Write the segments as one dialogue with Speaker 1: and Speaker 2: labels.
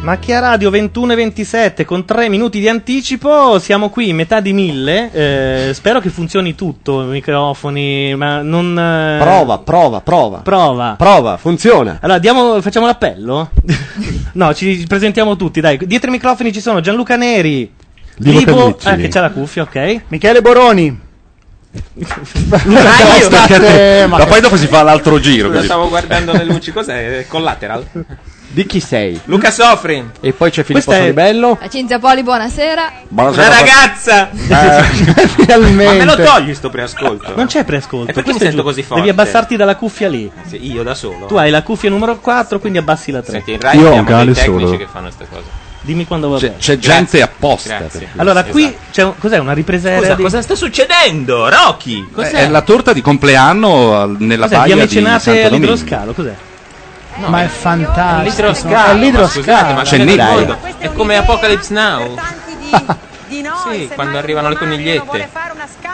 Speaker 1: Macchia Radio 21 e 27 con 3 minuti di anticipo, siamo qui metà di mille, eh, spero che funzioni tutto, microfoni, ma non... eh,
Speaker 2: Prova, prova, prova.
Speaker 1: Prova.
Speaker 2: Prova, funziona.
Speaker 1: Allora, diamo- facciamo l'appello? no, ci presentiamo tutti, dai. Dietro i microfoni ci sono Gianluca Neri,
Speaker 2: Livo
Speaker 1: ah,
Speaker 2: Cannucci.
Speaker 1: che c'ha la cuffia, ok.
Speaker 3: Michele Boroni.
Speaker 1: Dai, io-
Speaker 4: certo. Ma poi dopo si fa l'altro giro.
Speaker 5: Scusa,
Speaker 4: così.
Speaker 5: stavo guardando le luci. Cos'è? Collateral?
Speaker 2: Di chi sei?
Speaker 5: Luca Sofri.
Speaker 2: E poi c'è Filippo
Speaker 1: Questa è-
Speaker 2: Solibello.
Speaker 6: A Cinzia Poli, buonasera.
Speaker 4: Buonasera,
Speaker 5: Una ragazza!
Speaker 2: Eh.
Speaker 5: Ma me lo
Speaker 2: Finalmente.
Speaker 5: togli sto preascolto?
Speaker 1: Non c'è preascolto.
Speaker 5: E perché
Speaker 1: questo
Speaker 5: mi
Speaker 1: è
Speaker 5: sento
Speaker 1: giusto.
Speaker 5: così forte?
Speaker 1: Devi abbassarti dalla cuffia lì.
Speaker 5: Sì, io da solo.
Speaker 1: Tu hai la cuffia numero 4, quindi abbassi la 3.
Speaker 5: Senti, in Rai
Speaker 7: Io ho
Speaker 5: abbiamo
Speaker 7: Gale
Speaker 5: dei tecnici
Speaker 7: solo.
Speaker 5: che fanno queste cose.
Speaker 1: Dimmi quando va
Speaker 4: C'è,
Speaker 1: bene.
Speaker 4: c'è gente apposta.
Speaker 5: Grazie.
Speaker 4: per cui-
Speaker 1: Allora,
Speaker 5: Esatto.
Speaker 1: qui c'è un- cos'è una ripresa aerea
Speaker 5: Scusa,
Speaker 1: di- Eh,
Speaker 5: cosa sta succedendo, Rocky?
Speaker 4: Beh,
Speaker 5: Cos'è?
Speaker 4: È la torta di compleanno eh, nella
Speaker 1: Cos'è?
Speaker 4: baia di Santo
Speaker 1: Diamecenate
Speaker 4: Domingo.
Speaker 1: all'idroscalo, cos'è?
Speaker 3: ma è fantastico.
Speaker 5: L'idroscalo,
Speaker 3: All'idroscalo.
Speaker 5: ma
Speaker 4: C'è
Speaker 5: scusate, ma
Speaker 4: Nick.
Speaker 5: c'è
Speaker 4: Dai.
Speaker 5: È come Apocalypse Now. Sì,
Speaker 8: sì, quando arrivano le conigliette.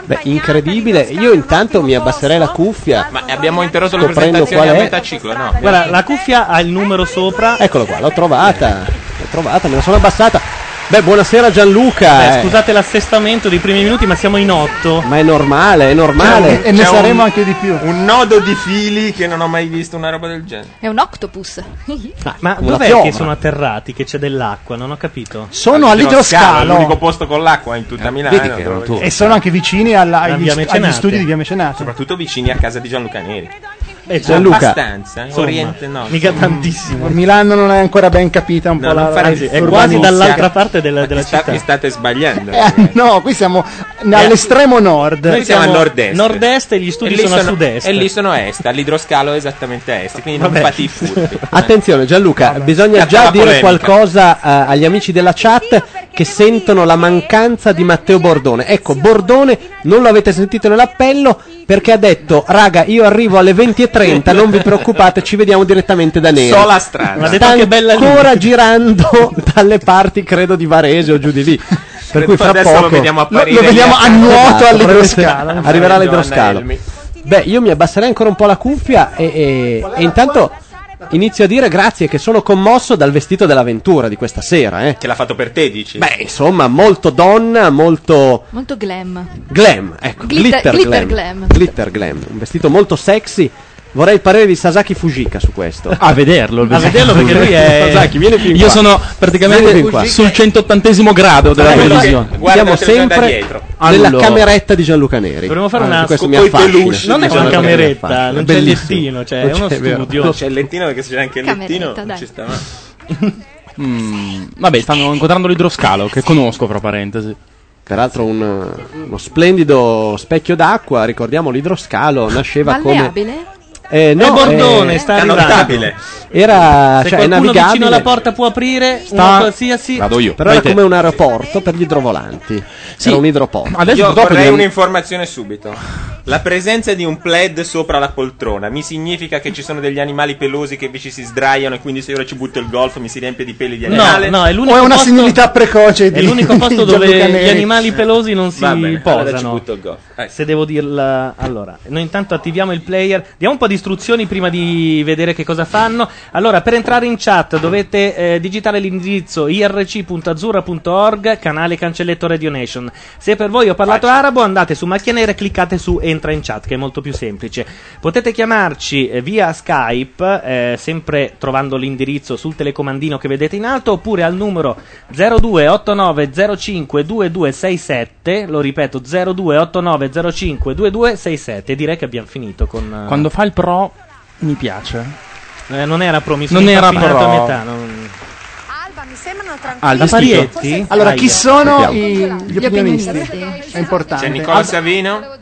Speaker 2: Beh, incredibile. Io intanto mi abbasserei la cuffia.
Speaker 5: Ma abbiamo interrotto la
Speaker 2: Scoprendo
Speaker 5: presentazione a
Speaker 2: qual è.
Speaker 5: metà ciclo, no?
Speaker 1: Guarda, la cuffia ha il numero sopra.
Speaker 2: Eccola qua, l'ho trovata. L'ho trovata, me la sono abbassata. Beh, buonasera Gianluca.
Speaker 1: Beh,
Speaker 2: eh.
Speaker 1: scusate l'assestamento dei primi minuti, ma siamo in otto.
Speaker 2: Ma è normale, è normale.
Speaker 3: E ne
Speaker 5: C'è un-
Speaker 3: saremo anche di più.
Speaker 5: Un nodo di fili che non ho mai visto una roba del genere.
Speaker 6: È un octopus.
Speaker 1: Ma
Speaker 2: una
Speaker 1: dov'è
Speaker 2: piovra.
Speaker 1: che sono atterrati? Che c'è dell'acqua? Non ho capito.
Speaker 3: Sono
Speaker 5: È l'unico
Speaker 3: all'idroscalo.
Speaker 5: posto con l'acqua in tutta Milano.
Speaker 4: Eh, vedi che era un
Speaker 5: dove-
Speaker 4: tuo.
Speaker 3: E sono anche vicini alla-
Speaker 1: A
Speaker 3: agli,
Speaker 1: Via Mecenate.
Speaker 3: agli studi di Via Mecenate.
Speaker 5: Soprattutto vicini a casa di Gianluca Neri.
Speaker 1: Eh,
Speaker 2: Gianluca.
Speaker 5: Abbastanza. eh.
Speaker 1: insomma,
Speaker 5: Oriente no.
Speaker 1: Mica tantissimo.
Speaker 3: Milano non è ancora ben capita un
Speaker 5: No,
Speaker 3: po'
Speaker 5: non
Speaker 3: la
Speaker 5: fare-
Speaker 3: anzi,
Speaker 1: È quasi
Speaker 3: urbanistica.
Speaker 1: dall'altra parte della,
Speaker 5: Ma
Speaker 1: della
Speaker 5: chi sta-
Speaker 1: città.
Speaker 5: chi state sbagliando.
Speaker 3: Eh, no, qui siamo all'estremo nord.
Speaker 5: Eh. Noi siamo a nord-est.
Speaker 1: nord-est e gli studi
Speaker 5: lì
Speaker 1: sono, a sud-est.
Speaker 5: E lì sono a est, all'idroscalo è esattamente a est, quindi
Speaker 1: Vabbè.
Speaker 5: non fate i furbi.
Speaker 2: Attenzione Gianluca, bisogna
Speaker 5: Caccia
Speaker 2: già
Speaker 5: la
Speaker 2: dire
Speaker 5: polemica.
Speaker 2: qualcosa eh, agli amici della chat che sentono la mancanza di Matteo Bordone. Ecco, Bordone non lo avete sentito nell'appello perché ha detto "Raga, io arrivo alle 20:30, non vi preoccupate, ci vediamo direttamente da Neri".
Speaker 5: So la
Speaker 1: Ma
Speaker 5: strada.
Speaker 1: detto
Speaker 2: Sta
Speaker 1: che bella lì.
Speaker 2: ancora girando dalle parti credo di Varese o giù di lì. Per cui fra
Speaker 5: Adesso
Speaker 2: poco
Speaker 5: lo vediamo
Speaker 3: Lo,
Speaker 5: apparire.
Speaker 3: lo vediamo a nuoto
Speaker 2: Esatto,
Speaker 3: all'idroscalo.
Speaker 2: arriverà
Speaker 5: Giovanna
Speaker 2: l'idroscalo.
Speaker 5: Elmi.
Speaker 2: Beh, io mi abbasserei ancora un po' la cuffia e, e- e intanto inizio a dire grazie che sono commosso dal vestito dell'avventura di questa sera, eh.
Speaker 5: Che l'ha fatto per te, dici?
Speaker 2: Beh, insomma, molto donna, molto
Speaker 6: Molto glam.
Speaker 2: glam, ecco,
Speaker 6: Glitter-
Speaker 2: glitter,
Speaker 6: glitter
Speaker 2: glam.
Speaker 6: glam.
Speaker 2: Glitter glam, un vestito molto sexy. Vorrei il parere di Sasaki Fujika su questo.
Speaker 7: A vederlo,
Speaker 1: A vederlo perché lui è.
Speaker 2: Sasaki, vieni fin
Speaker 7: Io
Speaker 2: qua.
Speaker 7: sono
Speaker 2: Vieni
Speaker 7: praticamente
Speaker 2: fin qua.
Speaker 7: sul 180 grado della
Speaker 2: Ecco,
Speaker 7: televisione.
Speaker 5: Guarda
Speaker 2: Siamo
Speaker 5: la televisione da
Speaker 2: sempre
Speaker 5: dietro.
Speaker 2: nella
Speaker 7: Allora.
Speaker 2: cameretta di Gianluca Neri.
Speaker 1: Dovremmo fare una-
Speaker 2: questo
Speaker 5: con
Speaker 2: mi
Speaker 5: coi
Speaker 2: affascina.
Speaker 5: peluche.
Speaker 1: Non è
Speaker 5: Diciamo
Speaker 1: una
Speaker 5: che
Speaker 1: cameretta, non c'è il
Speaker 2: Bellissimo.
Speaker 1: lettino, cioè,
Speaker 2: Non
Speaker 1: è uno
Speaker 2: c'è, è vero.
Speaker 1: studio.
Speaker 5: No, c'è il lettino perché se c'è anche il
Speaker 6: Cameretta,
Speaker 5: lettino.
Speaker 6: dai.
Speaker 5: non Ci sta, ma-
Speaker 7: Mm, vabbè, stanno incontrando l'idroscalo, che conosco, fra parentesi.
Speaker 2: Peraltro un, uno splendido specchio d'acqua, ricordiamo l'idroscalo, nasceva come...
Speaker 6: Malleabile.
Speaker 2: Eh,
Speaker 1: è Bordone,
Speaker 2: eh,
Speaker 1: sta arrivando.
Speaker 5: Cannottabile.
Speaker 2: Era,
Speaker 1: Se
Speaker 2: cioè, è
Speaker 1: qualcuno
Speaker 2: navigabile.
Speaker 1: vicino alla porta può aprire, una qualsiasi.
Speaker 4: Vado io.
Speaker 2: Però
Speaker 7: Vai
Speaker 2: era
Speaker 7: te.
Speaker 2: come un aeroporto per gli idrovolanti.
Speaker 7: Sì.
Speaker 2: Era un idroporto.
Speaker 7: Adesso
Speaker 5: Io
Speaker 7: purtroppo
Speaker 5: vorrei
Speaker 7: devo-
Speaker 5: un'informazione subito. La presenza di un plaid sopra la poltrona mi significa che ci sono degli animali pelosi che invece si sdraiano e quindi se ora ci butto il golf mi si riempie di peli di
Speaker 1: No,
Speaker 5: animale.
Speaker 1: no, è l'unico
Speaker 3: O è una
Speaker 1: posto-
Speaker 3: senilità precoce di
Speaker 1: È l'unico posto dove
Speaker 3: Gianluca
Speaker 1: gli
Speaker 3: Neri.
Speaker 1: animali pelosi non si
Speaker 5: Va bene, allora ci
Speaker 1: posano.
Speaker 5: butto il golf. Eh,
Speaker 1: Se devo dirla, allora, noi intanto attiviamo il player, diamo un po' di istruzioni prima di vedere che cosa fanno. Allora, per entrare in chat dovete eh, digitare l'indirizzo irc.azzurra.org, canale cancelletto Radio Nation. Se per voi ho parlato arabo, andate su macchia nera e cliccate su entra in chat, che è molto più semplice. Potete chiamarci eh, via Skype, eh, sempre trovando l'indirizzo sul telecomandino che vedete in alto, oppure al numero 0289052267, lo ripeto 0289052267, direi che abbiamo finito con... eh,
Speaker 7: Quando fa il pro, mi piace.
Speaker 1: eh, non era promiscuo,
Speaker 7: Non era
Speaker 1: a
Speaker 7: però-
Speaker 1: metà. Non...
Speaker 8: Alba, mi sembrano
Speaker 7: Alba,
Speaker 8: tranquilli.
Speaker 7: Vestito.
Speaker 1: Parietti?
Speaker 3: Allora,
Speaker 1: Aia.
Speaker 3: chi sono
Speaker 2: Aspettiamo.
Speaker 3: i- gli
Speaker 6: Gli
Speaker 3: opinionisti?
Speaker 6: opinionisti.
Speaker 3: È importante.
Speaker 5: C'è Nicola Savino.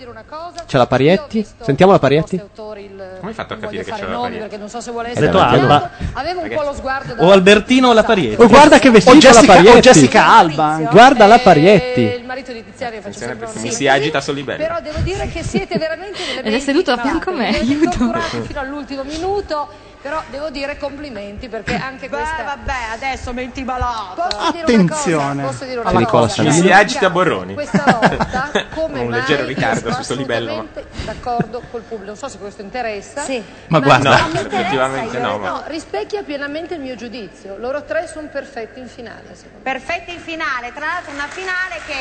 Speaker 2: C'è la Parietti? Sentiamo la Parietti?
Speaker 5: Come hai fatto a capire che
Speaker 9: fare
Speaker 5: c'era la
Speaker 9: nomi
Speaker 5: parete?
Speaker 9: perché non so se vuole
Speaker 2: Eh,
Speaker 9: essere
Speaker 2: detto
Speaker 9: conosciuto.
Speaker 2: Alba.
Speaker 9: avevo un po' lo sguardo da
Speaker 1: O Albertino o la Parietti.
Speaker 2: Oh, guarda che vestito
Speaker 1: O Jessica-
Speaker 2: la Parietti.
Speaker 1: o Jessica
Speaker 9: Alba.
Speaker 2: Guarda la Parietti.
Speaker 9: il marito di Tiziano che faccio
Speaker 5: Attenzione
Speaker 9: sempre
Speaker 5: perché mi
Speaker 9: un nome.
Speaker 5: si agita Solibello.
Speaker 9: però devo dire che siete veramente delle
Speaker 6: Ed è
Speaker 9: menti
Speaker 6: seduto da fianco a me,
Speaker 9: ignoranti,
Speaker 6: aiuto.
Speaker 9: avete torturato fino all'ultimo minuto però devo dire complimenti perché anche questa vabbè adesso menti malato
Speaker 5: Ah,
Speaker 3: Attenzione.
Speaker 9: posso dire una
Speaker 3: Alla
Speaker 9: cosa
Speaker 5: Mi
Speaker 3: Nicola Sciamini.
Speaker 5: si agita Borroni.
Speaker 9: questa volta come
Speaker 5: Con un
Speaker 9: mai
Speaker 5: leggero ritardo
Speaker 9: sono
Speaker 5: su Solibello. ma-
Speaker 9: assolutamente d'accordo col pubblico non so se questo interessa
Speaker 5: Ma guarda. No,
Speaker 9: mi interessa,
Speaker 5: effettivamente
Speaker 9: io-
Speaker 5: no, ma-
Speaker 9: rispecchia pienamente il mio giudizio loro tre sono perfetti in finale secondo me.
Speaker 10: Perfetti in finale, tra l'altro una finale che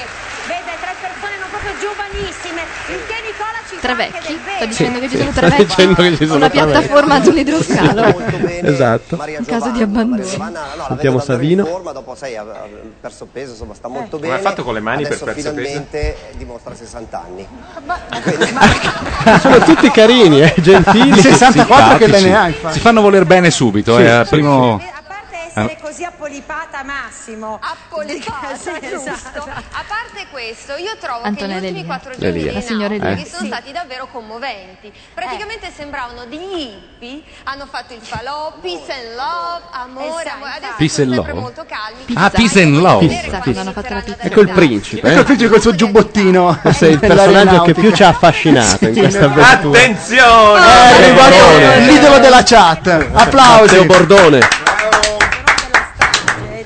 Speaker 10: vede tre persone non proprio giovanissime, il che Nicola ci
Speaker 6: Tre
Speaker 10: fa anche
Speaker 6: vecchi.
Speaker 10: del bene.
Speaker 6: Sto dicendo che ci sono
Speaker 2: sta
Speaker 6: tre vecchi.
Speaker 2: dicendo che ci sono
Speaker 6: Una
Speaker 2: tre vecchi.
Speaker 6: piattaforma sull'idroscalo.
Speaker 2: Esatto.
Speaker 6: Un caso di abbandono.
Speaker 2: Sentiamo Savino.
Speaker 8: Forma, dopo sei ha ha perso peso, insomma, sta molto
Speaker 5: Come
Speaker 8: bene.
Speaker 5: Eh. ha fatto con le mani
Speaker 8: Adesso
Speaker 5: per perso peso?
Speaker 8: finalmente dimostra 60 anni.
Speaker 2: Sono tutti carini, eh, gentili.
Speaker 11: Sì, simpatici.
Speaker 2: infatti.
Speaker 11: Si fanno voler bene subito,
Speaker 2: Sì,
Speaker 11: eh, al
Speaker 2: sì,
Speaker 11: primo...
Speaker 10: Essere così appolipata a Massimo. esatto. Appolipata,
Speaker 12: giusto. A parte questo, io trovo
Speaker 6: Antonella
Speaker 12: che gli ultimi
Speaker 6: Elia.
Speaker 12: quattro
Speaker 6: Elia.
Speaker 12: giorni
Speaker 6: La Eh.
Speaker 12: di
Speaker 6: signora
Speaker 12: Napoli
Speaker 6: Elia.
Speaker 12: sono stati davvero commoventi. Praticamente sembravano degli hippie, hanno fatto il falò, peace and love, amore,
Speaker 10: Esatto.
Speaker 12: amore. Adesso
Speaker 11: Peace and
Speaker 12: sono sempre
Speaker 11: love?
Speaker 12: molto calmi.
Speaker 11: Ah, Peace and Love.
Speaker 12: Pizza, quando hanno fatto la pizza.
Speaker 2: Ecco il principe.
Speaker 3: Ecco il principe col suo giubbottino.
Speaker 2: Sei il personaggio che più ci ha affascinato in
Speaker 3: Sì.
Speaker 2: questa avventura.
Speaker 5: Attenzione!
Speaker 3: È arrivato
Speaker 2: Bordone.
Speaker 3: l'idolo della chat. Applausi.
Speaker 2: Matteo Bordone.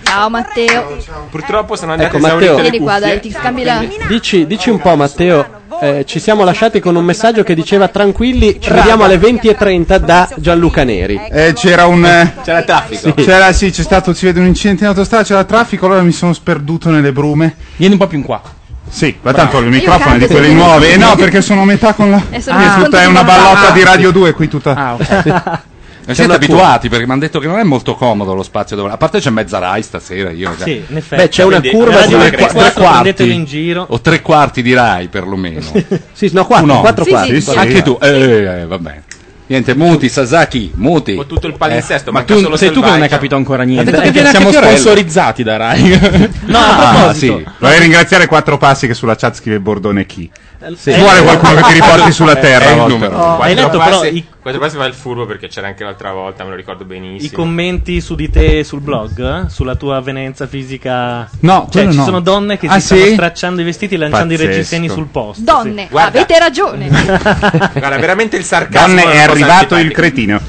Speaker 6: Ciao Matteo.
Speaker 5: Purtroppo sono andato
Speaker 2: Ecco
Speaker 5: a
Speaker 2: Matteo.
Speaker 6: Vieni qua, dai, ti scambi la.
Speaker 2: Dici, dici un po' Matteo, eh, ci siamo lasciati con un messaggio che diceva tranquilli, ci vediamo alle 20.30 da Gianluca Neri.
Speaker 13: Eh, c'era un. eh,
Speaker 5: C'era traffico.
Speaker 13: C'era, sì, c'è stato. Si vede un incidente in autostrada, c'era traffico, allora mi sono sperduto nelle brume. Vieni un po' più in qua. Sì, ma tanto il microfono è di
Speaker 11: cambio
Speaker 13: quelle
Speaker 11: se-
Speaker 13: nuove. Eh,
Speaker 8: Ah.
Speaker 13: no, perché sono a metà con la.
Speaker 11: È
Speaker 13: È,
Speaker 11: solo uno sconto
Speaker 13: tutta, è
Speaker 11: di
Speaker 13: una
Speaker 11: Natale.
Speaker 13: ballotta di
Speaker 11: Ah,
Speaker 13: Radio
Speaker 11: sì.
Speaker 13: 2 qui tutta. Ah,
Speaker 11: Eh, siete abituati perché mi hanno detto che non è molto comodo lo spazio dove. A parte c'è mezza Rai stasera.
Speaker 2: Ah,
Speaker 11: Io,
Speaker 1: Sì, in effetti.
Speaker 2: Beh, c'è una
Speaker 11: Quindi,
Speaker 2: curva
Speaker 11: Radio
Speaker 2: di-
Speaker 11: due
Speaker 2: quattro,
Speaker 11: tre quarti
Speaker 2: prendetevi in giro.
Speaker 11: o tre quarti di Rai perlomeno.
Speaker 2: Sì, no, quattro,
Speaker 11: No.
Speaker 2: quattro quarti.
Speaker 11: Sì, sì, Anche tu, eh, eh, eh, vabbè. Niente, muti, Sasaki, muti. Ho tutto
Speaker 5: il palinsesto,
Speaker 11: ma
Speaker 5: manca
Speaker 11: tu
Speaker 5: solo
Speaker 11: sei tu che non hai
Speaker 5: Selvaggia.
Speaker 11: capito ancora
Speaker 7: Ha
Speaker 11: niente.
Speaker 7: detto che
Speaker 11: Eh,
Speaker 7: viene
Speaker 11: siamo
Speaker 7: anche Fiorello.
Speaker 11: sponsorizzati da Rai.
Speaker 1: No, a proposito.
Speaker 13: Ah, Vorrei ringraziare Quattro Passi che sulla chat scrive Bordone chi.
Speaker 1: Sì.
Speaker 13: Ci Vuole qualcuno che ti riporti sulla
Speaker 5: Eh,
Speaker 13: terra.
Speaker 5: è il
Speaker 13: a volte.
Speaker 5: numero. Eh,
Speaker 13: Oh.
Speaker 5: Quattro
Speaker 1: Hai letto
Speaker 5: passi,
Speaker 1: però i-
Speaker 5: quattro passi fa il furbo perché c'era anche l'altra volta, me lo ricordo benissimo.
Speaker 1: I commenti su di te sul blog, eh? sulla tua avvenenza fisica.
Speaker 13: No,
Speaker 1: cioè,
Speaker 13: quello
Speaker 1: ci
Speaker 13: no.
Speaker 1: sono donne che
Speaker 13: Ah,
Speaker 1: si stanno
Speaker 13: sì?
Speaker 1: stracciando i vestiti e lanciando i
Speaker 13: Pazzesco.
Speaker 1: reggiseni sul posto.
Speaker 6: Donne,
Speaker 1: Guarda.
Speaker 6: avete ragione.
Speaker 5: Guarda, veramente il sarcasmo.
Speaker 13: Donne,
Speaker 5: una
Speaker 13: è
Speaker 5: cosa
Speaker 13: arrivato il
Speaker 5: antipatica.
Speaker 13: cretino.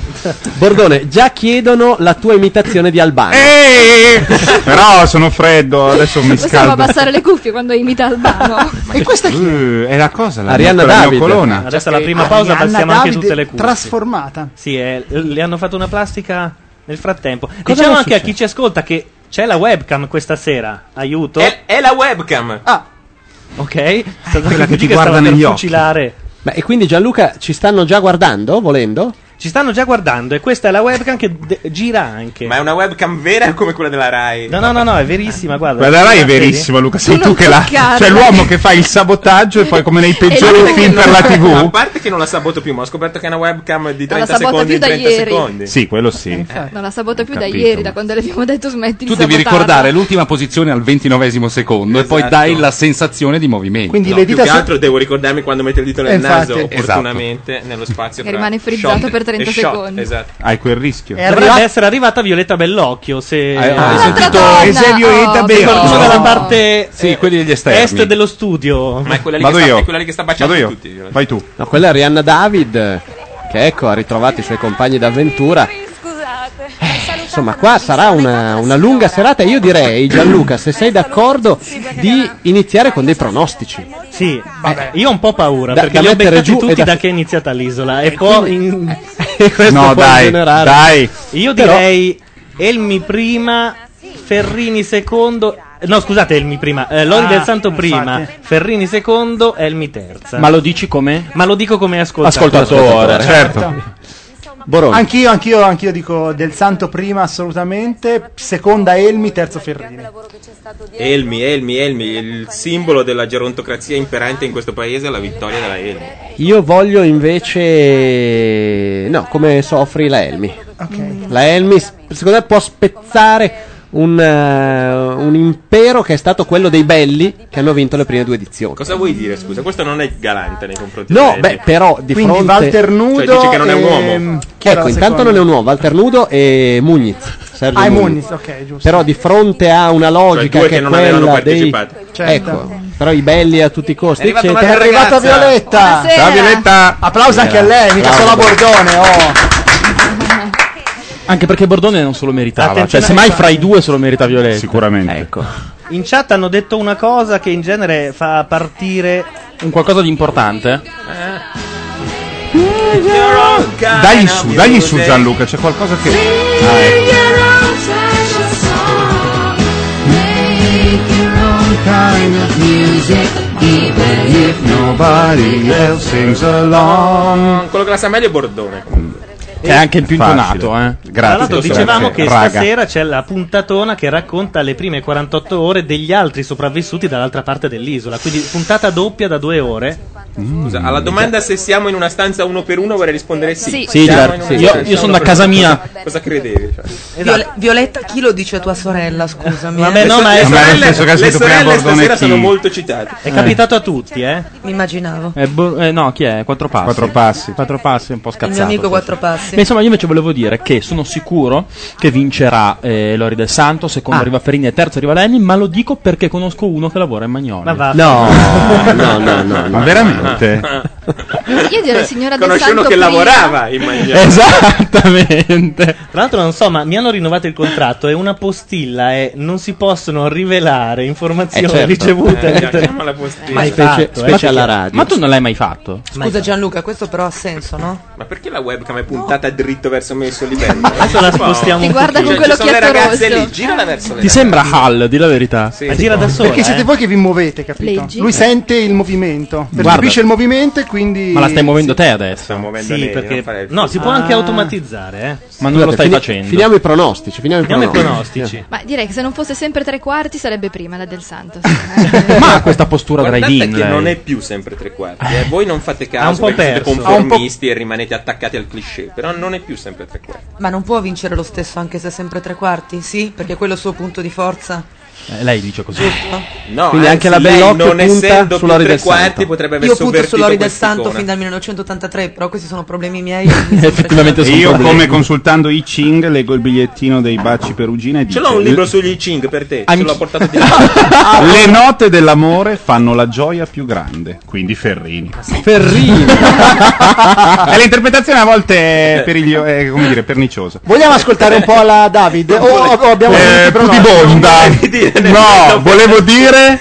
Speaker 2: Bordone, già chiedono la tua imitazione di Albano.
Speaker 13: Però sono freddo, adesso mi
Speaker 6: Possiamo
Speaker 13: scaldo.
Speaker 6: abbassare le cuffie quando imita Albano.
Speaker 13: E questa Eh, è la cosa, la
Speaker 2: Arianna
Speaker 13: mia- la mia
Speaker 2: David.
Speaker 13: colonna.
Speaker 1: Adesso
Speaker 2: Cioè
Speaker 1: alla prima pausa
Speaker 3: Arianna
Speaker 1: passiamo anche
Speaker 3: Davide
Speaker 1: tutte le cuffie.
Speaker 3: trasformata.
Speaker 1: Sì, eh, le hanno fatto una plastica nel frattempo.
Speaker 3: Cosa
Speaker 1: diciamo
Speaker 3: le è
Speaker 1: anche a chi ci ascolta che c'è la webcam questa sera. Aiuto. È,
Speaker 5: la webcam.
Speaker 1: Ah. Ok.
Speaker 2: quella che ti guarda negli occhi. Beh, e quindi Gianluca ci stanno già guardando, volendo?
Speaker 1: Ci stanno già guardando e questa è la webcam che de- gira anche.
Speaker 5: Ma è una webcam vera o come quella della Rai?
Speaker 1: No, no, no, no, è verissima, guarda.
Speaker 13: Guarda Rai è
Speaker 1: Vedi?
Speaker 13: verissimo, Luca. Sei
Speaker 1: Tu
Speaker 13: tu
Speaker 1: non
Speaker 13: che la.
Speaker 1: toccarla.
Speaker 13: Cioè, l'uomo che fa il sabotaggio e poi, come nei
Speaker 5: A
Speaker 13: peggiori
Speaker 5: parte che
Speaker 13: film
Speaker 5: non-
Speaker 13: per la
Speaker 5: A
Speaker 13: TV.
Speaker 5: parte che non la saboto più, ma ho scoperto che è una webcam di 30
Speaker 6: sabota
Speaker 5: secondi
Speaker 6: più
Speaker 5: in
Speaker 6: da
Speaker 5: 30
Speaker 6: ieri.
Speaker 5: secondi.
Speaker 13: Sì, quello
Speaker 2: Eh,
Speaker 13: sì.
Speaker 6: Non la saboto più da
Speaker 11: capito,
Speaker 6: ieri,
Speaker 11: ma-
Speaker 6: da quando le abbiamo detto smetti
Speaker 11: Tu
Speaker 6: di
Speaker 11: devi
Speaker 6: sabotarla.
Speaker 11: ricordare l'ultima posizione al ventinovesimo secondo e poi
Speaker 5: Esatto.
Speaker 11: dai la sensazione di movimento.
Speaker 5: Quindi no, più che altro devo ricordarmi quando mette il dito nel
Speaker 11: Eh, infatti.
Speaker 5: naso
Speaker 11: Esatto.
Speaker 5: opportunamente nello spazio
Speaker 6: Che
Speaker 5: fra
Speaker 6: rimane frizzato
Speaker 5: shot
Speaker 6: per 30
Speaker 5: e shot,
Speaker 6: secondi.
Speaker 5: Esatto.
Speaker 13: Hai quel rischio.
Speaker 1: Dovrebbe essere arrivata Violetta Bellocchio se
Speaker 11: hai
Speaker 1: Ah,
Speaker 11: sentito
Speaker 1: un'altra donna.
Speaker 13: Esebio
Speaker 1: Oh,
Speaker 13: Eta
Speaker 1: mi
Speaker 13: Bellocchio.
Speaker 1: guardo solo dalla parte
Speaker 11: Sì, quelli degli esterni.
Speaker 1: est dello studio.
Speaker 5: Ma è quella lì
Speaker 2: Vado
Speaker 5: che sta,
Speaker 2: io.
Speaker 5: è quella lì che sta baciando
Speaker 2: Vado io.
Speaker 5: tutti. Violetta.
Speaker 13: Vai tu.
Speaker 2: No, quella è Arianna David, che ecco, ha ritrovato i suoi compagni d'avventura.
Speaker 10: Scusate.
Speaker 2: Insomma, qua sarà una, una lunga serata. Io direi, Gianluca, se sei d'accordo, di iniziare con dei pronostici.
Speaker 1: Sì, eh, io ho un po' paura
Speaker 2: Da-
Speaker 1: perché
Speaker 2: da
Speaker 1: li ho
Speaker 2: mettere
Speaker 1: beccati
Speaker 2: giù e
Speaker 1: tutti da...
Speaker 2: da-
Speaker 1: che è iniziata l'isola e poi in...
Speaker 2: No, può dai, generare- dai.
Speaker 1: Io
Speaker 2: Però-
Speaker 1: direi Elmi prima, Ferrini secondo. No, scusate, Elmi prima, eh, Lori
Speaker 7: Ah,
Speaker 1: del Santo prima,
Speaker 7: infatti.
Speaker 1: Ferrini secondo, Elmi terza.
Speaker 7: Ma lo dici come?
Speaker 1: Ma lo dico come ascoltatore.
Speaker 7: Ascoltatore,
Speaker 3: certo. Anch'io, anch'io, anch'io dico del santo prima assolutamente, seconda Elmi, terzo Ferrini.
Speaker 5: Elmi, Elmi, Elmi, il simbolo della gerontocrazia imperante in questo paese è la vittoria della Elmi.
Speaker 2: Io voglio invece. No, come soffri la Elmi. La Elmi, s- secondo me, può spezzare un, eh, un impero che è stato quello dei belli che hanno vinto le prime due edizioni.
Speaker 5: Cosa vuoi dire, scusa? Questo non è galante nei confronti di
Speaker 2: No,
Speaker 5: lei.
Speaker 2: beh, però di
Speaker 5: Quindi
Speaker 2: fronte
Speaker 5: Walter Nudo Cioè, dice che non è un
Speaker 2: e-
Speaker 5: uomo. Chi era
Speaker 2: Ecco,
Speaker 5: la
Speaker 2: intanto
Speaker 5: seconda?
Speaker 2: non è un uomo, Walter Nudo e Muñiz. Sergio
Speaker 3: Ah, è
Speaker 2: Muñiz.
Speaker 3: Muniz, ok, giusto.
Speaker 2: Però di fronte a una logica
Speaker 5: Cioè, due
Speaker 2: che,
Speaker 5: che
Speaker 2: è
Speaker 5: non avevano
Speaker 2: quella dei
Speaker 5: partecipato.
Speaker 3: Certo.
Speaker 2: Ecco, però i belli a tutti i
Speaker 3: È
Speaker 2: costi,
Speaker 3: arrivata,
Speaker 2: eccetera.
Speaker 3: un'altra ragazza. Violetta.
Speaker 2: Ciao, Violetta.
Speaker 3: Applauso anche a lei, mica
Speaker 2: Applauso.
Speaker 3: solo a Bordone. Oh.
Speaker 7: Anche perché Bordone non se lo meritava. Cioè,
Speaker 1: Attenzione
Speaker 5: eh,
Speaker 7: semmai
Speaker 1: alle
Speaker 7: fra i due se lo merita Violetta.
Speaker 13: Sicuramente.
Speaker 7: Ecco.
Speaker 1: In chat hanno detto una cosa che in genere fa partire
Speaker 7: Un qualcosa di importante.
Speaker 13: Dagli su, dagli su Gianluca, c'è qualcosa che... Ah, ecco. Nobody else sings along.
Speaker 5: Quello che la sa meglio è Bordone.
Speaker 7: È anche il più
Speaker 5: Facile.
Speaker 7: intonato, eh.
Speaker 1: Tra l'altro dicevamo che
Speaker 7: Raga.
Speaker 1: stasera c'è la puntatona che racconta le prime 48 ore degli altri sopravvissuti dall'altra parte dell'isola, quindi puntata doppia da due ore.
Speaker 5: Mm. Scusa, alla domanda se siamo in una stanza uno per uno vorrei rispondere sì.
Speaker 1: Sì.
Speaker 5: Siamo
Speaker 1: Sì, certo,
Speaker 5: in una
Speaker 1: sì.
Speaker 5: stanza
Speaker 1: Io- io sono
Speaker 5: uno
Speaker 1: da
Speaker 5: per
Speaker 1: casa
Speaker 5: uno.
Speaker 1: mia.
Speaker 5: Cosa credevi? cioè?
Speaker 14: Viol- Violetta, chi lo dice a tua sorella? Scusami.
Speaker 1: Vabbè,
Speaker 14: eh.
Speaker 1: no, ma è- Ma è
Speaker 5: le
Speaker 1: lo
Speaker 5: sorelle,
Speaker 1: stesso che ha
Speaker 5: le
Speaker 1: scritto prima
Speaker 5: sorelle
Speaker 1: Bordone
Speaker 5: stasera
Speaker 1: T.
Speaker 5: sono molto citate.
Speaker 1: È capitato a tutti, eh?
Speaker 14: Mi immaginavo.
Speaker 7: Eh, bo- eh, no, chi è? Quattro passi.
Speaker 13: Quattro passi.
Speaker 7: Quattro passi, è un po' scazzato.
Speaker 14: Il mio amico
Speaker 7: sì.
Speaker 14: quattro passi.
Speaker 7: Ma insomma, io invece volevo dire che sono sicuro che vincerà eh, Lori del Santo, secondo
Speaker 14: Ah.
Speaker 7: arriva Ferini e terzo arriva Lenny, ma lo dico perché conosco uno che lavora in Magnoli.
Speaker 1: Ma va.
Speaker 2: No, no, no, no,
Speaker 13: Ma
Speaker 2: no.
Speaker 13: veramente?
Speaker 6: Io direi signora del
Speaker 1: Conosce uno
Speaker 6: Santo
Speaker 1: che
Speaker 6: prima.
Speaker 1: lavorava
Speaker 5: in
Speaker 7: Esattamente.
Speaker 1: Tra l'altro non so, ma mi hanno rinnovato il contratto e una postilla è non si possono rivelare informazioni
Speaker 7: Eh, certo.
Speaker 1: ricevute.
Speaker 7: Eh, chiamala postilla. Ma specie-
Speaker 1: Esatto, eh.
Speaker 7: specie alla radio. Ma tu non l'hai mai fatto?
Speaker 14: Scusa Gianluca, questo però ha senso, no?
Speaker 5: Ma perché la webcam è puntata dritto verso me sul livello?
Speaker 1: Adesso la
Speaker 5: Un po'.
Speaker 1: spostiamo Ti un guarda
Speaker 14: pochino. con
Speaker 5: Cioè, ci sono le
Speaker 14: quell'occhietto
Speaker 5: ragazze
Speaker 14: rosso.
Speaker 5: lì, girala verso le
Speaker 7: Ti sembra Hall, di la verità?
Speaker 5: Sì. Ma gira da sola,
Speaker 3: Perché siete voi che vi muovete, capito?
Speaker 5: Leggi.
Speaker 3: Lui
Speaker 5: Eh.
Speaker 3: sente il movimento,
Speaker 7: Guarda.
Speaker 3: percepisce il movimento e quindi...
Speaker 7: Ma la stai muovendo te adesso?
Speaker 5: Stiamo muovendo
Speaker 1: Sì, perché no, si può anche automatizzare, eh.
Speaker 7: Ma non lo stai
Speaker 2: fini-
Speaker 7: facendo.
Speaker 2: Finiamo i pronostici, finiamo i
Speaker 1: Finiamo i
Speaker 2: pronostici.
Speaker 6: Ma direi che se non fosse sempre tre quarti sarebbe prima la del Santo.
Speaker 7: Ma questa postura
Speaker 5: Guardate
Speaker 7: drive-in.
Speaker 5: che
Speaker 7: lei.
Speaker 5: non è più sempre tre quarti. eh. Voi non fate
Speaker 7: Ha un
Speaker 5: caso
Speaker 7: po'
Speaker 5: perché siete
Speaker 7: perso.
Speaker 5: conformisti e rimanete attaccati al cliché, però non è più sempre tre quarti.
Speaker 14: Ma non può vincere lo stesso anche se è sempre tre quarti? Sì, perché quello è il suo punto di forza.
Speaker 7: Eh, lei dice così.
Speaker 5: No,
Speaker 7: Quindi
Speaker 5: anzi,
Speaker 7: anche la
Speaker 5: lei
Speaker 7: Bellocchio
Speaker 5: non
Speaker 7: punta
Speaker 5: essendo più
Speaker 7: sull'Ori
Speaker 5: tre
Speaker 7: del Santo.
Speaker 5: quarti potrebbe aver
Speaker 14: Io punto
Speaker 5: sovvertito
Speaker 14: sull'Ori del
Speaker 5: quest'icona.
Speaker 14: Santo fin dal 1983, però questi sono problemi miei.
Speaker 13: Effettivamente
Speaker 14: sono
Speaker 13: Io
Speaker 14: problemi.
Speaker 13: come consultando I Ching leggo il bigliettino dei Baci Perugina e dice
Speaker 5: Ce l'ho un libro sugli Ching per te, ce l'ho portato di
Speaker 13: Le note dell'amore fanno la gioia più grande, quindi Ferrini.
Speaker 2: Ferrini.
Speaker 13: e l'interpretazione a volte è, periglio- è, come dire, perniciosa.
Speaker 3: Vogliamo ascoltare un po' la David? O o abbiamo finito i pronostici?
Speaker 13: No, volevo dire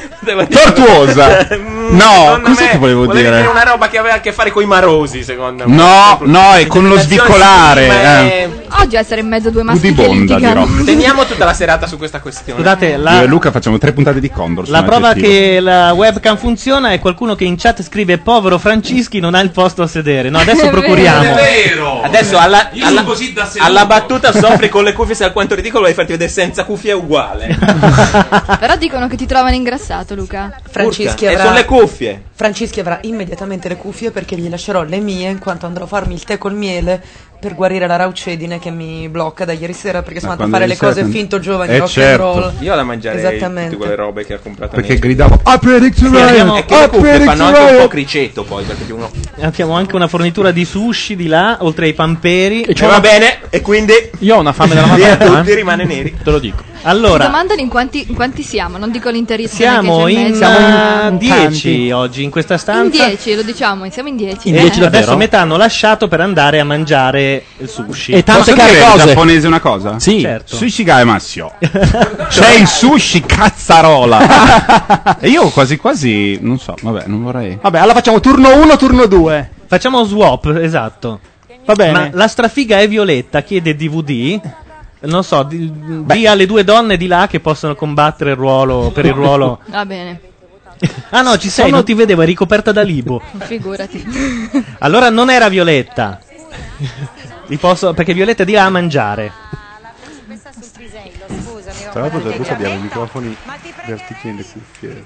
Speaker 13: tortuosa. No, cos'è che volevo
Speaker 5: Volevi dire
Speaker 13: dire?
Speaker 5: una roba che aveva a che fare con i marosi, secondo me.
Speaker 13: No, no, è con lo svicolare. eh.
Speaker 6: Oggi essere in mezzo a due maschi che
Speaker 13: Udibonda,
Speaker 6: litigano.
Speaker 13: dirò.
Speaker 5: Teniamo tutta la serata su questa questione.
Speaker 1: Scusate, la-
Speaker 13: Io e Luca facciamo tre puntate di Condor.
Speaker 1: La
Speaker 13: sono
Speaker 1: prova
Speaker 13: aggettivo.
Speaker 1: che la webcam funziona è qualcuno che in chat scrive povero Francischi non ha il posto a sedere. No, adesso
Speaker 5: È
Speaker 1: procuriamo.
Speaker 5: vero, è Adesso alla,
Speaker 1: Io
Speaker 5: alla-
Speaker 1: sono così da seduto.
Speaker 5: alla battuta soffri con le cuffie, se alquanto ridicolo vai farti vedere senza cuffie è uguale.
Speaker 6: Però dicono che ti trovano ingrassato, Luca.
Speaker 14: Francischi
Speaker 5: Urca,
Speaker 14: avrà...
Speaker 5: E sono le cuffie.
Speaker 14: Francischi avrà immediatamente le cuffie perché gli lascerò le mie in quanto andrò a farmi il tè col miele per guarire la raucedine che mi blocca da ieri sera perché sono
Speaker 5: Ma
Speaker 14: andata a
Speaker 5: quando
Speaker 14: fare le
Speaker 5: ieri sera
Speaker 14: cose
Speaker 5: te-
Speaker 14: finto giovane
Speaker 13: Eh,
Speaker 14: rock
Speaker 13: certo.
Speaker 14: and roll.
Speaker 5: Io la mangiare tutte
Speaker 14: Esattamente.
Speaker 5: quelle robe che ha comprato
Speaker 13: Perché
Speaker 5: Nike.
Speaker 13: gridavo I predict
Speaker 5: Sì, abbiamo-
Speaker 13: Ryan!
Speaker 5: è che le
Speaker 13: I
Speaker 5: cuffie
Speaker 13: predict
Speaker 5: fanno anche un po'
Speaker 13: Ryan!
Speaker 5: criceto poi perché uno
Speaker 1: Abbiamo anche una fornitura di sushi di là, oltre ai pamperi. E
Speaker 5: va bene, e quindi.
Speaker 7: Io ho una fame della
Speaker 1: Via
Speaker 7: mattina.
Speaker 1: tutti,
Speaker 7: eh.
Speaker 5: rimane neri.
Speaker 7: Te lo dico.
Speaker 6: Ti
Speaker 1: Allora,
Speaker 6: domandano in quanti, in quanti siamo, non dico l'interista.
Speaker 1: siamo in,
Speaker 6: siamo
Speaker 1: 10 oggi in questa
Speaker 6: in
Speaker 1: stanza.
Speaker 6: 10, lo diciamo, siamo in 10.
Speaker 1: E Eh, adesso metà hanno lasciato per andare a mangiare il sushi.
Speaker 13: Posso dire in giapponese una cosa? Sì.
Speaker 1: Certo.
Speaker 13: Sushi Gaemassio. C'è il sushi cazzarola. e io quasi quasi, non so, vabbè, non vorrei.
Speaker 3: Vabbè, allora facciamo turno 1, turno 2.
Speaker 1: Facciamo swap, esatto.
Speaker 3: Va bene.
Speaker 1: Ma la strafiga è Violetta, chiede DVD. Non so, di- dia alle due donne di là che possono combattere il ruolo, per il ruolo.
Speaker 6: Eh, Va bene,
Speaker 1: Ah no, ci
Speaker 3: Oh,
Speaker 1: sei,
Speaker 6: Sono-
Speaker 1: non ti vedevo, eri ricoperta da Libo.
Speaker 6: figurati.
Speaker 1: Allora non era Violetta. Li posso, perché Violetta è di là a mangiare.
Speaker 8: Tra l'altro Gianluca abbiamo i microfoni verticali nelle cuffie.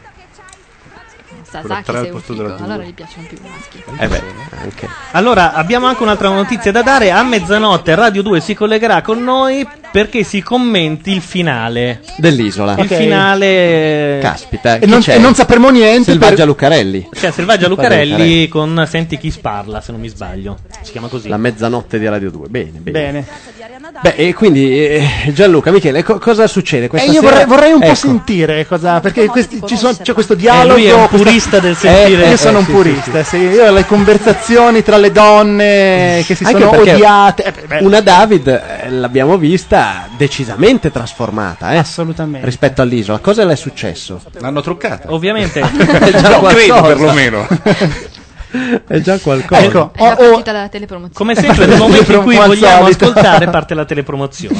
Speaker 8: Quella
Speaker 6: Sasaki
Speaker 8: tre al
Speaker 6: sei un
Speaker 8: posto
Speaker 6: figo,
Speaker 8: della due.
Speaker 6: allora gli piacciono più i
Speaker 8: Eh,
Speaker 6: maschi.
Speaker 7: Eh
Speaker 1: Allora, abbiamo anche un'altra notizia da dare. A mezzanotte Radio 2 si collegherà con noi perché si commenti il finale.
Speaker 2: dell'isola.
Speaker 1: Il finale.
Speaker 2: Caspita,
Speaker 1: E
Speaker 2: chi
Speaker 1: non-
Speaker 2: c'è?
Speaker 1: e non sapremo niente
Speaker 2: Selvaggia
Speaker 1: per-
Speaker 2: Lucarelli.
Speaker 1: Cioè, Selvaggia
Speaker 2: Selvaggia
Speaker 1: Lucarelli con Senti chi sparla, se non mi sbaglio. Si chiama così.
Speaker 2: La mezzanotte di Radio 2. Bene, bene.
Speaker 1: Bene.
Speaker 2: Beh, e quindi eh, Gianluca, Michele, co- cosa succede
Speaker 3: E
Speaker 2: questa
Speaker 3: Eh, io
Speaker 2: sera?
Speaker 3: vorrei, vorrei un po'
Speaker 2: Ecco.
Speaker 3: sentire cosa, perché questi- ci sono- c'è questo
Speaker 2: Eh,
Speaker 3: dialogo.
Speaker 2: lui è un
Speaker 3: questa-
Speaker 2: purista del
Speaker 3: Eh,
Speaker 2: sentire.
Speaker 3: io
Speaker 2: Eh,
Speaker 3: sono
Speaker 2: eh,
Speaker 3: un
Speaker 2: sì,
Speaker 3: purista, sì, Io le conversazioni tra le donne che si
Speaker 2: Anche
Speaker 3: sono
Speaker 2: perché
Speaker 3: odiate. eh, beh, beh,
Speaker 2: Una David eh, l'abbiamo vista decisamente trasformata, eh?
Speaker 3: Assolutamente.
Speaker 2: Rispetto all'isola. Cosa le è successo?
Speaker 13: L'hanno truccata.
Speaker 1: Ovviamente.
Speaker 2: No, credo,
Speaker 13: perlomeno.
Speaker 2: È già qualcosa.
Speaker 1: Ecco.
Speaker 6: È la
Speaker 2: oh.
Speaker 6: partita della telepromozione.
Speaker 1: Come sempre, nel momento in cui vogliamo ascoltare, parte la telepromozione.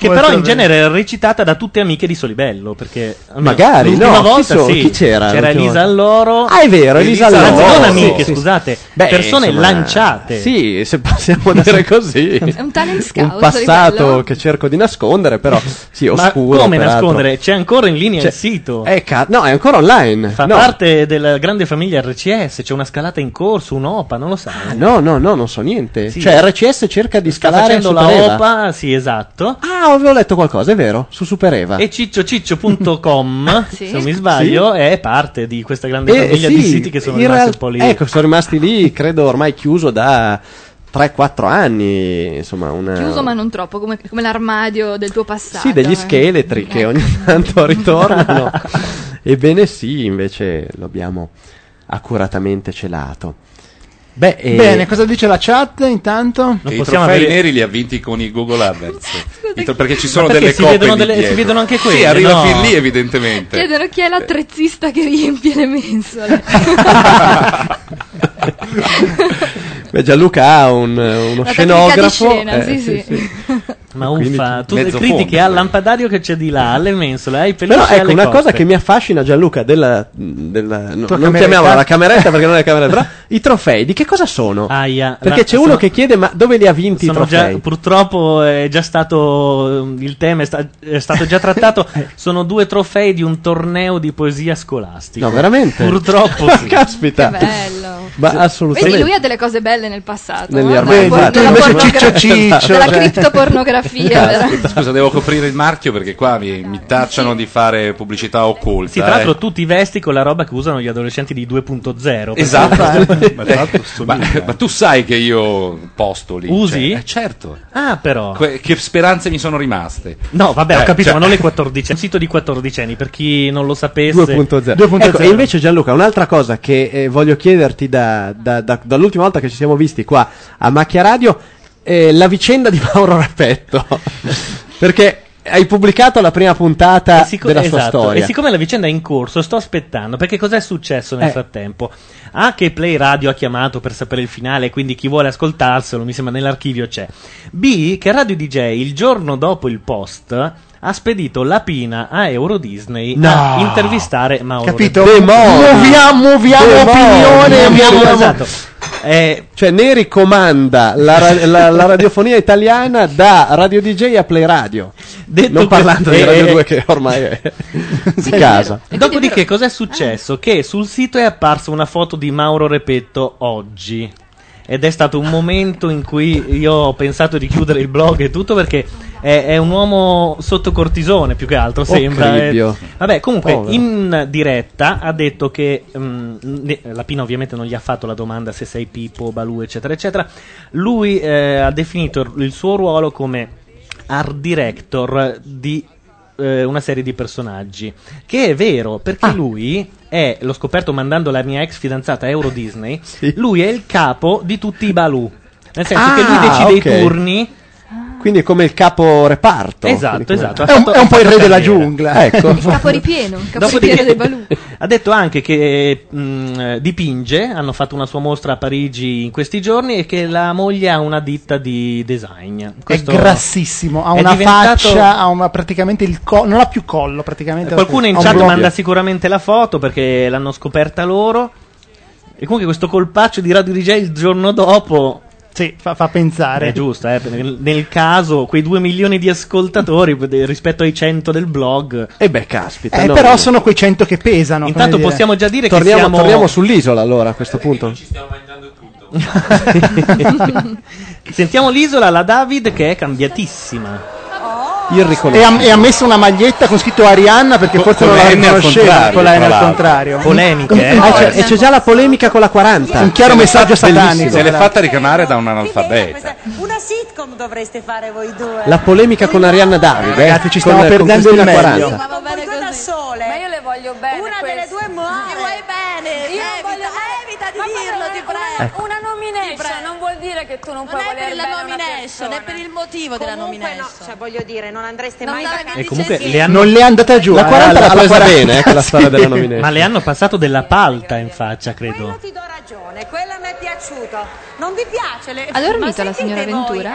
Speaker 1: Che
Speaker 2: Molto
Speaker 1: però in
Speaker 2: bene.
Speaker 1: genere è recitata da tutte amiche di Solibello. Perché almeno
Speaker 2: Magari,
Speaker 1: l'ultima
Speaker 2: no, chi
Speaker 1: volta
Speaker 2: so-
Speaker 1: sì.
Speaker 2: chi c'era
Speaker 1: C'era
Speaker 2: l'ultima
Speaker 1: Elisa
Speaker 2: volta?
Speaker 1: Alloro.
Speaker 2: Ah, è vero, Elisa Alloro.
Speaker 1: Anzi, non
Speaker 2: Sì,
Speaker 1: amiche,
Speaker 2: sì, sì.
Speaker 1: scusate,
Speaker 2: Beh,
Speaker 1: persone
Speaker 2: insomma,
Speaker 1: lanciate.
Speaker 2: Sì, se possiamo dire così.
Speaker 6: È un talent scout.
Speaker 2: un passato
Speaker 6: ribello.
Speaker 2: che cerco di nascondere, però sì,
Speaker 1: Ma
Speaker 2: oscuro.
Speaker 1: come
Speaker 2: peraltro.
Speaker 1: nascondere? C'è ancora in linea
Speaker 2: Cioè,
Speaker 1: il sito.
Speaker 2: Eh, ca- no, è ancora online.
Speaker 1: Fa
Speaker 2: no.
Speaker 1: parte della grande famiglia RCS, c'è una scalata in corso, un'OPA, non lo sai.
Speaker 2: Ah, no, no, no, non so niente.
Speaker 1: Sì.
Speaker 2: Cioè, RCS cerca di
Speaker 1: Sta
Speaker 2: scalare
Speaker 1: facendo
Speaker 2: su
Speaker 1: la
Speaker 2: Supereva.
Speaker 1: OPA, sì, esatto.
Speaker 2: Ah, avevo letto qualcosa, è vero, su Supereva.
Speaker 1: E cicciociccio.com, se non mi sbaglio, è parte di questa grande
Speaker 2: Ah, Eh,
Speaker 1: famiglia
Speaker 2: sì,
Speaker 1: di siti che sono
Speaker 2: in
Speaker 1: rimasti
Speaker 2: real-
Speaker 1: un po' lì.
Speaker 2: Ecco, sono rimasti lì, credo ormai chiuso da 3-4 anni, insomma, una...
Speaker 6: Chiuso ma non troppo, come, come l'armadio del tuo passato.
Speaker 2: Eh. Sì, degli
Speaker 6: eh. Ecco.
Speaker 2: scheletri che ogni tanto ritornano. Ebbene sì, invece lo abbiamo accuratamente celato. Beh, eh, e-
Speaker 3: Bene, cosa dice la chat intanto?
Speaker 13: I trofei neri li ha vinti con i Google Awards. I tro- perché ci sono
Speaker 1: perché
Speaker 13: delle
Speaker 1: si
Speaker 13: coppe
Speaker 1: vedono
Speaker 13: lì
Speaker 1: delle- si
Speaker 13: dietro.
Speaker 1: vedono anche
Speaker 13: Sì,
Speaker 1: quelle,
Speaker 13: arriva
Speaker 1: no?
Speaker 13: fin lì evidentemente.
Speaker 6: Chiedono chi è l'attrezzista che riempie le mensole.
Speaker 2: beh, Gianluca ha un, eh, uno
Speaker 6: La tecnica di
Speaker 2: scenografo. Eh,
Speaker 6: scena, sì, sì.
Speaker 1: Ma
Speaker 2: Quindi
Speaker 1: uffa, tu
Speaker 2: mezzo
Speaker 1: critichi
Speaker 2: fondo,
Speaker 1: al lampadario che c'è di là, alle mensole, ai
Speaker 2: Però
Speaker 1: peluche
Speaker 2: ecco,
Speaker 1: alle
Speaker 2: una
Speaker 1: coste.
Speaker 2: cosa che mi affascina Gianluca della, della no,
Speaker 1: Tua
Speaker 2: non
Speaker 1: cameretta.
Speaker 2: chiamiamola la cameretta perché non è cameretta, però i trofei di che cosa sono?
Speaker 1: Aia,
Speaker 2: Perché
Speaker 1: la-
Speaker 2: c'è uno
Speaker 1: sono-
Speaker 2: che chiede ma dove li ha vinti i
Speaker 1: Sono già,
Speaker 2: trofei?
Speaker 1: purtroppo eh, è già stato ehm, il tema è, sta- è stato già trattato.
Speaker 2: Eh.
Speaker 1: Sono due trofei di un torneo di poesia scolastica.
Speaker 2: No, veramente?
Speaker 1: Purtroppo sì.
Speaker 2: Caspita.
Speaker 6: Che bello.
Speaker 2: Ma
Speaker 6: Vedi,
Speaker 2: assolutamente.
Speaker 6: lui ha delle cose belle nel passato.
Speaker 2: Negli
Speaker 6: no?
Speaker 2: armadi.
Speaker 6: Della
Speaker 2: Vedi, tu
Speaker 6: porno-
Speaker 2: invece
Speaker 6: della
Speaker 2: ciccio
Speaker 6: pornografia-
Speaker 2: ciccio,
Speaker 6: Della
Speaker 2: cioè.
Speaker 6: criptopornografia. veramente.
Speaker 13: Scusa, devo coprire il marchio perché qua mi, mi tacciano di fare pubblicità occulta.
Speaker 1: Sì, tra l'altro
Speaker 13: eh.
Speaker 1: tu ti vesti con la roba che usano gli adolescenti di 2.0.
Speaker 13: Esatto.
Speaker 1: perché-
Speaker 13: ma, ma- ma tu sai che io posto lì.
Speaker 1: Usi?
Speaker 13: cioè, eh, certo.
Speaker 1: Ah, però.
Speaker 13: Que- che speranze mi sono rimaste.
Speaker 1: No, vabbè, ho
Speaker 13: Eh,
Speaker 1: capito,
Speaker 13: cioè-
Speaker 1: ma non le 14 È un sito di 14 anni, per chi non lo sapesse.
Speaker 2: 2.0. Ecco, e invece Gianluca, un'altra cosa che eh, voglio chiederti da- da- da- dall'ultima volta che ci siamo visti qua a Macchia Radio, eh, la vicenda di Mauro Rappetto. Perché hai pubblicato la prima puntata
Speaker 1: Sicco-
Speaker 2: della sua
Speaker 1: esatto,
Speaker 2: storia.
Speaker 1: E siccome la vicenda è in corso, sto aspettando. Perché cos'è successo nel
Speaker 2: Eh.
Speaker 1: frattempo? A che Play Radio ha chiamato per sapere il finale, quindi chi vuole ascoltarselo, mi sembra nell'archivio c'è. B, che Radio DJ il giorno dopo il post ha spedito la pina a Euro Disney a
Speaker 3: No.
Speaker 1: intervistare Mauro.
Speaker 3: Capito?
Speaker 1: Repetto.
Speaker 3: Muoviamo, muoviamo
Speaker 1: Demoni.
Speaker 3: opinione,
Speaker 1: Muoviamo,
Speaker 3: muoviamo-
Speaker 1: esatto. Eh,
Speaker 2: Cioè, Neri comanda la, ra- la- la radiofonia italiana da Radio DJ a Play Radio. non parlando di
Speaker 1: questo-
Speaker 2: Radio
Speaker 1: eh,
Speaker 2: 2 che ormai è di casa.
Speaker 1: Dopodiché, cos'è successo? Che sul sito è apparsa una foto di Mauro Repetto oggi. Ed è stato un momento in cui io ho pensato di chiudere il blog e tutto perché è, è un uomo sotto cortisone più che altro sembra. eh.
Speaker 2: cribbio.
Speaker 1: Vabbè, comunque
Speaker 2: Povero.
Speaker 1: in diretta ha detto che mm, ne- la Pina ovviamente non gli ha fatto la domanda se sei Pippo, Balù, eccetera, eccetera. Lui eh, ha definito il suo ruolo come art director di eh, una serie di personaggi. Che è vero, perché
Speaker 2: Ah.
Speaker 1: lui è, l'ho scoperto mandando la mia ex fidanzata a Euro Disney, lui è il capo di tutti i Baloo. Nel senso che lui
Speaker 2: Ah,
Speaker 1: decide
Speaker 2: ok.
Speaker 1: i turni.
Speaker 2: Quindi è come il capo reparto.
Speaker 1: Esatto,
Speaker 2: Quindi
Speaker 1: esatto.
Speaker 2: come-
Speaker 1: ha fatto- ha fatto carriera.
Speaker 2: Ecco.
Speaker 6: Il capo ripieno, il capo
Speaker 1: Dopodiché-
Speaker 6: ripieno dei Balù.
Speaker 1: Ha detto anche che mh, eh, dipinge, hanno fatto una sua mostra a Parigi in questi giorni e che la moglie ha una ditta di design. Questo-
Speaker 3: è grassissimo, ha
Speaker 1: è
Speaker 3: una
Speaker 1: diventato-
Speaker 3: faccia, ha una- praticamente il collo, non ha più collo praticamente.
Speaker 1: Eh, Qualcuno in
Speaker 3: Ha un
Speaker 1: chat
Speaker 3: blocco.
Speaker 1: manda sicuramente la foto perché l'hanno scoperta loro. E comunque questo colpaccio di Radio DJ il giorno dopo...
Speaker 3: Sì, fa, fa pensare.
Speaker 1: È giusto, eh, perché nel, nel caso quei 2 milioni di ascoltatori eh, rispetto ai 100 del blog...
Speaker 2: E beh, caspita.
Speaker 3: Eh, però sono quei 100 che pesano. come
Speaker 1: Intanto
Speaker 3: dire.
Speaker 1: possiamo già dire
Speaker 2: torniamo,
Speaker 1: che siamo...
Speaker 2: torniamo sull'isola allora a questo punto.
Speaker 1: Sentiamo l'isola, la David che è cambiatissima.
Speaker 3: E ha,
Speaker 2: irriconoscibile.
Speaker 3: e ha messo una maglietta con scritto Arianna perché
Speaker 2: Po-
Speaker 3: forse non la
Speaker 2: polemiche al
Speaker 3: riconosceva
Speaker 2: contrario,
Speaker 3: con la N
Speaker 2: tra
Speaker 3: al
Speaker 2: l'altro.
Speaker 3: contrario.
Speaker 2: Polemiche, eh?
Speaker 3: Ah, c'è-
Speaker 2: E c'è già la polemica con la 40.
Speaker 3: Un chiaro
Speaker 13: Se l'è
Speaker 3: messaggio
Speaker 13: fatta- bellissimo.
Speaker 3: satanico.
Speaker 13: Se l'è fatta ricamare da un analfabeta.
Speaker 15: Una sitcom dovreste fare voi due.
Speaker 2: La polemica con Arianna Davide.
Speaker 3: Ragazzi, ci stiamo
Speaker 2: con- con
Speaker 3: perdendo il
Speaker 2: Cristina
Speaker 3: meglio.
Speaker 2: 40.
Speaker 15: Ma va bene così. sole. Ma io le voglio bene. Una delle due muore. Ti vuoi bene. Io
Speaker 12: Eh,
Speaker 15: evita, evita di dirlo, ti prego.
Speaker 2: Ecco.
Speaker 15: Una nomination non vuol dire che tu non puoi
Speaker 16: è per
Speaker 15: voler
Speaker 16: la
Speaker 15: bene a una
Speaker 16: nomination,
Speaker 15: persona.
Speaker 16: è per il motivo della
Speaker 15: Comunque
Speaker 16: nomination.
Speaker 15: No, cioè voglio dire, non andreste mai
Speaker 3: E
Speaker 1: comunque
Speaker 3: sì.
Speaker 1: le hanno...
Speaker 3: Non le è andata giù,
Speaker 1: La
Speaker 3: eh,
Speaker 1: 40
Speaker 3: l'ha
Speaker 1: l'ha
Speaker 3: presa
Speaker 1: presa
Speaker 3: bene, eh, con la storia della nomination.
Speaker 1: Ma le hanno passato della palta in faccia, credo.
Speaker 15: Ti do ragione, quello mi è piaciuto. Non vi piace? Le...
Speaker 6: Ha dormito
Speaker 15: Ma
Speaker 6: la signora
Speaker 15: sentite voi,
Speaker 6: Ventura?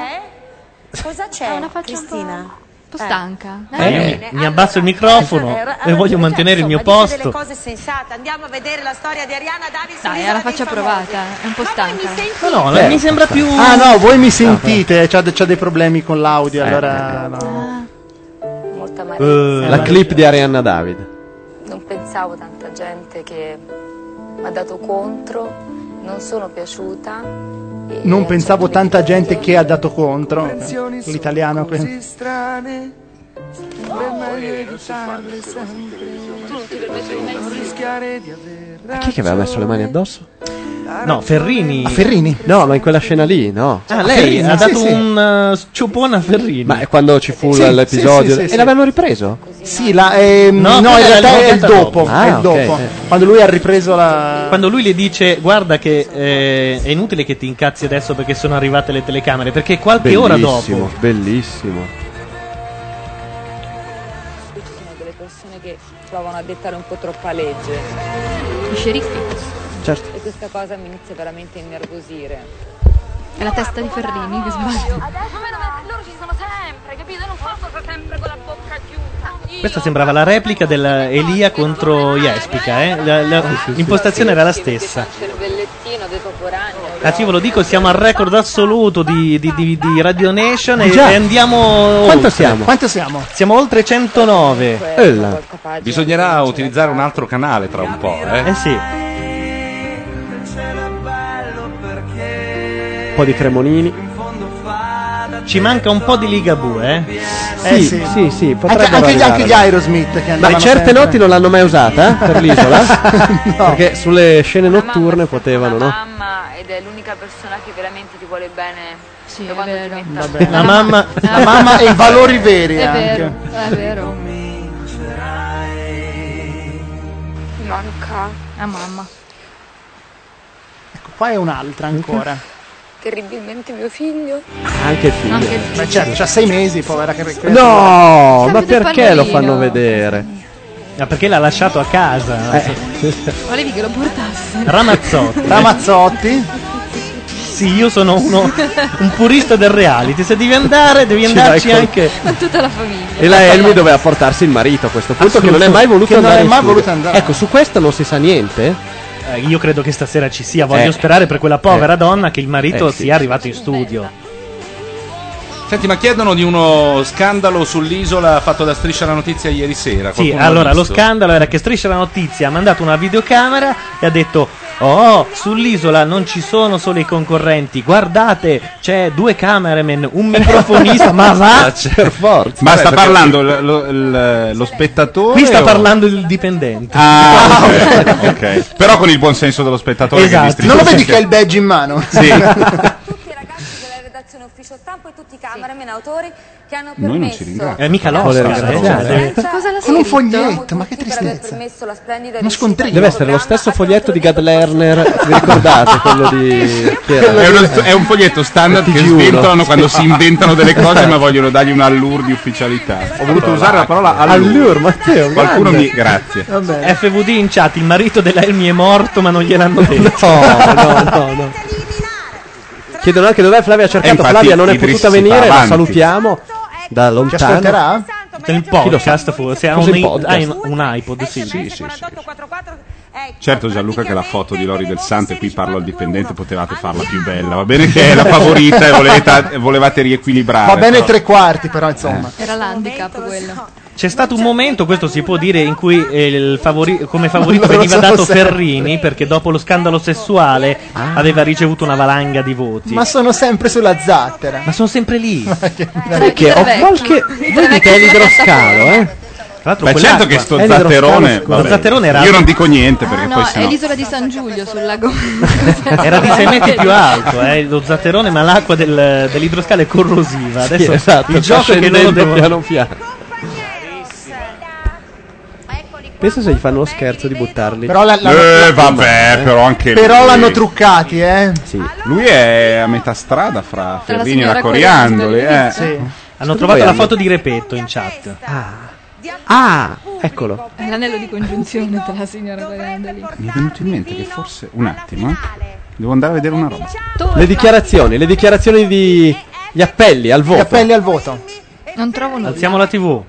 Speaker 15: eh? Cosa c'è?
Speaker 6: una faccia un po'-
Speaker 15: Cristina?
Speaker 6: Un po' stanca.
Speaker 1: Eh, io mi- mi abbasso il
Speaker 12: eh,
Speaker 1: microfono e voglio mantenere il mio
Speaker 15: delle
Speaker 1: posto.
Speaker 15: cose sensate. Andiamo a vedere la storia di Ariana Davis.
Speaker 6: Dai, ha la faccia provata, è un po' stanca.
Speaker 3: No, no,
Speaker 1: mi sembra più- Ah,
Speaker 3: Ah no, voi mi sentite, c'ha, c'ha dei problemi con l'audio,
Speaker 2: Eh,
Speaker 3: allora no. Eh.
Speaker 1: Eh.
Speaker 2: la clip di Arianna Davide.
Speaker 11: Non pensavo tanta gente che mi ha dato contro, non sono piaciuta. e-
Speaker 3: Non pensavo tanta gente che ha dato contro. L'italiano que-
Speaker 11: strane.
Speaker 17: rischiare di avere
Speaker 2: Ma chi è che aveva messo le mani addosso?
Speaker 1: No, Ferrini.
Speaker 3: Ah,
Speaker 2: A Ferrini? No, ma in quella scena lì, no.
Speaker 1: Ah, lei
Speaker 2: Ferrini,
Speaker 1: ha
Speaker 2: sì,
Speaker 1: dato
Speaker 2: sì.
Speaker 1: un uh, sciupone a Ferrini.
Speaker 2: Ma è quando ci fu
Speaker 1: Sì,
Speaker 2: l'episodio.
Speaker 1: sì, sì, sì,
Speaker 2: e
Speaker 1: sì.
Speaker 2: l'avevano ripreso?
Speaker 3: Sì, la, ehm,
Speaker 1: No,
Speaker 3: no,
Speaker 1: quella
Speaker 3: in
Speaker 1: era
Speaker 3: realtà è il
Speaker 1: l'avvocata
Speaker 3: dopo,
Speaker 1: dopo.
Speaker 3: è il
Speaker 1: Ah, ok,
Speaker 3: dopo.
Speaker 1: eh.
Speaker 3: Quando lui ha ripreso la
Speaker 1: Quando lui le dice guarda che eh, è inutile che ti incazzi adesso perché sono arrivate le telecamere, perché qualche ora dopo...
Speaker 2: Bellissimo.
Speaker 16: sono delle persone che provano a dettare un po' troppa legge.
Speaker 6: I sceriffi.
Speaker 2: Certo.
Speaker 16: E questa cosa mi inizia veramente a innervosire.
Speaker 6: È la testa di Ferrini che sbaglia.
Speaker 18: loro ci sono sempre, capito? Non posso stare sempre con la bocca chiusa.
Speaker 1: Questa sembrava la replica dell'Elia contro Jespica, eh? La- la- l'impostazione era la stessa.
Speaker 16: Cervellettino contemporaneo.
Speaker 1: Cazzo, io ve lo dico, siamo al record assoluto di, di- di- di Radio Nation e,
Speaker 2: Già.
Speaker 1: e Eh, andiamo.
Speaker 2: Quanto
Speaker 1: oltre.
Speaker 2: siamo?
Speaker 3: Quanto siamo?
Speaker 1: Siamo oltre 109.
Speaker 13: Bisognerà utilizzare un altro canale tra un po', eh?
Speaker 1: Eh sì.
Speaker 2: Un po' di cremonini.
Speaker 1: Ci manca un po' di Ligabue, eh?
Speaker 2: Sì, sì, sì,
Speaker 3: anche,
Speaker 2: potrebbero
Speaker 3: anche gli, anche gli
Speaker 2: arrivarla.
Speaker 3: Aerosmith che
Speaker 2: Ma
Speaker 3: andavano
Speaker 2: certe
Speaker 3: sempre.
Speaker 2: notti non l'hanno mai usata eh, per l'isola? Perché sulle scene notturne potevano, no?
Speaker 16: Mamma, ed è l'unica persona che veramente ti vuole bene. Sì,
Speaker 2: Vabbè.
Speaker 1: La mamma,
Speaker 3: La mamma e i valori veri
Speaker 16: È
Speaker 3: anche.
Speaker 16: vero, è vero.
Speaker 11: Manca
Speaker 6: Ah, mamma.
Speaker 3: Ecco, Qua è un'altra ancora.
Speaker 11: terribilmente mio figlio.
Speaker 2: Anche il figlio.
Speaker 3: Ma certo, c'ha sei mesi, povera che
Speaker 2: No, ma
Speaker 11: Sempre del
Speaker 2: perché lo
Speaker 11: pannolino.
Speaker 2: fanno vedere?
Speaker 1: Ma perché l'ha lasciato a casa?
Speaker 2: Eh.
Speaker 6: Volevi che lo portasse.
Speaker 1: Ramazzotti.
Speaker 3: Ramazzotti?
Speaker 1: Sì, io sono uno, un purista del reality. Se devi andare, devi
Speaker 2: Ci
Speaker 1: andarci
Speaker 2: vai con-
Speaker 1: anche.
Speaker 6: Con tutta la famiglia.
Speaker 2: E la Elmi doveva portarsi il marito a questo punto, che non è mai voluto
Speaker 3: Che non
Speaker 2: andare.
Speaker 3: è
Speaker 2: in
Speaker 3: mai
Speaker 2: studio.
Speaker 3: voluto andare.
Speaker 2: Ecco, su questo non si sa niente.
Speaker 1: Eh, io credo che stasera ci sia. Voglio
Speaker 2: Eh.
Speaker 1: sperare per quella povera donna che il marito
Speaker 13: Eh, sì.
Speaker 1: sia arrivato in studio.
Speaker 13: Senti, ma chiedono di uno scandalo sull'isola fatto da Striscia la Notizia ieri sera.
Speaker 1: Sì,
Speaker 13: Qualcuno l'ha
Speaker 1: allora lo
Speaker 13: visto?
Speaker 1: scandalo era che Striscia la Notizia ha mandato una videocamera e ha detto: Oh, sull'isola non ci sono solo i concorrenti, guardate, c'è due cameraman, un microfonista, ma va.
Speaker 2: per forza.
Speaker 13: Ma sta
Speaker 1: Vabbè, perché-
Speaker 13: parlando l- lo, l- lo spettatore?
Speaker 1: Qui sta
Speaker 13: o-
Speaker 1: parlando il dipendente.
Speaker 13: Ah, ok, ok. Però con il buon senso dello spettatore che
Speaker 3: Esatto.
Speaker 13: distrugge.
Speaker 3: Non lo vedi che ha il badge in mano?
Speaker 13: Sì.
Speaker 9: della redazione ufficio stampo e tutti i cameraman autori che hanno
Speaker 13: Noi non
Speaker 9: permesso
Speaker 13: ci ringraziamo.
Speaker 1: Eh, mica
Speaker 13: Vuole
Speaker 1: l'Oscar,
Speaker 2: cioè,
Speaker 13: ringraziare.
Speaker 1: eh.
Speaker 9: Cosa l'ha
Speaker 3: Con un
Speaker 9: scritto?
Speaker 3: foglietto, ma che
Speaker 9: per aver
Speaker 3: tristezza.
Speaker 9: permesso la splendida
Speaker 3: Uno
Speaker 9: riuscita
Speaker 3: scontrino.
Speaker 2: Deve essere lo stesso foglietto di Gad Lerner. Vi ricordate quello di. chi era?
Speaker 13: Eh, È, uno- è un foglietto standard che
Speaker 2: TG1.
Speaker 13: sventolano quando si inventano delle cose
Speaker 2: Sì.
Speaker 13: ma vogliono dargli un allure di ufficialità. Ho voluto usare la parola allure.
Speaker 2: Allure, Matteo.
Speaker 13: Qualcuno
Speaker 2: grande.
Speaker 13: mi... Grazie.
Speaker 1: FVD in chat, il marito della Elmi è morto, ma non gliel'hanno detto.
Speaker 2: No, no, no, no. Chiedono anche dov'è Flavia. Ha cercato
Speaker 1: infatti
Speaker 2: Flavia, non è
Speaker 1: Idris
Speaker 2: potuta
Speaker 1: si fa
Speaker 2: venire. La
Speaker 1: avanti.
Speaker 2: salutiamo da
Speaker 1: Ci
Speaker 2: lontano.
Speaker 1: ascolterà? Nel podcast forse ha
Speaker 2: Così
Speaker 1: un,
Speaker 2: in podcast.
Speaker 1: ha un- un iPod, sì.
Speaker 13: Certo Gianluca che la foto di Lori del Sante, qui parlo al dipendente, potevate farla più bella. Va bene che è la
Speaker 1: Ah,
Speaker 13: favorita e volevate, volevate riequilibrare.
Speaker 3: Va bene
Speaker 13: però.
Speaker 1: Eh,
Speaker 3: tre quarti, però insomma.
Speaker 6: Era l'handicap quello.
Speaker 1: C'è stato un momento, questo si può dire, in cui eh, il favori- come favorito
Speaker 19: Non lo
Speaker 1: veniva
Speaker 19: so
Speaker 1: dato
Speaker 19: se-
Speaker 1: Ferrini perché dopo lo scandalo sessuale
Speaker 2: Ah.
Speaker 1: aveva ricevuto una valanga di voti.
Speaker 3: Ma sono sempre sulla zattera.
Speaker 1: Ma sono sempre lì.
Speaker 3: Sai
Speaker 1: che ho qualche- voi dite Elidroscalo,
Speaker 2: eh?
Speaker 1: Tra l'altro
Speaker 13: Beh,
Speaker 1: quell'acqua-
Speaker 13: certo che sto
Speaker 1: Elidroscalo,
Speaker 13: zatterone.
Speaker 1: scusa.
Speaker 13: vabbè,
Speaker 1: Zatterone era
Speaker 13: Io non dico niente perché
Speaker 6: Ah,
Speaker 13: poi
Speaker 6: no,
Speaker 13: se
Speaker 6: è
Speaker 13: no.
Speaker 6: l'isola di San Giulio sul lago.
Speaker 1: Era di 6 metri più alto, eh, lo zatterone, ma l'acqua del- dell'idroscalo è corrosiva. Adesso
Speaker 2: Sì, esatto,
Speaker 1: il gioco è che loro
Speaker 2: scendendo
Speaker 1: devono
Speaker 2: piano piano. Penso se gli fanno lo scherzo di buttarli.
Speaker 3: Però la- la-
Speaker 13: Eh, vabbè, però anche
Speaker 3: Però
Speaker 13: lui.
Speaker 3: l'hanno truccati, eh.
Speaker 13: Lui è a metà strada fra
Speaker 3: Tra la
Speaker 13: Ferrini e
Speaker 3: signora
Speaker 13: la Coriandoli.
Speaker 3: Coriandoli.
Speaker 13: Eh.
Speaker 3: Sì.
Speaker 1: Hanno trovato la foto di Repetto in chat.
Speaker 2: Ah, eccolo.
Speaker 6: È l'anello di congiunzione tra la signora Coriandoli.
Speaker 13: Mi è venuto in mente che forse. Un attimo, eh. Devo andare a vedere una roba.
Speaker 2: Le dichiarazioni, le dichiarazioni di. gli appelli al voto. Gli appelli
Speaker 3: al voto.
Speaker 6: Non trovo nulla.
Speaker 1: Alziamo la TV.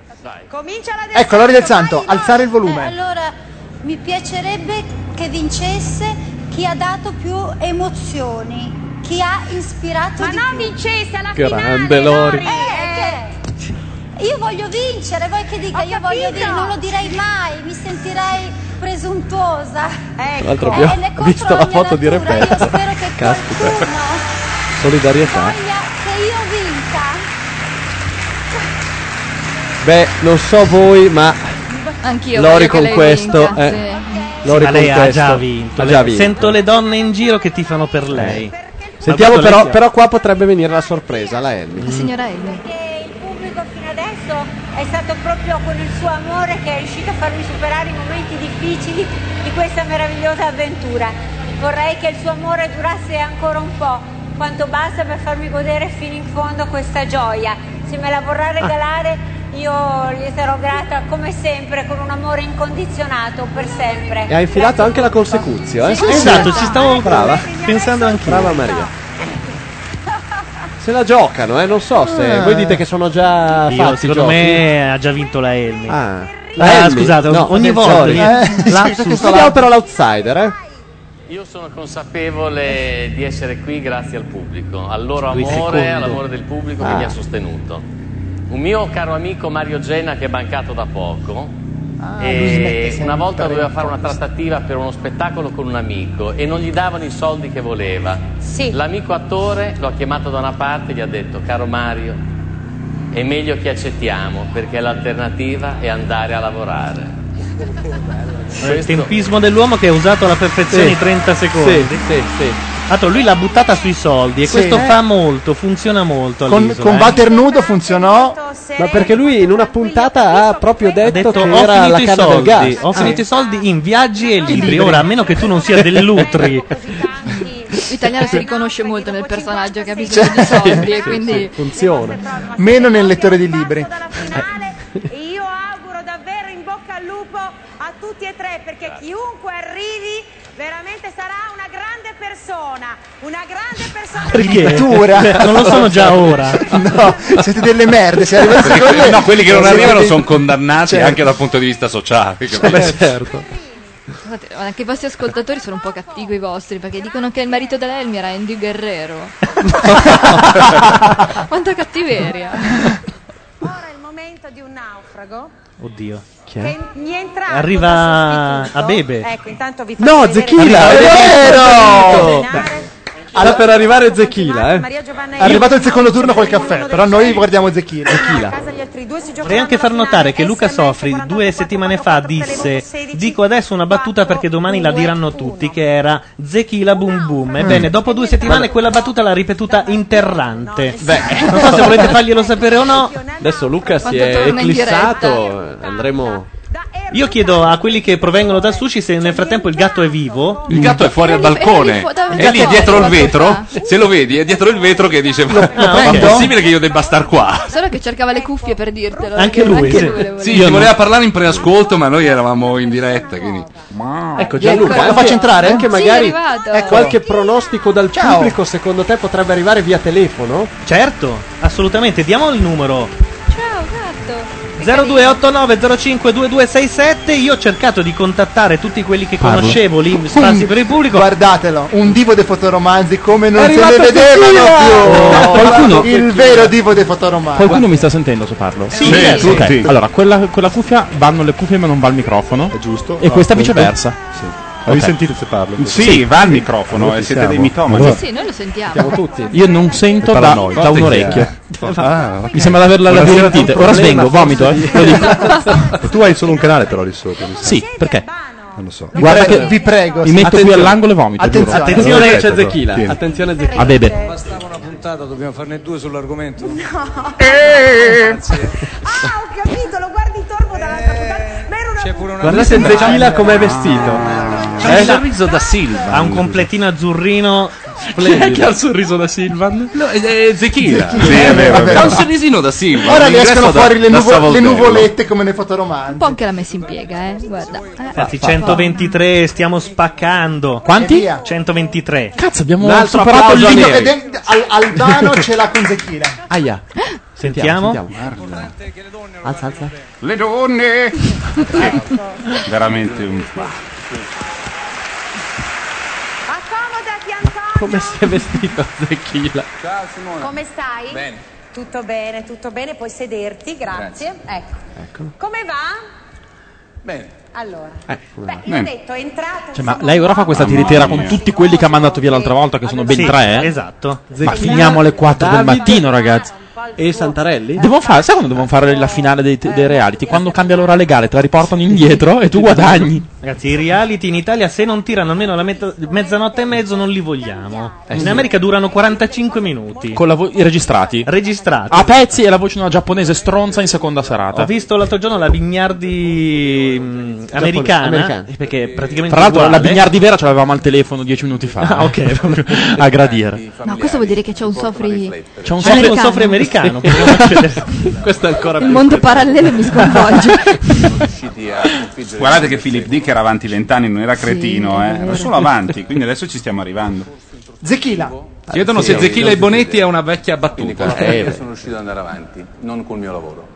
Speaker 3: Ecco, Lori del Santo, alzare il volume.
Speaker 16: Allora, mi piacerebbe che vincesse chi ha dato più emozioni, chi ha ispirato di più. Ma non vincesse alla Eh.
Speaker 2: Grande Lori.
Speaker 16: Io voglio vincere, voi che dica, io voglio vincere, non lo direi mai, mi sentirei presuntuosa. Eh,
Speaker 2: Tra l'altro abbiamo visto la foto di Repetto. Caspita. Solidarietà. Beh, non so voi, ma
Speaker 6: Anch'io.
Speaker 2: Lori
Speaker 6: voglio che
Speaker 2: con
Speaker 6: lei
Speaker 2: questo,
Speaker 6: vinca,
Speaker 2: eh.
Speaker 6: sì.
Speaker 2: Lori
Speaker 1: Ma lei
Speaker 2: con
Speaker 1: ha
Speaker 2: questo
Speaker 1: già vinto.
Speaker 2: ha già
Speaker 1: Le-
Speaker 2: vinto. Eh.
Speaker 1: Sento le donne in giro che tifano per lei.
Speaker 2: Sentiamo
Speaker 1: Ma guarda,
Speaker 2: però,
Speaker 1: lei- Mm.
Speaker 2: però qua potrebbe venire la sorpresa, la Ellie.
Speaker 6: La signora Ellie.
Speaker 16: Perché
Speaker 12: il pubblico fino adesso è stato proprio con il suo amore che è riuscito a farmi superare i momenti difficili di questa meravigliosa avventura. Vorrei che il suo amore durasse ancora un po', quanto basta per farmi godere fino in fondo questa gioia. Se me la vorrà regalare io gli sarò grata come sempre, con un amore incondizionato per sempre.
Speaker 2: E ha infilato anche la consecuzio, eh?
Speaker 1: Sì, sì, esatto,
Speaker 2: sì.
Speaker 1: ci stavo
Speaker 2: Brava.
Speaker 1: pensando anch'io.
Speaker 2: Brava Maria. Se la giocano, eh? Non so se.
Speaker 1: Ah.
Speaker 2: Voi dite che sono già
Speaker 1: Io,
Speaker 2: fatti i
Speaker 1: secondo
Speaker 2: giochi.
Speaker 1: me ha già vinto la Elmi.
Speaker 2: Ah.
Speaker 1: Ah,
Speaker 2: Ellie?
Speaker 1: scusate,
Speaker 2: No,
Speaker 1: ogni volta.
Speaker 2: sorry.
Speaker 1: Eh, lapsus.
Speaker 2: Vediamo però l'outsider, eh?
Speaker 20: Io sono consapevole di essere qui grazie al pubblico, al loro
Speaker 2: Lui
Speaker 20: amore,
Speaker 2: secondo.
Speaker 20: all'amore del pubblico che
Speaker 2: Ah.
Speaker 20: mi ha sostenuto. Un mio caro amico Mario Genna che è mancato da poco.
Speaker 2: Ah,
Speaker 21: lui smette
Speaker 20: e
Speaker 21: sempre
Speaker 20: una volta
Speaker 21: di
Speaker 20: doveva
Speaker 21: parlare.
Speaker 20: fare una trattativa per uno spettacolo con un amico e non gli davano i soldi che voleva. L'amico attore lo ha chiamato da una parte e gli ha detto: Caro Mario, è meglio che accettiamo perché l'alternativa è andare a lavorare.
Speaker 1: Il tempismo dell'uomo che è usato alla perfezione
Speaker 20: Sì.
Speaker 1: in 30 secondi.
Speaker 20: Sì, sì, sì.
Speaker 1: Tanto lui l'ha buttata sui soldi e
Speaker 3: Sì,
Speaker 1: questo
Speaker 3: eh.
Speaker 1: fa molto, funziona molto.
Speaker 3: Con,
Speaker 1: all'isola,
Speaker 3: con
Speaker 1: eh.
Speaker 3: Vaternudo funzionò.
Speaker 2: Ma perché lui in una puntata ha proprio detto,
Speaker 1: detto,
Speaker 2: che
Speaker 1: ho
Speaker 2: era
Speaker 1: finito
Speaker 2: la
Speaker 1: i
Speaker 2: canna del
Speaker 1: soldi,
Speaker 2: gas.
Speaker 1: ho
Speaker 2: Ah.
Speaker 1: finito i soldi in viaggi
Speaker 12: Ah,
Speaker 1: e libri.
Speaker 2: libri.
Speaker 1: Ora, a meno che tu non sia dell'Utri,
Speaker 6: L'italiano si riconosce molto nel personaggio che ha bisogno di soldi e quindi
Speaker 2: funziona.
Speaker 3: Meno nel lettore di libri.
Speaker 1: Eh.
Speaker 12: A tutti e tre, perché chiunque arrivi veramente sarà una grande persona. Una grande persona.
Speaker 3: Addirittura.
Speaker 1: Non lo sono già ora.
Speaker 3: no, siete delle merde. Se arrivate
Speaker 11: Perché
Speaker 3: secondo
Speaker 11: que-
Speaker 3: me-
Speaker 11: no, quelli che non
Speaker 3: se
Speaker 11: arrivano
Speaker 3: arrivate-
Speaker 11: sono condannati
Speaker 3: Certo.
Speaker 11: anche dal punto di vista sociale.
Speaker 2: Beh, certo.
Speaker 6: Scusate, ma anche i vostri ascoltatori sono un po' cattivi i vostri perché dicono che il marito dell'Elmi era Andy Guerrero. Quanta cattiveria.
Speaker 12: Ora è il momento di un naufrago.
Speaker 1: oddio,
Speaker 12: Che mi è entrato da
Speaker 1: arriva
Speaker 12: sostituto.
Speaker 1: Ah, a Bebe.
Speaker 12: Ecco, intanto vi faccio
Speaker 2: No,
Speaker 12: vedere-
Speaker 2: Zechila, è
Speaker 12: Arriva-
Speaker 2: vero! Sta per arrivare Zechila, eh?
Speaker 12: Maria Giovanna
Speaker 3: È arrivato il secondo turno col caffè, però noi guardiamo Zechila.
Speaker 12: casa gli altri due si giocano
Speaker 1: Vorrei anche far notare che Luca Sofri due settimane fa disse: Dico adesso una battuta perché domani la diranno tutti. Che era Zechila Boom Boom. Ebbene, dopo due settimane quella battuta l'ha ripetuta interrante. non so se volete farglielo sapere o no.
Speaker 2: Adesso Luca si
Speaker 1: Quando
Speaker 2: è
Speaker 1: torna in
Speaker 2: eclissato. Andremo.
Speaker 1: Io chiedo a quelli che provengono dal sushi se nel frattempo il gatto è vivo.
Speaker 11: Il gatto è fuori al balcone, è lì dietro il vetro. Se lo vedi, è dietro il vetro che dice: Ma ma è
Speaker 1: prendo?"
Speaker 11: possibile che io debba star qua?
Speaker 6: Solo che cercava le cuffie per dirtelo.
Speaker 11: Anche lui, sì.
Speaker 6: le voleva.
Speaker 11: Sì, ci voleva parlare in preascolto, ma noi eravamo in diretta. Quindi.
Speaker 2: Ecco Gianluca,
Speaker 11: Ecco, lo
Speaker 2: anche-
Speaker 11: faccio entrare?
Speaker 2: Anche
Speaker 11: Sì,
Speaker 2: magari
Speaker 6: è arrivato.
Speaker 2: ecco, qualche pronostico dal
Speaker 1: Ciao.
Speaker 2: pubblico secondo te potrebbe arrivare via telefono?
Speaker 1: Certo, assolutamente. Diamo il numero
Speaker 6: Ciao gatto.
Speaker 1: 0289052267 io ho cercato di contattare tutti quelli che
Speaker 3: Parlo.
Speaker 1: conoscevo lì in spazi per il pubblico
Speaker 3: Guardatelo, un divo dei fotoromanzi come non
Speaker 1: È
Speaker 3: se ne
Speaker 1: arrivato
Speaker 3: vedevano
Speaker 1: Cecchina!
Speaker 3: più.
Speaker 7: Qualcuno-
Speaker 3: il vero divo dei fotoromanzi.
Speaker 7: Qualcuno mi sta sentendo se parlo?
Speaker 3: Sì, Sì, certo.
Speaker 7: Ok,
Speaker 3: sì.
Speaker 7: Allora, quella, quella cuffia vanno le cuffie ma non va il microfono. È
Speaker 8: giusto.
Speaker 7: E questa
Speaker 8: Ah, appunto.
Speaker 7: viceversa.
Speaker 8: Sì. Avevi
Speaker 7: Ok.
Speaker 8: sentito se parlo?
Speaker 7: Sì,
Speaker 8: Sì.
Speaker 7: va al microfono,
Speaker 8: Allora
Speaker 7: eh,
Speaker 8: ci
Speaker 7: siete
Speaker 8: siamo.
Speaker 7: dei mitomani.
Speaker 8: Allora-
Speaker 6: Sì, noi lo sentiamo.
Speaker 7: Io non sento da,
Speaker 8: Paranoia.
Speaker 7: da un
Speaker 8: Forte
Speaker 7: orecchio.
Speaker 8: che è. Ah, ok.
Speaker 7: Mi sembra di aver la
Speaker 8: Buonasera,
Speaker 7: labirintite.
Speaker 8: c'è un
Speaker 7: Ora
Speaker 8: problema,
Speaker 7: svengo, vomito, eh.
Speaker 8: forse.
Speaker 7: Lo dico.
Speaker 8: tu hai solo un canale però lì sopra. mi sa.
Speaker 7: Sì, perché?
Speaker 8: Non lo so.
Speaker 7: Guarda che- Vi prego, mi metto qui all'angolo e vomito,
Speaker 8: Attenzione.
Speaker 7: giuro.
Speaker 8: Attenzione, Ah,
Speaker 7: Allora,
Speaker 8: c'è
Speaker 7: ecco.
Speaker 8: Zecchina.
Speaker 7: Tieni.
Speaker 8: Attenzione,
Speaker 7: A bebe.
Speaker 15: Bastava una puntata, dobbiamo farne due sull'argomento. Eh.
Speaker 12: No.
Speaker 15: Ah,
Speaker 12: ho capito, lo guardi torvo dall'altra puntata. Ma era una
Speaker 1: Guardate
Speaker 15: Zecchila
Speaker 1: com'è vestito.
Speaker 8: Ah.
Speaker 2: Eh?
Speaker 1: C'è il sorriso da Silva. Eh? Ha un completino azzurrino splendido.
Speaker 7: Chi ha il sorriso da Silvan?
Speaker 1: No, eh, è Zechila.
Speaker 13: Sì, è vero, è vero. Ha un sorrisino da Silva.
Speaker 3: Ora ne
Speaker 13: l'ingresso
Speaker 3: escono
Speaker 13: da-
Speaker 3: fuori le,
Speaker 13: da
Speaker 3: nuvo- le
Speaker 13: Savoldello.
Speaker 3: nuvolette come nei fotoromanzi.
Speaker 6: Un po' anche la messa in piega, eh. Guarda. Eh.
Speaker 1: Infatti 123 stiamo spaccando.
Speaker 3: Quanti?
Speaker 1: 123.
Speaker 7: Cazzo, abbiamo
Speaker 1: L'altro
Speaker 7: superato il
Speaker 1: applauso a
Speaker 7: limite
Speaker 1: Neri.
Speaker 3: Ed è- al- Albano ce l'ha con Zecchina.
Speaker 7: Aia.
Speaker 1: Sentiamo.
Speaker 7: Alza, alza.
Speaker 8: eh.
Speaker 22: Le donne.
Speaker 13: Veramente un.
Speaker 7: Come si è vestito Zecchila?
Speaker 12: Ciao Simone. Come stai? Bene. Tutto bene, tutto bene, puoi sederti, grazie. Ecco. Come va?
Speaker 15: Bene.
Speaker 12: Allora.
Speaker 7: Eh,
Speaker 12: Beh, io
Speaker 7: Bene.
Speaker 12: ho detto è entrato.
Speaker 7: Cioè, ma lei ora fa questa
Speaker 1: Mamma
Speaker 7: tiritera
Speaker 1: mia.
Speaker 7: con tutti quelli che ha mandato via l'altra volta, che sono ben
Speaker 1: Sì,
Speaker 7: tre, eh?
Speaker 1: esatto.
Speaker 7: Ma
Speaker 1: Zecchina,
Speaker 7: finiamo alle 4 del
Speaker 1: Davide
Speaker 7: mattino, ragazzi. E Santarelli? Devo fare, sai quando devono fare
Speaker 17: Eh,
Speaker 7: la finale dei, dei reality? Quando cambia l'ora legale, te la riportano indietro e tu guadagni.
Speaker 1: Ragazzi, i reality in Italia se non tirano almeno la metà- mezzanotte e mezzo non li vogliamo. In America durano 45 minuti.
Speaker 7: Eh, Con la vo- i registrati.
Speaker 1: Registrati.
Speaker 7: A pezzi e la voce di una giapponese stronza in seconda serata.
Speaker 1: Ho visto l'altro giorno la Bignardi mm, americana,
Speaker 7: Americana.
Speaker 1: perché è praticamente
Speaker 7: Tra l'altro, la
Speaker 1: uguale.
Speaker 7: Bignardi vera ce l'avevamo al telefono dieci minuti fa. eh.
Speaker 1: Ah, ok.
Speaker 7: a gradire.
Speaker 6: No, questo vuol dire che c'è un soffri.
Speaker 7: C'è un
Speaker 1: C'è
Speaker 7: soffri-
Speaker 1: un soffri
Speaker 13: Eh,
Speaker 1: americano.
Speaker 7: Questo è ancora
Speaker 6: Il mondo parallelo mi sconvolge.
Speaker 13: Guardate che Philip Dick era avanti vent'anni, non era cretino, eh. Era solo avanti, quindi adesso ci stiamo arrivando.
Speaker 3: Zecchila.
Speaker 13: Chiedono se Zechila e Bonetti è una vecchia
Speaker 17: Con la
Speaker 13: battuta.
Speaker 17: famiglia
Speaker 13: Eh,
Speaker 17: Cioè, sono riuscito ad andare avanti, non col mio lavoro.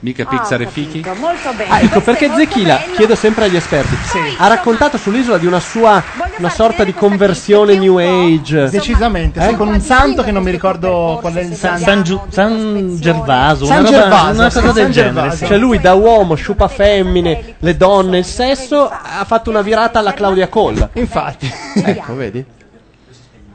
Speaker 13: mica
Speaker 17: Ah, ho
Speaker 13: Pixar e
Speaker 17: capito.
Speaker 13: Fichi.
Speaker 12: Molto bene.
Speaker 17: Ah,
Speaker 2: Ecco
Speaker 12: Questo è
Speaker 2: perché
Speaker 12: molto
Speaker 2: Zechila,
Speaker 12: bello.
Speaker 2: chiedo sempre agli esperti, ha raccontato sull'isola di una sua una sorta di conversione new age.
Speaker 3: Decisamente, sì, con un santo che non mi ricordo qual è il
Speaker 1: San,
Speaker 3: santo.
Speaker 1: San Giu- San Gervaso,
Speaker 2: San
Speaker 1: una roba-
Speaker 2: Gervaso,
Speaker 1: una cosa
Speaker 2: San
Speaker 1: del genere.
Speaker 2: Gervaso.
Speaker 1: sì.
Speaker 2: Cioè lui da uomo, sciupa femmine, le donne, il sesso, ha fatto una virata alla Claudia Coll. Infatti.
Speaker 13: Ecco, vedi?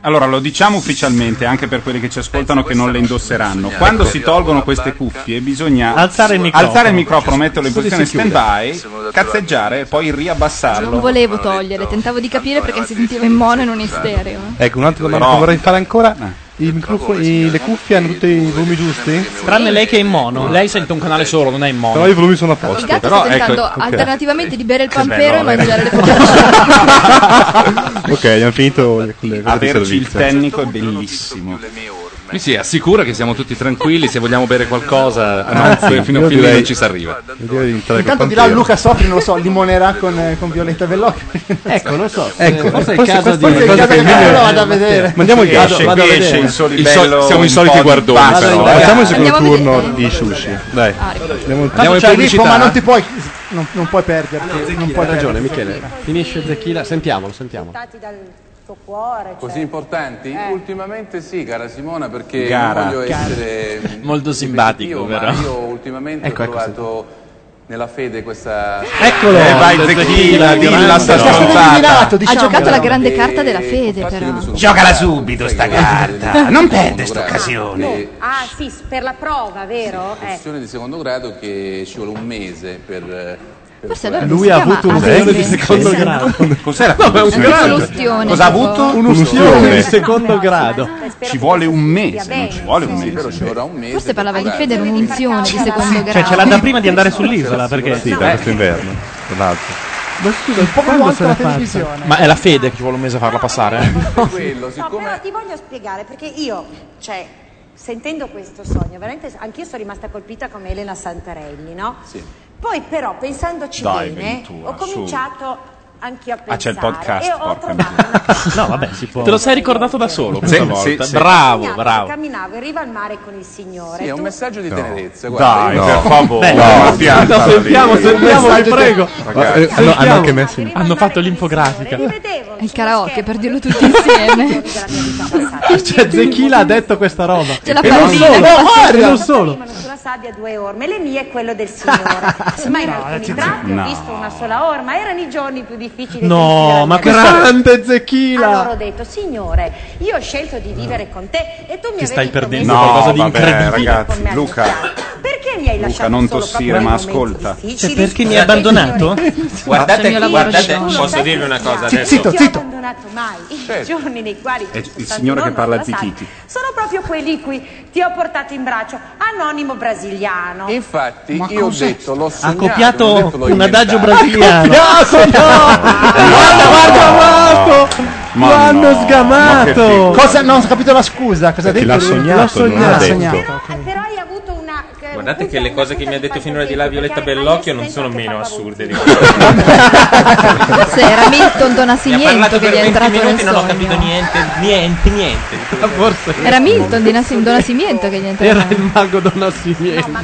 Speaker 13: Allora, lo diciamo ufficialmente, anche per quelli che ci ascoltano che non le indosseranno. Quando si tolgono queste cuffie bisogna
Speaker 1: Alzare il microfono.
Speaker 13: alzare il microfono, metterlo in
Speaker 1: Così
Speaker 13: posizione
Speaker 1: si chiude.
Speaker 13: stand-by, cazzeggiare e poi
Speaker 6: Non
Speaker 13: riabbassarlo.
Speaker 6: volevo togliere, tentavo di capire perché si sentiva in mono e non in stereo.
Speaker 17: Ecco, un'altra
Speaker 13: domanda
Speaker 17: che vorrei fare ancora.
Speaker 13: Eh.
Speaker 17: I microfoni, i- le cuffie hanno tutti i volumi giusti?
Speaker 7: Tranne lei che è in mono. Lei sente un canale solo, non è in mono.
Speaker 17: Però i volumi sono a
Speaker 6: Il
Speaker 17: posto.
Speaker 6: gatto sta tentando
Speaker 5: ecco,
Speaker 6: alternativamente di bere il
Speaker 17: Che
Speaker 6: pampero e
Speaker 17: bello,
Speaker 5: eh.
Speaker 6: mangiare le
Speaker 17: vero.
Speaker 13: Ah.
Speaker 17: Ok, abbiamo finito le- con le cose di
Speaker 13: Averci il
Speaker 17: servizio.
Speaker 13: tecnico è bellissimo. Qui si assicura che siamo tutti tranquilli, se vogliamo bere qualcosa, anzi,
Speaker 17: Anzi,
Speaker 13: fino
Speaker 17: io
Speaker 13: a fine
Speaker 17: direi-
Speaker 13: non ci si arriva.
Speaker 17: Io direi di entrare col
Speaker 3: Intanto di là
Speaker 17: Pantero.
Speaker 3: Luca Sofri, non lo so, limonerà con, eh, con Violetta Vellocchio.
Speaker 2: Ecco, non so.
Speaker 17: Ecco,
Speaker 3: forse è il
Speaker 17: forse
Speaker 3: caso
Speaker 17: questo
Speaker 3: di
Speaker 17: è il caso
Speaker 3: che
Speaker 17: che
Speaker 3: me
Speaker 17: meglio-
Speaker 3: lo vado a vedere.
Speaker 17: Mandiamo il
Speaker 13: Esce,
Speaker 17: gatto, vado a
Speaker 13: esce
Speaker 17: vedere.
Speaker 13: il soli
Speaker 17: Il sol-
Speaker 13: bello,
Speaker 17: Siamo
Speaker 13: un
Speaker 17: i soliti
Speaker 13: po' di
Speaker 17: guardoni.
Speaker 13: pazzo.
Speaker 17: però.
Speaker 13: Dai.
Speaker 17: Facciamo il
Speaker 13: Andiamo
Speaker 17: secondo
Speaker 13: a vedere.
Speaker 17: turno di sushi. Dai. Andiamo
Speaker 3: Tanto
Speaker 17: in
Speaker 3: c'è il ritmo,
Speaker 17: pubblicità.
Speaker 3: ma non ti puoi, non, non puoi perderti. non puoi
Speaker 2: hai ragione,
Speaker 3: perderti.
Speaker 2: Michele. Finisce Zechila, sentiamolo, sentiamolo.
Speaker 12: Portati dal tuo cuore.
Speaker 17: Così importanti? Ultimamente sì, cara Simona, perché
Speaker 7: Cara.
Speaker 17: non voglio
Speaker 7: Cara.
Speaker 17: essere
Speaker 7: Molto simpatico,
Speaker 17: ma
Speaker 7: però.
Speaker 17: io ultimamente
Speaker 7: Ecco,
Speaker 17: ho
Speaker 7: ecco,
Speaker 17: trovato nella fede questa
Speaker 7: Eccolo!
Speaker 13: Eh, vai, Zecchina, dilla sta stronzata.
Speaker 6: Ha
Speaker 3: diciamo
Speaker 6: giocato la grande carta della fede, però.
Speaker 13: Giocala subito sta carta,
Speaker 17: non
Speaker 13: eh, perde
Speaker 17: occasione.
Speaker 12: Ah, sì, per la prova, vero? Eh.
Speaker 17: Istruzione di secondo grado che ci vuole un mese per... per
Speaker 6: Forse
Speaker 17: fare.
Speaker 6: allora Lui si ha chiama avuto un Adele. mese di secondo
Speaker 17: Sì.
Speaker 6: grado.
Speaker 13: Cos'era?
Speaker 17: No, ma è un
Speaker 13: Un'ustione.
Speaker 17: grado.
Speaker 6: Un'ustione,
Speaker 13: Cosa ha
Speaker 6: tipo-
Speaker 13: avuto?
Speaker 17: Un'ustione.
Speaker 13: Un'ustione.
Speaker 17: di
Speaker 2: secondo grado.
Speaker 13: Ci vuole un mese, non ci vuole un mese.
Speaker 6: Forse parlava di fede, non un'unzione di secondo grado.
Speaker 1: Cioè ce l'ha da prima di andare sull'isola perché
Speaker 17: Ah, Sì, da questo inverno, tra l'altro.
Speaker 2: Ma scusa, un po'
Speaker 17: quando se ne parte?
Speaker 7: Ma è la fede che ci vuole un mese a farla passare? eh?
Speaker 17: Quello,
Speaker 12: Eh. No, però ti voglio spiegare perché io, cioè, sentendo questo sogno, veramente anch'io sono rimasta colpita come Elena Santarelli, no? Poi però, pensandoci
Speaker 17: Dai,
Speaker 12: bene,
Speaker 17: Ventura,
Speaker 12: ho cominciato anche io a
Speaker 13: Ah, c'è il
Speaker 12: pensare.
Speaker 13: podcast,
Speaker 12: E ho
Speaker 13: porca
Speaker 12: trovato
Speaker 7: No, vabbè, si può.
Speaker 1: Te lo
Speaker 7: sei ricordato da solo
Speaker 13: questa
Speaker 7: sì,
Speaker 13: volta.
Speaker 7: Sì, sì.
Speaker 12: un
Speaker 7: Bravo,
Speaker 12: gnatto che
Speaker 7: bravo.
Speaker 12: camminavo in riva al mare con il signore.
Speaker 17: Sì, è un
Speaker 12: Tu-
Speaker 17: messaggio di tenerezza.
Speaker 8: Dai, per favore,
Speaker 7: no,
Speaker 8: Mattia,
Speaker 7: no, sentiamo,
Speaker 8: dai.
Speaker 7: sentiamo, vi
Speaker 8: Messaggio te-
Speaker 7: prego.
Speaker 8: Ragazzi, Eh, hanno- hanno anche messo in-
Speaker 7: Hanno fatto l'infografica.
Speaker 6: È il karaoke, per dirlo tutti insieme.
Speaker 2: Cioè, Zechila ha detto questa roba.
Speaker 6: C'è la
Speaker 2: e non
Speaker 6: pallina,
Speaker 2: solo,
Speaker 6: no,
Speaker 2: e
Speaker 6: guarda.
Speaker 2: non solo.
Speaker 12: Arrivano sulla sabbia due orme, le mie e quello del signore. Ma in alcuni tratti
Speaker 2: no.
Speaker 12: ho visto una sola orma, erano i giorni più difficili.
Speaker 2: No, ma
Speaker 12: questa
Speaker 2: grande Zechila.
Speaker 12: Allora ho detto, signore, io ho scelto di vivere con te e tu mi
Speaker 13: Ti
Speaker 12: avevi
Speaker 13: stai perdendo
Speaker 12: promesso-
Speaker 13: qualcosa di
Speaker 8: vabbè,
Speaker 13: incredibile.
Speaker 8: ragazzi,
Speaker 12: Come
Speaker 13: Luca,
Speaker 12: Perché mi hai
Speaker 13: Luca,
Speaker 12: lasciato
Speaker 13: non
Speaker 12: solo
Speaker 13: tossire,
Speaker 12: proprio
Speaker 13: ma
Speaker 12: nei momenti
Speaker 13: ascolta.
Speaker 12: difficili?
Speaker 1: perché mi ha abbandonato?
Speaker 5: Guardate,
Speaker 12: il mio lavoro,
Speaker 5: guardate,
Speaker 12: signore.
Speaker 5: posso dirvi una cosa
Speaker 12: Zitto,
Speaker 5: adesso.
Speaker 12: zitto, Non ti ho abbandonato mai.
Speaker 13: Certo.
Speaker 12: I giorni nei quali
Speaker 5: È
Speaker 12: tu
Speaker 5: il
Speaker 12: soltanto
Speaker 5: signore che
Speaker 12: nonno
Speaker 5: parla
Speaker 12: la sai,
Speaker 5: zititi.
Speaker 12: Sono proprio quelli qui ti ho portato in braccio, anonimo brasiliano.
Speaker 17: Infatti, io ho detto, l'ho
Speaker 1: Ha
Speaker 17: sognato, non ho
Speaker 1: copiato
Speaker 17: detto l'ho
Speaker 1: un adagio
Speaker 17: inventato.
Speaker 1: brasiliano.
Speaker 3: Lo
Speaker 2: hanno sgamato.
Speaker 3: Cosa? Non ho capito la scusa. Cosa ha
Speaker 5: Perché
Speaker 3: detto?
Speaker 5: l'ha
Speaker 3: lui?
Speaker 5: sognato,
Speaker 3: L'ha
Speaker 5: non l'ha
Speaker 3: sognato.
Speaker 5: detto.
Speaker 3: Però-
Speaker 5: Guardate che le cose che mi ha detto finora di là Violetta Bellocchio non sono meno assurde di
Speaker 6: Se era Milton
Speaker 5: Mi ha
Speaker 6: Donasimiento
Speaker 5: parlato
Speaker 6: che
Speaker 5: per
Speaker 6: gli è
Speaker 5: 20
Speaker 6: entrato nel
Speaker 5: minuti non ho capito
Speaker 6: sogno.
Speaker 5: niente, niente, niente. Forse
Speaker 6: Era Milton di Nasim- Donasimiento che gli è entrato
Speaker 2: Era
Speaker 6: nel
Speaker 2: il mago Donasimiento.
Speaker 17: Io ho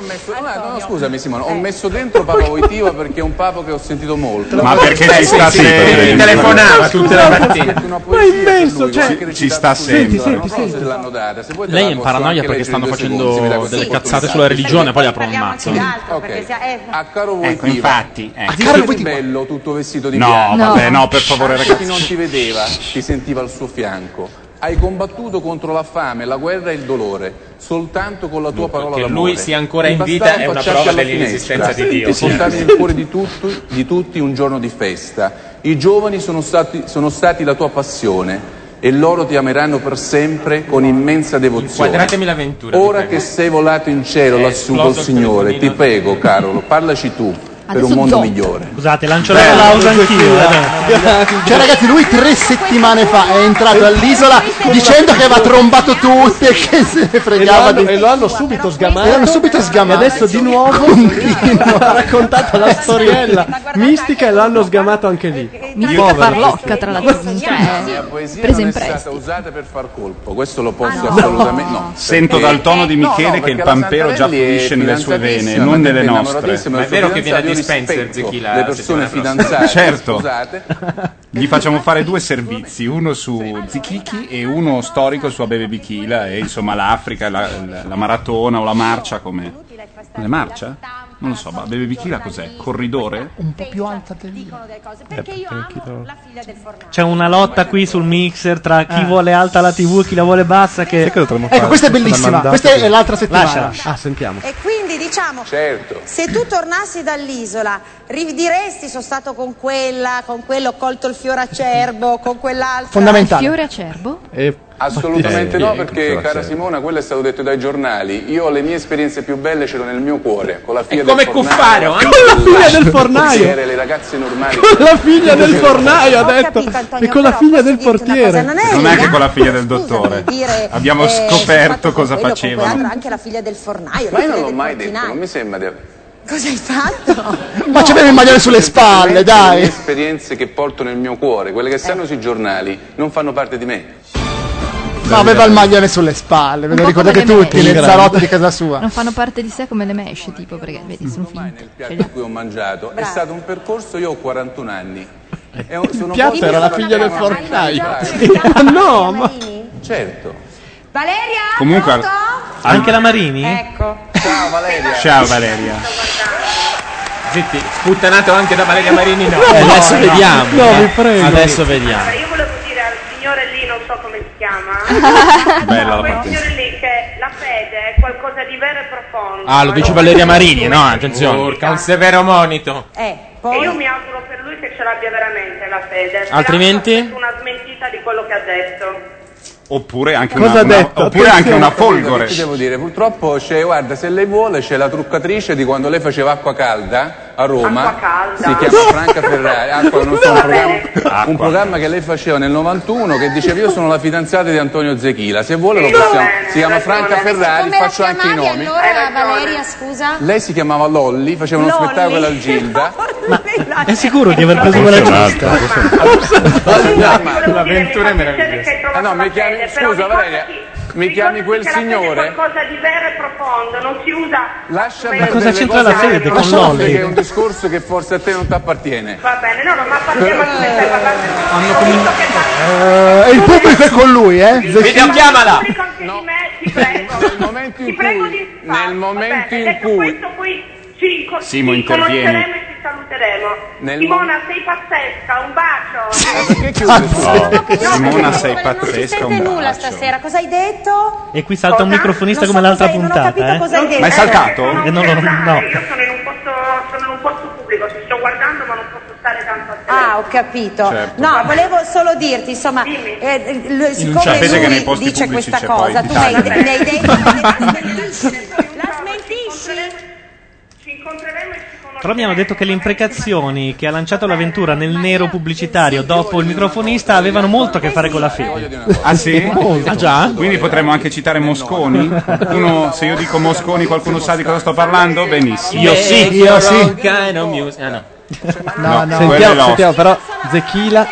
Speaker 17: messo, no, no, no, scusami Simone, ho messo dentro Papa Voitiva perché è un papo che ho sentito molto.
Speaker 8: Ma perché ci sta sempre?
Speaker 17: Sì,
Speaker 8: telefonava tutta la mattina.
Speaker 17: Ma è immenso,
Speaker 8: cioè, ci sta sempre.
Speaker 17: Non so se te l'hanno data, se vuoi te
Speaker 7: Lei
Speaker 17: la
Speaker 7: è in
Speaker 17: posso
Speaker 7: paranoia
Speaker 17: anche
Speaker 7: perché
Speaker 17: leggere
Speaker 7: stanno
Speaker 17: in due
Speaker 7: facendo
Speaker 17: secondi, se mi dai
Speaker 7: delle
Speaker 17: questa
Speaker 7: cazzate
Speaker 17: opportunità.
Speaker 7: sulla religione, poi le aprono un mazzo.
Speaker 17: Ok, a caro
Speaker 13: Ecco,
Speaker 17: Voitiva.
Speaker 13: infatti,
Speaker 5: Eh,
Speaker 13: ecco.
Speaker 17: Ti senti bello tutto vestito di
Speaker 13: No,
Speaker 17: bianco?
Speaker 13: vabbè, no, per favore,
Speaker 17: Chi
Speaker 13: ragazzi.
Speaker 17: non ti vedeva, ti sentiva al suo fianco. Hai combattuto contro la fame, la guerra e il dolore, soltanto con la tua parola
Speaker 5: che
Speaker 17: d'amore.
Speaker 5: lui sia ancora
Speaker 17: Ti
Speaker 5: in vita
Speaker 17: bastava
Speaker 5: è una
Speaker 17: affacciarti
Speaker 5: prova
Speaker 17: alla
Speaker 5: dell'inesistenza
Speaker 17: finestra,
Speaker 5: di Dio.
Speaker 17: Portavi nel cuore di tutti, di tutti un giorno di festa. I giovani sono stati, sono stati la tua passione e loro ti ameranno per sempre con immensa devozione.
Speaker 5: Inquadratemi l'avventura.
Speaker 17: Ora che sei volato in cielo lassù
Speaker 5: esploso
Speaker 17: col
Speaker 5: il
Speaker 17: Signore, ti prego, Carolo, parlaci tu per
Speaker 1: Adesso
Speaker 17: un mondo
Speaker 1: zotto.
Speaker 17: migliore.
Speaker 1: Scusate, lancio
Speaker 17: Bello,
Speaker 1: l'applauso
Speaker 17: due
Speaker 1: anch'io.
Speaker 17: fila.
Speaker 1: eh, dai.
Speaker 3: Cioè, ragazzi, lui tre settimane fa è entrato all'isola dicendo che aveva trombato tutte e che se ne
Speaker 2: E lo,
Speaker 3: fregava
Speaker 2: hanno,
Speaker 3: di
Speaker 2: e lo hanno subito sgamato.
Speaker 3: E l'hanno subito sgamato.
Speaker 2: E adesso di nuovo ha raccontato la storiella mistica e lo hanno sgamato anche lì.
Speaker 6: Mitica
Speaker 2: Povero.
Speaker 6: farlocca, tra l'altro.
Speaker 17: La
Speaker 6: Cioè,
Speaker 17: poesia
Speaker 6: presa
Speaker 17: non
Speaker 6: in
Speaker 17: è
Speaker 6: prestito.
Speaker 17: stata usata per far colpo, questo lo posso assolutamente no.
Speaker 13: Sento
Speaker 17: Perché- Eh,
Speaker 13: dal tono di
Speaker 17: No, no,
Speaker 13: Michele che
Speaker 17: perché
Speaker 13: il
Speaker 17: la
Speaker 13: pampero già
Speaker 17: Santarelli è
Speaker 13: fluisce nelle sue
Speaker 17: fidanzatissima,
Speaker 13: vene, non
Speaker 17: ma
Speaker 13: nelle
Speaker 17: è
Speaker 13: nostre.
Speaker 17: innamoratissima,
Speaker 5: Ma è vero che viene a
Speaker 17: Io
Speaker 5: dispenser
Speaker 17: rispetto
Speaker 5: Zechila
Speaker 17: le
Speaker 5: la
Speaker 17: persone
Speaker 5: settimana prossima.
Speaker 17: fidanzate,
Speaker 13: Certo.
Speaker 17: scusate.
Speaker 13: Gli facciamo fare due servizi, uno su Zichichi e uno storico su Abebe Bichila e insomma l'Africa, la, la- la maratona o la marcia come... Ma Le marcia? Non lo so, ma Abebe Bichila cos'è? Corridore?
Speaker 3: un po' più alta di
Speaker 12: Perché
Speaker 5: Eh,
Speaker 12: io amo la figlia del fornaio.
Speaker 1: C'è una lotta qui sul mixer tra chi vuole alta la TV e chi la vuole bassa. Che...
Speaker 3: Ecco, questa è bellissima. Questa è l'altra settimana.
Speaker 1: Lasciala.
Speaker 2: Ah, sentiamo.
Speaker 12: E quindi diciamo,
Speaker 13: Certo.
Speaker 12: se tu tornassi dall'isola, ridiresti sono stato con quella, con quello, ho colto il fiore acerbo, con quell'altro.
Speaker 3: Fondamentale. Il
Speaker 12: fiore
Speaker 6: acerbo?
Speaker 17: Assolutamente
Speaker 3: Eh,
Speaker 17: no,
Speaker 3: eh,
Speaker 17: perché
Speaker 3: ecco,
Speaker 17: cara
Speaker 3: sì.
Speaker 17: Simona, quello è stato detto dai giornali. Io le mie esperienze più belle ce l'ho nel mio cuore, con la figlia
Speaker 2: come
Speaker 17: del fornaio,
Speaker 2: Cuffaro,
Speaker 17: la
Speaker 2: eh? Con la figlia del
Speaker 17: il
Speaker 2: fornaio.
Speaker 17: portiere, le ragazze normali.
Speaker 2: Con la figlia del fornaio, ha detto. E con la figlia del
Speaker 12: cosa,
Speaker 2: portiere.
Speaker 12: non
Speaker 13: Non è che con la figlia del dottore.
Speaker 12: dire,
Speaker 13: Abbiamo
Speaker 12: eh,
Speaker 13: scoperto cosa
Speaker 12: quello, con quell'altro,
Speaker 13: facevano.
Speaker 12: anche la figlia del fornaio. la
Speaker 17: Ma io non
Speaker 12: figlia
Speaker 17: l'ho
Speaker 12: del
Speaker 17: mai detto,
Speaker 12: portinaio.
Speaker 17: non mi sembra di aver
Speaker 12: Cosa hai fatto?
Speaker 3: Ma c'aveva il maglione sulle spalle,
Speaker 17: Le mie
Speaker 3: dai.
Speaker 17: esperienze che porto nel mio cuore, quelle che stanno sui giornali, non fanno parte di me.
Speaker 3: Ma aveva il maglione sulle spalle, ve lo
Speaker 6: Un po' come
Speaker 3: ricordate
Speaker 6: le mele.
Speaker 3: tutti nel
Speaker 6: Grande.
Speaker 3: salotto di casa sua.
Speaker 6: Non fanno parte di sé come le mesh, tipo, perché vedi, sono finte.
Speaker 17: Il piatto che ho mangiato è stato un percorso, io ho 41 anni. È un- sono
Speaker 2: Il piatto
Speaker 17: pochi
Speaker 2: era
Speaker 17: che
Speaker 2: la
Speaker 17: sono
Speaker 2: figlia del
Speaker 17: arrivati a
Speaker 2: fornaio.
Speaker 17: mangiare.
Speaker 2: Ma no, ma...
Speaker 17: Certo.
Speaker 12: Valeria?
Speaker 13: Comunque...
Speaker 1: Anche la Marini?
Speaker 12: Ecco.
Speaker 17: Ciao Valeria.
Speaker 13: Ciao Valeria.
Speaker 5: Zitti, sputtanato anche da Valeria Marini no.
Speaker 7: Eh, adesso vediamo.
Speaker 5: No,
Speaker 7: eh. Adesso vediamo.
Speaker 9: Io volevo dire al signore lì, non so come si chiama,
Speaker 7: Bella la
Speaker 9: a quel
Speaker 7: partenza.
Speaker 9: signore lì che la fede è qualcosa di vero e profondo.
Speaker 7: Ah, lo dice Valeria Marini, no? Attenzione.
Speaker 5: Porca, un severo monito.
Speaker 16: Eh,
Speaker 9: E io mi auguro per lui che ce l'abbia veramente la fede. Sperando
Speaker 13: Altrimenti?
Speaker 9: che sia Una smentita di quello che ha detto.
Speaker 13: Oppure anche
Speaker 17: Cosa
Speaker 13: una,
Speaker 17: ha
Speaker 13: una-
Speaker 17: detto?
Speaker 13: oppure anche una folgore.
Speaker 17: Che Ti devo dire, purtroppo c'è, guarda, se lei vuole c'è la truccatrice di quando lei faceva acqua calda a Roma.
Speaker 9: Acqua calda.
Speaker 17: Si chiama Franca Ferrari, acqua, non so, un,
Speaker 9: Va
Speaker 17: programma,
Speaker 9: bene.
Speaker 17: un programma che lei faceva nel 91 che diceva io sono la fidanzata di Antonio Zechila, se vuole lo possiamo. Si chiama Franca Ferrari, faccio anche i nomi.
Speaker 23: allora Valeria, scusa?
Speaker 17: Lei si chiamava Lolli, faceva uno
Speaker 23: Lolli.
Speaker 17: spettacolo al Gilda
Speaker 1: È
Speaker 17: Eh,
Speaker 1: sicuro di aver preso quella giusta?
Speaker 17: L'avventura è meravigliosa. Ah, no, mi chiami, scusa Valeria, mi chiami quel
Speaker 8: È
Speaker 17: signore?
Speaker 8: qualcosa di vero e profondo, non si usa.
Speaker 17: Lascia
Speaker 8: Ma
Speaker 17: perdere
Speaker 1: cosa
Speaker 17: le
Speaker 1: c'entra
Speaker 17: cose
Speaker 1: la fede con
Speaker 17: Lascia
Speaker 1: l'olio?
Speaker 17: perdere Che è un discorso che forse a te non ti appartiene.
Speaker 8: Va bene, no, no, ma partiamo da te, stai parlando di
Speaker 3: e Eh, il pubblico è con lui, eh?
Speaker 17: Vediamo, chiamala!
Speaker 8: Nel momento in cui... Nel
Speaker 17: momento in cui-
Speaker 8: Questo poi ci, co-
Speaker 17: Simo,
Speaker 8: ci
Speaker 17: intervieni.
Speaker 8: conosceremo e ci saluteremo.
Speaker 17: Nel
Speaker 8: Simona, sei pazzesca, un
Speaker 1: Ah,
Speaker 13: No,
Speaker 8: bacio.
Speaker 13: Simona sei
Speaker 15: Siete
Speaker 13: pazzesca, un bravo.
Speaker 15: nulla stasera, cosa hai detto?
Speaker 1: E qui salta un microfonista
Speaker 15: Non so
Speaker 1: come l'altra
Speaker 15: cosa hai- non ho capito
Speaker 1: puntata. eh.
Speaker 15: cosa hai detto.
Speaker 1: Ma è saltato?
Speaker 8: Eh,
Speaker 1: no, no, no.
Speaker 15: Ah, ho capito.
Speaker 8: Certo.
Speaker 15: No, volevo solo dirti, insomma, eh, l- siccome
Speaker 8: c'è. Sapete certo che nei
Speaker 15: lui
Speaker 8: posti
Speaker 15: dice
Speaker 8: pubblici
Speaker 15: questa
Speaker 8: c'è
Speaker 15: cosa,
Speaker 8: poi
Speaker 15: tu mi hai,
Speaker 8: l'Italia.
Speaker 15: mi hai detto
Speaker 1: Però mi hanno detto che le imprecazioni che ha lanciato l'avventura nel nero pubblicitario dopo il microfonista avevano molto a che fare con la fede.
Speaker 13: Ah sì?
Speaker 1: Molto.
Speaker 13: Ah già? Quindi potremmo anche citare Mosconi? Qualcuno- se io dico Mosconi qualcuno sa di cosa sto parlando? Benissimo.
Speaker 20: Io sì. Io sì.
Speaker 13: Kind of music. Ah, no.
Speaker 2: No,
Speaker 13: No, quello è
Speaker 2: sentiamo,
Speaker 13: l'osso.
Speaker 2: sentiamo però Zechila.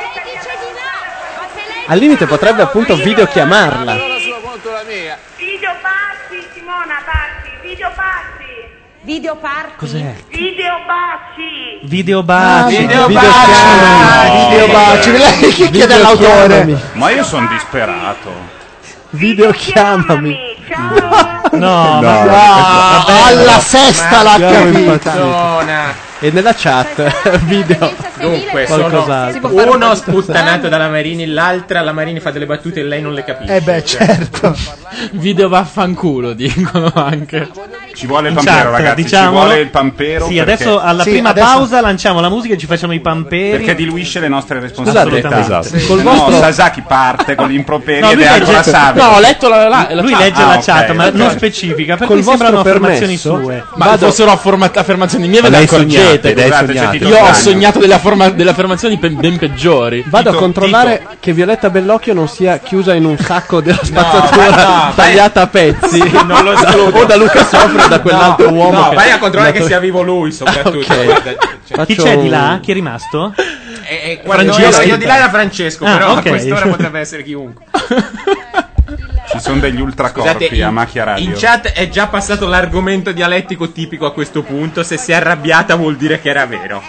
Speaker 2: Al limite potrebbe appunto videochiamarla.
Speaker 8: Video baci, Simona, baci, video baci.
Speaker 15: Video party.
Speaker 2: Cos'è?
Speaker 8: Video baci.
Speaker 1: Video
Speaker 8: Ah,
Speaker 1: baci,
Speaker 13: video
Speaker 1: video
Speaker 13: baci.
Speaker 1: schermi.
Speaker 13: Ah, Video baci. Lei chi chiede
Speaker 1: Video
Speaker 13: l'autore?
Speaker 1: chiamami.
Speaker 13: Ma io sono disperato.
Speaker 2: Video chiamami.
Speaker 1: No,
Speaker 13: ma-
Speaker 2: no,
Speaker 13: Ah,
Speaker 2: vabbè,
Speaker 13: alla
Speaker 2: no.
Speaker 13: sesta
Speaker 2: Ma
Speaker 13: l'ha
Speaker 2: siamo
Speaker 13: capito.
Speaker 2: impazziti. E nella chat video.
Speaker 5: Dunque, sono
Speaker 2: qualcos'altro.
Speaker 5: uno sputtanato dalla Marini, l'altra la Marini fa delle battute e lei non le capisce. Cioè,
Speaker 3: Eh beh, certo.
Speaker 5: Video vaffanculo, dicono anche.
Speaker 13: Ci vuole il
Speaker 1: In
Speaker 13: pampero,
Speaker 1: chat,
Speaker 13: ragazzi.
Speaker 1: diciamo.
Speaker 13: Ci vuole il pampero.
Speaker 1: Sì,
Speaker 13: perché-
Speaker 1: adesso alla prima pausa lanciamo la musica e ci facciamo i pamperi.
Speaker 13: Perché diluisce le nostre responsabilità.
Speaker 1: Assolutamente. Esatto.
Speaker 13: Se
Speaker 1: Col
Speaker 13: no,
Speaker 1: vostro-
Speaker 13: Sasaki parte con l'improperi
Speaker 1: No,
Speaker 13: ed
Speaker 1: lui
Speaker 13: è
Speaker 1: legge-
Speaker 13: ancora sabbio.
Speaker 1: no, ho letto
Speaker 5: la,
Speaker 1: Lui legge la chat, Ah, ma non specifica, per
Speaker 5: Col
Speaker 1: cui sembrano
Speaker 5: vostro
Speaker 1: affermazioni
Speaker 5: permesso,
Speaker 1: sue.
Speaker 5: Ma fossero afforma- affermazioni mie, ve
Speaker 7: Ma
Speaker 5: le
Speaker 7: lei sognate,
Speaker 5: accorgete.
Speaker 7: lei
Speaker 5: scusate,
Speaker 7: sognate.
Speaker 5: Io ho
Speaker 7: Titano.
Speaker 5: sognato delle, afforma- delle affermazioni pe- ben peggiori.
Speaker 2: Vado a controllare che Violetta Bellocchio non sia chiusa in un sacco della spazzatura
Speaker 5: no,
Speaker 2: tagliata a pezzi.
Speaker 5: Non lo escludo.
Speaker 2: o da Luca Sofra o da quell'altro uomo.
Speaker 5: No,
Speaker 2: che-
Speaker 5: vai a controllare che
Speaker 2: nato-
Speaker 5: sia vivo lui, soprattutto.
Speaker 2: ok.
Speaker 5: guarda, cioè-
Speaker 1: Chi c'è di là? Chi è rimasto?
Speaker 5: Eh, guarda,
Speaker 1: Francesco.
Speaker 5: io- io di là era Francesco,
Speaker 1: Ah,
Speaker 5: però
Speaker 1: ok.
Speaker 5: a quest'ora potrebbe essere chiunque.
Speaker 13: Ci sono degli ultracorpi
Speaker 5: Scusate,
Speaker 13: a
Speaker 5: in-
Speaker 13: macchia radio.
Speaker 5: In chat è già passato l'argomento dialettico tipico a questo punto. Se si è arrabbiata vuol dire che era vero.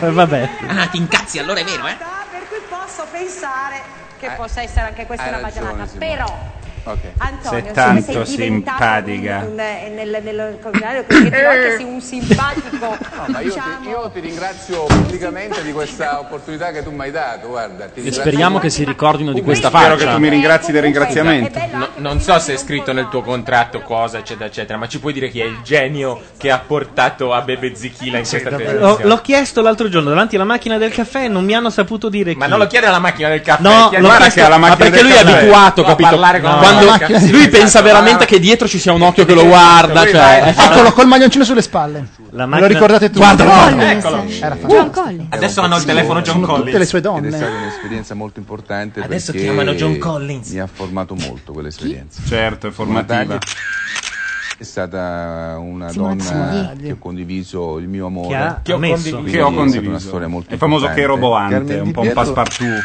Speaker 1: Vabbè.
Speaker 5: Ah, ti incazzi, allora è vero, eh?
Speaker 15: Per cui posso pensare che possa essere anche questa
Speaker 13: hai
Speaker 15: una baggianata.
Speaker 13: ragione, Simona.
Speaker 15: Però Antonio,
Speaker 13: Sei
Speaker 15: se
Speaker 13: tanto
Speaker 15: sei diventato
Speaker 13: simpatica.
Speaker 15: un- un- eh, nel, nel combinario che tu anche sei un simpatico. diciamo.
Speaker 17: No, ma io ti,
Speaker 8: diciamo-
Speaker 17: io ti ringrazio pubblicamente di questa opportunità che tu mi hai dato, guarda. Ti
Speaker 7: E
Speaker 17: ringrazio
Speaker 7: speriamo che si ricordino di questa
Speaker 5: Spero
Speaker 7: faccia.
Speaker 5: che tu mi
Speaker 13: ringrazi del ringraziamento.
Speaker 5: No- non so se è scritto nel tuo contratto cosa, eccetera, eccetera, ma ci puoi dire chi è il genio che ha portato a Bebe Zichila in questa
Speaker 1: L'ho,
Speaker 5: televisione?
Speaker 1: l'ho chiesto l'altro giorno davanti alla macchina del caffè e non mi hanno saputo dire chi.
Speaker 5: Ma non lo chiede alla macchina del caffè,
Speaker 1: No,
Speaker 5: chiede-
Speaker 1: l'ho
Speaker 5: guarda
Speaker 1: chiesto-
Speaker 5: che alla
Speaker 1: ma
Speaker 5: macchina
Speaker 1: perché
Speaker 5: del
Speaker 1: lui è
Speaker 5: caffè.
Speaker 1: abituato,
Speaker 5: No, a
Speaker 1: capito?
Speaker 5: parlare con la
Speaker 7: Quando-
Speaker 5: macchina. Sì,
Speaker 7: lui pensa
Speaker 5: esatto,
Speaker 7: veramente che dietro ci sia un occhio che lo guarda.
Speaker 5: Lui
Speaker 1: eh.
Speaker 7: Cioè,
Speaker 3: Eccolo, col maglioncino sulle spalle. Me lo
Speaker 7: macchina-
Speaker 3: ricordate tutti?
Speaker 7: Guardalo, guardalo.
Speaker 3: Eccolo. Era facile.
Speaker 5: Adesso hanno il telefono John
Speaker 3: Sono Tutte
Speaker 5: Collins.
Speaker 3: le sue
Speaker 17: Ed è
Speaker 3: donne.
Speaker 17: stata un'esperienza molto importante.
Speaker 5: Adesso
Speaker 17: perché
Speaker 5: chiamano John Collins.
Speaker 17: Mi ha formato molto quell'esperienza.
Speaker 13: Certo, è formativa.
Speaker 17: Una taglia- È stata una
Speaker 13: Simona
Speaker 17: donna
Speaker 13: Zagli.
Speaker 17: che ho condiviso il mio
Speaker 13: Che
Speaker 17: amore.
Speaker 13: ha- Che ho ammesso. condiviso.
Speaker 17: Quindi
Speaker 13: Che ho
Speaker 17: è stata
Speaker 13: condiviso.
Speaker 17: Una storia molto
Speaker 13: È famoso
Speaker 17: importante.
Speaker 13: che è roboante,
Speaker 17: Carmen
Speaker 13: un
Speaker 17: Di
Speaker 13: po' un
Speaker 17: Pietro-
Speaker 13: passepartout.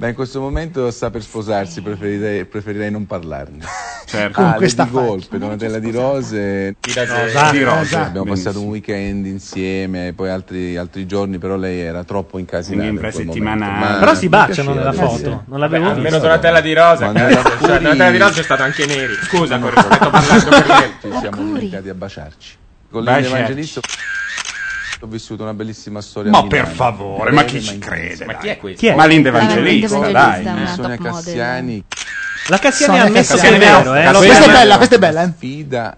Speaker 17: Beh, in questo momento sta per sposarsi, preferirei, preferirei non parlarne.
Speaker 13: Certo.
Speaker 17: Ah,
Speaker 13: Con questa
Speaker 17: di Volpe, Donatella di Rose.
Speaker 13: Rosa.
Speaker 1: esatto,
Speaker 13: Di Rosa.
Speaker 17: Abbiamo passato un weekend insieme, poi altri, altri giorni, però lei era troppo incasinata.
Speaker 13: Quindi
Speaker 17: in quel
Speaker 13: infrasettimanale.
Speaker 17: momento. Ma
Speaker 1: Però si
Speaker 17: mi
Speaker 1: baciano
Speaker 17: piaceva
Speaker 1: nella
Speaker 17: di
Speaker 1: foto,
Speaker 17: essere-
Speaker 1: non l'avevo
Speaker 5: Beh,
Speaker 1: visto.
Speaker 5: Almeno Donatella di Rosa, cazzo.
Speaker 17: Ma nella
Speaker 5: Cioè, Donatella di
Speaker 17: Curi-
Speaker 5: Rosa è stato anche neri. Scusa, con rispetto a parlando per me.
Speaker 17: Ci siamo limitati a baciarci. Con
Speaker 13: Baciarci.
Speaker 17: l'Evangelista ho vissuto una bellissima storia.
Speaker 13: Ma
Speaker 17: a Milano.
Speaker 13: per favore, ma chi
Speaker 17: Bene,
Speaker 13: ci
Speaker 17: in-
Speaker 13: crede,
Speaker 17: Ma
Speaker 13: dai?
Speaker 17: chi è questo?
Speaker 13: Chi è? Ma l'Indevangelista,
Speaker 17: Sonia
Speaker 13: dai.
Speaker 17: Cassiani,
Speaker 13: Una
Speaker 17: Sonia
Speaker 13: top model.
Speaker 17: Cassiani.
Speaker 1: La Cassiani
Speaker 3: Sonia
Speaker 1: ha ammesso che è
Speaker 3: Cassiani.
Speaker 1: vero, eh. Lo
Speaker 3: Questa è
Speaker 1: vediamo.
Speaker 3: bella, questa è bella. eh.
Speaker 17: Fida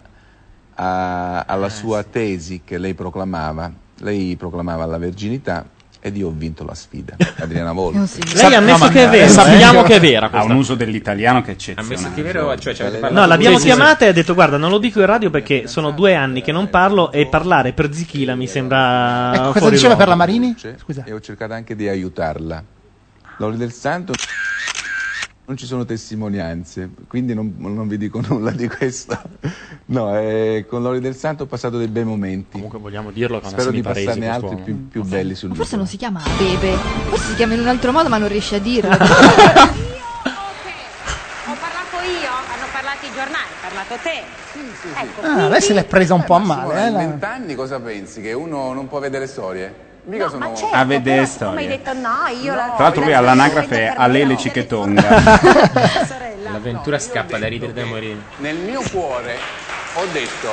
Speaker 17: a- alla
Speaker 5: Ah,
Speaker 17: sua tesi che lei proclamava. Lei proclamava la verginità ed io ho vinto la sfida. Adriana Volpe.
Speaker 1: Lei ha ammesso che è vero. eh.
Speaker 13: Ha un uso dell'italiano che è eccezionale.
Speaker 5: Ammesso che è vero, cioè, ci avete parlato
Speaker 1: No, l'abbiamo
Speaker 5: tutti.
Speaker 1: chiamata e ha detto guarda, non lo dico in radio perché sono due anni che non parlo e parlare per Zichila mi
Speaker 13: Ah,
Speaker 1: sembra
Speaker 3: Ecco, cosa
Speaker 1: fuori
Speaker 3: diceva
Speaker 1: luogo.
Speaker 3: per la Marini?
Speaker 17: Scusa. E ho cercato anche di aiutarla. Lori del Santo Non ci sono testimonianze, quindi non, non vi dico nulla di questo. No, eh, con Lori del Santo ho passato dei bei momenti. Comunque
Speaker 7: vogliamo dirlo, che è una
Speaker 17: Spero di
Speaker 7: semiparesi
Speaker 17: passarne altri
Speaker 7: quest'uomo.
Speaker 17: più, più belli sul
Speaker 6: Forse non si chiama Bebe, forse si chiama in un altro modo ma non riesce a dirlo.
Speaker 24: Ho parlato io, hanno parlato i giornali, hai parlato te. Ecco,
Speaker 3: Ah, lei se l'è presa un po' a male.
Speaker 17: Simone,
Speaker 3: Eh,
Speaker 17: in
Speaker 3: la-
Speaker 17: vent'anni cosa pensi? Che uno non può vedere storie? Mica sono
Speaker 9: ma
Speaker 15: certo,
Speaker 13: A vedere
Speaker 3: Ah,
Speaker 13: storie.
Speaker 9: detto no, io la...
Speaker 13: Tra l'altro qui all'anagrafe è Alele Cichetonga.
Speaker 5: L'avventura scappa da ridere da morire.
Speaker 17: Nel mio cuore ho detto.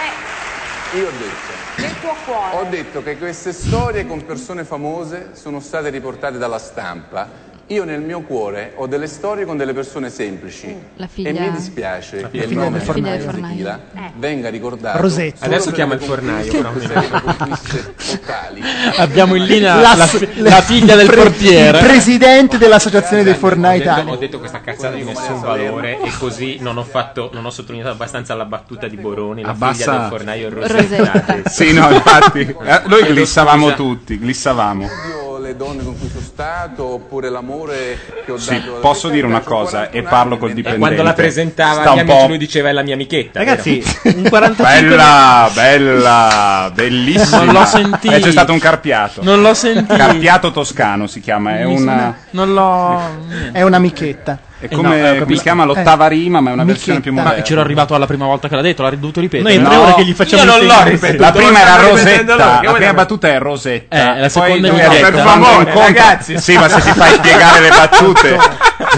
Speaker 6: Eh.
Speaker 17: Io ho detto.
Speaker 24: Nel tuo cuore.
Speaker 17: Ho detto che queste storie con persone famose sono state riportate dalla stampa. Io nel mio cuore ho delle storie con delle persone semplici.
Speaker 6: La Mm. figlia-
Speaker 17: E mi
Speaker 5: Ah,
Speaker 17: dispiace che il
Speaker 6: figlia
Speaker 17: nome
Speaker 6: del fornaio. La figlia del
Speaker 17: di Tequila
Speaker 6: fornaio. Eh.
Speaker 17: venga ricordato.
Speaker 3: Rosetto.
Speaker 17: solo
Speaker 5: Adesso
Speaker 17: per
Speaker 5: chiama
Speaker 17: le
Speaker 5: il fornaio,
Speaker 17: conquiste-
Speaker 5: però, mi
Speaker 17: per le
Speaker 5: sembra.
Speaker 17: conquiste totali.
Speaker 7: Abbiamo in linea
Speaker 3: la-
Speaker 7: la,
Speaker 3: le-
Speaker 7: la figlia del
Speaker 3: pre-
Speaker 7: portiere.
Speaker 3: Il presidente dell'associazione dei Fornai
Speaker 5: Ho detto,
Speaker 3: Italia.
Speaker 5: ho detto questa cazzata di nessun valore e così non ho, fatto, non ho sottolineato abbastanza la battuta di Boroni, la
Speaker 13: Abbassa-
Speaker 5: figlia del fornaio Rosetta.
Speaker 13: sì, no, infatti. Eh, Noi glissavamo tutti, glissavamo.
Speaker 17: Io le donne con cui sono stato, oppure l'amore che ho
Speaker 13: Sì,
Speaker 17: dato.
Speaker 13: posso dire una cosa e parlo col dipendente.
Speaker 5: Quando la presentava
Speaker 13: Sta
Speaker 5: agli
Speaker 13: un
Speaker 5: amici
Speaker 13: po'.
Speaker 5: lui diceva è la mia amichetta.
Speaker 13: Ragazzi,
Speaker 5: vero?
Speaker 13: Bella, bella, bellissima.
Speaker 5: Non l'ho sentita.
Speaker 13: Eh, c'è stato un carpiato.
Speaker 7: Non l'ho sentita.
Speaker 13: Carpiato toscano si chiama, è
Speaker 3: Mi
Speaker 13: una...
Speaker 3: sono- Non l'ho. È Eh, una michetta.
Speaker 13: È Eh,
Speaker 5: Eh,
Speaker 13: come si chiama l'ottava rima, ma è una versione più moderna.
Speaker 7: Ma c'ero arrivato alla prima volta che l'ha detto, l'ha dovuto ripetere.
Speaker 13: No, io non l'ho ripetuto. La prima era Rosetta, la prima battuta è Rosetta.
Speaker 7: Eh,
Speaker 13: Poi
Speaker 7: la seconda è
Speaker 13: noi
Speaker 7: Michetta.
Speaker 13: abbiamo-
Speaker 7: Per
Speaker 13: abbiamo
Speaker 7: favore,
Speaker 13: un conto-
Speaker 7: ragazzi.
Speaker 13: Sì, ma se ti fai spiegare le battute,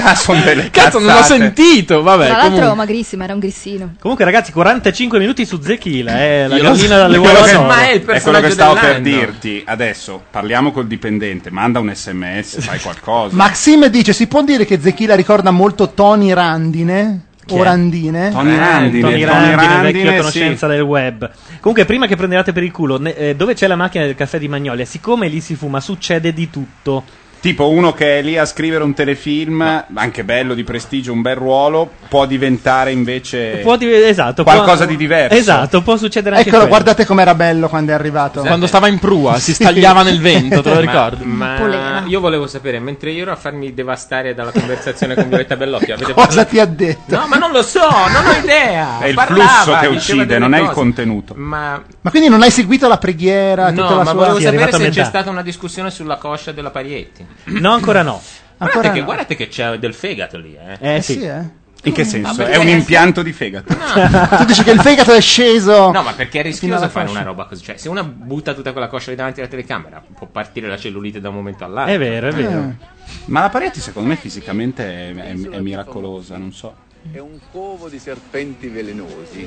Speaker 13: ah, sono delle
Speaker 7: Cazzo, non l'ho
Speaker 13: cazzate.
Speaker 7: sentito, vabbè.
Speaker 6: Tra l'altro
Speaker 7: comunque.
Speaker 6: magrissima, era un grissino.
Speaker 1: Comunque, ragazzi, 45 minuti su Zechila, eh, la
Speaker 13: Io
Speaker 1: gallina
Speaker 13: lo-
Speaker 1: dalle
Speaker 13: quello
Speaker 1: uova
Speaker 13: che-
Speaker 1: d'oro.
Speaker 13: è quello che stavo per dirti adesso parliamo col dipendente manda un sms fai qualcosa
Speaker 3: Maxim dice: Si può dire che Zechila ricorda molto Tony Randine?
Speaker 1: Chi
Speaker 3: O
Speaker 1: è?
Speaker 3: Randine?
Speaker 1: Tony Randine, Tony
Speaker 13: Eh? Tony
Speaker 1: Randine, vecchia
Speaker 13: Randine,
Speaker 1: conoscenza del web. Comunque, prima che prendiate per il culo, ne- eh, dove c'è la macchina del caffè di Magnolia, siccome lì si fuma, succede di tutto.
Speaker 13: tipo uno che è lì a scrivere un telefilm anche bello di prestigio un bel ruolo può diventare invece
Speaker 1: Può div- esatto, può-
Speaker 13: Eh. qualcosa di diverso
Speaker 1: Esatto, può succedere anche
Speaker 3: Eccolo,
Speaker 1: quello.
Speaker 3: guardate com'era bello quando è arrivato.
Speaker 7: Quando stava in prua, si
Speaker 3: Sì.
Speaker 7: stagliava nel vento, te lo
Speaker 5: Ma-
Speaker 7: ricordi?
Speaker 5: Ma, io volevo sapere, mentre io ero a farmi devastare dalla conversazione con Violetta Bellocchio, avete
Speaker 3: Cosa
Speaker 5: parlato-
Speaker 3: ti ha detto?
Speaker 5: No, ma non lo so, non ho idea.
Speaker 13: è il
Speaker 5: Parlava,
Speaker 13: flusso che
Speaker 5: diceva
Speaker 13: uccide
Speaker 5: delle
Speaker 13: non è il
Speaker 5: cose.
Speaker 13: contenuto
Speaker 5: Ma
Speaker 3: Ma quindi non hai seguito la preghiera? tutta
Speaker 5: No,
Speaker 3: la
Speaker 5: ma
Speaker 3: sua...
Speaker 5: volevo sapere se c'è
Speaker 3: c'è
Speaker 5: stata una discussione sulla coscia della Parietti.
Speaker 1: No, ancora no.
Speaker 5: Guardate,
Speaker 1: Ancora
Speaker 5: che,
Speaker 1: no.
Speaker 5: guardate che c'è del fegato lì, eh.
Speaker 1: Eh, sì.
Speaker 13: in che
Speaker 5: Ma
Speaker 13: senso
Speaker 5: perché-
Speaker 13: è un impianto di fegato
Speaker 3: Tu dici che il fegato è sceso.
Speaker 5: No, ma perché è
Speaker 3: Fino
Speaker 5: rischioso
Speaker 3: alla
Speaker 5: fare
Speaker 3: coscia.
Speaker 5: una roba così? Cioè, se una butta tutta quella coscia lì davanti alla telecamera, può partire la cellulite da un momento all'altro.
Speaker 13: È vero, è vero. Eh. ma la Parietti secondo me fisicamente è, è- è miracolosa non so
Speaker 17: È un covo di serpenti velenosi.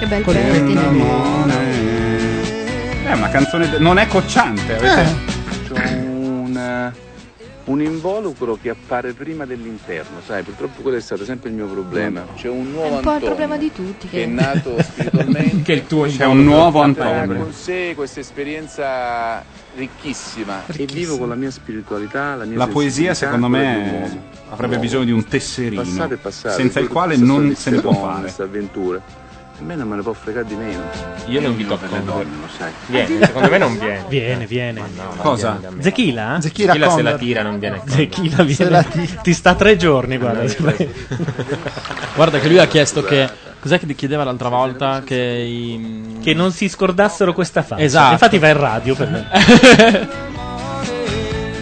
Speaker 6: Che bel
Speaker 17: Quello
Speaker 6: pettine.
Speaker 13: è una Eh, canzone de- non è cocciante avete-
Speaker 17: C'è un, eh, un involucro che appare prima dell'interno, sai, purtroppo quello è stato sempre il mio problema. C'è un
Speaker 6: È
Speaker 17: nuovo
Speaker 6: un po' il
Speaker 17: Antonio
Speaker 6: problema di tutti.
Speaker 17: che è
Speaker 6: Che...
Speaker 17: nato spiritualmente.
Speaker 5: che il tuo
Speaker 13: c'è un nuovo
Speaker 17: Porterà
Speaker 13: Antonio
Speaker 17: con sé questa esperienza ricchissima. E vivo con la mia spiritualità, la mia
Speaker 13: La poesia, secondo
Speaker 17: sensibilità,
Speaker 13: me,
Speaker 17: quella di un uomo.
Speaker 13: avrebbe
Speaker 17: Uomo.
Speaker 13: bisogno di un tesserino,
Speaker 17: Passate e passate,
Speaker 13: senza il
Speaker 17: quello
Speaker 13: quale
Speaker 17: che sta
Speaker 13: non
Speaker 17: stato
Speaker 13: se ne può
Speaker 17: diciamo,
Speaker 13: fare.
Speaker 17: questa avventura. A me non me ne può fregare di meno. Eh,
Speaker 5: Io non vi tocco. Viene, secondo me non viene.
Speaker 1: Viene, viene.
Speaker 5: non
Speaker 1: Cosa?
Speaker 5: viene da me.
Speaker 1: Zechila?
Speaker 5: Zechila Zechila se la Condor. tira, non viene a Condor.
Speaker 1: Zechila viene.
Speaker 5: Se la tira.
Speaker 1: Ti sta tre giorni, guarda.
Speaker 7: Guarda che lui ha chiesto che. Cos'è che ti chiedeva l'altra volta? Che i. mm,
Speaker 1: Che non si scordassero questa faccia.
Speaker 7: Esatto.
Speaker 1: Infatti va in radio per me.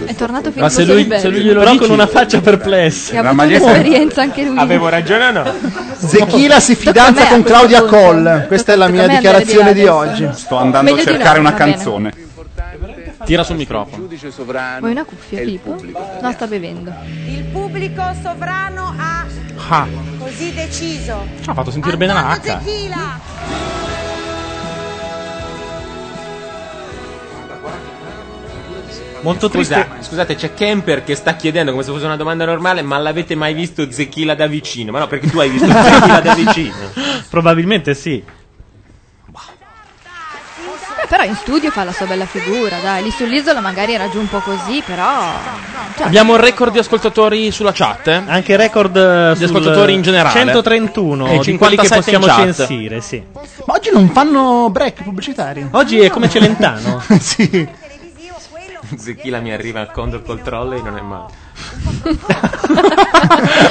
Speaker 6: È tornato fino
Speaker 1: Ma se lui, se lui glielo
Speaker 6: Però
Speaker 1: dici- con una faccia perplessa.
Speaker 6: Che ha avuto un'esperienza anche lui.
Speaker 5: Avevo ragione o no?
Speaker 3: Zechila si fidanza con Claudia Coll. Questa è la mia
Speaker 6: me andare
Speaker 3: dichiarazione
Speaker 6: di
Speaker 3: di
Speaker 6: là
Speaker 3: oggi.
Speaker 13: Sto andando
Speaker 6: Meglio
Speaker 13: a
Speaker 6: di
Speaker 13: cercare
Speaker 6: no,
Speaker 13: una
Speaker 6: va bene.
Speaker 13: canzone.
Speaker 7: Tira sul microfono.
Speaker 17: giudice sovrano.
Speaker 6: Vuoi una cuffia, Pippo? No, sta bevendo.
Speaker 15: Il pubblico sovrano ha
Speaker 7: Ah,
Speaker 15: così deciso.
Speaker 7: ci ha fatto sentire bene la H.
Speaker 15: Tequila!
Speaker 1: Molto
Speaker 5: Scusa,
Speaker 1: triste.
Speaker 5: scusate, c'è Kemper che sta chiedendo come se fosse una domanda normale, ma l'avete mai visto Zechila da vicino? Ma no, perché tu hai visto Zechila da vicino.
Speaker 1: Probabilmente sì.
Speaker 6: Beh, però in studio fa la sua bella figura, dai. Lì sull'isola magari era giù un po' così, però... Cioè,
Speaker 7: Abbiamo un record di ascoltatori sulla chat.
Speaker 1: Anche record eh,
Speaker 7: Gli
Speaker 1: sul-
Speaker 7: ascoltatori in generale.
Speaker 1: 131
Speaker 7: E
Speaker 1: di quelli che
Speaker 7: 57 in
Speaker 1: possiamo
Speaker 7: chat.
Speaker 1: censire, sì.
Speaker 3: Ma oggi non fanno break pubblicitari.
Speaker 1: Oggi è come Celentano.
Speaker 3: sì.
Speaker 5: Zechila mi arriva al Condor col trolley, non è male.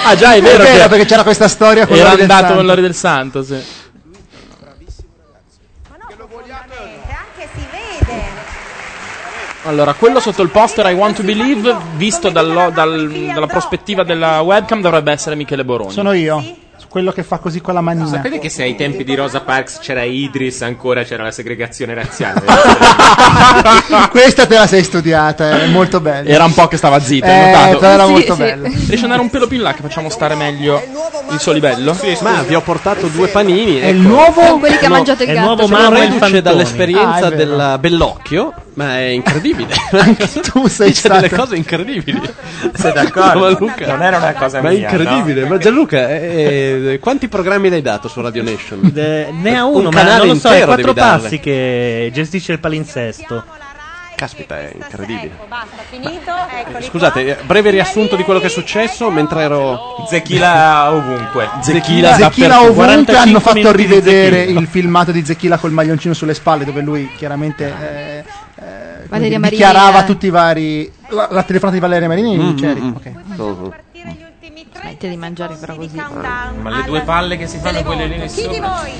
Speaker 7: Ah, già, è vero che-
Speaker 3: perché c'era questa storia con
Speaker 7: Era
Speaker 3: Lori del
Speaker 7: andato con
Speaker 3: Santo.
Speaker 7: l'Ori del Santo, sì. Allora, quello sotto il poster I Want to Believe, visto dallo- dal- dalla prospettiva della webcam, dovrebbe essere Michele Boroni.
Speaker 3: Sono io, quello che fa così con la manina.
Speaker 5: Sapete che se ai tempi di Rosa Parks c'era Idris, ancora c'era la segregazione razziale. Cioè,
Speaker 3: Questa te la sei studiata, eh, è molto bella.
Speaker 7: Era un po' che stava zitta, hai
Speaker 3: Eh,
Speaker 7: notato?
Speaker 3: però era Sì, molto sì. bello.
Speaker 7: Riesci ad andare un pelo più in là che facciamo stare meglio il suo livello?
Speaker 2: Ma vi ho portato due panini.
Speaker 7: È
Speaker 2: ecco.
Speaker 7: il nuovo- Sono quelli che ha
Speaker 2: No,
Speaker 7: mangiato il
Speaker 2: è
Speaker 7: gatto,
Speaker 2: nuovo
Speaker 7: sono
Speaker 2: ma
Speaker 7: quelli
Speaker 2: reduce
Speaker 7: fantoni. Ah, è
Speaker 2: dall'esperienza
Speaker 7: vero.
Speaker 2: del bellocchio, ma è incredibile. Anche tu
Speaker 3: sei
Speaker 2: Dice
Speaker 3: stato-
Speaker 2: delle cose incredibili.
Speaker 25: Sei d'accordo?
Speaker 2: Ma Luca-
Speaker 25: Non era una cosa
Speaker 2: ma
Speaker 25: mia,
Speaker 2: è incredibile. Ma Gianluca, eh, eh, quanti programmi l'hai dato su Radio Nation?
Speaker 1: Ne ha uno,
Speaker 2: Un
Speaker 1: ma
Speaker 2: canale
Speaker 1: non lo so, è
Speaker 2: intero
Speaker 1: quattro
Speaker 2: devi darle.
Speaker 1: passi che gestisce il palinsesto.
Speaker 2: Caspita, è incredibile.
Speaker 24: Basta, finito, eccoli
Speaker 2: Scusate, eh, breve riassunto di quello che è successo mentre ero.
Speaker 25: Zechila ovunque.
Speaker 3: Zechila, Zechila ovunque hanno fatto rivedere il filmato di Zechila col maglioncino sulle spalle dove lui chiaramente eh, eh, come
Speaker 6: Valeria
Speaker 3: dire,
Speaker 6: Marini,
Speaker 3: dichiarava
Speaker 6: eh.
Speaker 3: tutti i vari la, la telefonata di Valeria Marini
Speaker 25: Mm,
Speaker 3: c'eri,
Speaker 25: mm, mm.
Speaker 3: ok.
Speaker 6: Smetti di mangiare però così.
Speaker 25: Ma
Speaker 26: Ah,
Speaker 25: le due palle che si fanno quelle lì
Speaker 12: Chi di
Speaker 25: sopra.
Speaker 12: voi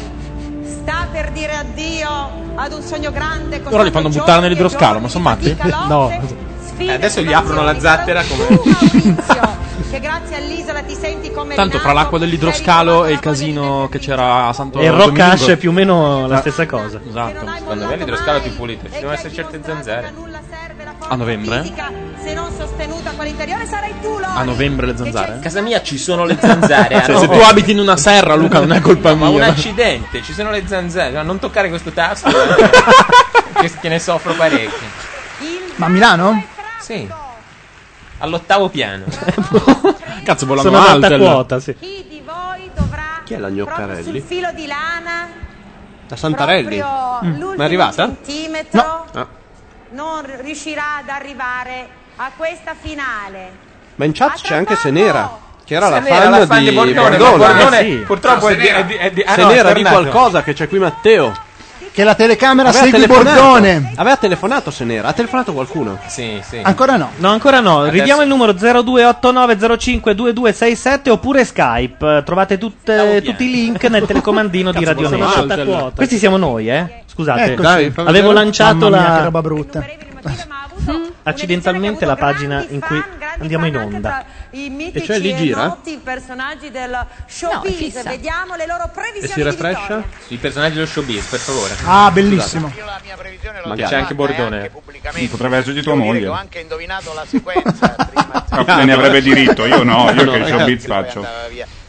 Speaker 12: sta per dire addio ad un sogno grande? con
Speaker 7: Ora li fanno
Speaker 12: tanto
Speaker 7: buttare
Speaker 12: giorni e
Speaker 7: nell'idroscalo, ma sono matti? No.
Speaker 12: giorni?
Speaker 5: Eh, Adesso gli aprono la zattera come...
Speaker 12: Che grazie all'isola ti senti come
Speaker 7: Tanto fra l'acqua dell'idroscalo e il casino che c'era a Santo
Speaker 1: E il rock
Speaker 7: Domingo- Ah,
Speaker 1: hash è più o meno la stessa cosa.
Speaker 7: Esatto.
Speaker 25: Secondo me l'idroscalo è più pulito, ci devono essere certe zanzare.
Speaker 7: A novembre? eh?
Speaker 12: se non sostenuta con l'interiore sarai tu, Lori.
Speaker 7: A novembre le zanzare?
Speaker 25: Casa mia ci sono le zanzare.
Speaker 7: Cioè,
Speaker 25: a
Speaker 7: se tu
Speaker 25: Roma.
Speaker 7: abiti in una serra, Luca, non è colpa
Speaker 25: Ma un
Speaker 7: mia.
Speaker 25: accidente, ci sono le zanzare. No, non toccare questo tasto. eh, che, che ne soffro parecchio.
Speaker 3: Ma a Milano?
Speaker 25: Sì. All'ottavo piano.
Speaker 7: Cazzo,
Speaker 3: volano Sono ad alta Altel. quota,
Speaker 1: sì.
Speaker 12: Chi di voi dovrà
Speaker 2: Chi è la
Speaker 12: proprio sul
Speaker 2: Gnoccarelli?
Speaker 12: filo di lana
Speaker 2: La Santarelli? Mm.
Speaker 12: proprio l'ultimo
Speaker 2: Ma è arrivata?
Speaker 12: centimetro
Speaker 2: Ah.
Speaker 12: non riuscirà ad arrivare a questa finale.
Speaker 2: Ma in chat c'è anche Senera. Che era
Speaker 12: Se
Speaker 2: la
Speaker 12: n'era
Speaker 2: fan,
Speaker 12: la fan
Speaker 2: di
Speaker 12: di Bordone,
Speaker 2: Bordone.
Speaker 12: ma Bordone,
Speaker 2: Eh sì.
Speaker 25: purtroppo è di- è di- è di- ah,
Speaker 2: Se
Speaker 25: no, è
Speaker 2: n'era di
Speaker 25: tornato.
Speaker 2: qualcosa che c'è qui Matteo.
Speaker 3: Che la telecamera
Speaker 2: Aveva
Speaker 3: segui
Speaker 2: telefonato.
Speaker 3: Bordone.
Speaker 2: Aveva telefonato se n'era. Ha telefonato qualcuno?
Speaker 25: Sì, sì.
Speaker 3: Ancora no.
Speaker 1: No, ancora no. Ridiamo il numero 0289052267 oppure Skype. Trovate tutte- tutti i link nel telecomandino di Radio
Speaker 3: Ah, sono
Speaker 1: Nation.
Speaker 3: alta quota.
Speaker 1: Questi siamo noi, eh. Scusate,
Speaker 3: Eccoci.
Speaker 1: avevo lanciato
Speaker 3: Mamma mia, che
Speaker 1: la-
Speaker 3: roba brutta.
Speaker 1: accidentalmente la pagina in cui andiamo in onda.
Speaker 12: I
Speaker 1: E cioè
Speaker 12: mitici
Speaker 1: li
Speaker 12: e,
Speaker 1: gira?
Speaker 12: noti personaggi del showbiz,
Speaker 6: fissa.
Speaker 12: vediamo le loro previsioni.
Speaker 25: E si refrescia? I personaggi dello showbiz, per favore.
Speaker 3: Ah, bellissimo.
Speaker 25: Ma c'è anche Bordone.
Speaker 13: Potrebbe essere di tua moglie.
Speaker 18: indovinato la sequenza
Speaker 13: Però te ne avrebbe diritto, io no, io che il
Speaker 18: ragazzi.
Speaker 13: showbiz faccio.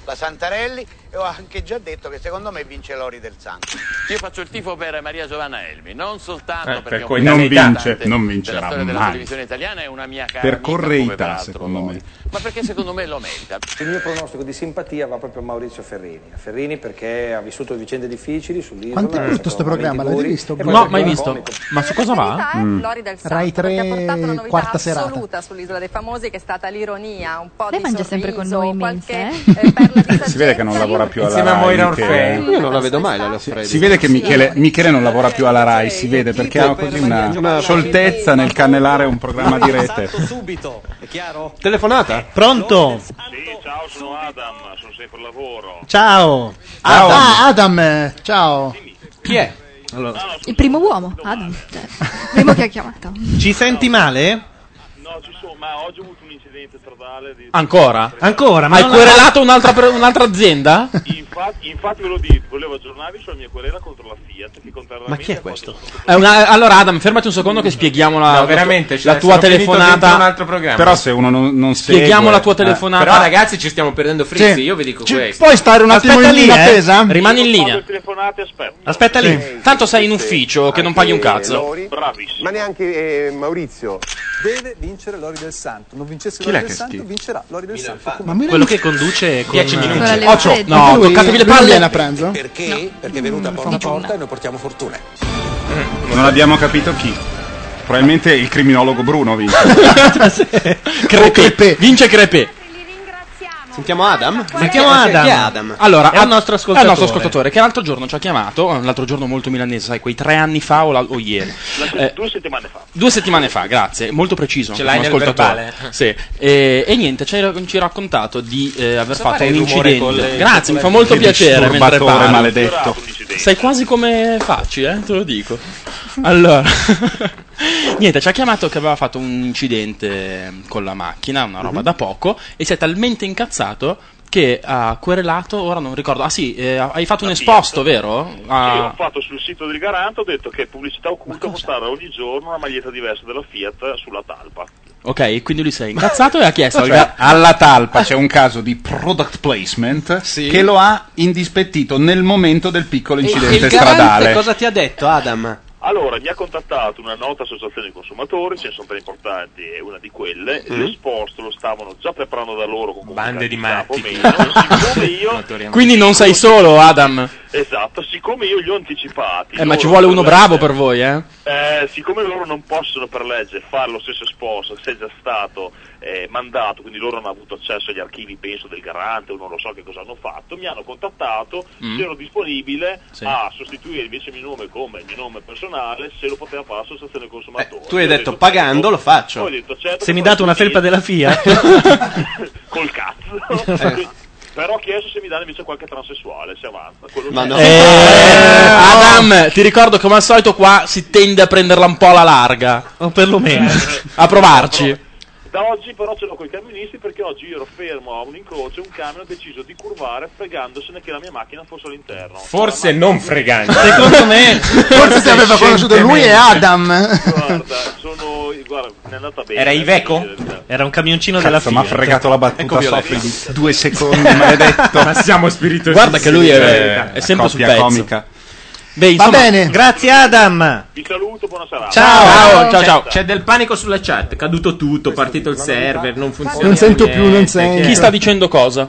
Speaker 18: la Santarelli e ho anche già detto che secondo me vince Lori del Santo
Speaker 20: Io faccio il tifo per Maria Giovanna Elmi, non soltanto
Speaker 13: Eh,
Speaker 20: perché,
Speaker 13: per
Speaker 20: è un
Speaker 13: cui non
Speaker 20: grande
Speaker 13: vince,
Speaker 20: cantante
Speaker 13: non
Speaker 20: della
Speaker 13: vincerà
Speaker 20: storia della
Speaker 13: mai.
Speaker 20: televisione italiana è una mia cara
Speaker 13: Per
Speaker 20: amica, come
Speaker 13: correità,
Speaker 20: peraltro
Speaker 13: secondo me.
Speaker 20: Ma perché secondo me lo merita?
Speaker 27: Il mio pronostico di simpatia va proprio a Maurizio Ferrini. A Ferrini perché ha vissuto vicende difficili sull'isola.
Speaker 3: Quanto è brutto
Speaker 25: eh,
Speaker 3: sto programma, l'avete visto?
Speaker 7: No, mai visto. Ma su cosa va? Mm.
Speaker 26: Lori del Santo,
Speaker 3: Rai
Speaker 26: perché ha portato una
Speaker 3: 3
Speaker 26: novità
Speaker 3: quarta serata.
Speaker 26: assoluta sull'isola dei famosi che è stata l'ironia, un po'
Speaker 6: Lei
Speaker 26: di
Speaker 6: mangia
Speaker 26: sorriso,
Speaker 6: sempre con noi, eh?
Speaker 26: qualche
Speaker 13: Si vede che non lavora più alla
Speaker 25: Insieme a
Speaker 13: Rai.
Speaker 25: Moira
Speaker 13: Michele.
Speaker 25: Orfei. Io
Speaker 2: non la vedo mai la
Speaker 13: Si- Si vede che Michele, Michele non lavora più alla Rai, si vede perché ha così una scioltezza nel cannellare un programma di rete.
Speaker 2: subito, è chiaro? Telefonata?
Speaker 1: Pronto?
Speaker 28: Sì, ciao, sono Adam, sono sempre al lavoro.
Speaker 1: Ciao.
Speaker 3: Adam. Ah, Adam, eh, ciao.
Speaker 1: Chi è?
Speaker 6: Il primo uomo, Adam. Cioè, il primo che ha chiamato.
Speaker 1: Ci senti male?
Speaker 28: No, ci sono, ma oggi ho avuto un incidente stradale. Di...
Speaker 7: Ancora?
Speaker 1: Ancora, ma
Speaker 7: Hai
Speaker 1: non- Ah.
Speaker 7: querelato un'altra, pre- un'altra azienda?
Speaker 28: Infatti, infatti ve lo dico, volevo aggiornarvi sulla mia querela contro la Fiat, che
Speaker 7: Ma chi
Speaker 28: contrariamente
Speaker 7: è questo? È una- allora, Adam, fermati un secondo che spieghiamo la,
Speaker 25: No, veramente, cioè,
Speaker 7: la tua
Speaker 25: sono finito dentro un
Speaker 7: telefonata.
Speaker 25: altro programma.
Speaker 13: Però se uno non, non segue...
Speaker 7: Spieghiamo la tua
Speaker 13: Eh,
Speaker 7: telefonata.
Speaker 25: Però ragazzi ci stiamo perdendo frizzi,
Speaker 13: Sì.
Speaker 25: io vi dico
Speaker 13: Ci-
Speaker 25: questo.
Speaker 7: puoi stare un attimo
Speaker 25: Aspetta
Speaker 7: in-
Speaker 25: lì,
Speaker 7: in
Speaker 25: eh.
Speaker 7: attesa? Rimani in linea.
Speaker 1: Aspetta
Speaker 7: lì. Tanto sei in ufficio che non
Speaker 2: Ah,
Speaker 7: paghi un cazzo.
Speaker 18: Lori, ma neanche eh, Maurizio deve vincere Lori del Santo non vincesse
Speaker 7: Chi
Speaker 18: Lori
Speaker 7: l'è
Speaker 18: del
Speaker 7: che
Speaker 18: Santo
Speaker 7: scrive?
Speaker 18: vincerà Lori del Santo come-
Speaker 1: Quello che conduce con
Speaker 7: 10 minuti. Eh, Con la
Speaker 1: Occhio.
Speaker 7: Leonfreddi.
Speaker 1: No,
Speaker 7: Lui-
Speaker 1: toccatevi le
Speaker 7: lui
Speaker 1: palle.
Speaker 7: viene a
Speaker 1: pranzo?
Speaker 18: perché? perché è venuta porta a porta e noi portiamo fortuna
Speaker 13: Non abbiamo capito chi. Probabilmente il criminologo Bruno vince.
Speaker 7: Crepe. Vince Crepe.
Speaker 25: Sentiamo Adam?
Speaker 1: Sentiamo
Speaker 25: Chi è-
Speaker 1: Adam.
Speaker 25: Chi è Adam?
Speaker 7: Allora,
Speaker 1: È un nostro
Speaker 7: Ad- è un nostro
Speaker 1: ascoltatore.
Speaker 7: ascoltatore che l'altro giorno ci ha chiamato, eh, l'altro giorno molto milanese, sai, quei tre anni fa o, la- o ieri. Eh,
Speaker 28: Due settimane fa.
Speaker 7: Due settimane fa, grazie, molto preciso.
Speaker 5: Ce l'hai
Speaker 7: un
Speaker 5: nel
Speaker 7: ascoltatore.
Speaker 5: verbale.
Speaker 7: Sì. E, e niente, ci ha ci ha raccontato di eh, aver
Speaker 5: Posso
Speaker 7: fatto
Speaker 5: fare
Speaker 7: un
Speaker 5: il rumore
Speaker 7: incidente.
Speaker 5: con le-
Speaker 7: Grazie,
Speaker 5: con
Speaker 7: mi fa
Speaker 5: le-
Speaker 7: molto
Speaker 5: Che
Speaker 7: piacere. mentre
Speaker 5: disturbatore
Speaker 7: parla.
Speaker 5: maledetto.
Speaker 7: Sei quasi come Facci, eh, te lo dico. Allora, niente, ci ha chiamato che aveva fatto un incidente con la macchina, una roba
Speaker 5: Mhm.
Speaker 7: da poco, e si è talmente incazzato che ha querelato, ora non ricordo, ah sì, eh, hai fatto un esposto, vero?
Speaker 28: Io ho
Speaker 7: Ah,
Speaker 28: fatto sul sito del Garante, ho detto che è pubblicità occulta postare ogni giorno una maglietta diversa della Fiat sulla talpa.
Speaker 7: ok, quindi lui si è incazzato e ha chiesto al
Speaker 28: Cioè,
Speaker 7: ga-
Speaker 13: alla talpa c'è un caso di product placement che lo ha indispettito nel momento del piccolo incidente stradale.
Speaker 18: cosa ti ha detto Adam?
Speaker 28: Allora, mi ha contattato una nota associazione di consumatori, ce ne sono tre importanti e una di quelle,
Speaker 5: Mm.
Speaker 28: l'esposto lo stavano già preparando da loro con
Speaker 5: Bande di matti.
Speaker 28: Siccome io,
Speaker 7: Quindi non sei solo, Adam.
Speaker 28: esatto, siccome io li ho anticipati,
Speaker 7: Eh, ma
Speaker 28: loro
Speaker 7: ci vuole uno
Speaker 28: per legge-
Speaker 7: bravo per voi, eh?
Speaker 28: eh, siccome loro non possono per legge fare lo stesso esposto, se è già stato eh, mandato, quindi loro non hanno avuto accesso agli archivi, penso, del garante o non lo so che cosa hanno fatto, mi hanno contattato
Speaker 29: Mm.
Speaker 28: se ero disponibile
Speaker 29: Sì.
Speaker 28: a sostituire invece il mio nome come il mio nome personale se lo poteva fare l'associazione consumatori.
Speaker 2: Eh,
Speaker 25: Tu hai detto pagando lo faccio.
Speaker 28: Poi ho detto certo,
Speaker 1: Se mi
Speaker 28: però
Speaker 1: date una
Speaker 28: così-
Speaker 1: felpa della FIA.
Speaker 28: col cazzo.
Speaker 1: Eh.
Speaker 28: Però ho chiesto se mi danno invece qualche transessuale, se avanza. Quello
Speaker 7: Ma
Speaker 28: sì.
Speaker 7: no. Eh, Adam, ti ricordo come al solito qua si tende a prenderla un po' alla larga. O perlomeno. A provarci.
Speaker 28: Da oggi però ce l'ho con i camionisti perché oggi io ero fermo a un incrocio e un camion ha deciso di curvare fregandosene che la mia macchina fosse all'interno.
Speaker 5: Forse non fregante.
Speaker 28: Secondo me-
Speaker 3: Forse se aveva conosciuto lui e Adam.
Speaker 28: Guarda, sono. Guarda, mi è andata bene.
Speaker 1: Era Iveco? Era un camioncino della
Speaker 13: Cazzo,
Speaker 1: FIA.
Speaker 13: m'ha fregato la battuta
Speaker 3: Ecco
Speaker 1: ecco
Speaker 13: Sofri di due secondi, maledetto.
Speaker 1: Ma siamo spiritosi.
Speaker 13: Guarda che lui è-
Speaker 1: Eh,
Speaker 13: è sempre sul
Speaker 1: coppia
Speaker 13: pezzo.
Speaker 1: Va bene. Grazie Adam.
Speaker 28: Vi saluto, buona serata.
Speaker 1: Ciao.
Speaker 5: C'è- C'è del panico sulla chat, caduto tutto, partito il server, non funziona.
Speaker 3: Non sento più, non
Speaker 5: niente.
Speaker 3: sento.
Speaker 5: Chi sta
Speaker 7: dicendo cosa?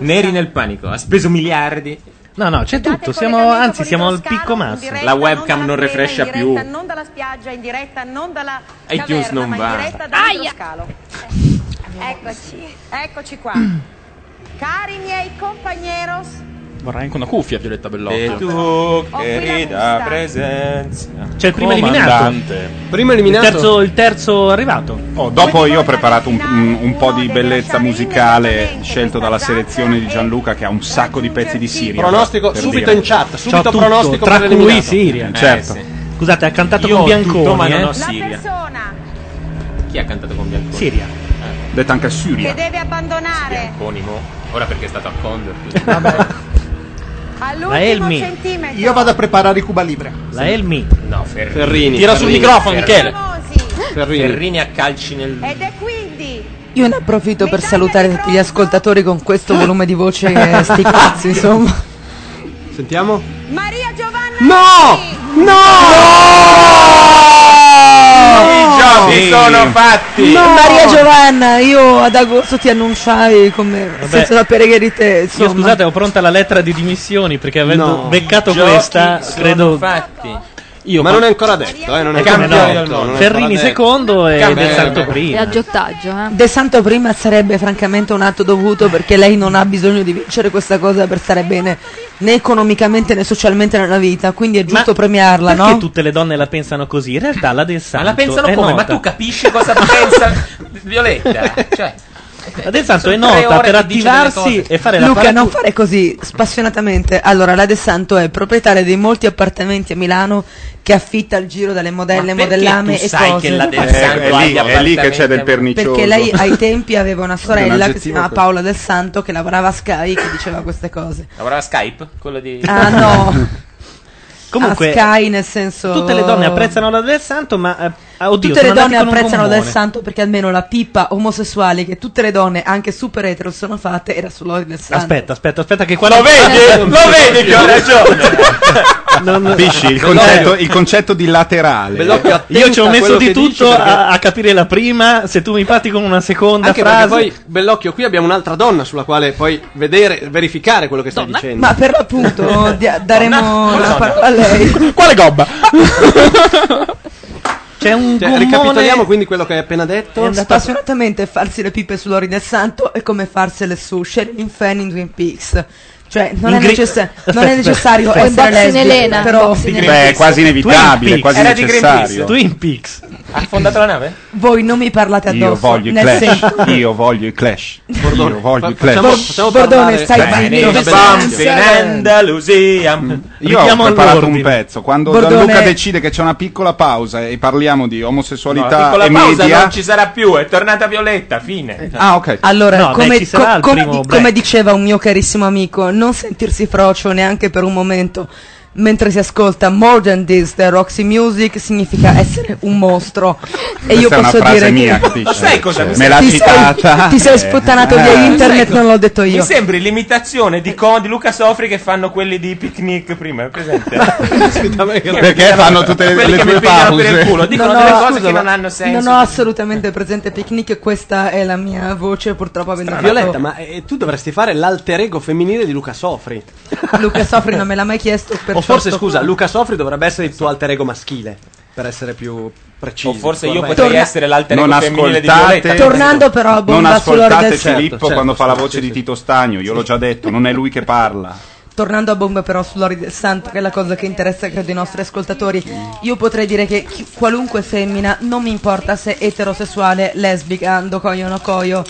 Speaker 5: Neri nel panico, ha speso miliardi.
Speaker 1: No, no, c'è tutto. Siamo, anzi, siamo al picco massimo.
Speaker 5: La webcam non refrescia più.
Speaker 12: non dalla spiaggia, in diretta non dalla
Speaker 5: iTunes
Speaker 12: caverna,
Speaker 5: non
Speaker 12: ma
Speaker 5: va.
Speaker 12: in diretta da dentro scalo.
Speaker 9: Eh,
Speaker 12: Eccoci, eccoci qua. Cari miei compagneros,
Speaker 7: Vorrei anche una cuffia, Violetta Bellotto.
Speaker 5: E tu, querida presenza.
Speaker 1: C'è il primo eliminato.
Speaker 5: Primo
Speaker 1: Il terzo, il terzo arrivato.
Speaker 13: Oh, dopo io ho preparato un, un- un po' di bellezza musicale scelto dalla selezione di Gianluca che ha un sacco di pezzi di Siria.
Speaker 2: Pronostico
Speaker 13: per
Speaker 2: subito
Speaker 13: dire. Eh,
Speaker 2: in chat, subito
Speaker 13: tutto,
Speaker 2: pronostico
Speaker 13: tra
Speaker 2: per
Speaker 13: cui
Speaker 2: l'eliminato.
Speaker 13: Siria.
Speaker 1: Certo. Scusate, ha cantato con Bianconi. eh.
Speaker 12: persona
Speaker 5: Chi ha cantato con Bianconi?
Speaker 1: Siria.
Speaker 13: Detto anche
Speaker 12: che
Speaker 13: Siria.
Speaker 12: deve abbandonare
Speaker 5: Conimo. Ora perché è stato a Condor.
Speaker 12: all'ultimo
Speaker 1: Elmi.
Speaker 12: centimetro
Speaker 3: Io vado a preparare i Cuba Libre.
Speaker 1: La Elmi.
Speaker 5: No, Ferrini.
Speaker 3: Ferrini.
Speaker 5: Tira sul
Speaker 3: Ferrini.
Speaker 5: microfono,
Speaker 3: Ferrini.
Speaker 5: Michele. Ferrini. a calci nel.
Speaker 12: ed è quindi
Speaker 14: Io ne approfitto per salutare tutti gli ascoltatori con questo volume di voce che sti cazzi, insomma.
Speaker 2: Sentiamo?
Speaker 12: Maria Giovanna
Speaker 2: No!
Speaker 5: I giochi sono fatti.
Speaker 14: Maria Giovanna, io ad agosto ti annunciai come senza sapere che eri te,
Speaker 1: Io
Speaker 14: insomma.
Speaker 1: scusate, ho pronta la lettera di dimissioni perché avendo
Speaker 14: No.
Speaker 1: beccato
Speaker 14: Giochi
Speaker 1: questa,
Speaker 14: sono
Speaker 1: credo
Speaker 5: Fatti.
Speaker 14: Io
Speaker 2: Ma non è ancora detto, eh, non è
Speaker 1: Eh,
Speaker 2: ancora
Speaker 1: come no?
Speaker 2: detto, non è ancora
Speaker 1: Ferrini
Speaker 2: detto.
Speaker 1: secondo e
Speaker 14: Campione.
Speaker 1: Del Santo
Speaker 14: E
Speaker 1: primo.
Speaker 14: aggiottaggio, eh? De Santo prima sarebbe francamente un atto dovuto perché lei non ha bisogno di vincere questa cosa per stare bene né economicamente né socialmente nella vita, quindi è giusto premiarla,
Speaker 1: Perché
Speaker 14: no?
Speaker 1: tutte le donne la pensano così? In realtà la Del Santo
Speaker 14: la pensano
Speaker 1: è
Speaker 14: come?
Speaker 1: nota.
Speaker 14: Ma tu
Speaker 5: Capisci cosa pensa Violetta? Cioè,
Speaker 1: La Del Santo è
Speaker 14: Sono tre
Speaker 1: nota
Speaker 14: ore
Speaker 1: per
Speaker 14: che dice delle
Speaker 1: attivarsi
Speaker 14: cose.
Speaker 1: e fare la
Speaker 14: Luca,
Speaker 1: paracu-
Speaker 14: non fare così spassionatamente. Allora, la De Santo è proprietaria di molti appartamenti a Milano che affitta al giro dalle modelle,
Speaker 5: perché
Speaker 14: modellame
Speaker 5: tu
Speaker 14: e
Speaker 5: sai
Speaker 14: cose.
Speaker 5: che la De
Speaker 13: Eh,
Speaker 5: Santo
Speaker 13: è,
Speaker 5: ha
Speaker 13: lì,
Speaker 5: gli
Speaker 13: è lì che c'è
Speaker 5: appartamenti
Speaker 13: del
Speaker 5: a-
Speaker 13: pernicioso.
Speaker 14: Perché lei ai tempi aveva una
Speaker 5: Un
Speaker 14: sorella che
Speaker 5: aggettivo
Speaker 14: si chiamava
Speaker 5: così.
Speaker 14: Paola Del Santo che lavorava a Sky che diceva queste cose.
Speaker 5: Lavorava a Skype? Quello di.
Speaker 14: Ah no.
Speaker 1: Comunque,
Speaker 14: a Ah, Sky nel senso
Speaker 1: Tutte le donne apprezzano la Del Santo, ma eh, ah, oddio,
Speaker 14: Tutte le
Speaker 1: sono nati
Speaker 14: donne
Speaker 1: con un
Speaker 14: apprezzano
Speaker 1: gommone.
Speaker 14: Del Santo perché almeno la pippa omosessuale che tutte le donne, anche super etero, sono fatte era sull'olio del Santo.
Speaker 1: Aspetta, aspetta, aspetta che qua
Speaker 14: Lo vedi? Lo
Speaker 13: vedi che ho
Speaker 5: ragione.
Speaker 13: Capisci il concetto, il concetto di laterale.
Speaker 1: Io ci ho messo di tutto
Speaker 13: perché-
Speaker 1: a, a capire la prima, se tu mi parti con una seconda
Speaker 2: Anche
Speaker 1: frase.
Speaker 2: perché poi, Bellocchio, qui abbiamo un'altra donna sulla quale puoi vedere, verificare quello che stai dicendo.
Speaker 14: Ma per l'appunto dia- daremo la parola a lei.
Speaker 7: Quale gobba?
Speaker 1: C'è
Speaker 2: Cioè,
Speaker 1: un gommone-
Speaker 2: ricapitoliamo quindi quello che hai appena detto.
Speaker 14: Spassionatamente farsi le pippe sull'ori del santo è come farsele su Sherilyn Fenn in Twin Peaks. Cioè, non,
Speaker 2: In
Speaker 14: è,
Speaker 2: gri-
Speaker 14: necessa- non
Speaker 2: Aspetta,
Speaker 14: è necessario
Speaker 2: aspetta.
Speaker 14: essere
Speaker 2: Boxing
Speaker 14: lesbica,
Speaker 6: Elena,
Speaker 14: Eh, però
Speaker 6: Boxing
Speaker 13: Beh, è quasi inevitabile, è quasi
Speaker 14: Era di
Speaker 13: necessario.
Speaker 1: Twin Peaks.
Speaker 5: Ha fondato la nave?
Speaker 14: voi non mi parlate addosso.
Speaker 13: Io voglio i
Speaker 14: nel
Speaker 13: Clash.
Speaker 14: senso-
Speaker 13: Io voglio i Clash. Io voglio i
Speaker 2: facciamo-
Speaker 13: Clash.
Speaker 2: facciamo Bordone, parlare- stai zitto.
Speaker 13: Andalusia. Mm. Io ho
Speaker 5: Richiamo
Speaker 13: preparato
Speaker 5: all'ordine.
Speaker 13: un pezzo. Quando
Speaker 5: Bordone-
Speaker 13: Gianluca decide che c'è una piccola pausa e parliamo di
Speaker 5: No,
Speaker 13: omosessualità
Speaker 5: piccola
Speaker 13: e
Speaker 5: pausa
Speaker 13: media.
Speaker 5: non ci sarà più, è tornata Violetta, fine.
Speaker 13: Ah, ok.
Speaker 14: Allora, come, co- come di- come diceva un mio carissimo amico, non sentirsi frocio neanche per un momento mentre si ascolta More Than This the Roxy Music significa essere un mostro. e io
Speaker 13: Questa è una
Speaker 14: posso
Speaker 13: frase
Speaker 14: dire
Speaker 13: mia,
Speaker 14: che...
Speaker 13: capisci?
Speaker 5: sai cosa mi
Speaker 13: Me l'ha
Speaker 5: sembra?
Speaker 13: citata.
Speaker 14: Ti sei
Speaker 13: Eh. ecco.
Speaker 14: sputtanato
Speaker 5: Eh.
Speaker 14: via internet,
Speaker 5: Sai co-
Speaker 14: non l'ho detto io.
Speaker 5: Mi sembri l'imitazione di, con- di Luca Sofri che fanno quelli di picnic prima, è presente?
Speaker 13: Perché fanno tutte le,
Speaker 5: Quelli
Speaker 13: le
Speaker 5: che mi
Speaker 13: tue
Speaker 5: pigliano per il
Speaker 13: pause.
Speaker 5: culo, dicono delle cose che non hanno senso.
Speaker 14: Non ho assolutamente presente picnic, questa è la mia voce purtroppo avendo fatto-
Speaker 2: Violetta, ma eh, tu dovresti fare l'alter ego femminile di Luca Sofri.
Speaker 14: Luca Sofri non me l'ha mai chiesto per
Speaker 2: o forse,
Speaker 14: certo-
Speaker 2: scusa, Luca Sofri dovrebbe essere il tuo alter ego maschile, per essere più preciso.
Speaker 5: O forse io
Speaker 2: Ormai-
Speaker 5: potrei essere l'alter ego
Speaker 13: non
Speaker 5: femminile di
Speaker 13: ascoltate-
Speaker 5: Violetta.
Speaker 14: Tornando però a
Speaker 13: Non
Speaker 14: Bomba sull'ora
Speaker 13: ascoltate
Speaker 14: del
Speaker 13: Filippo
Speaker 14: Santo,
Speaker 13: quando
Speaker 14: certo,
Speaker 13: fa la
Speaker 14: sì,
Speaker 13: voce
Speaker 14: sì.
Speaker 13: di Tito Stagno, io l'ho già detto, non è lui che parla.
Speaker 14: Tornando a bomba però sull'ori del santo, che è la cosa che interessa credo i nostri ascoltatori, io potrei dire che chi- qualunque femmina, non mi importa se eterosessuale, lesbica, andocoio, nocoio,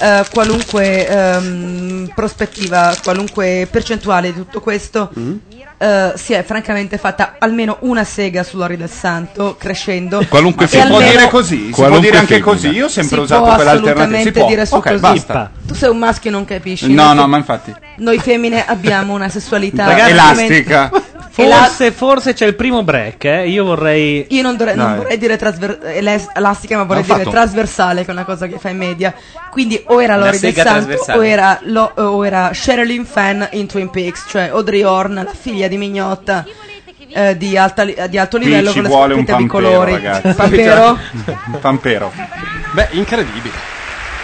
Speaker 14: eh, qualunque ehm, prospettiva, qualunque percentuale di tutto questo,
Speaker 13: Mm-hmm.
Speaker 14: eh, si è francamente fatta almeno una sega sull'ori del santo, crescendo.
Speaker 13: Qualunque
Speaker 14: E
Speaker 13: si può
Speaker 14: almeno-
Speaker 13: dire così, si può
Speaker 2: Qualunque
Speaker 13: dire anche
Speaker 2: femmina.
Speaker 13: così. Io ho sempre
Speaker 14: si
Speaker 13: usato
Speaker 14: può
Speaker 13: quell'alternativa. Si
Speaker 14: assolutamente
Speaker 13: può.
Speaker 14: dire su
Speaker 13: ok,
Speaker 14: così.
Speaker 13: basta.
Speaker 14: Tu sei un maschio e non capisci.
Speaker 13: No,
Speaker 14: Noi-
Speaker 13: no, ma infatti.
Speaker 14: Noi femmine abbiamo una sessualità
Speaker 1: Ragazzi,
Speaker 13: Elastica.
Speaker 1: Forse, forse c'è il primo break. eh. Io vorrei.
Speaker 14: Io non, dovrei, non
Speaker 1: Dai.
Speaker 14: vorrei dire trasver- elas- elastica, ma vorrei
Speaker 1: L'hanno
Speaker 14: dire
Speaker 1: fatto.
Speaker 14: trasversale, che è una cosa che fa in media. Quindi o era
Speaker 1: Una
Speaker 14: Lori del
Speaker 1: sega
Speaker 14: Santo
Speaker 1: trasversale.
Speaker 14: o era, lo- o era Sherilyn Fenn in Twin Peaks, cioè Audrey Horn, la figlia di Mignotta. eh, di, alta li- di alto
Speaker 13: Qui
Speaker 14: livello
Speaker 13: ci
Speaker 14: con le
Speaker 13: vuole un
Speaker 14: scritte di
Speaker 13: pampero,
Speaker 14: colori
Speaker 13: ragazzi.
Speaker 14: Pampero?
Speaker 13: pampero.
Speaker 2: Beh, incredibile.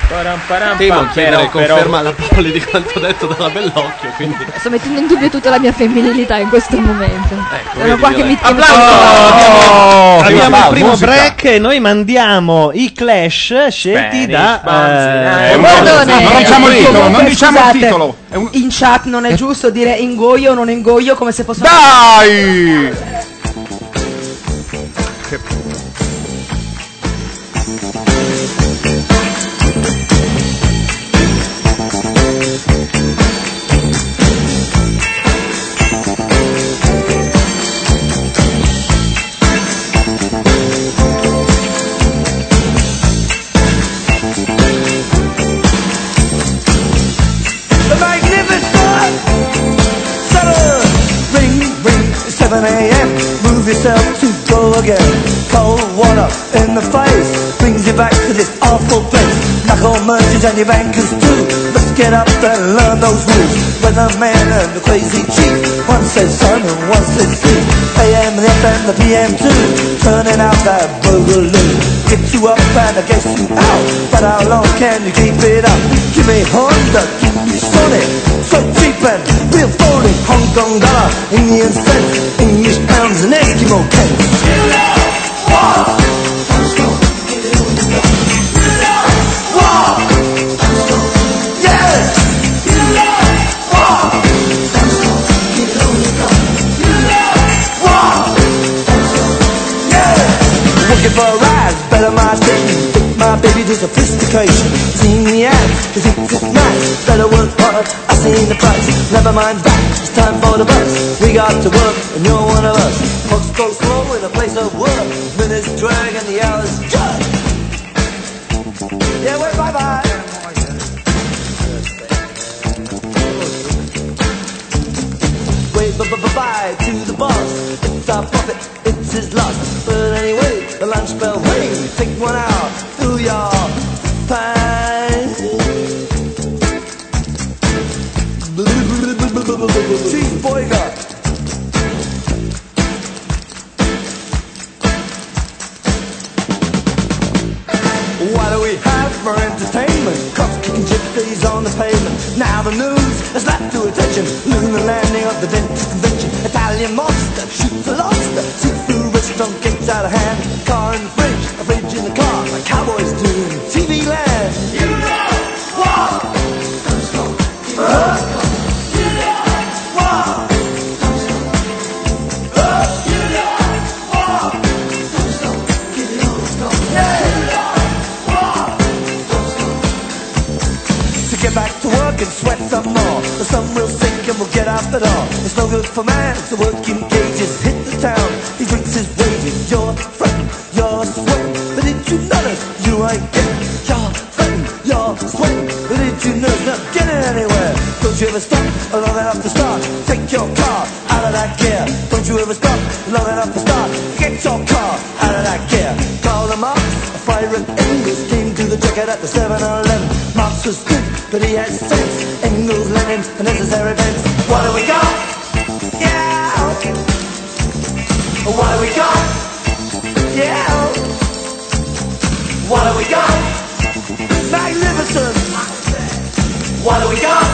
Speaker 5: Param, param,
Speaker 2: Devo
Speaker 5: pam,
Speaker 2: chiedere
Speaker 5: però, però.
Speaker 2: conferma alla Poli di quanto detto dalla Bellocchio, quindi...
Speaker 6: Sto mettendo in dubbio tutta la mia femminilità in questo momento. Sono
Speaker 2: vedi,
Speaker 6: qua che mi
Speaker 2: Violetta.
Speaker 6: tiro.
Speaker 1: abbiamo abbiamo il
Speaker 13: Wow,
Speaker 1: primo
Speaker 13: Oh, musica.
Speaker 1: break e noi mandiamo i clash scelti da. eh, Bordone.
Speaker 13: Non diciamo il titolo, non diciamo il
Speaker 14: Scusate,
Speaker 13: titolo.
Speaker 14: In chat non è giusto dire ingoio o non ingoio come se fosse
Speaker 13: Dai!
Speaker 29: The magnificent Saturn Ring, ring, 7 a.m. Move yourself to go again Cold water in the face Brings you back to this awful place Knuckle merchants and your bankers too Let's get up and learn those rules Weatherman and the crazy chief One says sun and one says sea AM, the FM, the PM too Turning out that boogaloo Get you up and I guess you out But how long can you keep it up? Give me Honda, Sonic, so cheap and real phony Hong Kong dollar, Indian cents, English pounds and Eskimo pence. Looking for a ride, better my station. My baby to sophistication. Seen the ad, cause it's just nice. Better work hard, I seen the price. Never mind that, it's time for the bus. We got to work, and you're one of us. Clocks go slow in a place of work. Minutes drag and the hours jump. Yeah, wait, bye bye. Wait, bye bye bye to the boss. It's our profit, it's his loss. But anyway, the lunch bell rings. Take one out, fill your pie. Cheese boyga. What do we have for entertainment? Cops kicking gypsies on the pavement. Now the news has lapped to attention. Lunar landing of the dentist convention. It's alley monster shoots a lobster. Seafood restaurant gets out of hand. Car in the fridge, a fridge in the car. The cowboys do in TV land. You know what? Huh? You know what? Huh? You know what? to get back to work and sweat some more. The sun will sink and we'll get out the door. It's no good for man to work in cages. Hit the town, he drinks his wages. You're fretting, you're sweating, but did you notice you ain't getting? You're fretting, you're sweating, but did you notice not getting anywhere? Don't you ever stop long enough to start? Take your car out of that gear. Don't you ever stop long enough to start? Get your car out of that gear. Call them up, a fire English came to the jacket at the 7-Eleven. Marx was good, but he had sense. Engels, Lenin, the necessary events. What do we got? Yeah. What do we got? Yeah. What do we got? Magnificent. What do we got?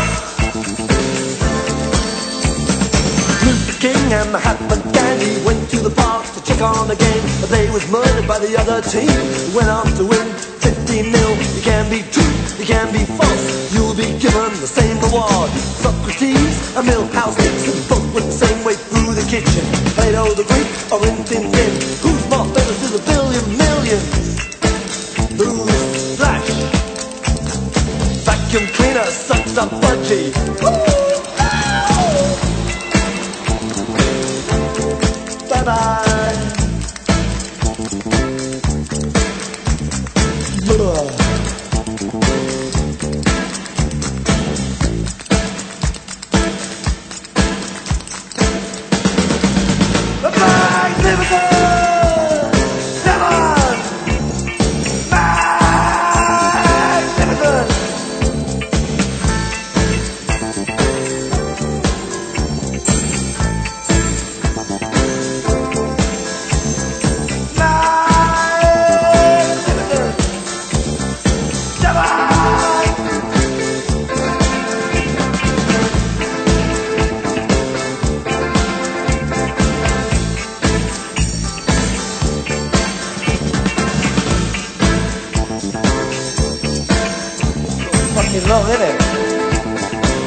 Speaker 29: Luther King and Mahatma Gandhi went to the park to check on the game, but they was murdered by the other team. He Went on to win 15 nil. You can be true, you can be false. You'll be given the same reward. Socrates and Milhouse Nixon both went the same way through the kitchen. Plato the Greek or in Tin Tin. Who's more famous is a billion million? Who's flash? Vacuum cleaner sucks up budgie. Bye bye. Fucking long, isn't it?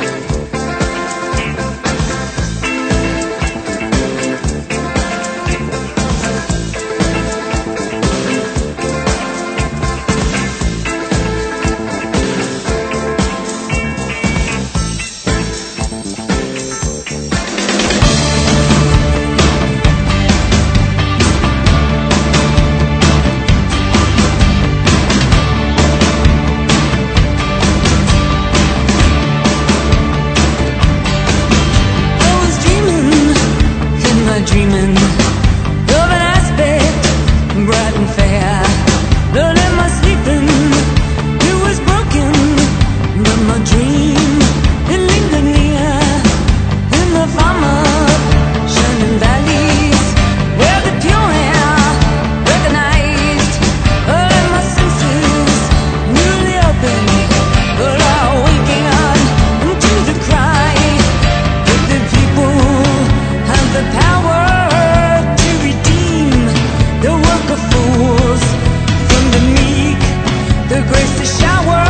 Speaker 8: I was dreaming in my dreaming of an aspect bright and fair. But in my sleeping, it was broken. But my dream it lingered near in the farmer shining valleys where the pure air recognized all of my senses newly open. But I waking up into the cry. If the people have the power to redeem the work of fools from the meek, the grace to shower,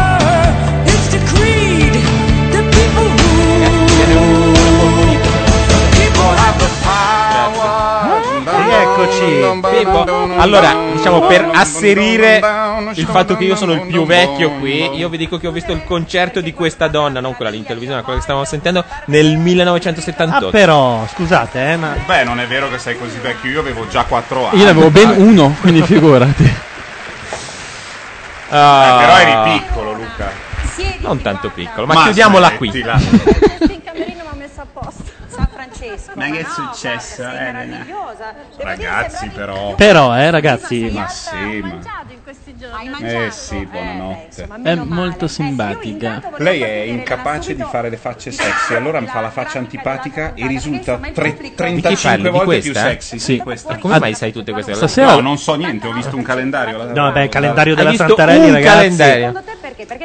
Speaker 8: it's the creed, the people rule. People have the
Speaker 5: Eccoci, Bebo. allora diciamo per asserire il fatto che io sono il più vecchio qui, io vi dico che ho visto il concerto di questa donna, non quella lì in televisione, ma quella che stavamo sentendo nel 1978.
Speaker 1: Ah, però, scusate, eh, ma.
Speaker 13: Beh, non è vero che sei così vecchio, io avevo già 4 anni.
Speaker 1: Io ne avevo ben
Speaker 13: Dai.
Speaker 1: uno,
Speaker 2: quindi figurati.
Speaker 5: Ah.
Speaker 13: Eh, però eri piccolo, Luca.
Speaker 5: Non tanto piccolo, ma,
Speaker 13: Ma
Speaker 5: chiudiamola qui.
Speaker 12: Il camerino mi ha messo a posto. San Francesco.
Speaker 30: Ma che è
Speaker 12: no,
Speaker 30: successo,
Speaker 12: guarda, sei
Speaker 30: Elena?
Speaker 12: meravigliosa. Devo
Speaker 13: Ragazzi, però.
Speaker 1: Però, eh, ragazzi.
Speaker 13: Ma sì, ma.
Speaker 12: in questi giorni. Hai mangiato?
Speaker 13: Eh
Speaker 5: Esatto.
Speaker 13: sì, buonanotte.
Speaker 1: È molto simpatica.
Speaker 13: Lei è incapace di fare le facce sexy, allora mi fa la faccia antipatica e risulta tre-
Speaker 5: Di chi parli?
Speaker 13: 35
Speaker 5: Di
Speaker 13: volte più
Speaker 5: questa?
Speaker 13: sexy.
Speaker 5: Sì.
Speaker 13: di questa.
Speaker 5: Ma come Ad- mai sai tutte queste cose?
Speaker 1: Stasera-
Speaker 13: No, non so niente, ho visto un calendario. la-
Speaker 1: No, vabbè, il calendario
Speaker 13: Hai
Speaker 1: della
Speaker 13: visto
Speaker 1: Santarelli,
Speaker 13: un
Speaker 1: ragazzi.
Speaker 13: calendario?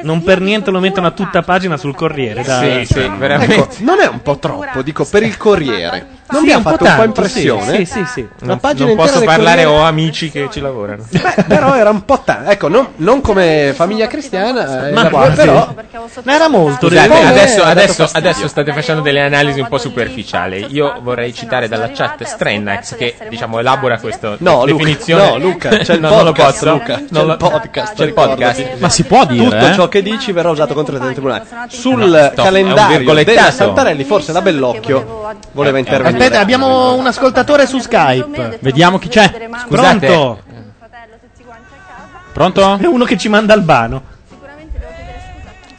Speaker 1: Non per niente lo mettono a
Speaker 2: Eh,
Speaker 1: tutta pagina sul Corriere. Dai.
Speaker 2: Ecco, non è un po' troppo, dico, per il Corriere. Non mi ha fatto un po' impressione.
Speaker 5: Sì, sì, sì.
Speaker 2: La
Speaker 5: Non,
Speaker 2: pagina
Speaker 5: non posso
Speaker 2: intera del
Speaker 5: parlare,
Speaker 2: Corriere-
Speaker 5: ho amici che ci lavorano.
Speaker 2: Beh, però era un po' tanto. Ecco, non, non come famiglia cristiana, eh,
Speaker 5: Ma
Speaker 2: però- però.
Speaker 1: Ma era molto.
Speaker 5: Scusate,
Speaker 2: Come-
Speaker 5: adesso,
Speaker 2: ha dato
Speaker 5: adesso-
Speaker 2: fastidio.
Speaker 5: adesso state facendo delle analisi un po' superficiali. Io vorrei citare dalla chat Strennax che diciamo elabora questa
Speaker 2: No, Luca,
Speaker 5: definizione.
Speaker 2: no, Luca, c'è il
Speaker 5: No, non lo
Speaker 2: podcast,
Speaker 5: posso.
Speaker 2: Luca,
Speaker 5: Non
Speaker 2: c'è
Speaker 5: lo-
Speaker 2: il podcast,
Speaker 5: c'è il podcast.
Speaker 2: Ma si può
Speaker 5: dire,
Speaker 2: Tutto
Speaker 5: eh?
Speaker 2: ciò che dici verrà usato contro il tribunale. Sul
Speaker 5: stop, è un
Speaker 2: calendario della
Speaker 5: virgolettato. Eh,
Speaker 2: Santarelli, forse la Bellocchio voleva intervenire.
Speaker 3: Aspetta, abbiamo un ascoltatore su Skype.
Speaker 1: Vediamo chi c'è.
Speaker 3: Scusate.
Speaker 1: Pronto?
Speaker 5: Pronto?
Speaker 1: È uno che ci manda Albano.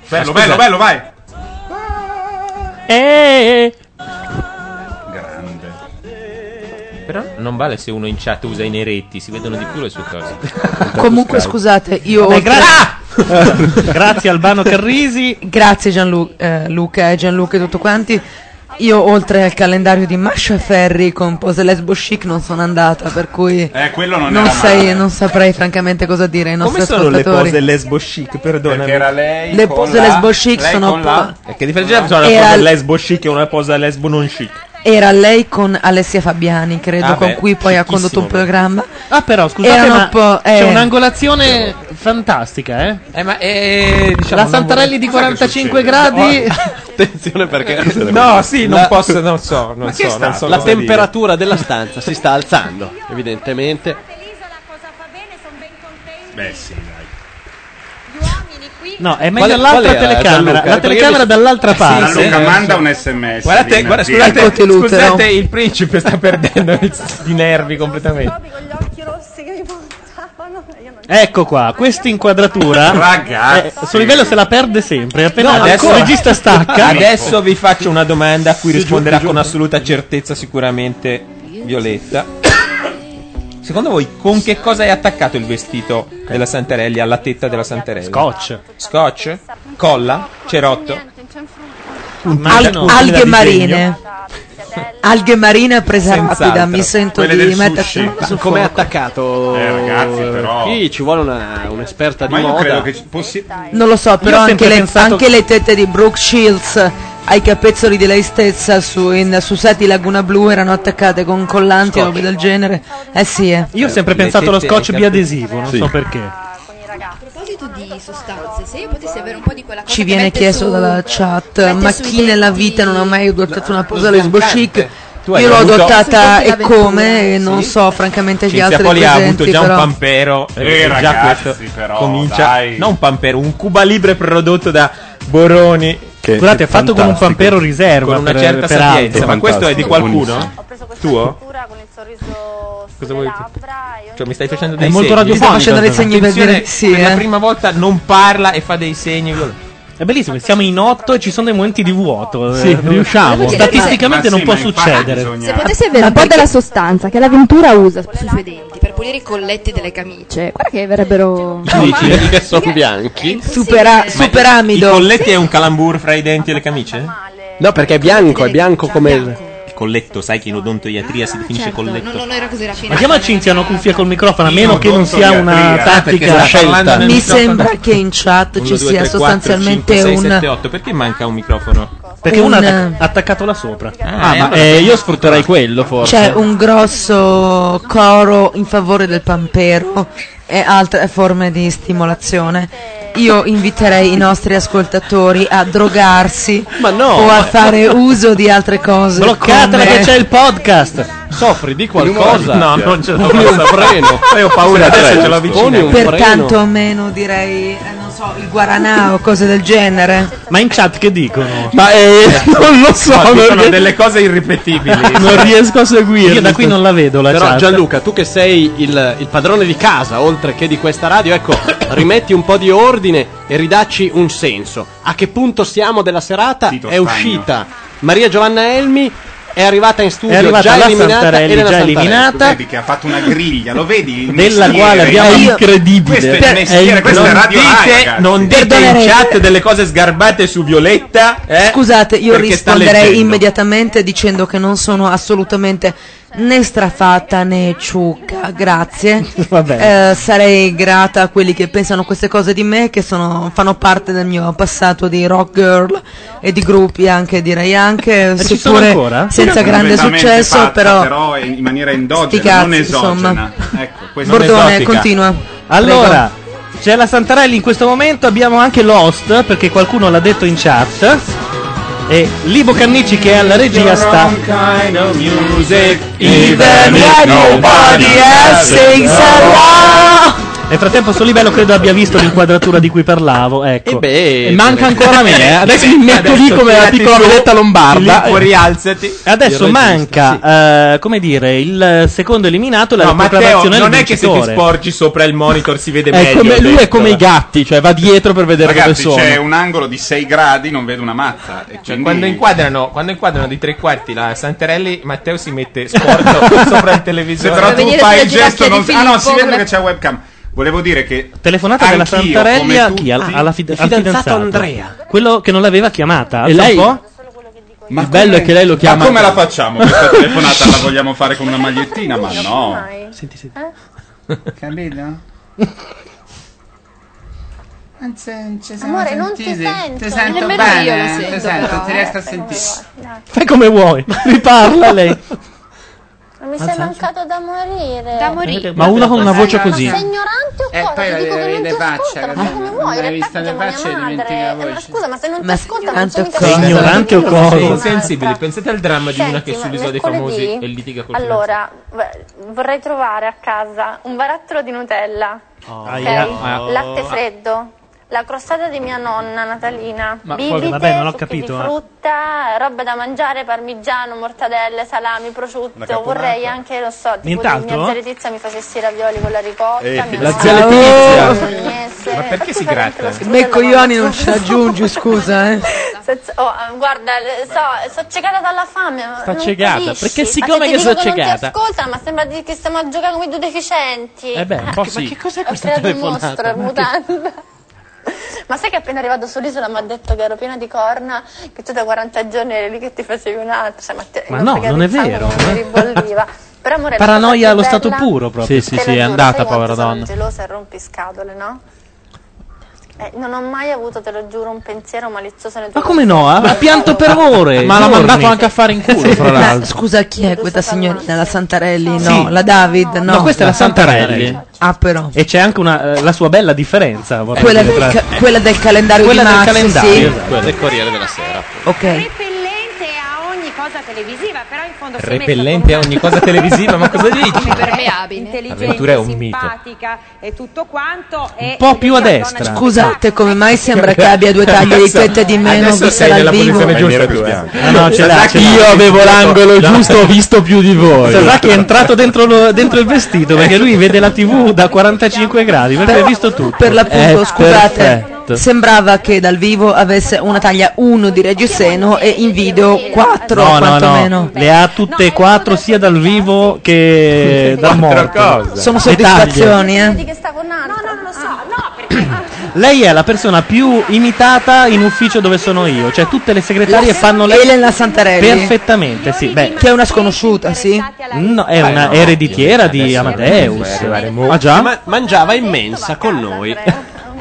Speaker 13: Bello, bello, bello, vai.
Speaker 1: Eh,
Speaker 13: Grande.
Speaker 5: Però non vale se uno in chat usa i neretti, si vedono di più le sue cose.
Speaker 14: Comunque, scusate, io.
Speaker 5: Vabbè, gra-
Speaker 1: Grazie Albano Carrisi.
Speaker 14: Grazie Gianluca e eh, Gianluca e tutti quanti. Io oltre al calendario di Masha Ferri con Pose Lesbo Chic non sono andata, per cui
Speaker 13: Eh, quello non,
Speaker 14: non,
Speaker 13: era
Speaker 14: sai-
Speaker 13: male.
Speaker 14: non saprei francamente cosa dire ai nostri
Speaker 5: Come sono le
Speaker 14: ascoltatori.
Speaker 5: pose lesbo chic, perdonami?
Speaker 13: Perché era lei
Speaker 14: Le con pose la- lesbo chic lei sono con po- la-
Speaker 5: E Eh, che differenza c'è tra una
Speaker 14: Era-
Speaker 5: posa lesbo chic e una posa lesbo non chic?
Speaker 14: Era lei con Alessia Fabiani, credo,
Speaker 5: Ah,
Speaker 14: con
Speaker 5: beh,
Speaker 14: cui poi ha
Speaker 5: chicchissimo,
Speaker 14: condotto un
Speaker 5: però.
Speaker 14: programma.
Speaker 1: Ah, però scusate,
Speaker 14: Erano
Speaker 1: ma
Speaker 14: un po',
Speaker 1: c'è
Speaker 14: eh.
Speaker 1: un'angolazione fantastica, eh?
Speaker 5: ma eh,
Speaker 1: La Santarelli di 45 gradi.
Speaker 5: Oh,
Speaker 2: Attenzione perché.
Speaker 5: Eh, No, sì, non
Speaker 2: La-
Speaker 5: posso, non so, non
Speaker 2: Ma che
Speaker 5: so,
Speaker 2: è
Speaker 5: non
Speaker 2: stato?
Speaker 5: so
Speaker 2: la
Speaker 5: cosa dire.
Speaker 2: temperatura della stanza si sta alzando, evidentemente.
Speaker 13: Beh, sì,
Speaker 1: No,
Speaker 2: Qual
Speaker 1: è meglio
Speaker 2: è- qual era,
Speaker 1: l'altra
Speaker 5: Eh,
Speaker 1: telecamera.
Speaker 2: Gianluca?
Speaker 1: la
Speaker 2: Perché io
Speaker 1: telecamera
Speaker 2: mi-
Speaker 1: dall'altra
Speaker 2: Sì,
Speaker 1: parte.
Speaker 2: sì, Luca,
Speaker 13: manda un sms.
Speaker 5: Guardate,
Speaker 13: di
Speaker 5: guarda,
Speaker 13: merda.
Speaker 5: scusate,
Speaker 13: Ecco, Teluteo.
Speaker 5: scusate, il principe sta perdendo il- i nervi completamente.
Speaker 1: Ecco qua, questa inquadratura.
Speaker 5: Raga.
Speaker 1: eh, sul livello se la perde sempre. Appena
Speaker 5: No,
Speaker 1: adesso
Speaker 5: adesso-
Speaker 1: il regista stacca.
Speaker 5: Adesso vi faccio una domanda a cui risponderà con assoluta certezza sicuramente Violetta. Secondo voi con che cosa è attaccato il vestito della Santarelli alla testa della Santarelli?
Speaker 1: Scotch.
Speaker 5: Scotch? Colla? Cerotto?
Speaker 14: Al- alghe marine. Alghe marine presa
Speaker 5: Senz'altro.
Speaker 14: rapida, Esatto, mi sento
Speaker 2: Quelle
Speaker 14: di
Speaker 2: del
Speaker 14: metterci
Speaker 2: sushi.
Speaker 14: su
Speaker 2: Come è
Speaker 14: fuoco.
Speaker 2: attaccato?
Speaker 13: Eh, ragazzi, però.
Speaker 2: Qui ci vuole una, un'esperta di
Speaker 13: Ma io
Speaker 2: moda.
Speaker 13: credo che ci- possi-
Speaker 14: Non lo so, però
Speaker 2: ho
Speaker 14: anche
Speaker 2: sempre
Speaker 14: le,
Speaker 2: pensato-
Speaker 14: anche le tette di Brooke Shields ai capezzoli di lei stessa su, in, su set di Laguna Blu erano attaccate con collanti o robe del genere. Eh sì, eh.
Speaker 1: Io ho sempre pensato allo scotch biadesivo, non so perché.
Speaker 9: A proposito di sostanze, se io potessi avere un po' di quella cosa
Speaker 14: Ci
Speaker 9: che
Speaker 14: viene
Speaker 9: mette
Speaker 14: chiesto
Speaker 9: su-
Speaker 14: dalla chat,
Speaker 9: mette
Speaker 14: ma
Speaker 9: sui
Speaker 14: chi nella
Speaker 9: denti-
Speaker 14: vita non ha mai adottato una posa lesbo chic?
Speaker 5: Tu hai
Speaker 14: Io l'ho
Speaker 5: avuto-
Speaker 14: adottata
Speaker 9: Sui
Speaker 14: e
Speaker 9: denti
Speaker 14: come, e non so francamente gli altri
Speaker 5: Poli ha avuto
Speaker 14: presenti,
Speaker 5: già un
Speaker 14: però...
Speaker 5: pampero.
Speaker 13: Eh,
Speaker 5: già
Speaker 13: ragazzi,
Speaker 5: questo
Speaker 13: però,
Speaker 5: comincia.
Speaker 13: dai.
Speaker 5: Non un pampero, un Cuba Libre prodotto da Boroni.
Speaker 1: Scusate, è fatto con un
Speaker 5: fantastico.
Speaker 1: pampero riserva.
Speaker 5: Con una
Speaker 1: per-
Speaker 5: certa
Speaker 1: per
Speaker 5: sapienza.
Speaker 1: altro.
Speaker 5: Ma questo è di qualcuno? Tuo?
Speaker 12: Cosa vuoi?
Speaker 5: Cioè, mi stai facendo
Speaker 1: È
Speaker 5: dei
Speaker 1: molto
Speaker 5: segni.
Speaker 1: radiofonico, cioè. Sta facendo dei segni per
Speaker 5: Attenzione,
Speaker 1: dire di sì,
Speaker 5: Per
Speaker 1: eh.
Speaker 5: la prima volta non parla e fa dei segni.
Speaker 1: È bellissimo, siamo in otto e ci sono dei momenti di vuoto. eh, dove- Statisticamente non può succedere.
Speaker 9: Se potessi avere un po' della sostanza che l'avventura usa sui suoi denti per pulire i colletti delle camicie, guarda che verrebbero.
Speaker 2: Dici che sono bianchi?
Speaker 9: Supera-
Speaker 5: superamido. I colletti è un calambur fra i denti e le camicie?
Speaker 2: No, perché è bianco, è bianco come il.
Speaker 5: Il colletto, sai che in odontoiatria si definisce colletto.
Speaker 9: Ah, certo, Non, non era così raffinato.
Speaker 1: Ma diamo a Cinzia una cuffia col microfono, a meno
Speaker 5: Io
Speaker 1: che non
Speaker 5: dotto
Speaker 1: sia
Speaker 5: di
Speaker 1: una
Speaker 5: aprile, eh, perché
Speaker 1: tattica
Speaker 5: sta parlando nel
Speaker 14: Mi
Speaker 5: microfono.
Speaker 14: sembra che in chat
Speaker 5: 1,
Speaker 14: ci
Speaker 5: 2,
Speaker 14: sia
Speaker 5: 3, 4,
Speaker 14: sostanzialmente
Speaker 5: 5, 6,
Speaker 14: un...
Speaker 5: 7, 8. Perché manca un microfono?
Speaker 1: Perché
Speaker 14: Un-
Speaker 1: uno ha attaccato là sopra.
Speaker 5: Ah, ma-
Speaker 1: io sfrutterei quello forse.
Speaker 14: C'è Cioè, un grosso coro in favore del pampero e altre forme di stimolazione. Io inviterei i nostri ascoltatori a drogarsi o a fare uso di altre cose.
Speaker 1: Bloccatela
Speaker 14: come-
Speaker 1: che c'è il podcast.
Speaker 2: Soffri di
Speaker 1: qualcosa?
Speaker 2: No,
Speaker 1: non ce l'ho.
Speaker 2: Poni un freno.
Speaker 1: Poi ho paura,
Speaker 2: Sì,
Speaker 1: adesso ce l'ho
Speaker 2: poni
Speaker 1: vicino.
Speaker 2: un
Speaker 14: Pertanto
Speaker 2: freno.
Speaker 14: a meno direi, eh, non so, il guaranà o cose del genere.
Speaker 1: Ma in chat che dicono?
Speaker 2: Ma
Speaker 7: eh,
Speaker 1: Certo.
Speaker 2: non lo so,
Speaker 5: No, dicono
Speaker 2: perché-
Speaker 5: delle cose irripetibili.
Speaker 1: Non riesco a seguirlo. Io da qui non la vedo la
Speaker 2: Però
Speaker 1: chat.
Speaker 2: Gianluca, tu che sei il, il padrone di casa, oltre che di questa radio, ecco, rimetti un po' di ordine e ridacci un senso. A che punto siamo della serata? è
Speaker 1: Stagno.
Speaker 2: uscita Maria Giovanna Elmi, è arrivata in studio,
Speaker 1: È arrivata
Speaker 2: già
Speaker 1: la
Speaker 2: eliminata,
Speaker 1: Santarelli,
Speaker 2: Elena
Speaker 1: già
Speaker 2: Santarelli.
Speaker 1: eliminata.
Speaker 13: Vedi che ha fatto una griglia, lo vedi? Il
Speaker 1: Della
Speaker 13: mestiere,
Speaker 1: quale abbiamo-
Speaker 13: il-
Speaker 1: È incredibile.
Speaker 13: Questo è il
Speaker 1: Per-
Speaker 13: mestiere,
Speaker 1: è-
Speaker 13: questa
Speaker 1: non
Speaker 13: è Radio Rai,
Speaker 5: Dite-
Speaker 13: ragazzi.
Speaker 5: non dite in
Speaker 14: Perdonerete.
Speaker 5: chat delle cose sgarbate su Violetta. eh?
Speaker 14: Scusate, io
Speaker 5: Perché sta
Speaker 14: risponderei
Speaker 5: leggendo.
Speaker 14: immediatamente dicendo che non sono assolutamente né strafatta né ciucca, grazie.
Speaker 2: Vabbè.
Speaker 14: Eh, sarei grata a quelli che pensano queste cose di me, che sono- fanno parte del mio passato di rock girl e di gruppi anche, direi anche,
Speaker 13: ci sono
Speaker 14: seppure
Speaker 13: ancora?
Speaker 14: senza
Speaker 13: Sì,
Speaker 14: grande
Speaker 13: completamente
Speaker 14: successo,
Speaker 13: fatta,
Speaker 14: però...
Speaker 13: però in maniera endogena,
Speaker 14: sti cazzi,
Speaker 13: non esogena.
Speaker 14: insomma.
Speaker 13: Ecco, questa
Speaker 14: Bordone,
Speaker 13: esotica.
Speaker 14: continua.
Speaker 1: Allora,
Speaker 14: Prego.
Speaker 1: c'è la Santarelli in questo momento, abbiamo anche Lost, perché qualcuno l'ha detto in chat. E Libo Cannici che è alla regia sta... Nel frattempo Solibello credo abbia visto l'inquadratura di cui parlavo, ecco.
Speaker 7: E manca ancora a me, eh. Adesso mi metto lì come la
Speaker 1: tirati
Speaker 7: piccola
Speaker 1: su,
Speaker 7: vedetta lombarda.
Speaker 1: Filippo,
Speaker 7: Eh.
Speaker 1: rialzati. Adesso
Speaker 7: Il regista,
Speaker 1: manca, eh, come dire, il secondo eliminato e la
Speaker 5: No, Matteo,
Speaker 1: proclamazione
Speaker 5: non
Speaker 1: del
Speaker 5: è che se ti
Speaker 1: vincitore.
Speaker 5: sporgi sopra il monitor si vede
Speaker 7: È
Speaker 5: meglio.
Speaker 7: come-
Speaker 5: ho
Speaker 7: lui
Speaker 5: detto,
Speaker 7: è come i
Speaker 5: va.
Speaker 7: gatti, cioè va dietro per vedere
Speaker 13: Ragazzi,
Speaker 7: dove sono.
Speaker 13: c'è un angolo di 6 gradi, non vedo una mazza. E
Speaker 5: Cioè,
Speaker 13: quindi-
Speaker 5: quando, inquadrano, quando inquadrano di tre quarti la Santarelli, Matteo si mette sporto sopra il televisore.
Speaker 13: Se però tu fai il gesto, non... ah no, si vede perché c'è webcam. Volevo dire che.
Speaker 1: Telefonata della
Speaker 13: anch'io,
Speaker 1: Santarelli
Speaker 13: come
Speaker 1: a
Speaker 13: tutti-
Speaker 1: chi? Al- alla fide-
Speaker 13: Il
Speaker 1: al
Speaker 13: fidanzato
Speaker 1: fidanzato
Speaker 13: Andrea.
Speaker 1: Quello che non l'aveva chiamata.
Speaker 13: E
Speaker 1: alza
Speaker 13: lei-
Speaker 1: un po'?
Speaker 13: Ma
Speaker 1: Il bello è che lei lo chiama-
Speaker 13: Ma come la facciamo? Questa telefonata la vogliamo fare con una magliettina? Ma no.
Speaker 3: Senti, senti. Capito?
Speaker 30: Amore, non ti
Speaker 3: sentiti?
Speaker 30: sento.
Speaker 3: Ti sento
Speaker 30: Nemmeno
Speaker 3: bene,
Speaker 30: io la
Speaker 3: ti
Speaker 30: sento,
Speaker 3: sento,
Speaker 30: però,
Speaker 3: ti
Speaker 30: eh.
Speaker 3: riesco a
Speaker 30: Eh,
Speaker 3: sentire.
Speaker 30: dai.
Speaker 1: Fai come vuoi, riparla lei.
Speaker 30: Ma mi sei
Speaker 1: Alzate.
Speaker 30: mancato da morire. Da
Speaker 1: morire. Ma uno con una voce così.
Speaker 30: Ma sei ignorante o cosa?
Speaker 3: E Eh, poi
Speaker 30: Ti
Speaker 3: la
Speaker 30: dico che non
Speaker 3: devi
Speaker 30: ti
Speaker 3: le faccia,
Speaker 30: ascolta, ma
Speaker 3: capito?
Speaker 30: come vuoi?
Speaker 3: Non l'hai vista le
Speaker 30: Rettacchiamo
Speaker 3: faccia e
Speaker 30: mia
Speaker 3: dimentichi
Speaker 30: madre.
Speaker 3: la
Speaker 30: Eh, Ma
Speaker 3: voce.
Speaker 30: scusa, ma se non ti
Speaker 14: Ma
Speaker 30: ascolta, non
Speaker 14: ignorante
Speaker 30: c'è
Speaker 14: o
Speaker 30: mica
Speaker 14: cosa?
Speaker 30: bisogno di
Speaker 14: Ignorante o
Speaker 30: dire
Speaker 14: cosa?
Speaker 5: Sono
Speaker 30: qualcosa.
Speaker 5: sensibili. Pensate al dramma di
Speaker 30: Senti,
Speaker 5: una che è
Speaker 30: ma
Speaker 5: sull'isola dei
Speaker 30: mercoledì-
Speaker 5: famosi e litiga col
Speaker 30: Allora, v- vorrei trovare a casa un barattolo di Nutella,
Speaker 5: fidanzato.
Speaker 30: ok? latte freddo, la crostata di mia nonna Natalina,
Speaker 1: Ma poi-
Speaker 30: bibite,
Speaker 1: vabbè, non ho
Speaker 30: succhi
Speaker 1: capito,
Speaker 30: di
Speaker 1: eh.
Speaker 30: frutta, roba da mangiare, parmigiano, mortadelle, salami,
Speaker 1: La
Speaker 30: prosciutto.
Speaker 1: caponata.
Speaker 30: Vorrei anche, non so, tipo che
Speaker 1: Nient'altro?
Speaker 30: mia zia Letizia mi facesse i ravioli con la ricotta,
Speaker 5: Eh,
Speaker 30: mia
Speaker 5: la
Speaker 30: nonna-
Speaker 5: zia Letizia!
Speaker 30: le bolognese.
Speaker 5: Ma perché si gratta?
Speaker 14: Me coglioni non ci aggiungi, scusa, eh.
Speaker 30: Senza- oh, ah, guarda, le- so, sono cecata dalla fame. ma
Speaker 7: Sta
Speaker 30: non
Speaker 7: cecata,
Speaker 30: capisci.
Speaker 7: perché
Speaker 30: Ma se
Speaker 7: siccome
Speaker 30: ti
Speaker 7: che
Speaker 30: dico
Speaker 7: so
Speaker 30: non ti
Speaker 7: cecata.
Speaker 30: ascolta, ma sembra di- che stiamo a giocare come due deficienti.
Speaker 7: Eh beh, un po'
Speaker 30: Ah,
Speaker 7: sì.
Speaker 30: Ma che cos'è
Speaker 7: questa
Speaker 30: un
Speaker 7: telefonata?
Speaker 30: mostro, è
Speaker 7: Ma che-
Speaker 30: mutanda. Ma sai che appena arrivato sull'isola mi ha detto che ero piena di corna, che tu da 40 giorni eri lì che ti facevi un'altra. Cioè, ma te-
Speaker 1: Ma
Speaker 30: io
Speaker 1: no,
Speaker 30: perché
Speaker 1: non è
Speaker 30: rizzavo,
Speaker 1: vero,
Speaker 30: non mi
Speaker 1: eh.
Speaker 30: ribolliva. Però, amore, la cosa più
Speaker 1: Paranoia allo
Speaker 30: bella-
Speaker 1: stato puro proprio.
Speaker 7: Sì, sì,
Speaker 30: Te
Speaker 7: sì,
Speaker 30: lo
Speaker 7: è
Speaker 30: giuro,
Speaker 7: andata,
Speaker 30: sai quanto
Speaker 7: povera
Speaker 30: sono
Speaker 7: donna.
Speaker 30: gelosa e rompiscatole, no? Eh, non ho mai avuto, te lo giuro, un pensiero malizioso nei tuoi
Speaker 1: Ma come no? Ha, ha pianto per ore.
Speaker 7: Ma l'ha
Speaker 1: Eh, giorni.
Speaker 7: mandato anche a fare in culo, fra
Speaker 14: Ma
Speaker 7: l'altro.
Speaker 14: scusa, chi è questa signorina? La Santarelli? No,
Speaker 1: Sì.
Speaker 14: la David? No,
Speaker 1: No, questa è la Santarelli.
Speaker 14: Ah, però.
Speaker 1: E c'è anche una, eh, la sua bella differenza. vorrei
Speaker 14: Quella
Speaker 1: dire,
Speaker 14: del,
Speaker 1: tra-
Speaker 14: ca- quella del calendario
Speaker 1: Quella
Speaker 14: di
Speaker 1: del
Speaker 14: Max,
Speaker 1: calendario,
Speaker 14: sì.
Speaker 1: esatto.
Speaker 5: Quello è il Corriere della Sera.
Speaker 1: Eh.
Speaker 14: Ok.
Speaker 12: Repellente a ogni cosa televisiva, però in fondo si è messa
Speaker 5: Repellente a ogni cosa televisiva, ma cosa dici?
Speaker 12: impermeabile,
Speaker 5: L'avventura è un mito.
Speaker 12: simpatica e tutto quanto. e
Speaker 14: po' più a destra. Scusate, come mai sembra che abbia due taglie di tette di meno
Speaker 5: Adesso
Speaker 14: vista
Speaker 5: sei
Speaker 14: Eh, dal
Speaker 5: nella
Speaker 14: vivo?
Speaker 5: posizione giusta tu.
Speaker 1: Ah, no, ce l'ha,
Speaker 7: Sa
Speaker 1: ce
Speaker 7: che
Speaker 1: l'ha.
Speaker 7: io avevo l'angolo giusto, ho visto più di voi.
Speaker 1: Sasaki è entrato dentro, lo- dentro il vestito perché lui vede la TV da 45 gradi. Perché ha visto tutto. Eh,
Speaker 14: Per l'appunto, scusate, sembrava che dal vivo avesse una taglia 1 di reggiseno e in video 4
Speaker 1: No, no,
Speaker 14: quantomeno.
Speaker 1: no, le ha tutte e quattro sia dal vivo che dal morto.
Speaker 14: Sono
Speaker 1: Le taglie.
Speaker 14: soddisfazioni, eh.
Speaker 30: Vedi che sta con altro. No, no, non lo so.
Speaker 14: Ah,
Speaker 30: No, perché
Speaker 1: Lei è la persona più imitata in ufficio dove sono io, cioè tutte le segretarie fanno lei
Speaker 14: Elena Santarelli.
Speaker 1: perfettamente, sì. Beh,
Speaker 14: Che è una sconosciuta, sì?
Speaker 1: no,
Speaker 2: Eh,
Speaker 1: è una ereditiera di Amadeus.
Speaker 14: Ah, già?
Speaker 16: Ma- mangiava in mensa con noi.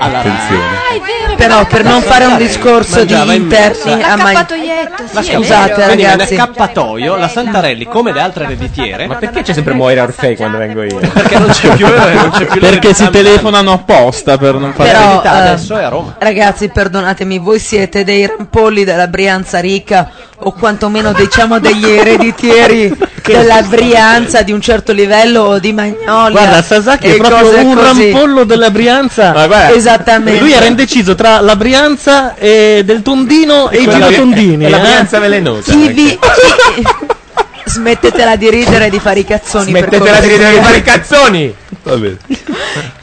Speaker 16: Alla Attenzione.
Speaker 14: Però per non fare un discorso di
Speaker 16: Mangiava in
Speaker 14: interni
Speaker 16: mezzo.
Speaker 14: a man-
Speaker 16: Ah,
Speaker 14: Ma scusate, ragazzi.
Speaker 16: scappatoio la Santarelli, come le altre ereditiere. Ma
Speaker 5: perché c'è sempre Moira Orfei quando vengo io?
Speaker 16: Perché non c'è più, non c'è più
Speaker 7: Perché si telefonano apposta per non fare
Speaker 14: Però, eh,
Speaker 16: adesso è a Roma.
Speaker 14: Ragazzi, perdonatemi, voi siete dei rampolli della Brianza ricca o quantomeno diciamo degli ereditieri della Brianza di un certo livello o di Magnolia.
Speaker 1: Guarda, Sasaki
Speaker 14: e
Speaker 1: è
Speaker 14: cose
Speaker 1: proprio un
Speaker 14: così.
Speaker 1: rampollo della Brianza.
Speaker 14: Esattamente.
Speaker 1: Lui era indeciso tra la Brianza eh, del Tondino e, i
Speaker 5: quella-
Speaker 1: Gigatondini.
Speaker 5: e la
Speaker 1: eh.
Speaker 5: Brianza velenosa, eh.
Speaker 14: Chi vi- chi- Smettetela di ridere e di fare i cazzoni. per
Speaker 5: Smettetela di
Speaker 14: cortesia.
Speaker 5: ridere di fare i cazzoni! Va bene.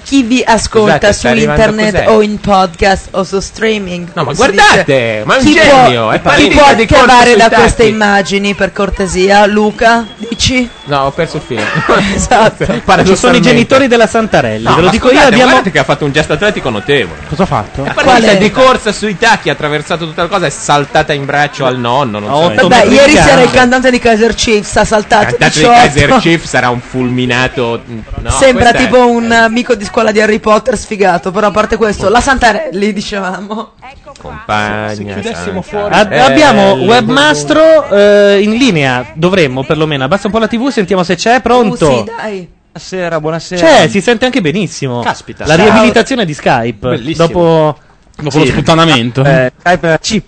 Speaker 14: Chi vi ascolta
Speaker 5: Scusate, sta
Speaker 14: su
Speaker 5: Esatto, arrivando
Speaker 14: internet
Speaker 5: Cos'è?
Speaker 14: o in podcast o su streaming.
Speaker 5: No, ma
Speaker 14: come si
Speaker 5: guardate,
Speaker 14: dice,
Speaker 5: ma è un
Speaker 14: chi
Speaker 5: genio,
Speaker 14: Può,
Speaker 5: è
Speaker 14: chi
Speaker 5: partita
Speaker 14: può
Speaker 5: di colpo
Speaker 14: cavare
Speaker 5: sui
Speaker 14: da
Speaker 5: tacchi.
Speaker 14: queste immagini, per cortesia, Luca? amici.
Speaker 5: No, ho perso il film.
Speaker 1: esatto. Guarda, ci sono i
Speaker 5: Paradossalmente.
Speaker 1: genitori della Santarelli.
Speaker 5: No,
Speaker 1: Ve lo
Speaker 5: ma
Speaker 1: dico
Speaker 5: scusate,
Speaker 1: io, abbiamo.
Speaker 5: guardate che ha fatto un gesto atletico notevole.
Speaker 3: Cosa ha fatto?
Speaker 5: E poi c'è di corsa sui tacchi, ha attraversato tutta la cosa, è saltata in braccio al nonno. Non so neanche-
Speaker 14: Vabbè, ieri c'era il cantante di Kaiser Chiefs, ha saltato
Speaker 5: Tanto di
Speaker 14: 18.
Speaker 5: Kaiser Chief sarà un fulminato. no,
Speaker 14: Sembra
Speaker 5: questa è-
Speaker 14: tipo un amico di scuola di Harry Potter sfigato, però a parte questo, la Santarelli dicevamo.
Speaker 5: Compagna,
Speaker 1: chiudessimo
Speaker 5: santa.
Speaker 1: Ad-
Speaker 5: Eh,
Speaker 1: abbiamo
Speaker 5: le-
Speaker 1: Webmastro eh, in linea, dovremmo perlomeno. Abbassa un po' la TV, sentiamo se c'è. Pronto?
Speaker 14: Oh, sì, dai.
Speaker 24: Buonasera, buonasera.
Speaker 1: C'è, Cioè, si sente anche benissimo.
Speaker 24: Caspita.
Speaker 1: La
Speaker 24: Ciao.
Speaker 1: riabilitazione di Skype.
Speaker 24: Bellissimo.
Speaker 1: Dopo, Eh,
Speaker 24: Dopo lo
Speaker 1: sputtanamento.
Speaker 24: Skype chip.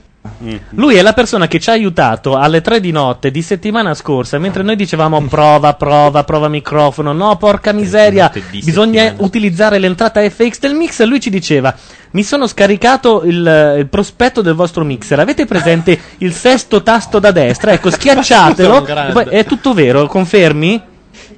Speaker 1: Lui è la persona che ci ha aiutato alle 3 di notte di settimana scorsa, mentre noi dicevamo prova, prova, prova microfono, no, porca miseria, bisogna utilizzare l'entrata FX del mixer. Lui ci diceva, mi sono scaricato il, il prospetto del vostro mixer, avete presente il sesto tasto da destra? Ecco,
Speaker 24: Sono
Speaker 1: schiacciatelo.
Speaker 24: grande.
Speaker 1: e poi- è tutto vero, confermi?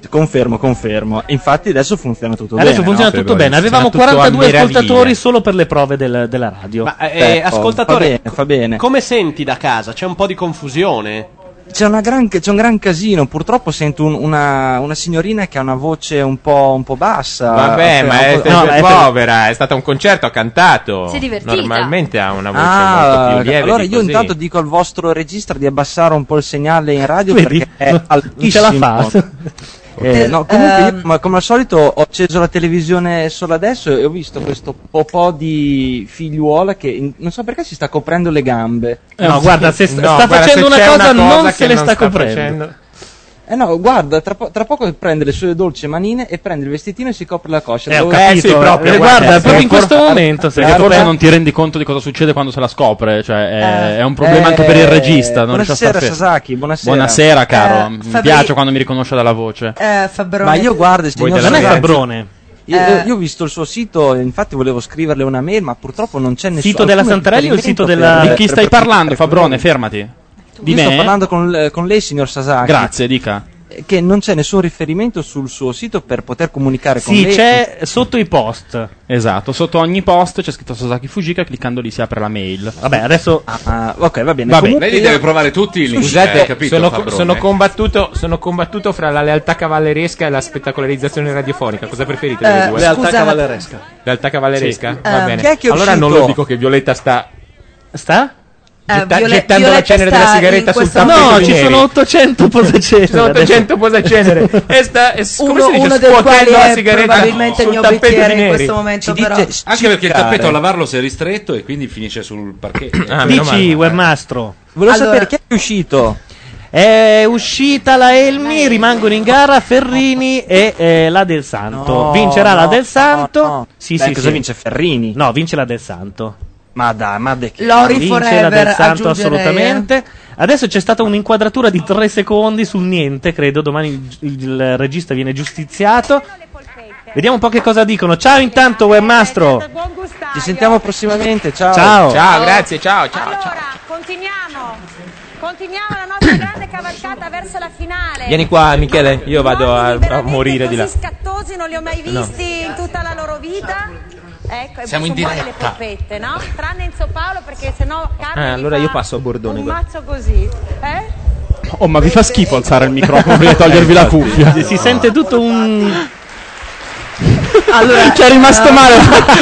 Speaker 24: Confermo, confermo. Infatti adesso funziona tutto bene.
Speaker 1: Adesso funziona
Speaker 24: no?
Speaker 1: tutto bene, avevamo
Speaker 24: Funziona tutto a
Speaker 1: 42
Speaker 24: meraviglia.
Speaker 1: ascoltatori solo per le prove del- della radio. Ma
Speaker 24: Eh, oh,
Speaker 16: ascoltatore,
Speaker 24: fa bene, fa bene.
Speaker 16: Come senti da casa? C'è un po' di confusione?
Speaker 24: C'è, una gran- c'è un gran casino, purtroppo sento un- una, una signorina che ha una voce un po', un po' bassa.
Speaker 5: Vabbè,
Speaker 24: Cioè,
Speaker 5: ma
Speaker 24: un
Speaker 5: è,
Speaker 24: po'-
Speaker 5: è povera, è stato un concerto, ha cantato.
Speaker 24: Si è divertita.
Speaker 5: Normalmente ha una voce
Speaker 24: Ah,
Speaker 5: molto più lieve.
Speaker 24: allora
Speaker 5: di
Speaker 24: io
Speaker 5: così.
Speaker 24: intanto dico al vostro regista di abbassare un po' il segnale in radio
Speaker 1: Vedi?
Speaker 24: perché è
Speaker 1: Non- non ce
Speaker 24: altissimo.
Speaker 1: la fa.
Speaker 24: Eh, no, comunque,
Speaker 14: Ehm.
Speaker 24: io, ma come al solito ho acceso la televisione solo adesso e ho visto questo popò di figliuola che in- non so perché si sta coprendo le gambe.
Speaker 1: Eh, no, guarda, se sta- sta
Speaker 24: guarda,
Speaker 1: facendo
Speaker 24: se
Speaker 1: una
Speaker 24: c'è
Speaker 1: cosa, non
Speaker 24: che
Speaker 1: se le sta coprendo.
Speaker 24: Eh no, guarda, tra, po- tra poco prende le sue dolci manine e prende il vestitino e si copre la coscia.
Speaker 7: Cioè,
Speaker 1: Eh, ho
Speaker 24: Dove-
Speaker 1: capito, eh, guarda, proprio in questo momento se
Speaker 24: Guarda,
Speaker 1: Perché
Speaker 24: guarda,
Speaker 1: forse
Speaker 24: non
Speaker 1: non
Speaker 24: ti
Speaker 7: Eh, ti rendi conto di cosa succede quando se la scopre. Cioè, è,
Speaker 24: Eh.
Speaker 7: è un problema anche per il regista. Non riesce a
Speaker 24: buonasera,
Speaker 7: star fermo.
Speaker 24: Sasaki, buonasera.
Speaker 7: Buonasera,
Speaker 24: Eh,
Speaker 7: caro. Mi
Speaker 24: Fabri-
Speaker 7: piace quando mi riconosce dalla voce.
Speaker 14: Eh, Fabbrone.
Speaker 24: Ma io guardo,
Speaker 7: Voi
Speaker 24: signor
Speaker 7: della
Speaker 24: Sasaki,
Speaker 7: Firenze. Fabrone.
Speaker 24: Io,
Speaker 14: Eh.
Speaker 24: io ho visto il suo sito, infatti volevo scriverle una mail, ma purtroppo non c'è nessun
Speaker 7: Sito della Santarelli o il sito della- Di chi stai parlando, Fabrone? Fermati. Di
Speaker 24: Io sto
Speaker 7: me?
Speaker 24: parlando con, con lei, signor Sasaki.
Speaker 7: Grazie, dica.
Speaker 24: Che non c'è nessun riferimento sul suo sito per poter comunicare con
Speaker 7: Sì,
Speaker 24: lei.
Speaker 7: c'è
Speaker 1: sotto i post.
Speaker 7: Esatto, sotto ogni post c'è scritto Sasaki Fujika, cliccando lì si apre la mail.
Speaker 1: Vabbè, adesso.
Speaker 24: Ah, ok, va bene.
Speaker 7: Comunque
Speaker 13: Lei li
Speaker 7: io-
Speaker 13: deve provare tutti i link,
Speaker 5: Scusate,
Speaker 13: eh, capito?
Speaker 5: sono,
Speaker 13: Fabrone?
Speaker 5: sono combattuto, sono combattuto fra la lealtà cavalleresca e la spettacolarizzazione radiofonica. Cosa preferite? delle
Speaker 24: Eh,
Speaker 5: due?
Speaker 24: Lealtà scusate. cavalleresca.
Speaker 5: Lealtà cavalleresca?
Speaker 24: Sì.
Speaker 5: Va
Speaker 24: Eh,
Speaker 5: bene.
Speaker 24: chi è che è
Speaker 5: allora non lo
Speaker 24: uscito?
Speaker 5: dico che Violetta sta.
Speaker 1: Sta?
Speaker 5: Getta-
Speaker 14: Viole-
Speaker 5: gettando la
Speaker 14: Eh, Violetta
Speaker 5: cenere
Speaker 14: sta
Speaker 5: della
Speaker 14: in
Speaker 5: sigaretta sul
Speaker 14: questo-
Speaker 5: tappeto
Speaker 14: No,
Speaker 5: di
Speaker 14: ci
Speaker 5: neri.
Speaker 14: sono
Speaker 1: 800 posacenere.
Speaker 5: Ci sono 800 posacenere. Eh, E sta, e s- come
Speaker 14: Uno-
Speaker 5: si dice,
Speaker 14: uno dei
Speaker 5: scuotendo
Speaker 14: quali
Speaker 5: la
Speaker 14: è
Speaker 5: sigaretta
Speaker 14: probabilmente il
Speaker 5: sul
Speaker 14: mio
Speaker 5: tappeto di
Speaker 14: bicchiere in
Speaker 5: neri.
Speaker 14: questo momento, però.
Speaker 13: Anche perché il
Speaker 24: ciccare.
Speaker 13: tappeto a lavarlo si è ristretto e quindi finisce sul parquet.
Speaker 14: Ah,
Speaker 11: Ah,
Speaker 1: Dici, webmastro.
Speaker 24: Volevo sapere chi è uscito.
Speaker 1: È uscita la Elmi, rimangono in gara Ferrini e eh, la Del Santo.
Speaker 24: No,
Speaker 1: Vincerà la
Speaker 24: no,
Speaker 1: Del Santo.
Speaker 24: no, no.
Speaker 1: Sì,
Speaker 24: Beh,
Speaker 1: sì,
Speaker 24: cosa
Speaker 1: sì.
Speaker 24: vince Ferrini?
Speaker 1: No, vince la Del Santo.
Speaker 24: Ma dai, ma de che
Speaker 14: Lori
Speaker 1: vince la
Speaker 14: Forever,
Speaker 1: Del Santo
Speaker 14: aggiungerei, eh.
Speaker 1: assolutamente. Adesso c'è stata un'inquadratura di 3 secondi sul niente, credo. Domani il, il regista viene giustiziato. Vediamo un po' che cosa dicono. Ciao intanto webmastro.
Speaker 24: Ci sentiamo prossimamente, ciao.
Speaker 1: Ciao.
Speaker 5: grazie, ciao, ciao, ciao.
Speaker 12: Continuiamo, continuiamo la nostra grande cavalcata verso la finale.
Speaker 5: Vieni qua, Michele, io vado a, a morire di là.
Speaker 12: Così scattosi non li ho mai visti in tutta la loro vita. Ecco, e
Speaker 5: Siamo in
Speaker 12: sono buone
Speaker 5: diretta.
Speaker 12: le poppette, no? Tranne Enzo Paolo perché sennò Carlo
Speaker 24: Eh,
Speaker 5: Ah,
Speaker 12: gli
Speaker 5: allora
Speaker 12: fa
Speaker 5: io passo a Bordone.
Speaker 12: un mazzo così, eh?
Speaker 7: Oh, ma vi fa schifo alzare il microfono prima di togliervi la cuffia.
Speaker 1: Si sente tutto un.
Speaker 14: Allora,
Speaker 7: Ci è rimasto
Speaker 14: eh,
Speaker 7: male.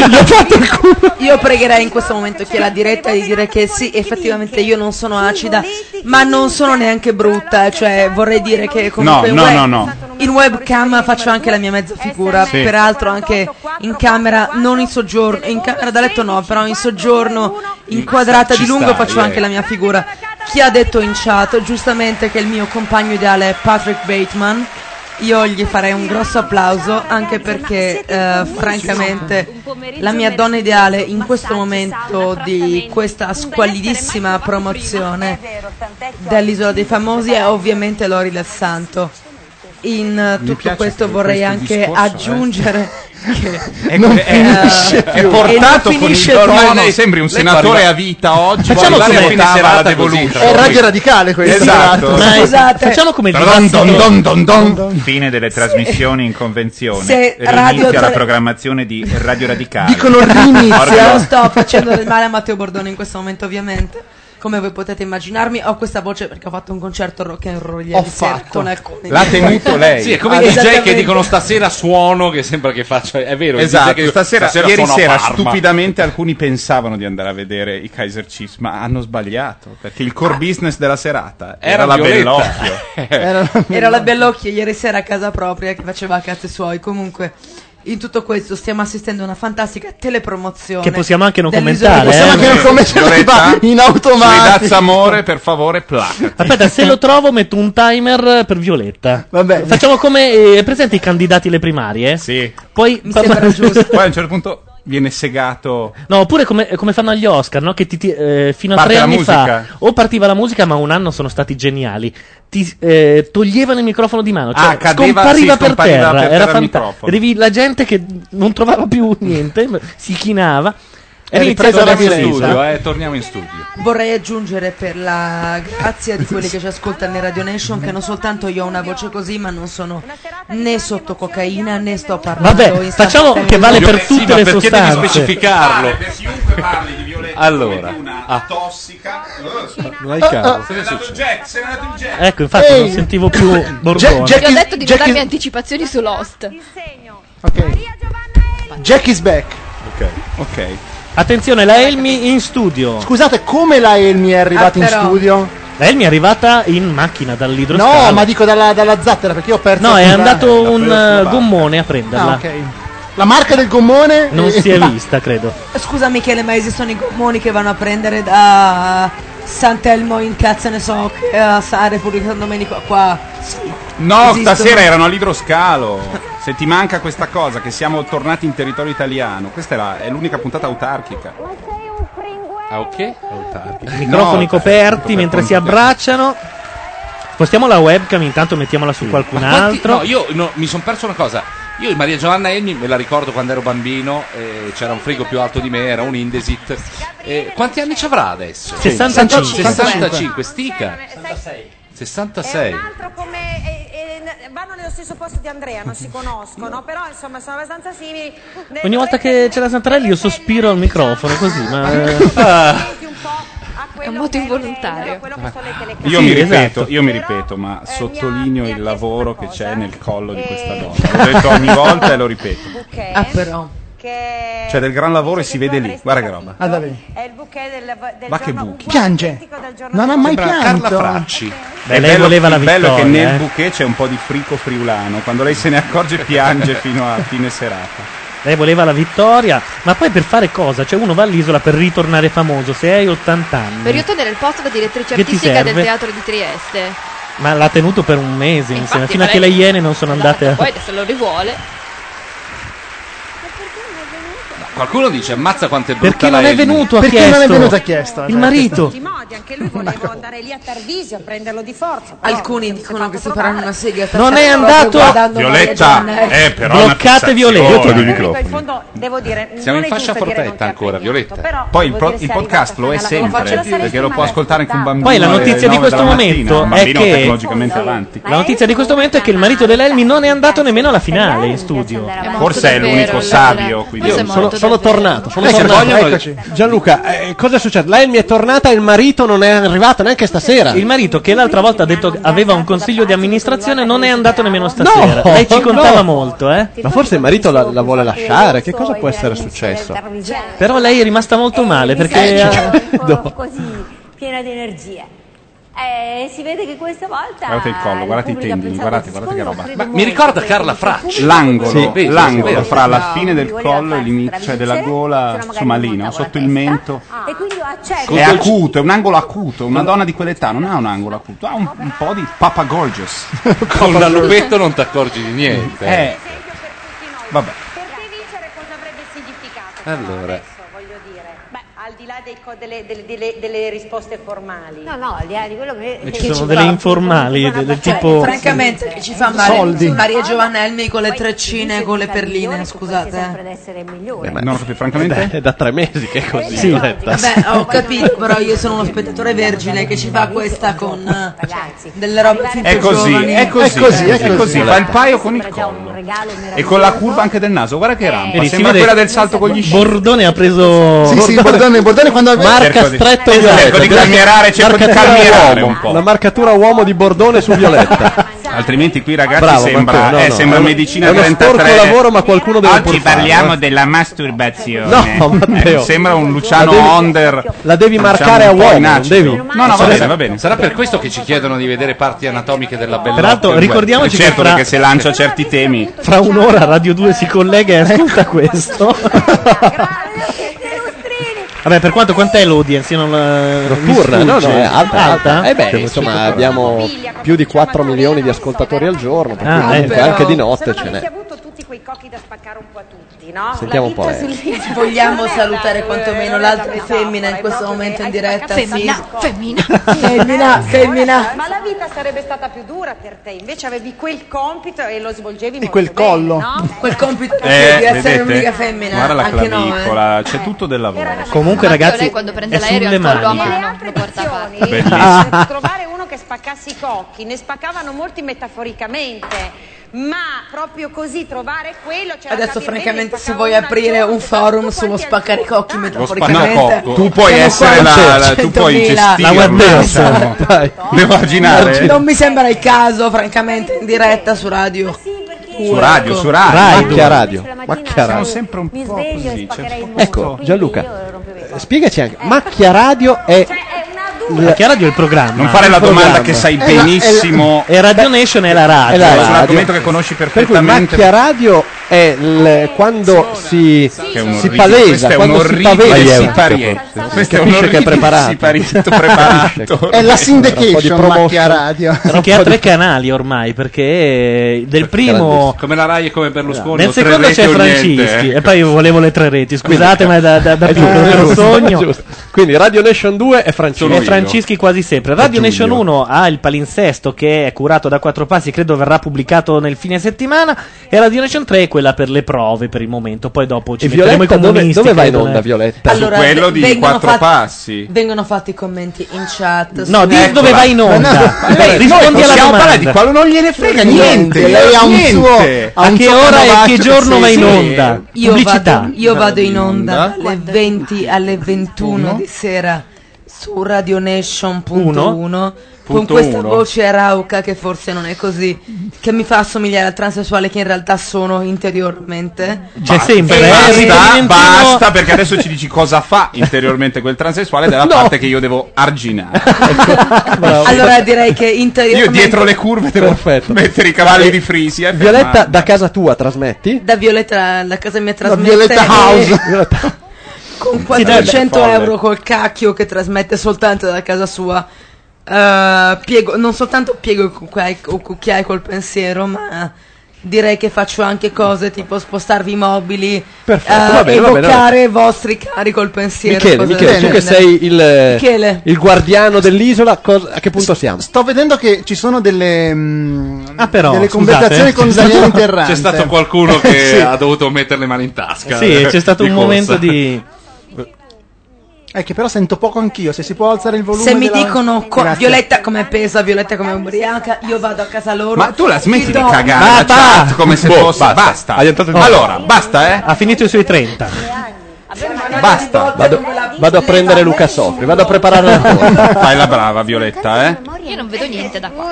Speaker 7: Gli ho fatto il culo.
Speaker 14: Io pregherei in questo momento chi è la diretta di dire che sì, effettivamente io non sono acida, ma non sono neanche brutta, cioè vorrei dire che comunque
Speaker 13: no,
Speaker 14: in
Speaker 13: no,
Speaker 14: web-
Speaker 13: no.
Speaker 14: in webcam faccio anche la mia mezza figura,
Speaker 13: Sì.
Speaker 14: peraltro anche in camera, non in soggiorno, in camera da letto no, però in soggiorno inquadrata
Speaker 24: Ci
Speaker 14: di lungo
Speaker 24: stai,
Speaker 14: faccio anche
Speaker 24: eh.
Speaker 14: la mia figura. Chi ha detto in chat giustamente che il mio compagno ideale è Patrick Bateman? Io gli farei un grosso applauso anche perché eh, francamente la mia donna ideale in questo momento di questa squallidissima promozione dell'Isola dei Famosi è ovviamente Lori Del Santo. In eh,
Speaker 24: Mi
Speaker 14: tutto
Speaker 24: piace
Speaker 14: questo
Speaker 24: che
Speaker 14: vorrei
Speaker 24: questo
Speaker 14: anche
Speaker 24: discorso, eh.
Speaker 14: aggiungere che
Speaker 24: Non
Speaker 14: eh,
Speaker 24: finisce
Speaker 14: eh,
Speaker 24: più.
Speaker 14: e non
Speaker 24: portato con il
Speaker 14: finisce
Speaker 24: tono.
Speaker 14: proprio.
Speaker 13: Ormai lei sembri un
Speaker 24: Lei può
Speaker 13: senatore
Speaker 24: arrivare-
Speaker 13: a vita oggi. può
Speaker 3: Facciamo
Speaker 13: arrivare a
Speaker 3: come
Speaker 13: fine
Speaker 3: una
Speaker 13: serata
Speaker 3: serata
Speaker 13: così,
Speaker 3: così.
Speaker 13: tra
Speaker 3: È
Speaker 13: poco.
Speaker 3: raggio radicale questo,
Speaker 13: Esatto.
Speaker 3: tra l'altro. Scusate.
Speaker 1: Facciamo come il
Speaker 3: Don, don,
Speaker 1: dibattito-
Speaker 3: don, don, don, don.
Speaker 15: Fine delle trasmissioni in convenzione.
Speaker 14: Se Radio
Speaker 15: Rinizia la
Speaker 14: tre-
Speaker 15: programmazione di Radio Radicale.
Speaker 14: Dicono
Speaker 15: Orca-
Speaker 14: Io sto facendo del male a Matteo Bordone in questo momento ovviamente. come voi potete immaginarmi, ho questa voce perché ho fatto un concerto rock and roll ieri
Speaker 3: Ho
Speaker 14: sera
Speaker 3: fatto.
Speaker 14: con alcuni.
Speaker 13: L'ha tenuto lei.
Speaker 11: Sì, è come
Speaker 14: Ah,
Speaker 11: i DJ che
Speaker 14: esattamente.
Speaker 11: dicono stasera suono, che sembra che faccia. È vero, il DJ
Speaker 13: Esatto,
Speaker 11: che dico,
Speaker 13: stasera, ieri
Speaker 11: suono a
Speaker 13: sera
Speaker 11: Parma".
Speaker 13: stupidamente alcuni pensavano di andare a vedere i Kaiser Chiefs, ma hanno sbagliato, perché il core business della serata era,
Speaker 11: Ah. Era
Speaker 13: la
Speaker 11: Violetta.
Speaker 13: Bellocchio.
Speaker 14: Era la Bellocchia ieri sera a casa propria che faceva a cazzi suoi. Comunque, in tutto questo stiamo assistendo a una fantastica telepromozione.
Speaker 1: Che possiamo anche non
Speaker 14: dell'isola
Speaker 1: commentare.
Speaker 14: di-
Speaker 1: eh.
Speaker 13: Violetta,
Speaker 3: in
Speaker 13: Sui
Speaker 3: automatico.
Speaker 13: Daz Amore, per favore, placati.
Speaker 1: Aspetta, se lo trovo metto un timer per Violetta. Facciamo come eh, presenti i candidati alle primarie?
Speaker 13: Sì.
Speaker 1: Poi
Speaker 13: Poi a un certo punto viene segato.
Speaker 1: No, oppure come, come fanno agli Oscar, no? Che ti, ti- eh, fino a
Speaker 13: Parte
Speaker 1: tre
Speaker 13: la
Speaker 1: anni
Speaker 13: musica.
Speaker 1: fa o partiva la musica, ma un anno sono stati geniali. Ti eh, toglievano il microfono di mano, cioè
Speaker 13: Ah, cadeva-
Speaker 1: scompariva
Speaker 13: sì,
Speaker 1: per
Speaker 13: scompariva
Speaker 1: terra.
Speaker 13: per
Speaker 1: era
Speaker 13: terra il
Speaker 1: fantastico.
Speaker 13: microfono.
Speaker 1: Devi la gente che non trovava più niente, si chinava. Era iniziato
Speaker 11: Torniamo in
Speaker 1: la violenza.
Speaker 11: studio, eh, torniamo in studio.
Speaker 14: Vorrei aggiungere per la grazia di quelli che ci ascoltano in Radio Nation che non soltanto io ho una voce così, ma non sono né sotto cocaina né sto parlando.
Speaker 1: Vabbè,
Speaker 14: in
Speaker 1: facciamo
Speaker 14: stato
Speaker 1: che vale
Speaker 14: terminale.
Speaker 1: per tutte le sostanze.
Speaker 11: specificarlo?
Speaker 13: Per chiunque parli di Violetta
Speaker 11: Allora.
Speaker 13: come di una
Speaker 11: Ah.
Speaker 13: tossica.
Speaker 1: Ah,
Speaker 11: Non hai
Speaker 14: Oh,
Speaker 11: caso.
Speaker 13: Se n'è andato Jack, se n'è andato il Jack.
Speaker 1: Ecco, infatti non sentivo più Borbone.
Speaker 9: Ti ho detto di non darmi anticipazioni su Lost.
Speaker 3: Jack is back.
Speaker 13: Ok, ok.
Speaker 1: Attenzione, la Elmi in studio.
Speaker 3: Scusate, come la Elmi è arrivata
Speaker 1: Ah,
Speaker 3: in
Speaker 1: però-
Speaker 3: studio?
Speaker 1: La Elmi è arrivata in macchina dall'idroscalo.
Speaker 3: No, ma dico dalla, dalla zattera perché io ho perso.
Speaker 1: No, è
Speaker 3: il-
Speaker 1: andato un eh, gommone a prenderla.
Speaker 3: Ah, ok. La marca del gommone.
Speaker 1: Non
Speaker 3: eh,
Speaker 1: si è
Speaker 3: ma-
Speaker 1: vista, credo.
Speaker 14: Scusa Michele, ma esistono i gommoni che vanno a prendere da Sant'Elmo in cazzo ne so, che a Sa Repubblica San Domenico qua.
Speaker 13: No,
Speaker 14: Esistono.
Speaker 13: stasera erano all'idroscalo. Se ti manca questa cosa, che siamo tornati in territorio italiano, questa è, la- è l'unica puntata autarchica.
Speaker 11: Ah, ok?
Speaker 1: Microfoni
Speaker 13: No, cioè,
Speaker 1: coperti mentre si
Speaker 13: coperti.
Speaker 1: abbracciano. Spostiamo la webcam, intanto mettiamola su qualcun
Speaker 11: Ma quanti-
Speaker 1: altro.
Speaker 11: no, io no, mi sono perso una cosa. Io di Maria Giovanna Elmi me la ricordo quando ero bambino, eh, c'era un frigo più alto di me, era un Indesit. Eh, quanti anni ci avrà adesso?
Speaker 1: 65.
Speaker 11: 65, stica. 66.
Speaker 12: Altro come eh, eh, vanno nello stesso posto di Andrea, non si conoscono, però insomma sono abbastanza simili. Ne-
Speaker 1: Ogni volta che c'è la Santarelli io sospiro al microfono, così, ma... eh. Ah.
Speaker 9: È un voto involontario.
Speaker 13: Io,
Speaker 1: Sì,
Speaker 13: mi ripeto,
Speaker 1: esatto.
Speaker 13: io mi ripeto,
Speaker 12: eh,
Speaker 13: ma sottolineo il lavoro che c'è nel collo di questa donna. L'ho detto ogni volta e lo ripeto.
Speaker 14: Ah, però.
Speaker 12: Eh,
Speaker 13: C'è del gran lavoro e si vede lì. Guarda che roba.
Speaker 3: Ah, davvero.
Speaker 12: È il bouquet del, del
Speaker 13: Ma che
Speaker 12: giorno
Speaker 13: buchi.
Speaker 3: Piange. Non ha mai
Speaker 13: Sembra
Speaker 3: pianto.
Speaker 13: Carla Fracci.
Speaker 1: Beh,
Speaker 13: È
Speaker 1: lei
Speaker 13: bello,
Speaker 1: voleva la
Speaker 13: il bello
Speaker 1: vittoria,
Speaker 13: che nel
Speaker 1: eh.
Speaker 13: bouquet c'è un po' di frico friulano. Quando lei se ne accorge piange fino a fine serata.
Speaker 1: Lei voleva la vittoria, ma poi per fare cosa? Cioè uno va all'isola per ritornare famoso, se hai 80 anni.
Speaker 9: Per io tenere il posto da direttrice
Speaker 1: Che ti
Speaker 9: artistica del
Speaker 1: serve?
Speaker 9: teatro di Trieste.
Speaker 1: Ma l'ha tenuto per un mese, mi sembra,
Speaker 9: infatti,
Speaker 1: fino a
Speaker 9: ma
Speaker 1: che le
Speaker 9: lei-
Speaker 1: iene non sono andate
Speaker 3: Eh.
Speaker 1: a...
Speaker 9: Poi adesso lo rivuole.
Speaker 11: Qualcuno dice ammazza quanto è brutta
Speaker 1: Perché
Speaker 11: la
Speaker 1: non è
Speaker 11: Elmi".
Speaker 1: venuto a
Speaker 3: Perché
Speaker 1: chiesto?
Speaker 3: non è venuto a chiesto?
Speaker 1: Il marito.
Speaker 12: Tutti i modi, anche lui voleva andare lì a Tarvisio a prenderlo di forza. però
Speaker 14: Alcuni dicono che si faranno una sega.
Speaker 1: Non è andato-
Speaker 11: Violetta, eh, però è una
Speaker 1: Bloccate
Speaker 11: fissazione.
Speaker 1: Violetta.
Speaker 11: Io tolgo i
Speaker 12: Poi
Speaker 11: microfoni.
Speaker 12: in fondo devo dire
Speaker 11: Siamo
Speaker 12: Eh, non
Speaker 11: in
Speaker 12: è
Speaker 11: fascia
Speaker 12: giusto dire non ti
Speaker 11: protetta ancora, Violetta.
Speaker 12: però
Speaker 13: Poi il,
Speaker 12: devo
Speaker 13: pro-
Speaker 12: dire
Speaker 13: il
Speaker 12: sei
Speaker 13: podcast lo è
Speaker 12: arrivata fino alla-
Speaker 13: sempre
Speaker 12: Lo faccio la
Speaker 13: perché lo
Speaker 12: saresti,
Speaker 13: può
Speaker 12: ma
Speaker 13: ascoltare anche un bambino.
Speaker 1: Poi la notizia
Speaker 13: alle
Speaker 1: di
Speaker 13: nove
Speaker 1: questo
Speaker 13: della mattina,
Speaker 1: momento
Speaker 13: un
Speaker 1: è
Speaker 13: bambino
Speaker 1: che
Speaker 13: tecnologicamente avanti.
Speaker 1: La notizia di questo momento è che il marito dell'Elmi non è andato nemmeno alla finale in studio.
Speaker 13: Forse è l'unico sabio qui
Speaker 2: Io
Speaker 13: dentro.
Speaker 2: sono, sono tornato, sono
Speaker 13: Eh, se
Speaker 2: tornato.
Speaker 13: vogliono-
Speaker 2: certo. Eccoci. Gianluca, eh, cosa è successo? La Elmi è tornata e il marito non è arrivato neanche stasera.
Speaker 1: Il marito che l'altra volta ha detto che aveva un consiglio di amministrazione non è andato nemmeno stasera.
Speaker 2: No,
Speaker 1: Lei ci
Speaker 2: no.
Speaker 1: contava molto, eh?
Speaker 2: Ma forse il marito la, la vuole lasciare, che cosa può essere successo?
Speaker 1: Però lei è rimasta molto male perché... ha-
Speaker 17: così piena di energia. Eh, si vede che questa volta
Speaker 13: Guardate il collo, guardate i
Speaker 17: pubblico ha
Speaker 13: tendini,
Speaker 17: pensato,
Speaker 13: guardate, guardate che roba.
Speaker 17: Ma mi
Speaker 11: ricorda Carla Fracci.
Speaker 13: L'angolo,
Speaker 11: Sì, vedi,
Speaker 13: l'angolo
Speaker 11: sì, vedi.
Speaker 13: fra la
Speaker 17: No,
Speaker 13: fine del
Speaker 17: voleva
Speaker 13: collo e
Speaker 17: far
Speaker 13: l'inizio, cioè della
Speaker 17: travincere,
Speaker 13: gola,
Speaker 17: se no magari
Speaker 13: insomma lì,
Speaker 17: non
Speaker 13: no,
Speaker 17: montavo la
Speaker 13: sotto il mento.
Speaker 6: Ah.
Speaker 17: e quindi io accetto
Speaker 13: È acuto, è un angolo acuto. Una donna di quell'età non ha un angolo acuto, ha un, un po' di papagorgios.
Speaker 11: Con la lupetto non ti accorgi di niente.
Speaker 13: Eh, vabbè.
Speaker 12: Perché vincere cosa avrebbe significato?
Speaker 11: Allora.
Speaker 12: Adesso voglio dire, beh, al di là dei co- delle, delle- delle- delle risposte formali.
Speaker 17: no no al di là di quello che Eh,
Speaker 1: Ci sono delle informali del tipo...
Speaker 14: Cioè, Francamente, che ci fa male Maria Giovanna
Speaker 12: Ah,
Speaker 14: Elmi con le treccine, con le perline, scusate.
Speaker 2: Eh, ma-
Speaker 13: Non lo capisco, francamente.
Speaker 2: È da, è da tre mesi che è così.
Speaker 14: Sì.
Speaker 2: Violetta.
Speaker 14: Vabbè, ho capito, però io sono uno spettatore vergine che ci fa questa con eh, delle robe fin
Speaker 13: È
Speaker 14: più
Speaker 13: così,
Speaker 14: giovani.
Speaker 13: è così, è così, fa il paio con il collo e con la curva anche del naso. Guarda che rampa,
Speaker 1: Vedi, si
Speaker 13: sembra
Speaker 1: vede-
Speaker 13: quella del salto con gli sci.
Speaker 1: Bordone ha preso...
Speaker 13: Sì, sì, Bordone-
Speaker 3: Bordone quando
Speaker 2: Marca stretto
Speaker 3: Esatto.
Speaker 2: violetta.
Speaker 3: Cerco di
Speaker 2: Direi-
Speaker 3: calmierare, cerco di
Speaker 2: marcatura
Speaker 1: esatto.
Speaker 15: calmierare
Speaker 2: uomo.
Speaker 15: un po'.
Speaker 2: La marcatura uomo di Bordone su violetta.
Speaker 15: Altrimenti qui ragazzi
Speaker 2: Bravo,
Speaker 15: sembra,
Speaker 2: Matteo, no,
Speaker 15: eh,
Speaker 2: no,
Speaker 15: sembra
Speaker 2: è uno-
Speaker 15: medicina
Speaker 2: è uno sporco
Speaker 15: 33.
Speaker 2: lavoro, ma qualcuno deve
Speaker 15: Oggi
Speaker 2: pur farlo,
Speaker 15: parliamo
Speaker 2: eh.
Speaker 15: della masturbazione.
Speaker 2: No, Matteo.
Speaker 13: Ecco.
Speaker 15: Eh, sembra un Luciano
Speaker 2: La devi-
Speaker 15: Onder.
Speaker 2: la devi
Speaker 15: diciamo,
Speaker 2: marcare
Speaker 15: un
Speaker 2: a
Speaker 15: po'
Speaker 2: uomo,
Speaker 15: in acido.
Speaker 2: non devi.
Speaker 15: No, no, va
Speaker 2: Sarà-
Speaker 15: bene, va bene.
Speaker 11: Sarà per questo che ci chiedono di vedere parti anatomiche della bella.
Speaker 1: Peraltro, ricordiamoci che
Speaker 15: certo
Speaker 1: fra-
Speaker 15: perché se lancia certi temi.
Speaker 1: Fra un'ora Radio 2 si collega e ascolta questo. Vabbè, per quanto quant'è l'audience? Io non la...
Speaker 2: Notturna,
Speaker 1: mi
Speaker 2: no, no,
Speaker 1: sfugge.
Speaker 2: è alta, alta. Eh beh,
Speaker 1: Perché,
Speaker 2: insomma, abbiamo più di 4 milioni di
Speaker 15: eh.
Speaker 2: ascoltatori al giorno, per cui
Speaker 1: Ah,
Speaker 2: comunque
Speaker 1: ecco.
Speaker 2: anche di notte ce n'è.
Speaker 12: no?
Speaker 2: Sentiamo un po'.
Speaker 12: La vita
Speaker 2: eh.
Speaker 12: sul-
Speaker 14: Vogliamo salutare quantomeno l'altra femmina in questo momento in diretta?
Speaker 12: Femmina,
Speaker 14: femmina, femmina, femmina.
Speaker 12: Eh, Ma la vita sarebbe stata più dura per te, invece avevi quel compito e lo svolgevi
Speaker 3: Di
Speaker 12: molto
Speaker 3: quel
Speaker 12: bene,
Speaker 3: collo.
Speaker 12: no?
Speaker 14: Quel compito
Speaker 15: Eh,
Speaker 14: di essere
Speaker 15: vedete?
Speaker 14: un'unica femmina.
Speaker 15: Guarda la
Speaker 14: anche no, eh.
Speaker 15: clavicola, c'è tutto del lavoro.
Speaker 1: Comunque, ragazzi,
Speaker 6: lei quando prende
Speaker 1: è
Speaker 6: l'aereo ha
Speaker 1: sulle
Speaker 6: il collo a
Speaker 1: mani.
Speaker 6: mano, lo porta avanti.
Speaker 15: Bellissimo.
Speaker 12: trovare uno che spaccasse i cocchi, ne spaccavano molti metaforicamente. Ma proprio così trovare quello cioè, c'era
Speaker 14: Adesso,
Speaker 12: Gabriele
Speaker 14: francamente, se vuoi aprire un forum sullo spaccare i cocchi metaforicamente,
Speaker 15: spaccacocco. Tu puoi essere la- la- tu puoi
Speaker 14: 100.000.
Speaker 15: gestirlo, La guardessa. diciamo. Dai. Devo arginare?
Speaker 14: Non mi sembra il caso, francamente, in diretta su radio. ecco.
Speaker 15: Su radio, su radio.
Speaker 2: Rai,
Speaker 15: Ma
Speaker 2: Macchia
Speaker 15: dove?
Speaker 2: radio. Macchia
Speaker 3: Siamo
Speaker 2: radio.
Speaker 3: sempre un po' così.
Speaker 2: Ecco, Gianluca, eh, spiegaci anche, Macchia Radio è...
Speaker 1: Macchia Radio è il programma.
Speaker 15: Non fare la domanda che
Speaker 2: Eh,
Speaker 15: sai benissimo.
Speaker 1: E Radio Nation è la radio.
Speaker 2: È la
Speaker 15: È un
Speaker 2: radio.
Speaker 15: argomento che conosci
Speaker 2: Per cui
Speaker 15: perfettamente.
Speaker 2: Macchia Radio è il- quando si,
Speaker 15: è un
Speaker 2: si
Speaker 15: orribile- questo
Speaker 2: palesa,
Speaker 15: è
Speaker 2: quando
Speaker 15: un
Speaker 2: si
Speaker 15: orribile
Speaker 2: pavesa.
Speaker 15: siparietto. Questo è
Speaker 2: Si
Speaker 15: un
Speaker 2: capisce che è
Speaker 15: orribile
Speaker 2: preparato.
Speaker 15: siparietto
Speaker 3: preparato. È la syndication, Macchia Radio.
Speaker 1: Sì, che ha tre canali ormai, perché del primo...
Speaker 11: Come la Rai e come Berlusconi.
Speaker 1: Nel
Speaker 11: o tre
Speaker 1: secondo
Speaker 11: reti
Speaker 1: c'è
Speaker 11: o niente,
Speaker 1: Francischi
Speaker 11: eh.
Speaker 1: e poi io volevo le tre reti, scusate ma è da, da, da
Speaker 2: È
Speaker 1: piccolo
Speaker 2: giusto,
Speaker 1: era un
Speaker 2: giusto,
Speaker 1: sogno.
Speaker 2: giusto. eh, Quindi Radio Nation 2 è Francesco.
Speaker 1: E Francischi quasi sempre. Radio Nation 1 ha il palinsesto che è curato da quattro passi, credo verrà pubblicato nel fine settimana. E Radio Nation 3 è quella per le prove per il momento. Poi dopo ci
Speaker 2: E
Speaker 1: metteremo i
Speaker 2: Violetta, dove-
Speaker 1: comunisti.
Speaker 2: dove va in
Speaker 1: credo,
Speaker 2: onda,
Speaker 1: eh.
Speaker 2: Violetta?
Speaker 14: Allora,
Speaker 15: Quello di
Speaker 14: vengono
Speaker 15: quattro
Speaker 14: fatti-
Speaker 15: passi.
Speaker 14: Vengono fatti i commenti in chat.
Speaker 1: No,
Speaker 14: su-
Speaker 1: di dove va in onda.
Speaker 14: No,
Speaker 1: Lei rispondi alla
Speaker 15: possiamo
Speaker 1: domanda.
Speaker 15: parlare di quello, non gliene frega niente.
Speaker 3: Lei ha un
Speaker 15: Niente.
Speaker 3: suo- ha
Speaker 1: A
Speaker 3: un
Speaker 1: che
Speaker 3: suo
Speaker 1: ora e
Speaker 3: canovaccio,
Speaker 1: che giorno
Speaker 3: sì,
Speaker 1: va in
Speaker 3: sì.
Speaker 1: onda?
Speaker 14: Io
Speaker 1: Pubblicità.
Speaker 14: vado, io vado in onda dalle 20 alle 21 di sera su radionation.1 con
Speaker 1: Punto
Speaker 14: questa
Speaker 1: uno.
Speaker 14: voce rauca che forse non è così, che mi fa assomigliare al transessuale che in realtà sono interiormente.
Speaker 1: C'è sempre.
Speaker 15: E
Speaker 1: eh,
Speaker 15: basta,
Speaker 1: Valentino-
Speaker 15: basta, perché adesso ci dici cosa fa interiormente quel transessuale della parte che io devo arginare.
Speaker 14: Allora direi che interiormente...
Speaker 15: Io dietro le curve devo mettere i cavalli di eh, Frisia. e
Speaker 2: Violetta,
Speaker 15: fermarmi.
Speaker 2: da casa tua trasmetti?
Speaker 14: Da Violetta, la casa mia trasmette...
Speaker 2: Violetta
Speaker 14: e-
Speaker 2: House.
Speaker 14: Con
Speaker 2: Sì, dai,
Speaker 14: 400
Speaker 2: folle.
Speaker 14: euro col cacchio che trasmette soltanto da casa sua. Eh, piego, non soltanto piego i cucchiai, o cucchiai col pensiero, ma direi che faccio anche cose tipo spostarvi i mobili, eh,
Speaker 2: va bene, va bene,
Speaker 14: evocare
Speaker 2: va
Speaker 14: i vostri cari col pensiero.
Speaker 2: Michele,
Speaker 14: cose
Speaker 2: Michele,
Speaker 14: del
Speaker 2: tu che
Speaker 14: genere.
Speaker 2: sei il,
Speaker 14: Michele.
Speaker 2: il guardiano dell'isola, cos- a che punto siamo?
Speaker 3: Sto vedendo che ci sono delle, mm,
Speaker 1: Ah,
Speaker 2: però,
Speaker 3: delle
Speaker 2: scusate.
Speaker 1: eh.
Speaker 3: conversazioni con Daniele Interrante.
Speaker 11: C'è stato qualcuno che
Speaker 3: Sì.
Speaker 11: ha dovuto mettere le mani in tasca.
Speaker 3: Sì,
Speaker 11: eh,
Speaker 3: c'è stato un
Speaker 11: corsa.
Speaker 3: momento di- È che però sento poco anch'io, se si può alzare il volume
Speaker 14: Se mi
Speaker 3: della-
Speaker 14: dicono co-
Speaker 3: Grazie.
Speaker 14: Violetta come pesa, Violetta come ubriaca, io vado a casa loro.
Speaker 15: Ma tu la smetti
Speaker 14: ti
Speaker 15: di
Speaker 14: do-
Speaker 15: cagare la chat come se
Speaker 1: Boh,
Speaker 15: fosse. Basta.
Speaker 1: basta. Hai
Speaker 2: aiutato il-
Speaker 15: Allora, basta, eh.
Speaker 1: Ha finito i suoi 30.
Speaker 15: Basta.
Speaker 2: Vado, vado a prendere Luca Sofri, vado a preparare la
Speaker 15: Fai la brava, Violetta, eh.
Speaker 6: Io non vedo niente da qua.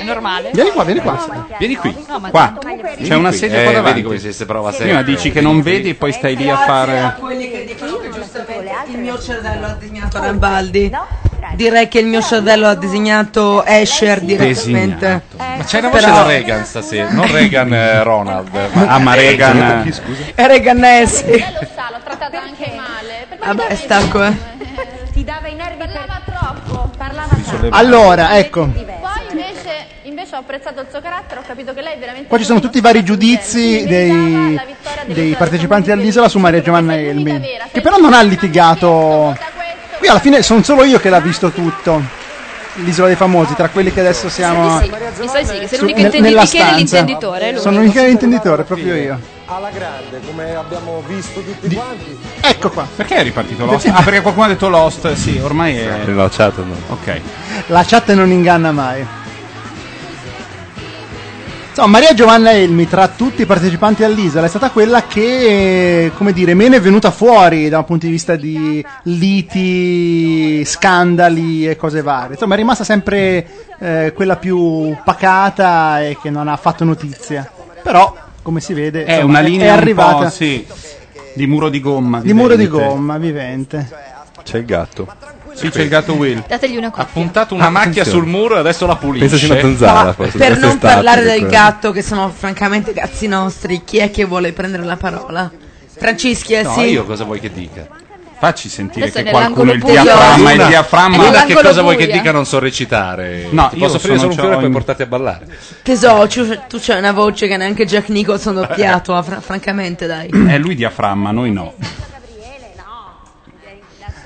Speaker 6: È normale?
Speaker 3: Vieni qua, vieni qua.
Speaker 15: Vieni qui.
Speaker 6: No, ma
Speaker 15: Qua.
Speaker 6: comunque-
Speaker 15: C'è una sedia qua
Speaker 11: Eh,
Speaker 15: davanti.
Speaker 11: vedi come si- si prova
Speaker 15: Prima
Speaker 11: sempre.
Speaker 15: dici che non vedi e poi stai lì a fare.
Speaker 14: quelli che dicono che giustamente il mio cervello ha disegnato Rambaldi. Direi che il mio cervello ha disegnato Escher direttamente. Eh.
Speaker 11: Ma c'è una voce
Speaker 14: Però-
Speaker 11: da Reagan stasera, non Reagan eh, Ronald. eh, Ma,
Speaker 15: Ah, ma Reagan, eh.
Speaker 14: E Reganesi. Lo sa, l'ho trattata anche male. Vabbè, stacco, eh.
Speaker 17: Ti dava i nervi Parlava troppo, parlava
Speaker 3: Allora, ecco,
Speaker 30: Poi invece, invece ho apprezzato il suo carattere, ho capito che lei è veramente.
Speaker 3: qua ci sono tutti i vari giudizi dei, dei partecipanti all'isola su Maria Giovanna Elmi, che però non ha litigato. Qui alla fine sono solo io che l'ha visto tutto, l'isola dei famosi, tra quelli che adesso siamo...
Speaker 6: Sì, mi sa di sì, che sei
Speaker 3: su-
Speaker 6: l'unico
Speaker 3: ne-
Speaker 6: intenditore. Michele è
Speaker 3: stanza.
Speaker 6: l'intenditore. è l'unico.
Speaker 3: Sono l'unico intenditore, proprio io.
Speaker 29: alla grande, come abbiamo visto tutti quanti.
Speaker 3: Ecco qua.
Speaker 15: Perché è ripartito Lost? Ah, perché qualcuno ha detto Lost? Sì, ormai è. Ok.
Speaker 3: La chat non inganna mai. Insomma, Maria Giovanna Elmi, tra tutti i partecipanti all'isola, è stata quella che, come dire, meno è venuta fuori da un punto di vista di liti, scandali e cose varie. Insomma, è rimasta sempre eh, quella più pacata e che non ha fatto notizia. Però, come si vede,
Speaker 13: È
Speaker 3: insomma,
Speaker 13: una linea un po',
Speaker 3: arrivata
Speaker 13: sì, di muro di gomma.
Speaker 3: di muro di
Speaker 13: vivente.
Speaker 3: gomma vivente.
Speaker 5: C'è il gatto.
Speaker 13: Sì, c'è il gatto Will.
Speaker 6: Dategli una
Speaker 13: Ha
Speaker 6: cosa.
Speaker 13: puntato una
Speaker 5: Ah,
Speaker 13: macchia
Speaker 5: attenzione.
Speaker 13: sul muro e adesso la pulisce.
Speaker 5: Pensaci una zanzara,
Speaker 13: No,
Speaker 5: forse,
Speaker 14: Per
Speaker 5: queste
Speaker 14: non parlare
Speaker 5: statiche,
Speaker 14: del
Speaker 5: quelle.
Speaker 14: gatto, che sono francamente cazzi nostri, chi è che vuole prendere la parola? Francischi, eh
Speaker 13: No,
Speaker 14: sì?
Speaker 13: io cosa vuoi che dica? Facci sentire
Speaker 14: Adesso
Speaker 13: che
Speaker 14: è
Speaker 13: qualcuno il
Speaker 14: nell'angolo
Speaker 13: diaframma,
Speaker 14: buio.
Speaker 13: il diaframma.
Speaker 14: È
Speaker 13: Luna, che
Speaker 14: nell'angolo
Speaker 13: cosa vuoi che
Speaker 14: buio.
Speaker 13: dica non so recitare?
Speaker 11: No,
Speaker 13: Ti
Speaker 11: io
Speaker 13: posso offrire solo
Speaker 11: sono
Speaker 13: un fiore e
Speaker 11: John.
Speaker 13: poi portati a ballare.
Speaker 14: Tesoro, ci- tu c'hai una voce che neanche Jack Nicholson doppiato, ha, fra- francamente dai.
Speaker 13: È lui diaframma, noi no.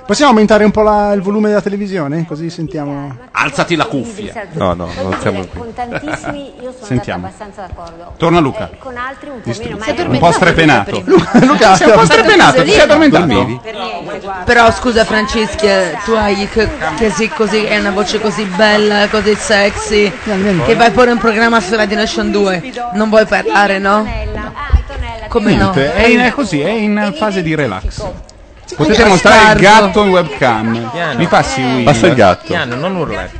Speaker 3: Possiamo aumentare un po' la- il volume della televisione? Così sentiamo.
Speaker 13: Alzati la cuffia.
Speaker 5: No, no, non siamo qui.
Speaker 12: Con tantissimi io sono
Speaker 3: Sentiamo.
Speaker 12: andata abbastanza d'accordo.
Speaker 13: Torna Luca.
Speaker 12: Eh, con altri un po'
Speaker 13: Distrutto.
Speaker 12: meno, ma
Speaker 13: Si è
Speaker 12: io-
Speaker 13: addormentato Un po' strepenato. prima.
Speaker 3: Luca,
Speaker 13: Si è un po' strepenato, si è addormentato. Dormivi?
Speaker 12: Per niente, guarda.
Speaker 14: Però scusa Francischi, eh, tu hai che, che sì, così, hai una voce così bella, così sexy, che vai pure in programma su Radio Nation 2, non vuoi parlare, no? Come no?
Speaker 13: Niente, è, in- è così, è in fase di relax. Potete
Speaker 14: eh, Quindi
Speaker 13: mostrare il
Speaker 14: bastardo.
Speaker 13: gatto in webcam. Mi
Speaker 24: Eh,
Speaker 13: passi Will?
Speaker 5: Passa il gatto.
Speaker 13: Piano, non urlare.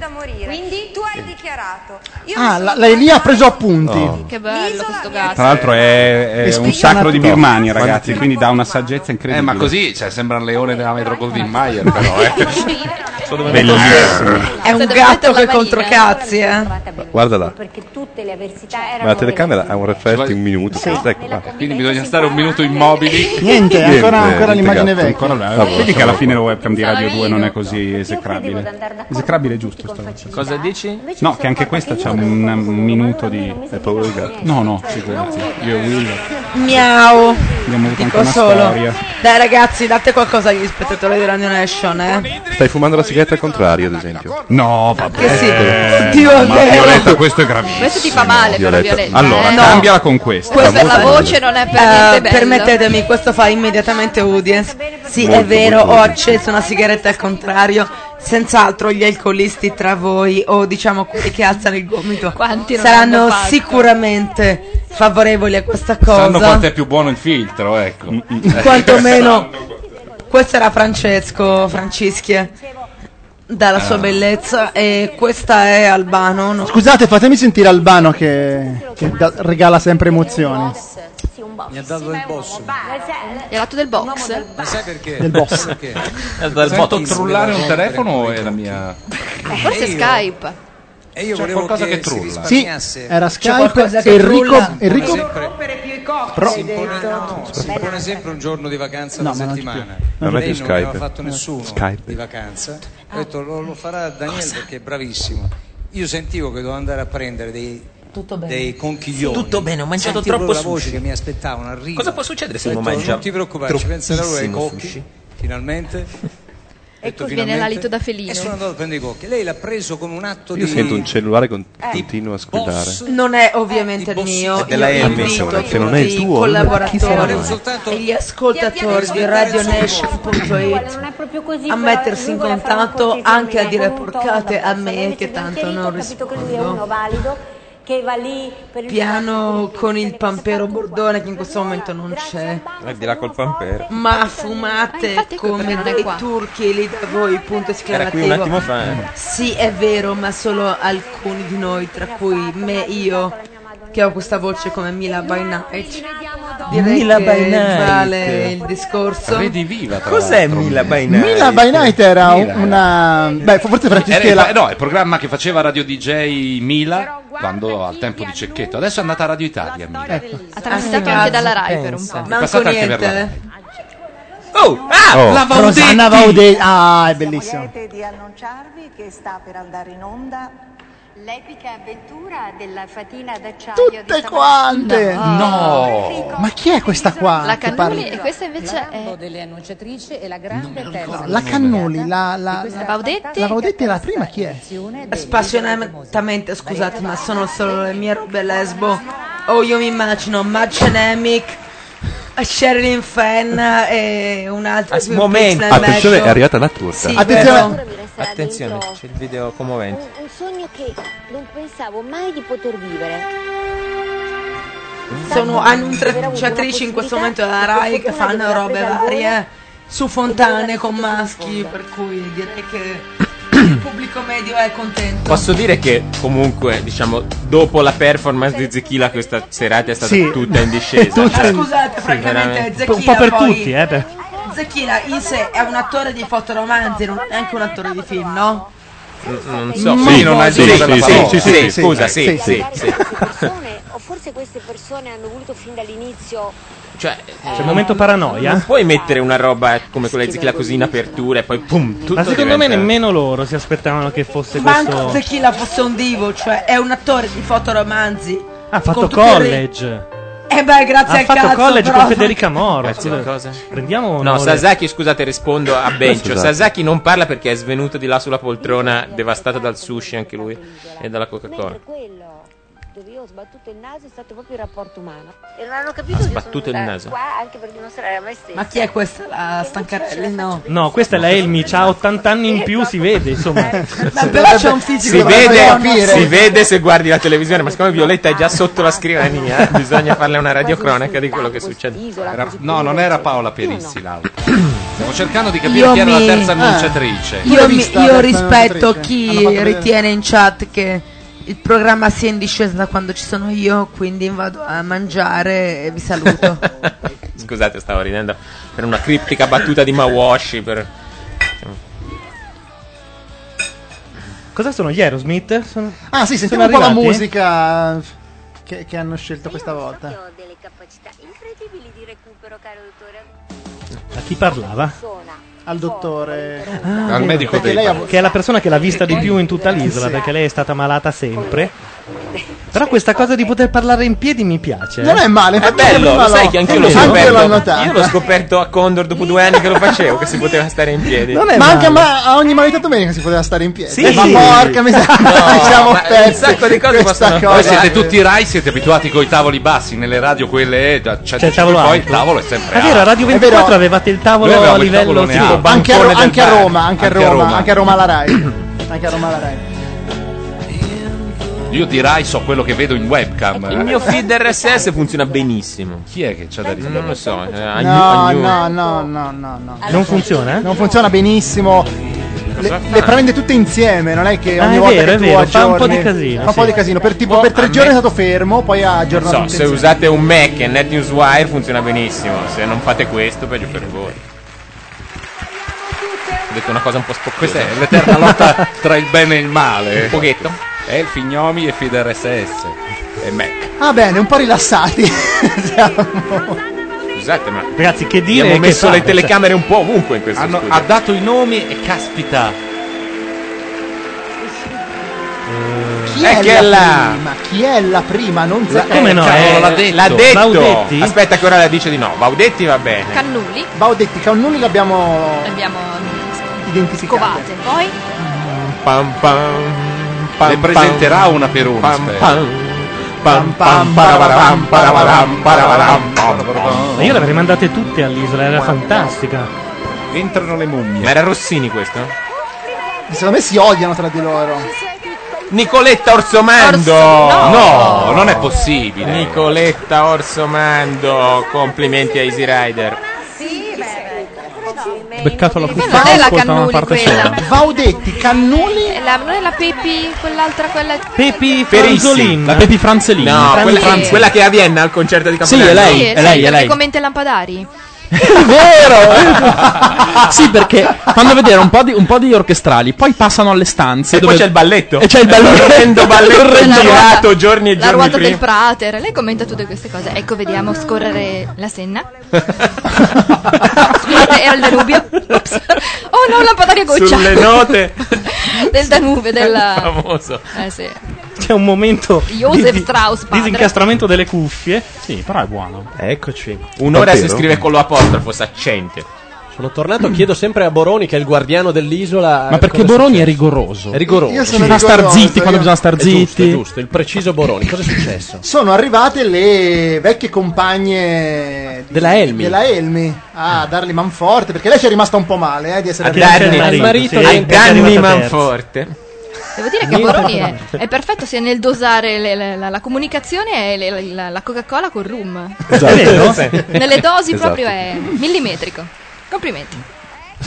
Speaker 31: Quindi tu hai dichiarato.
Speaker 3: Ah, la, la Elia ha preso appunti.
Speaker 13: Oh.
Speaker 6: Che bello questo gatto.
Speaker 13: Tra l'altro è, è un sacro di Birmania, ragazzi, quindi dà una saggezza
Speaker 11: Eh,
Speaker 13: incredibile.
Speaker 11: ma così cioè, sembra il leone della Metro Goldwyn Mayer, però, eh.
Speaker 13: Bellissimo.
Speaker 14: È un gatto che contro cazzi, eh?
Speaker 5: Guarda là.
Speaker 12: Perché tutte le avversità
Speaker 5: Ma
Speaker 12: erano
Speaker 5: la telecamera ha un reflex di un minuto. Ecco qua.
Speaker 11: Quindi bisogna stare un minuto immobili.
Speaker 3: Niente, ancora-
Speaker 5: Niente,
Speaker 3: ancora l'immagine
Speaker 5: niente, ancora-
Speaker 3: vecchia.
Speaker 13: Allora, Vedi che alla fine la webcam di Radio
Speaker 5: Salamino.
Speaker 13: 2 non è così esecrabile. Esecrabile è giusto. sta cosa.
Speaker 8: Cosa dici?
Speaker 13: No, che anche questa c'ha un, un minuto di... È paura di gatto. No, no, figurati. Io e Will
Speaker 14: Miau.
Speaker 13: abbiamo avuto anche
Speaker 14: Dico
Speaker 13: una
Speaker 14: solo.
Speaker 13: storia.
Speaker 14: Dai ragazzi, date qualcosa agli spettatori della New Nation, eh.
Speaker 5: Stai fumando la sigaretta al contrario, ad esempio.
Speaker 13: No, vabbè.
Speaker 14: Che sì.
Speaker 13: Eh,
Speaker 14: Dio
Speaker 13: ma
Speaker 14: vero.
Speaker 13: Violetta, questo è gravissimo.
Speaker 6: Questo ti fa male però,
Speaker 13: Violetta.
Speaker 6: Violetta.
Speaker 13: Allora,
Speaker 6: eh.
Speaker 13: cambiala con questa.
Speaker 6: Questa la voce non è per niente
Speaker 14: Eh,
Speaker 6: bella.
Speaker 14: permettetemi, questo fa immediatamente audience. Sì,
Speaker 6: Molto,
Speaker 14: è vero,
Speaker 6: molto
Speaker 14: ho
Speaker 6: bene.
Speaker 14: acceso una sigaretta al contrario. Senz'altro gli alcolisti tra voi, o diciamo quelli che alzano il gomito,
Speaker 6: non
Speaker 14: saranno
Speaker 6: l'hanno fatto?
Speaker 14: sicuramente favorevoli a questa
Speaker 11: Sanno
Speaker 14: cosa.
Speaker 11: quanto è più buono il filtro, ecco.
Speaker 14: Quantomeno, questo era Francesco Francischi, dalla sua bellezza, e questa è Albano. no?
Speaker 3: Scusate, fatemi sentire Albano che, che da- regala sempre emozioni.
Speaker 15: Mi ha dato del boss.
Speaker 6: Gli ha dato del box?
Speaker 15: Ma sai perché?
Speaker 3: Del boss.
Speaker 15: Perché?
Speaker 11: Ho fatto trullare un
Speaker 15: Sempre.
Speaker 11: telefono e la mia...
Speaker 6: Eh,
Speaker 11: oh.
Speaker 6: Forse
Speaker 15: io-
Speaker 6: Skype.
Speaker 15: E io
Speaker 11: C'è
Speaker 15: volevo
Speaker 11: qualcosa
Speaker 15: che,
Speaker 11: che
Speaker 15: si
Speaker 11: trulla.
Speaker 15: risparmiasse-
Speaker 3: Sì, era
Speaker 15: C'è
Speaker 3: Skype,
Speaker 15: qualcosa che
Speaker 3: Enrico-
Speaker 15: trulla.
Speaker 3: Enrico-
Speaker 15: Come sempre-
Speaker 3: Pro-
Speaker 15: si impone, no, si impone sempre un giorno di vacanza
Speaker 3: No,
Speaker 15: alla
Speaker 3: ma non ci
Speaker 15: settimana.
Speaker 3: più.
Speaker 5: Non è
Speaker 15: Lei
Speaker 5: che
Speaker 15: non
Speaker 5: Skype.
Speaker 15: aveva fatto
Speaker 5: No.
Speaker 15: nessuno
Speaker 5: Skype.
Speaker 15: di vacanza. Ho
Speaker 8: Ah.
Speaker 15: detto lo, lo farà Daniele perché è bravissimo. Io sentivo che dovevo andare a prendere dei dei conchiglioni.
Speaker 8: Tutto bene, ho mangiato
Speaker 15: Sentivo
Speaker 8: troppo
Speaker 15: la voce
Speaker 8: sushi.
Speaker 15: che mi aspettavano arrivo.
Speaker 8: Cosa può succedere se
Speaker 15: Ho
Speaker 8: uno
Speaker 15: detto,
Speaker 8: mangia
Speaker 15: Non ti preoccupare, ci penserà lui ai
Speaker 8: troppissimo
Speaker 15: cocchi.
Speaker 8: sushi?
Speaker 15: Finalmente. Ho detto
Speaker 6: Viene
Speaker 15: finalmente.
Speaker 6: l'alito da felino.
Speaker 15: E sono andato a prendere i cocchi. Lei l'ha preso come un atto
Speaker 5: Io
Speaker 15: di
Speaker 5: sento un cellulare con
Speaker 15: Eh.
Speaker 5: continua a squillare.
Speaker 14: Non è ovviamente il mio,
Speaker 5: È della
Speaker 14: io
Speaker 5: Elmi,
Speaker 14: invito
Speaker 5: cioè, se non è il
Speaker 14: tutti i
Speaker 5: tuo,
Speaker 14: collaboratori
Speaker 5: allora chi
Speaker 14: e gli ascoltatori di RadioNation.it a mettersi in contatto anche a dire porcate a me che tanto non
Speaker 12: Lui è uno
Speaker 14: rispondo.
Speaker 12: valido che va lì per il
Speaker 14: Piano con il pampero bordone che in questo momento non c'è.
Speaker 8: Di là col pampero.
Speaker 14: Ma fumate come dei turchi lì da voi, punto
Speaker 8: Era qui
Speaker 14: esclamativo.
Speaker 8: un attimo fa. eh.
Speaker 14: Sì, è vero, ma solo alcuni di noi, tra cui me io, che ho questa voce come Mila by Night. Direi
Speaker 8: Mila
Speaker 14: che
Speaker 8: by Night.
Speaker 14: vale il discorso.
Speaker 11: Rediviva, tra
Speaker 8: Cos'è Mila by Night?
Speaker 3: Mila by Night era
Speaker 11: Mila,
Speaker 3: una. Beh, forse
Speaker 11: Eh, Era il,
Speaker 3: Francischiela.
Speaker 11: pa- no, il programma che faceva Radio DJ Mila quando al tempo di Cecchetto. Adesso è andata a Radio Italia. Mila.
Speaker 6: Ha transitato anche dalla Rai per un po'.
Speaker 11: È passata anche per la
Speaker 8: Ah, Oh, ah,
Speaker 11: la Vaudetti!
Speaker 3: Rosanna Vaudetti. Ah, è bellissimo.
Speaker 16: Siete di annunciarvi che sta per andare in onda l'epica avventura della fatina d'acciaio
Speaker 3: Tutte quante.
Speaker 11: No.
Speaker 3: Ma chi è questa qua?
Speaker 6: La
Speaker 3: che
Speaker 6: Cannuli
Speaker 3: parla?
Speaker 6: e questa invece è
Speaker 16: delle annunciatrici e la grande testa
Speaker 3: La Cannuli, la, la,
Speaker 6: La Baudetti?
Speaker 3: La Baudetti è la prima, chi è?
Speaker 14: Spassionatamente, scusate, ma sono solo le mie robe lesbo. Oh, io mi immagino Mad Genemic, Sherilyn Fenn e un altro.
Speaker 8: momento.
Speaker 14: Ah,
Speaker 5: Attenzione, è arrivata la
Speaker 14: Sì,
Speaker 5: turca.
Speaker 14: Attenzione.
Speaker 27: sarà
Speaker 5: Attenzione,
Speaker 27: dentro
Speaker 5: c'è il video commovente.
Speaker 27: un, un sogno che non pensavo mai di poter vivere.
Speaker 14: Sono annunciatrici in questo momento della Rai che fanno robe varie su fontane con maschi, per cui direi che il pubblico medio è contento.
Speaker 5: Posso dire che comunque, diciamo, dopo la performance di Zechila questa serata è stata
Speaker 14: Sì.
Speaker 5: tutta in discesa.
Speaker 14: Tutta
Speaker 5: cioè.
Speaker 14: in- Ah, Scusate,
Speaker 5: Sì,
Speaker 14: francamente,
Speaker 5: veramente.
Speaker 14: Zechila Un po' per poi- tutti,
Speaker 1: eh.
Speaker 14: Zecchina in sé è un attore di fotoromanzi, non è anche un attore di film, no?
Speaker 5: N- Non so,
Speaker 14: Sì,
Speaker 5: poi-
Speaker 14: non hai
Speaker 5: sì,
Speaker 14: detto
Speaker 5: sì,
Speaker 14: la
Speaker 5: sì,
Speaker 14: parola.
Speaker 5: sì,
Speaker 14: Sì,
Speaker 5: sì,
Speaker 14: sì,
Speaker 5: scusa,
Speaker 14: sì,
Speaker 5: sì,
Speaker 14: sì,
Speaker 5: sì,
Speaker 14: sì.
Speaker 5: sì.
Speaker 17: O forse queste persone hanno voluto fin dall'inizio
Speaker 5: Cioè,
Speaker 1: C'è un momento paranoia.
Speaker 5: Non puoi mettere una roba come quella di Zechila così in apertura e poi pum, tutto
Speaker 1: Ma secondo me
Speaker 5: diventa-
Speaker 1: nemmeno loro si aspettavano che fosse
Speaker 14: Manco
Speaker 1: questo.
Speaker 14: Zecchila fosse un divo, cioè è un attore di fotoromanzi.
Speaker 1: Ha fatto
Speaker 14: Con tutto il re-
Speaker 1: college.
Speaker 14: Eh beh, grazie
Speaker 1: Ha
Speaker 14: al
Speaker 1: fatto
Speaker 14: cazzo,
Speaker 1: college
Speaker 14: però.
Speaker 1: con Federica Moro. Prendiamo
Speaker 5: No,
Speaker 1: onore.
Speaker 5: Sasaki, scusate, rispondo a Bencio.
Speaker 1: Scusate.
Speaker 5: Sasaki non parla perché è svenuto di là sulla poltrona, devastato dal sushi anche lui e dalla Coca-Cola.
Speaker 17: mentre quello dove io ho sbattuto il naso è stato proprio il rapporto umano. E non hanno capito
Speaker 5: Ha
Speaker 17: che sono
Speaker 5: sbattuto il
Speaker 17: venuta
Speaker 5: naso.
Speaker 17: qua anche per dimostrare a me stessa.
Speaker 14: Ma chi è questa? La Stancarelli? No.
Speaker 1: No, questa è la Elmi, ha 80 anni in più, si vede, insomma.
Speaker 14: però c'è un fisico
Speaker 5: Si
Speaker 14: da far
Speaker 5: vede,
Speaker 14: capire.
Speaker 5: si vede se guardi la televisione, ma siccome Violetta è già sotto la scrivania, bisogna farle una radiocronaca di quello che succede.
Speaker 11: Era- no, non era Paola Perissi l'altro.
Speaker 5: Stiamo cercando di
Speaker 11: capire chi era la terza annunciatrice.
Speaker 14: eh. Io, mi- io
Speaker 11: terza
Speaker 14: rispetto
Speaker 11: annunciatrice? Hanno fatto
Speaker 14: chi
Speaker 11: vedere-
Speaker 14: ritiene in chat che il programma sia in discesa da quando ci sono io, quindi vado a mangiare e vi saluto.
Speaker 5: Scusate, stavo ridendo per una criptica battuta di Mawashi. Per...
Speaker 1: Cosa sono gli Aerosmith? Sono-
Speaker 3: Ah, sì,
Speaker 1: sono
Speaker 3: sentiamo un po' la
Speaker 1: arrivati?
Speaker 3: musica che, che hanno scelto questa volta.
Speaker 1: A chi parlava?
Speaker 3: Al dottore.
Speaker 1: Ah,
Speaker 3: Perché lei ha- Eh,
Speaker 1: che è la persona che l'ha vista di più in tutta l'isola,
Speaker 3: Sì.
Speaker 1: perché lei è stata malata sempre. Però questa cosa di poter parlare in piedi mi piace. eh.
Speaker 3: Non è male,
Speaker 5: È
Speaker 3: infatti
Speaker 5: bello,
Speaker 3: prima
Speaker 5: lo sai
Speaker 3: l'ho-
Speaker 5: che anch'io
Speaker 3: eh,
Speaker 5: l'ho
Speaker 3: anch'io l'ho
Speaker 5: scoperto.
Speaker 3: notata.
Speaker 5: Io l'ho scoperto a Condor dopo due anni che lo facevo, che si poteva stare in piedi.
Speaker 3: ma anche a, ma- a ogni maritata domenica si poteva stare in piedi.
Speaker 5: Sì.
Speaker 3: ma porca miseria,
Speaker 5: No,
Speaker 2: diciamo
Speaker 3: siamo
Speaker 5: ma
Speaker 3: persi.
Speaker 5: un sacco di cose
Speaker 3: Questa
Speaker 5: possono-
Speaker 3: cosa-
Speaker 18: Voi siete tutti Rai, siete abituati coi tavoli bassi, nelle radio quelle eh, da 100
Speaker 1: il tavolo
Speaker 18: poi il
Speaker 1: alto.
Speaker 18: tavolo è sempre
Speaker 1: È vero, a
Speaker 18: alto.
Speaker 1: Radio 24 avevate il
Speaker 18: Noi
Speaker 1: tavolo
Speaker 18: avevamo
Speaker 1: a
Speaker 18: il
Speaker 1: livello
Speaker 18: tavolone
Speaker 1: tipo
Speaker 18: alto.
Speaker 3: Anche a, Ro-
Speaker 18: Bancone
Speaker 3: anche a
Speaker 18: del bar.
Speaker 3: Roma, anche a
Speaker 18: Anche a
Speaker 3: Roma,
Speaker 18: Roma.
Speaker 3: anche a Roma la Rai. Anche a Roma la Rai.
Speaker 18: Io di Rai so quello che vedo in webcam. Eh.
Speaker 5: Il mio feed RSS funziona benissimo.
Speaker 18: Chi è che c'ha da dire?
Speaker 5: Non lo so. eh, agnu-
Speaker 3: No,
Speaker 5: agnu-
Speaker 3: no, no, no, no, no.
Speaker 1: Non funziona?
Speaker 3: Non funziona benissimo. Le, le prende tutte insieme, non è che
Speaker 1: Ah,
Speaker 3: ogni
Speaker 1: è
Speaker 3: volta
Speaker 1: vero,
Speaker 3: che
Speaker 1: è
Speaker 3: tu
Speaker 1: vero, fa un
Speaker 3: aggiorni-
Speaker 1: po' di casino,
Speaker 3: Fa un po'
Speaker 1: sì.
Speaker 3: di casino, per tipo per tre giorni è stato fermo, poi ha
Speaker 5: Non
Speaker 3: aggiornato.
Speaker 5: so,
Speaker 3: tutte
Speaker 5: se
Speaker 3: insieme.
Speaker 5: usate un Mac e NetNewsWire funziona benissimo, se non fate questo peggio per voi. Ho detto una cosa un po' spocchiosa.
Speaker 18: Questa è l'eterna lotta tra il bene e il male.
Speaker 5: Un pochetto.
Speaker 18: È il fignomi e feed RSS. E Mac.
Speaker 3: Ah bene, un po' rilassati. Siamo-
Speaker 5: Scusate, ma
Speaker 1: Ragazzi, che dire
Speaker 5: abbiamo
Speaker 1: e che
Speaker 5: messo
Speaker 1: fare,
Speaker 5: le telecamere un po' ovunque in questo
Speaker 18: Hanno-
Speaker 5: studio. Oh,
Speaker 18: ha dato i nomi e caspita.
Speaker 3: Chi
Speaker 5: Eh,
Speaker 3: è,
Speaker 5: chi è
Speaker 3: la
Speaker 5: là?
Speaker 3: prima? Chi è la prima? Non Zaccagni.
Speaker 5: Cavolo, Eh, cioè,
Speaker 18: Eh,
Speaker 5: l'ha detto.
Speaker 3: Baudetti?
Speaker 5: Aspetta che ora la dice di no. Baudetti va bene.
Speaker 3: Cannulli. Baudetti, Cannulli l'abbiamo
Speaker 6: Abbiamo
Speaker 3: identificato.
Speaker 6: covate. Poi
Speaker 5: Pam, pam, pam,
Speaker 18: Le presenterà una per una.
Speaker 5: Pam,
Speaker 18: aspetta.
Speaker 5: pam.
Speaker 18: Pam, pam,
Speaker 5: paravaram, paravaram, paravaram,
Speaker 1: Ma io le avrei mandate tutte all'isola, era fantastica.
Speaker 5: Entrano le mummie. Ma era Rossini questo?
Speaker 3: Secondo me si odiano tra di loro.
Speaker 5: Nicoletta Orsomando!
Speaker 3: Orso- no.
Speaker 18: No, non è possibile.
Speaker 5: Nicoletta Orsomando, complimenti a Easy Rider.
Speaker 12: Sì, beh.
Speaker 1: Peccato la
Speaker 12: Ma non è la
Speaker 1: una parte
Speaker 6: quella.
Speaker 1: sola.
Speaker 3: Vaudetti, Cannuli.
Speaker 6: la, non è la Pepi, quell'altra, quella.
Speaker 1: Pepi
Speaker 5: Ferissi.
Speaker 1: Franzolin.
Speaker 5: La Pepi
Speaker 1: Franzolin.
Speaker 5: No, quella,
Speaker 6: Franzolin.
Speaker 5: quella che è a Vienna al concerto di Capodanno.
Speaker 6: Sì, sì, quella che commenta i lampadari.
Speaker 25: vero! sì, perché fanno vedere un po, di, un po' di orchestrali, poi passano alle stanze.
Speaker 5: E poi c'è il balletto.
Speaker 25: E c'è il balletto.
Speaker 5: Orrendo balletto
Speaker 25: Orrendo.
Speaker 5: girato giorni e
Speaker 6: La
Speaker 5: giorni
Speaker 6: ruota
Speaker 5: prima.
Speaker 6: del Prater, lei commenta tutte queste cose. Ecco, vediamo scorrere la Senna. Scusate, era il Danubio. Ops. Oh no, lampadaria goccia.
Speaker 1: Sulle
Speaker 5: note.
Speaker 6: del Danube, della.
Speaker 5: Famoso.
Speaker 6: Eh sì.
Speaker 1: C'è un momento
Speaker 6: Joseph Strauss, padre.
Speaker 1: disincastramento delle cuffie.
Speaker 5: Sì, però è buono.
Speaker 1: Eccoci.
Speaker 5: Un'ora si scrive con lo apostrofo saccente.
Speaker 2: Sono tornato, chiedo sempre a Boroni, che è il guardiano dell'isola. eh,
Speaker 25: Ma perché
Speaker 2: cosa
Speaker 25: Boroni è rigoroso.
Speaker 2: È rigoroso.
Speaker 3: Io sono
Speaker 25: bisogna star
Speaker 3: rigoroso,
Speaker 25: zitti quando
Speaker 3: io-
Speaker 25: bisogna star
Speaker 3: È
Speaker 25: zitti.
Speaker 3: giusto, è giusto,
Speaker 2: il preciso Boroni. Cosa è successo?
Speaker 3: Sono arrivate le vecchie compagne
Speaker 25: Della Elmi.
Speaker 3: Della Elmi a dargli manforte perché lei ci è rimasta un po' male eh, di essere
Speaker 5: A danni- al marito, a danni manforte.
Speaker 6: Devo dire che
Speaker 3: Niente.
Speaker 6: Boroni è, è perfetto sia nel dosare le- le- la, la comunicazione e le- la, la Coca-Cola col rum.
Speaker 29: Esatto.
Speaker 6: È vero?
Speaker 29: Sì.
Speaker 6: Nelle dosi
Speaker 3: Esatto.
Speaker 6: proprio è millimetrico. Complimenti.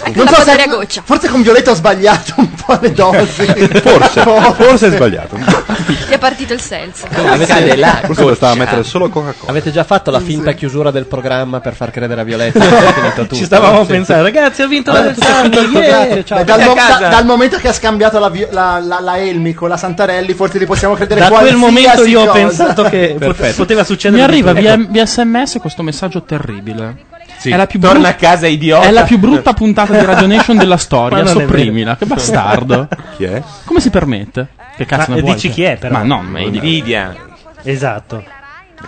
Speaker 6: Ecco
Speaker 3: Non
Speaker 6: la
Speaker 3: so se-
Speaker 6: batteria a goccia.
Speaker 3: Forse con Violetta ho sbagliato un po' le dosi. Cioè,
Speaker 8: Forse, forse è sbagliato.
Speaker 6: Ti è partito il senso.
Speaker 8: Forse bastava mettere solo Coca-Cola.
Speaker 2: Avete già fatto la finta chiusura del programma per far credere a Violetta che è finito tutto.
Speaker 1: Ci stavamo
Speaker 2: Sì.
Speaker 1: pensando, ragazzi, ho vinto la
Speaker 2: Allora, tutto
Speaker 1: Bersani.
Speaker 2: finito il
Speaker 1: yeah!
Speaker 2: programma, ciao.
Speaker 3: Beh, dal,
Speaker 2: Andate a
Speaker 3: mo-
Speaker 2: casa.
Speaker 3: da- dal momento che ha scambiato la, vi- la- la- la Elmi con la Santarelli, forse li possiamo credere
Speaker 1: Da quel
Speaker 3: qualsiasi
Speaker 1: momento io ho
Speaker 3: cosa.
Speaker 1: pensato che pot-
Speaker 3: Perfetto.
Speaker 1: poteva succedere.
Speaker 7: Mi arriva
Speaker 1: di tutto.
Speaker 7: via,
Speaker 1: Ecco.
Speaker 7: via sms questo messaggio terribile.
Speaker 5: Sì.
Speaker 7: È la più
Speaker 5: Torna
Speaker 7: brutta-
Speaker 5: a casa, idiota.
Speaker 7: È la più brutta puntata di Radio Nation della
Speaker 5: Ma
Speaker 7: storia.
Speaker 5: non è
Speaker 7: Sopprimila,
Speaker 5: vero.
Speaker 7: che bastardo.
Speaker 8: Chi è?
Speaker 7: Come si permette? Che cazzo
Speaker 1: Ma eh,
Speaker 7: ne vuoi,
Speaker 1: dici
Speaker 7: te?
Speaker 1: chi è, però?
Speaker 7: Ma no, ma è
Speaker 5: invidia.
Speaker 1: Esatto.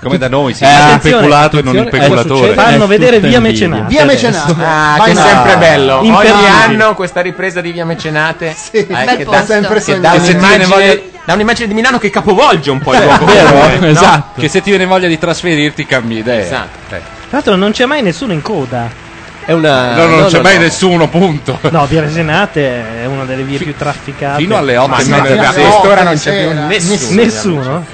Speaker 11: Come da noi, si
Speaker 7: Eh,
Speaker 11: dice il
Speaker 7: attenzione,
Speaker 11: peculato e non il
Speaker 7: attenzione,
Speaker 11: peculatore.
Speaker 7: cosa succede?
Speaker 1: Fanno
Speaker 7: È
Speaker 1: vedere
Speaker 7: tutta
Speaker 1: via
Speaker 7: in video.
Speaker 1: mecenate.
Speaker 5: Via
Speaker 3: Mecenate.
Speaker 5: Ah, che è
Speaker 3: Vai,
Speaker 5: sempre
Speaker 3: no.
Speaker 5: bello. Ogni
Speaker 3: Imperdibile.
Speaker 5: anno questa ripresa di Via Mecenate eh,
Speaker 3: bel
Speaker 5: che,
Speaker 3: posto. Sempre
Speaker 5: che dà,
Speaker 3: sognare.
Speaker 5: un'immagine,
Speaker 3: Se te ne
Speaker 5: dà un'immagine di Milano che capovolge un po' il
Speaker 11: Eh, esatto.
Speaker 5: luogo. No?
Speaker 11: Che se ti viene voglia di trasferirti, cambi idea.
Speaker 5: Esatto.
Speaker 11: Eh.
Speaker 1: Tra l'altro non c'è mai nessuno in coda.
Speaker 2: È una...
Speaker 11: No, no, non c'è mai nessuno, punto.
Speaker 1: No, Via Mecenate è una delle vie più trafficate.
Speaker 11: fino alle otto
Speaker 1: Ma
Speaker 11: e
Speaker 1: sì,
Speaker 11: mezza
Speaker 1: fino
Speaker 11: di
Speaker 1: alle
Speaker 11: sera.
Speaker 1: otto
Speaker 11: Quest'ora non
Speaker 1: di
Speaker 11: c'è più
Speaker 1: sera.
Speaker 11: nessuno.
Speaker 1: Nessuno?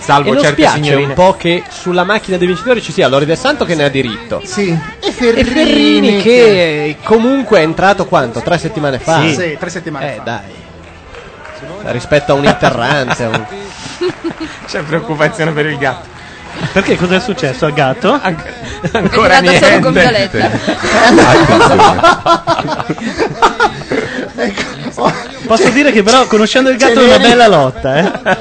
Speaker 2: e
Speaker 5: Salvo
Speaker 2: non
Speaker 5: certe
Speaker 2: spiace
Speaker 5: signorine.
Speaker 2: un po' che sulla macchina dei vincitori ci sia Lori Del Santo che ne ha diritto.
Speaker 3: Sì. E
Speaker 2: E
Speaker 3: Ferrini,
Speaker 2: Ferrini che comunque è entrato quanto? Tre settimane fa?
Speaker 3: Sì, sì, tre settimane
Speaker 2: eh,
Speaker 3: fa.
Speaker 2: dai. Rispetto a un interrante. un-
Speaker 5: C'è preoccupazione per il gatto.
Speaker 1: Perché cos'è successo al gatto?
Speaker 5: Ancora
Speaker 29: È
Speaker 5: niente. Ah,
Speaker 29: tornato solo con
Speaker 1: Posso dire che però conoscendo il gatto è una
Speaker 5: Severi-
Speaker 1: bella lotta, eh.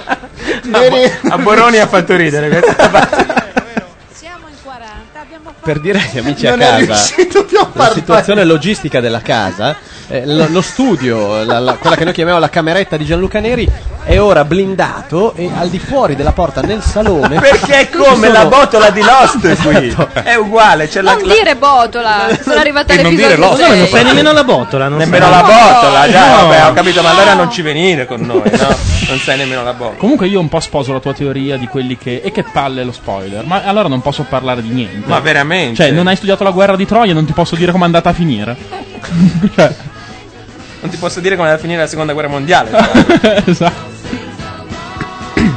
Speaker 5: A, a Boroni ha fatto ridere questa
Speaker 2: per dire agli amici
Speaker 3: Non
Speaker 2: a
Speaker 3: è
Speaker 2: casa
Speaker 3: riuscito più a
Speaker 2: la
Speaker 3: parlare.
Speaker 2: situazione logistica della casa eh, lo, lo studio la- la- quella che noi chiamiamo la cameretta di Gianluca Neri è ora blindato e al di fuori della porta nel salone
Speaker 5: Perché è come
Speaker 2: ci sono- Esatto.
Speaker 5: la botola di Lost qui. È uguale, c'è la,
Speaker 6: Non dire botola, sono arrivata all'episodio
Speaker 5: Lost.
Speaker 6: sei.
Speaker 1: Non sai nemmeno la botola, non
Speaker 5: Nemmeno
Speaker 1: sai.
Speaker 5: la botola, già,
Speaker 1: No.
Speaker 5: vabbè, ho capito, ma allora non ci venire con noi, no? Non sai nemmeno la botola.
Speaker 7: Comunque io un po' sposo la tua teoria di quelli che... E che palle lo spoiler. Ma allora non posso parlare di niente.
Speaker 5: Ma veramente?
Speaker 7: Cioè, non hai studiato la guerra di Troia, non ti posso dire com'è andata a finire. cioè,
Speaker 5: Non ti posso dire come va a finire la seconda guerra mondiale. però.
Speaker 7: esatto.
Speaker 2: ecco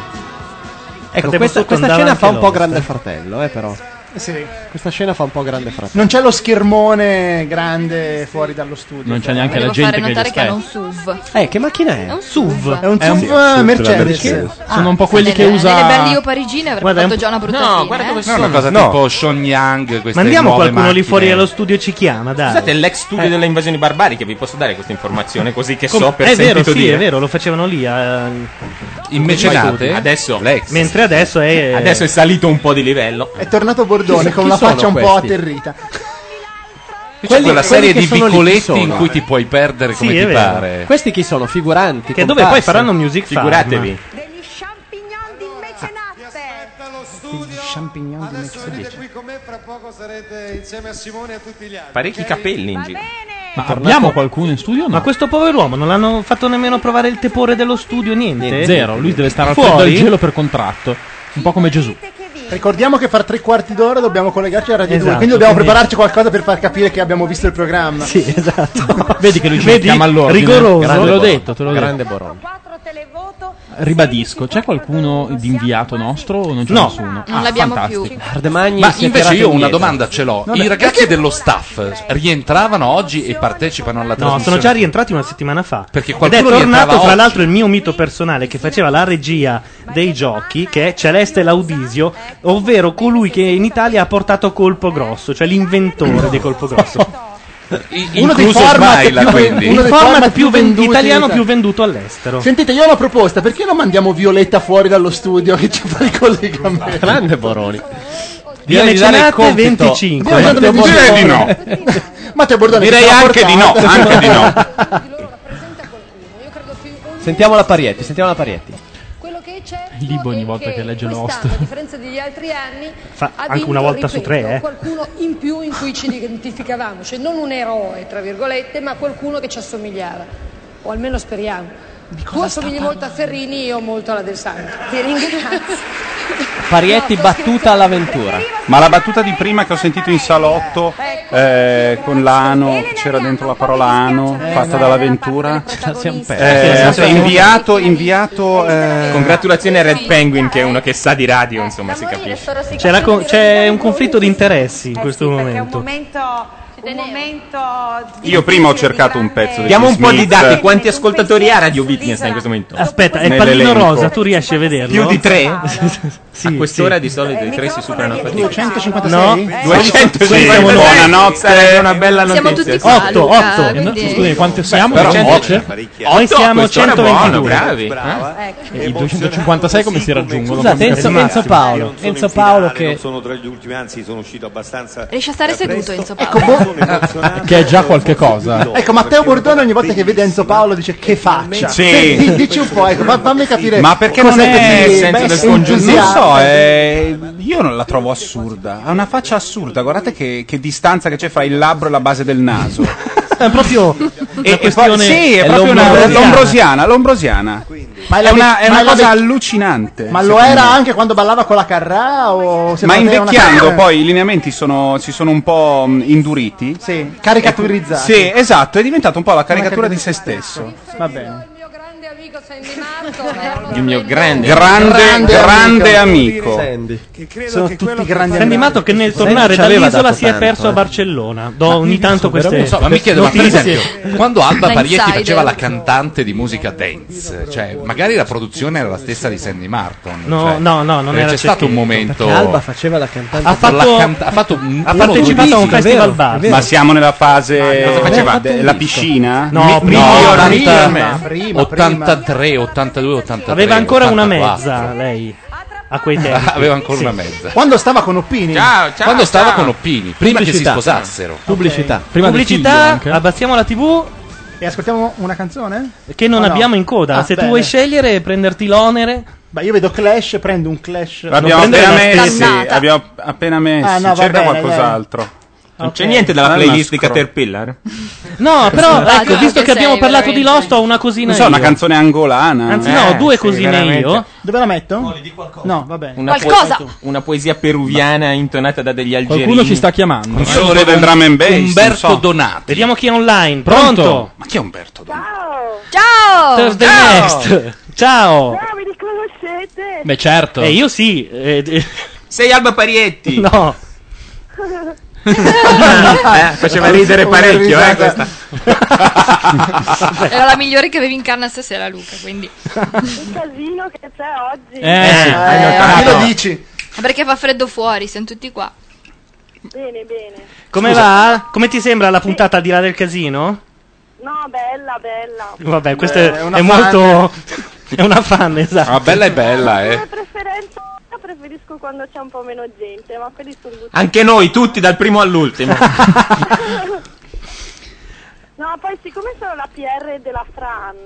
Speaker 1: Ecco,
Speaker 3: Frattempo
Speaker 2: questa,
Speaker 3: sotto
Speaker 2: questa
Speaker 3: andava
Speaker 2: scena
Speaker 3: anche
Speaker 2: fa un po'
Speaker 3: l'host,
Speaker 2: grande
Speaker 3: eh.
Speaker 2: fratello eh, però
Speaker 3: Sì.
Speaker 2: questa scena fa un po' grande fratello
Speaker 3: Non c'è lo schermone grande fuori dallo studio.
Speaker 2: Non c'è neanche
Speaker 6: Volevo
Speaker 2: la gente
Speaker 6: fare
Speaker 2: che gli
Speaker 6: notare che hanno un
Speaker 2: aspetta.
Speaker 6: SUV.
Speaker 2: eh che macchina è?
Speaker 6: È un SUV.
Speaker 3: È un
Speaker 2: È un
Speaker 3: SUV
Speaker 2: SUV,
Speaker 3: Mercedes.
Speaker 2: la Mercedes.
Speaker 3: Ah.
Speaker 2: Sono un po' quelli
Speaker 6: Nelle-
Speaker 2: che usa-
Speaker 6: Eh, Nelle belle io parigine avrebbe
Speaker 1: Guarda, è
Speaker 6: fatto
Speaker 1: un-
Speaker 6: già una brutta
Speaker 5: No,
Speaker 6: fine,
Speaker 5: guarda
Speaker 6: eh.
Speaker 5: come
Speaker 11: No, una cosa
Speaker 5: No.
Speaker 11: tipo Shenyang, queste
Speaker 1: Mandiamo
Speaker 11: nuove
Speaker 1: qualcuno lì
Speaker 11: macchine.
Speaker 1: fuori allo studio e ci chiama, dai.
Speaker 5: Scusate, è l'ex studio
Speaker 1: Eh.
Speaker 5: delle invasioni barbariche, vi posso dare questa informazione così che
Speaker 1: Com-
Speaker 5: so per
Speaker 1: è vero,
Speaker 5: sentito
Speaker 1: sì,
Speaker 5: dire.
Speaker 1: è vero, lo facevano lì. eh.
Speaker 5: In mecenate? Adesso l'ex.
Speaker 1: Mentre adesso è.
Speaker 5: Adesso è salito un po' di livello.
Speaker 3: È tornato
Speaker 5: Chi
Speaker 3: Bordone
Speaker 5: so-
Speaker 3: con
Speaker 5: chi
Speaker 3: la
Speaker 5: sono
Speaker 3: faccia un po'
Speaker 5: questi?
Speaker 3: atterrita.
Speaker 11: C'è
Speaker 2: Quelli- quelli
Speaker 11: quella serie
Speaker 2: che
Speaker 11: di
Speaker 2: sono lì, chi
Speaker 11: vicoletti in
Speaker 2: sono?
Speaker 11: cui ti puoi perdere come
Speaker 2: Sì,
Speaker 11: ti
Speaker 2: è vero.
Speaker 11: pare.
Speaker 2: Questi chi sono? Figuranti.
Speaker 11: Che
Speaker 2: comparsi?
Speaker 11: dove poi faranno Music Farm.
Speaker 2: Figuratevi.
Speaker 3: Champignon di Mercedes.
Speaker 5: Parecchi capelli in giro.
Speaker 1: Ma
Speaker 7: abbiamo qualcuno in studio?
Speaker 1: Eh, Ma questo pover'uomo non l'hanno fatto nemmeno provare il tepore dello studio, niente.
Speaker 7: Niente, zero. Lui deve stare al
Speaker 1: Eh? Fuori?
Speaker 7: freddo del gelo per contratto. Un po' come Gesù.
Speaker 3: Ricordiamo che fra tre quarti d'ora dobbiamo collegarci a Radio
Speaker 7: Esatto,
Speaker 3: 2, quindi dobbiamo
Speaker 7: quindi-
Speaker 3: prepararci qualcosa per far capire che abbiamo visto il programma.
Speaker 1: Sì, esatto.
Speaker 7: Vedi che lui ci
Speaker 1: Vedi?
Speaker 7: chiama all'ordine.
Speaker 1: Rigoroso.
Speaker 7: Te l'ho
Speaker 1: Grande
Speaker 7: detto, te l'ho detto.
Speaker 1: Boron.
Speaker 7: Ribadisco, c'è qualcuno di inviato nostro o non c'è
Speaker 11: No.
Speaker 7: nessuno? Ah,
Speaker 11: Non l'abbiamo
Speaker 7: più.
Speaker 2: Ardemagni
Speaker 11: Ma
Speaker 2: si è
Speaker 11: invece
Speaker 2: tirato
Speaker 11: io una
Speaker 2: indietro.
Speaker 11: domanda ce l'ho.
Speaker 2: Vabbè,
Speaker 11: I ragazzi dello staff rientravano oggi e partecipano alla
Speaker 1: No,
Speaker 11: trasmissione?
Speaker 1: sono già rientrati una settimana fa. Perché Ed è
Speaker 11: qualcuno
Speaker 1: tornato,
Speaker 11: rientrava
Speaker 1: tra
Speaker 11: oggi.
Speaker 1: l'altro, il mio mito personale che faceva la regia dei giochi, che è Celeste Laudisio, ovvero colui che in Italia ha portato colpo grosso, cioè l'inventore di colpo grosso.
Speaker 3: Uno dei
Speaker 1: Incluso
Speaker 3: format
Speaker 1: Smaila,
Speaker 3: più-
Speaker 1: quindi.
Speaker 3: uno
Speaker 1: il
Speaker 3: dei
Speaker 1: format
Speaker 3: format
Speaker 1: più
Speaker 3: più
Speaker 1: ven-
Speaker 3: venduti in
Speaker 1: italiano
Speaker 3: Italia.
Speaker 1: più venduto all'estero.
Speaker 3: Sentite, io ho una proposta, perché non mandiamo Violetta fuori dallo studio che ci fa il collegamento?
Speaker 2: Ah, Grande Boroni.
Speaker 1: Via
Speaker 3: Direi di dare il
Speaker 1: Mecenate
Speaker 3: compito
Speaker 1: 25.
Speaker 3: a Matteo Bordone. Direi di no. Matteo Bordone,
Speaker 2: Direi
Speaker 3: che te l'ha
Speaker 2: anche di no,
Speaker 3: portato.
Speaker 2: anche di no. Sentiamo la Parietti, sentiamo la Parietti.
Speaker 32: Quello che c'è
Speaker 7: Libo ogni volta che legge
Speaker 32: quest'anno, a
Speaker 7: Lost.
Speaker 32: differenza degli altri anni,
Speaker 7: Fa
Speaker 32: ha
Speaker 7: anche
Speaker 32: vinto,
Speaker 7: una volta su
Speaker 32: ripeto,
Speaker 7: tre, eh.
Speaker 32: qualcuno in più in cui ci identificavamo, cioè non un eroe, tra virgolette, ma qualcuno che ci assomigliava, o almeno speriamo. Tu assomigli molto a Ferrini, io molto alla Del Santo. Ti ringrazio.
Speaker 2: Parietti battuta all'avventura.
Speaker 13: Ma la battuta di prima che ho sentito in salotto eh, con l'ano, c'era dentro la parola ano, fatta dall'avventura. Eh,
Speaker 5: persi.
Speaker 13: inviato, inviato. eh,
Speaker 5: Congratulazioni a Red Penguin, che è uno che sa di radio, insomma, si capisce.
Speaker 1: C'è, la co- c'è un conflitto di interessi in questo momento.
Speaker 9: Un momento
Speaker 13: Io prima ho cercato un pezzo di
Speaker 5: Diamo un po' di
Speaker 13: Smith.
Speaker 5: dati, quanti ascoltatori ha Radio Witness in questo momento?
Speaker 1: Aspetta, è il pallino
Speaker 5: Nell'elenco.
Speaker 1: rosa, tu riesci a vederlo?
Speaker 5: Più di tre?
Speaker 1: sì,
Speaker 5: a quest'ora di solito i tre si superano a fatica.
Speaker 3: 256?
Speaker 1: No.
Speaker 13: Sì,
Speaker 5: 256.
Speaker 13: buonanotte.
Speaker 5: È una bella
Speaker 1: Siamo
Speaker 5: notizia.
Speaker 1: tutti qua, Otto, Luca, otto. quindi-
Speaker 5: Otto.
Speaker 1: Scusami, quanti
Speaker 7: siamo?
Speaker 5: Però
Speaker 7: 200?
Speaker 5: otto.
Speaker 7: Noi
Speaker 5: Otto,
Speaker 7: siamo
Speaker 5: quest'ora
Speaker 7: 122.
Speaker 5: buono, bravi.
Speaker 7: Brava.
Speaker 5: Eh?
Speaker 7: E i 256 come si raggiungono?
Speaker 2: Scusate,
Speaker 7: Come
Speaker 2: Enzo-
Speaker 7: si-
Speaker 2: Enzo Paolo.
Speaker 7: Non sono
Speaker 2: Enzo
Speaker 7: in finale,
Speaker 2: Paolo che-
Speaker 7: non sono tra gli ultimi, anzi sono uscito abbastanza
Speaker 6: Riesce a stare seduto, Enzo Paolo.
Speaker 3: Boh.
Speaker 7: che è già qualche cosa.
Speaker 3: Ecco, Matteo Bordone ogni volta che vede Enzo Paolo dice che faccia.
Speaker 7: Sì.
Speaker 3: di- dici un po', ecco, fa- fammi capire.
Speaker 13: Ma perché non
Speaker 3: cos'è
Speaker 13: è
Speaker 3: che ti-
Speaker 13: senso
Speaker 3: beh,
Speaker 13: del congedo? Non
Speaker 3: entusiasma.
Speaker 13: so, eh. è- io non la trovo assurda. Ha una faccia assurda. Guardate che, che distanza che c'è fra il labbro e la base del naso.
Speaker 2: è proprio
Speaker 13: E- e poi-
Speaker 3: questione-
Speaker 13: sì, è,
Speaker 3: è
Speaker 13: proprio una-
Speaker 3: l'ombrosiana.
Speaker 13: l'ombrosiana. L'ombrosiana.
Speaker 3: Ma
Speaker 13: È una, è una
Speaker 3: ma
Speaker 13: cosa
Speaker 3: la-
Speaker 13: allucinante.
Speaker 3: Ma lo
Speaker 13: secondo
Speaker 3: era
Speaker 13: me.
Speaker 3: anche quando ballava con la Carrà? O se
Speaker 13: Ma
Speaker 3: non era una-
Speaker 13: invecchiando poi i lineamenti sono- si sono un po' mh, induriti. Ecco.
Speaker 3: Sì, caricaturizzati.
Speaker 13: Sì, esatto, è diventato un po' la caricatura di se stesso.
Speaker 3: Va bene.
Speaker 13: Il mio grande,
Speaker 1: Grande
Speaker 13: grande, grande
Speaker 1: amico.
Speaker 13: amico.
Speaker 1: Sono tutti grandi Senti
Speaker 13: amici.
Speaker 1: Mato che nel
Speaker 13: Sandy
Speaker 1: tornare
Speaker 13: ci aveva
Speaker 1: dall'isola
Speaker 13: dato
Speaker 1: si è
Speaker 13: tanto,
Speaker 1: perso
Speaker 13: eh.
Speaker 1: a Barcellona. Do ogni tanto
Speaker 11: Però
Speaker 1: queste
Speaker 11: non so, ma mi chiedo, ma per
Speaker 1: notizie.
Speaker 11: esempio, quando Alba
Speaker 1: Da
Speaker 11: Parietti
Speaker 1: insider.
Speaker 11: faceva la cantante di musica dance, cioè, magari la produzione era la stessa di Sandy Martin.
Speaker 1: No,
Speaker 11: cioè,
Speaker 1: no, no, non
Speaker 11: eh,
Speaker 1: era
Speaker 11: C'è stato un
Speaker 1: Cecchetti,
Speaker 11: momento.
Speaker 2: Perché Alba faceva la cantante.
Speaker 11: Ha fatto-
Speaker 2: La
Speaker 11: ha fatto un-
Speaker 2: ha
Speaker 11: uno,
Speaker 2: partecipato
Speaker 11: due
Speaker 2: a un
Speaker 11: dischi,
Speaker 2: festival
Speaker 11: vero,
Speaker 2: bar.
Speaker 11: vero.
Speaker 13: Ma siamo nella fase
Speaker 11: Cosa faceva?
Speaker 13: de- la piscina?
Speaker 11: No,
Speaker 13: Mi-
Speaker 11: prima,
Speaker 13: no,
Speaker 11: 80,
Speaker 13: prima, prima.
Speaker 11: 83, 82, 83.
Speaker 1: Aveva ancora una
Speaker 11: 84.
Speaker 1: mezza lei a quei tempi.
Speaker 11: Aveva ancora
Speaker 1: Sì.
Speaker 11: una mezza.
Speaker 3: Quando stava con Oppini. Ciao,
Speaker 11: Quando stava con Oppini, prima
Speaker 2: Pubblicità.
Speaker 11: che si sposassero.
Speaker 2: Pubblicità.
Speaker 11: Prima del figlio
Speaker 1: Pubblicità,
Speaker 11: anche.
Speaker 1: abbassiamo la TV
Speaker 3: E ascoltiamo una canzone?
Speaker 1: che non
Speaker 3: O no?
Speaker 1: abbiamo in coda.
Speaker 3: Ah,
Speaker 1: Se tu
Speaker 3: bene.
Speaker 1: vuoi scegliere e prenderti l'onere
Speaker 3: Beh, io vedo Clash, prendo un Clash.
Speaker 13: L'abbiamo
Speaker 3: Non prendo
Speaker 13: appena
Speaker 3: la
Speaker 13: messi,
Speaker 3: scannata.
Speaker 13: abbiamo appena messi.
Speaker 3: Ah, no, va
Speaker 13: Cerca
Speaker 3: bene,
Speaker 13: qualcos'altro.
Speaker 5: Non c'è niente della
Speaker 13: Ah,
Speaker 5: playlist
Speaker 13: una
Speaker 5: di
Speaker 13: scro-
Speaker 5: Caterpillar?
Speaker 1: No, però
Speaker 5: Ah,
Speaker 1: ecco,
Speaker 5: no,
Speaker 1: visto
Speaker 5: che
Speaker 1: che abbiamo
Speaker 5: sei
Speaker 1: parlato di Lost, ho una cosina
Speaker 13: Non so, una
Speaker 1: io.
Speaker 13: canzone angolana. Eh,
Speaker 1: Anzi,
Speaker 5: Eh,
Speaker 1: no, due cosine io.
Speaker 3: Dove la metto? No, va bene.
Speaker 5: Una
Speaker 1: Qualcosa!
Speaker 5: poesia- una poesia peruviana intonata da degli algerini.
Speaker 7: Qualcuno ci sta chiamando.
Speaker 5: Un
Speaker 7: solo
Speaker 5: solo del drum and bass,
Speaker 7: Umberto
Speaker 5: non so.
Speaker 7: Donati.
Speaker 1: Vediamo chi è online.
Speaker 7: Pronto?
Speaker 1: Pronto?
Speaker 13: Ma chi è Umberto?
Speaker 6: Ciao!
Speaker 1: Thursday Next. Ciao.
Speaker 7: Beh, certo.
Speaker 1: Eh, io sì. eh, eh,
Speaker 5: Sei Alba Parietti.
Speaker 1: no.
Speaker 5: Eh, faceva ridere parecchio, eh, questa.
Speaker 9: Eh,
Speaker 6: Era la migliore che avevi in canna stasera, Luca, quindi.
Speaker 9: Il casino che c'è oggi.
Speaker 5: Eh,
Speaker 8: Eh,
Speaker 6: sì, hai notato.
Speaker 3: chi lo dici?
Speaker 6: Perché fa freddo fuori, siamo tutti qua.
Speaker 9: Bene, bene.
Speaker 1: Come va? Come ti sembra la puntata al di là del casino?
Speaker 9: No, bella, bella.
Speaker 1: Vabbè, questo è,
Speaker 9: Beh,
Speaker 1: è
Speaker 9: una fan.
Speaker 1: molto. È una fan, esatto.
Speaker 11: Ah, bella e bella, eh.
Speaker 9: Io preferisco quando c'è un po' meno gente, ma quelli sono gusti.
Speaker 5: Anche noi, tutti, dal primo all'ultimo.
Speaker 9: No, poi siccome sono la PR della Fran,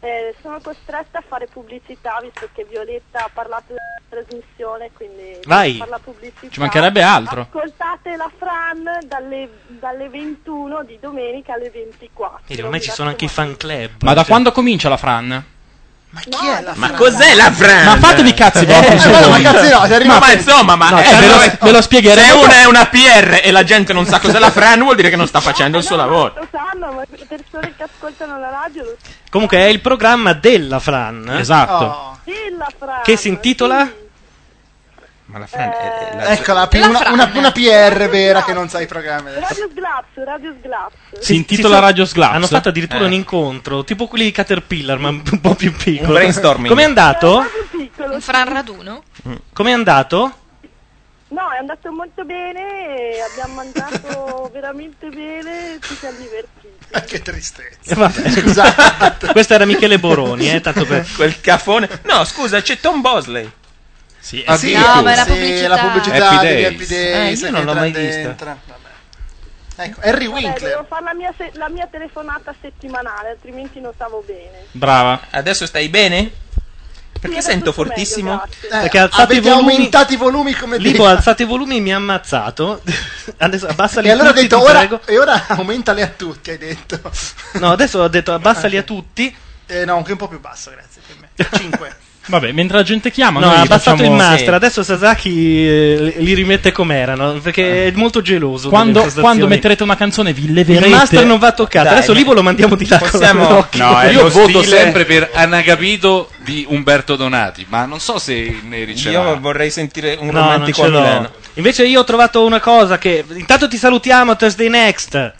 Speaker 9: eh, sono costretta a fare pubblicità visto che Violetta ha parlato della trasmissione, quindi
Speaker 7: Vai.
Speaker 9: devo fare la pubblicità.
Speaker 7: Ci mancherebbe altro.
Speaker 9: Ascoltate la Fran dalle, dalle 21 di domenica alle 24.
Speaker 1: Vedi, ormai ci sono anche i fan club. cioè,
Speaker 7: Ma da quando comincia la Fran?
Speaker 5: ma cos'è la Fran?
Speaker 7: Ma fatevi i cazzi vostri.
Speaker 5: Eh,
Speaker 7: secondi.
Speaker 5: ma cazzi no, se arriva- Ma- ma insomma, ma- eh,
Speaker 7: ve,
Speaker 5: allora-
Speaker 7: lo, ve lo spiegheremo.
Speaker 5: Se una è una PR e la gente non sa cos'è la Fran, vuol dire che non sta facendo il suo lavoro.
Speaker 9: Lo sanno, ma le persone che ascoltano la radio lo sanno.
Speaker 1: Comunque è il programma della Fran. Oh.
Speaker 7: Esatto.
Speaker 9: Sì, la Fran.
Speaker 1: Che si intitola?
Speaker 9: Eh,
Speaker 5: Ma la Fran
Speaker 7: Eh,
Speaker 5: è.
Speaker 3: Eccola, pi- una, una, una PR vera che non sa i programmi.
Speaker 9: Radio Sglaps, Radio Sglaps.
Speaker 7: Si intitola
Speaker 1: so-
Speaker 7: Radio Slaps.
Speaker 1: Hanno fatto addirittura
Speaker 7: Eh.
Speaker 1: un incontro, tipo quelli di Caterpillar, ma un po' più piccolo.
Speaker 7: Un brainstorming. Mm.
Speaker 1: Com'è andato?
Speaker 6: Un Fran Raduno?
Speaker 1: Com'è andato?
Speaker 9: No, è andato molto bene, abbiamo mangiato veramente bene, ci siamo divertiti.
Speaker 3: Ah, Che tristezza.
Speaker 1: Eh, vabbè. Questo era Michele Boroni, eh, tanto per...
Speaker 5: Quel cafone. No, scusa, c'è Tom Bosley. Sì,
Speaker 3: Ah, sì,
Speaker 6: No, ma è la
Speaker 3: sì,
Speaker 6: pubblicità.
Speaker 3: la pubblicità
Speaker 5: Happy
Speaker 3: degli
Speaker 5: Days.
Speaker 3: Happy Days,
Speaker 5: Eh, io non
Speaker 3: che
Speaker 5: l'ho mai
Speaker 3: entra
Speaker 5: vista.
Speaker 3: dentro. Vabbè. Ecco, Harry
Speaker 9: Vabbè,
Speaker 3: Winkler.
Speaker 9: devo fare la mia, se- la mia telefonata settimanale, altrimenti non stavo bene.
Speaker 5: Brava. Adesso stai bene? Perché
Speaker 9: adesso
Speaker 5: sento
Speaker 9: sto meglio,
Speaker 5: fortissimo?
Speaker 9: grazie.
Speaker 1: Perché alzate i
Speaker 3: Eh, avete
Speaker 1: volumi-
Speaker 3: aumentato i volumi come
Speaker 1: Libo,
Speaker 3: prima.
Speaker 1: alzate i volumi, mi ha ammazzato. Adesso abbassa
Speaker 3: E
Speaker 1: li a
Speaker 3: allora ho
Speaker 1: tutti,
Speaker 3: detto,
Speaker 1: ti
Speaker 3: ora,
Speaker 1: prego.
Speaker 3: e ora aumentale a tutti, hai detto.
Speaker 24: Ah,
Speaker 1: No, adesso ho detto abbassali a tutti.
Speaker 3: Eh, no, anche un po' più basso, grazie. Per me. 5.
Speaker 24: Vabbè, mentre la gente chiama,
Speaker 1: No,
Speaker 24: noi
Speaker 1: ha abbassato il
Speaker 24: facciamo-
Speaker 1: master,
Speaker 24: Sì.
Speaker 1: adesso Sasaki eh, li rimette com'erano, perché è molto geloso.
Speaker 24: Eh. Quando,
Speaker 1: delle prestazioni.
Speaker 24: quando metterete una canzone vi leverete.
Speaker 1: Il master non va toccato, adesso Livo lo mandiamo di là con l'occhio.
Speaker 11: io voto sempre per Anagabito di Umberto Donati, ma non so se ne riceverà.
Speaker 5: Io vorrei sentire un
Speaker 1: No, non
Speaker 5: romantico
Speaker 1: ce
Speaker 5: a
Speaker 1: l'ho.
Speaker 5: Milano.
Speaker 1: Invece io ho trovato una cosa che... Intanto ti salutiamo, Thursday Next.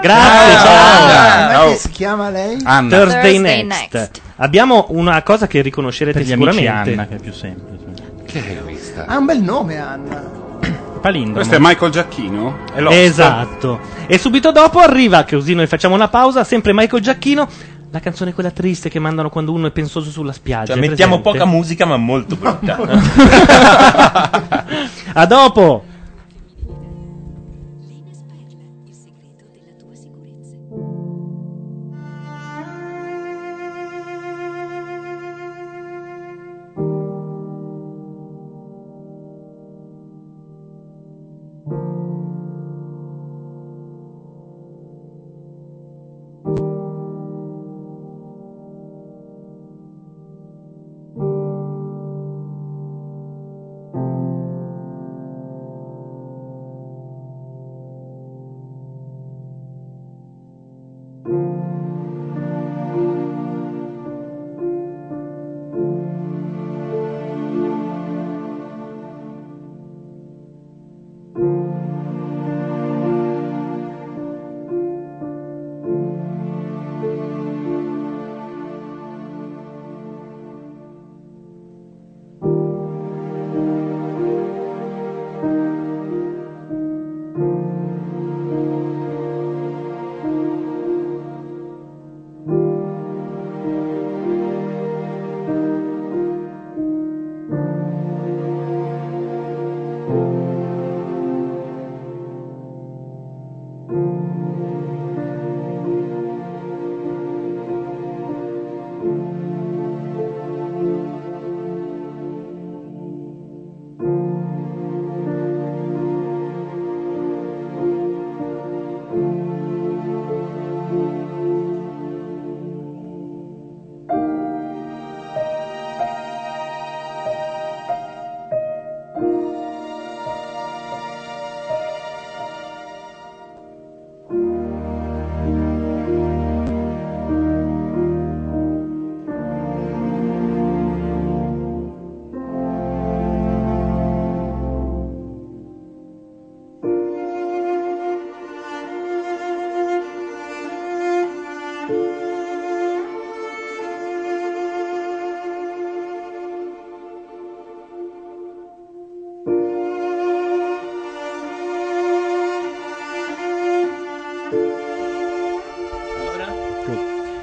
Speaker 1: Grazie,
Speaker 3: Ah,
Speaker 1: ciao.
Speaker 3: Com'è
Speaker 1: oh.
Speaker 3: che si chiama lei?
Speaker 1: Thursday, Next. Abbiamo una cosa che riconoscerete
Speaker 24: Per gli amici
Speaker 1: sicuramente. Ah,
Speaker 24: Anna, che è più semplice.
Speaker 3: Ha un bel nome, Anna.
Speaker 24: Palindromo.
Speaker 13: Questo è Michael Giacchino? È Lost.
Speaker 1: Esatto. E subito dopo arriva, così noi facciamo una pausa, sempre Michael Giacchino, la canzone quella triste che mandano quando uno è pensoso sulla spiaggia.
Speaker 5: Cioè, mettiamo poca
Speaker 1: musica
Speaker 5: musica, ma molto brutta.
Speaker 1: A dopo.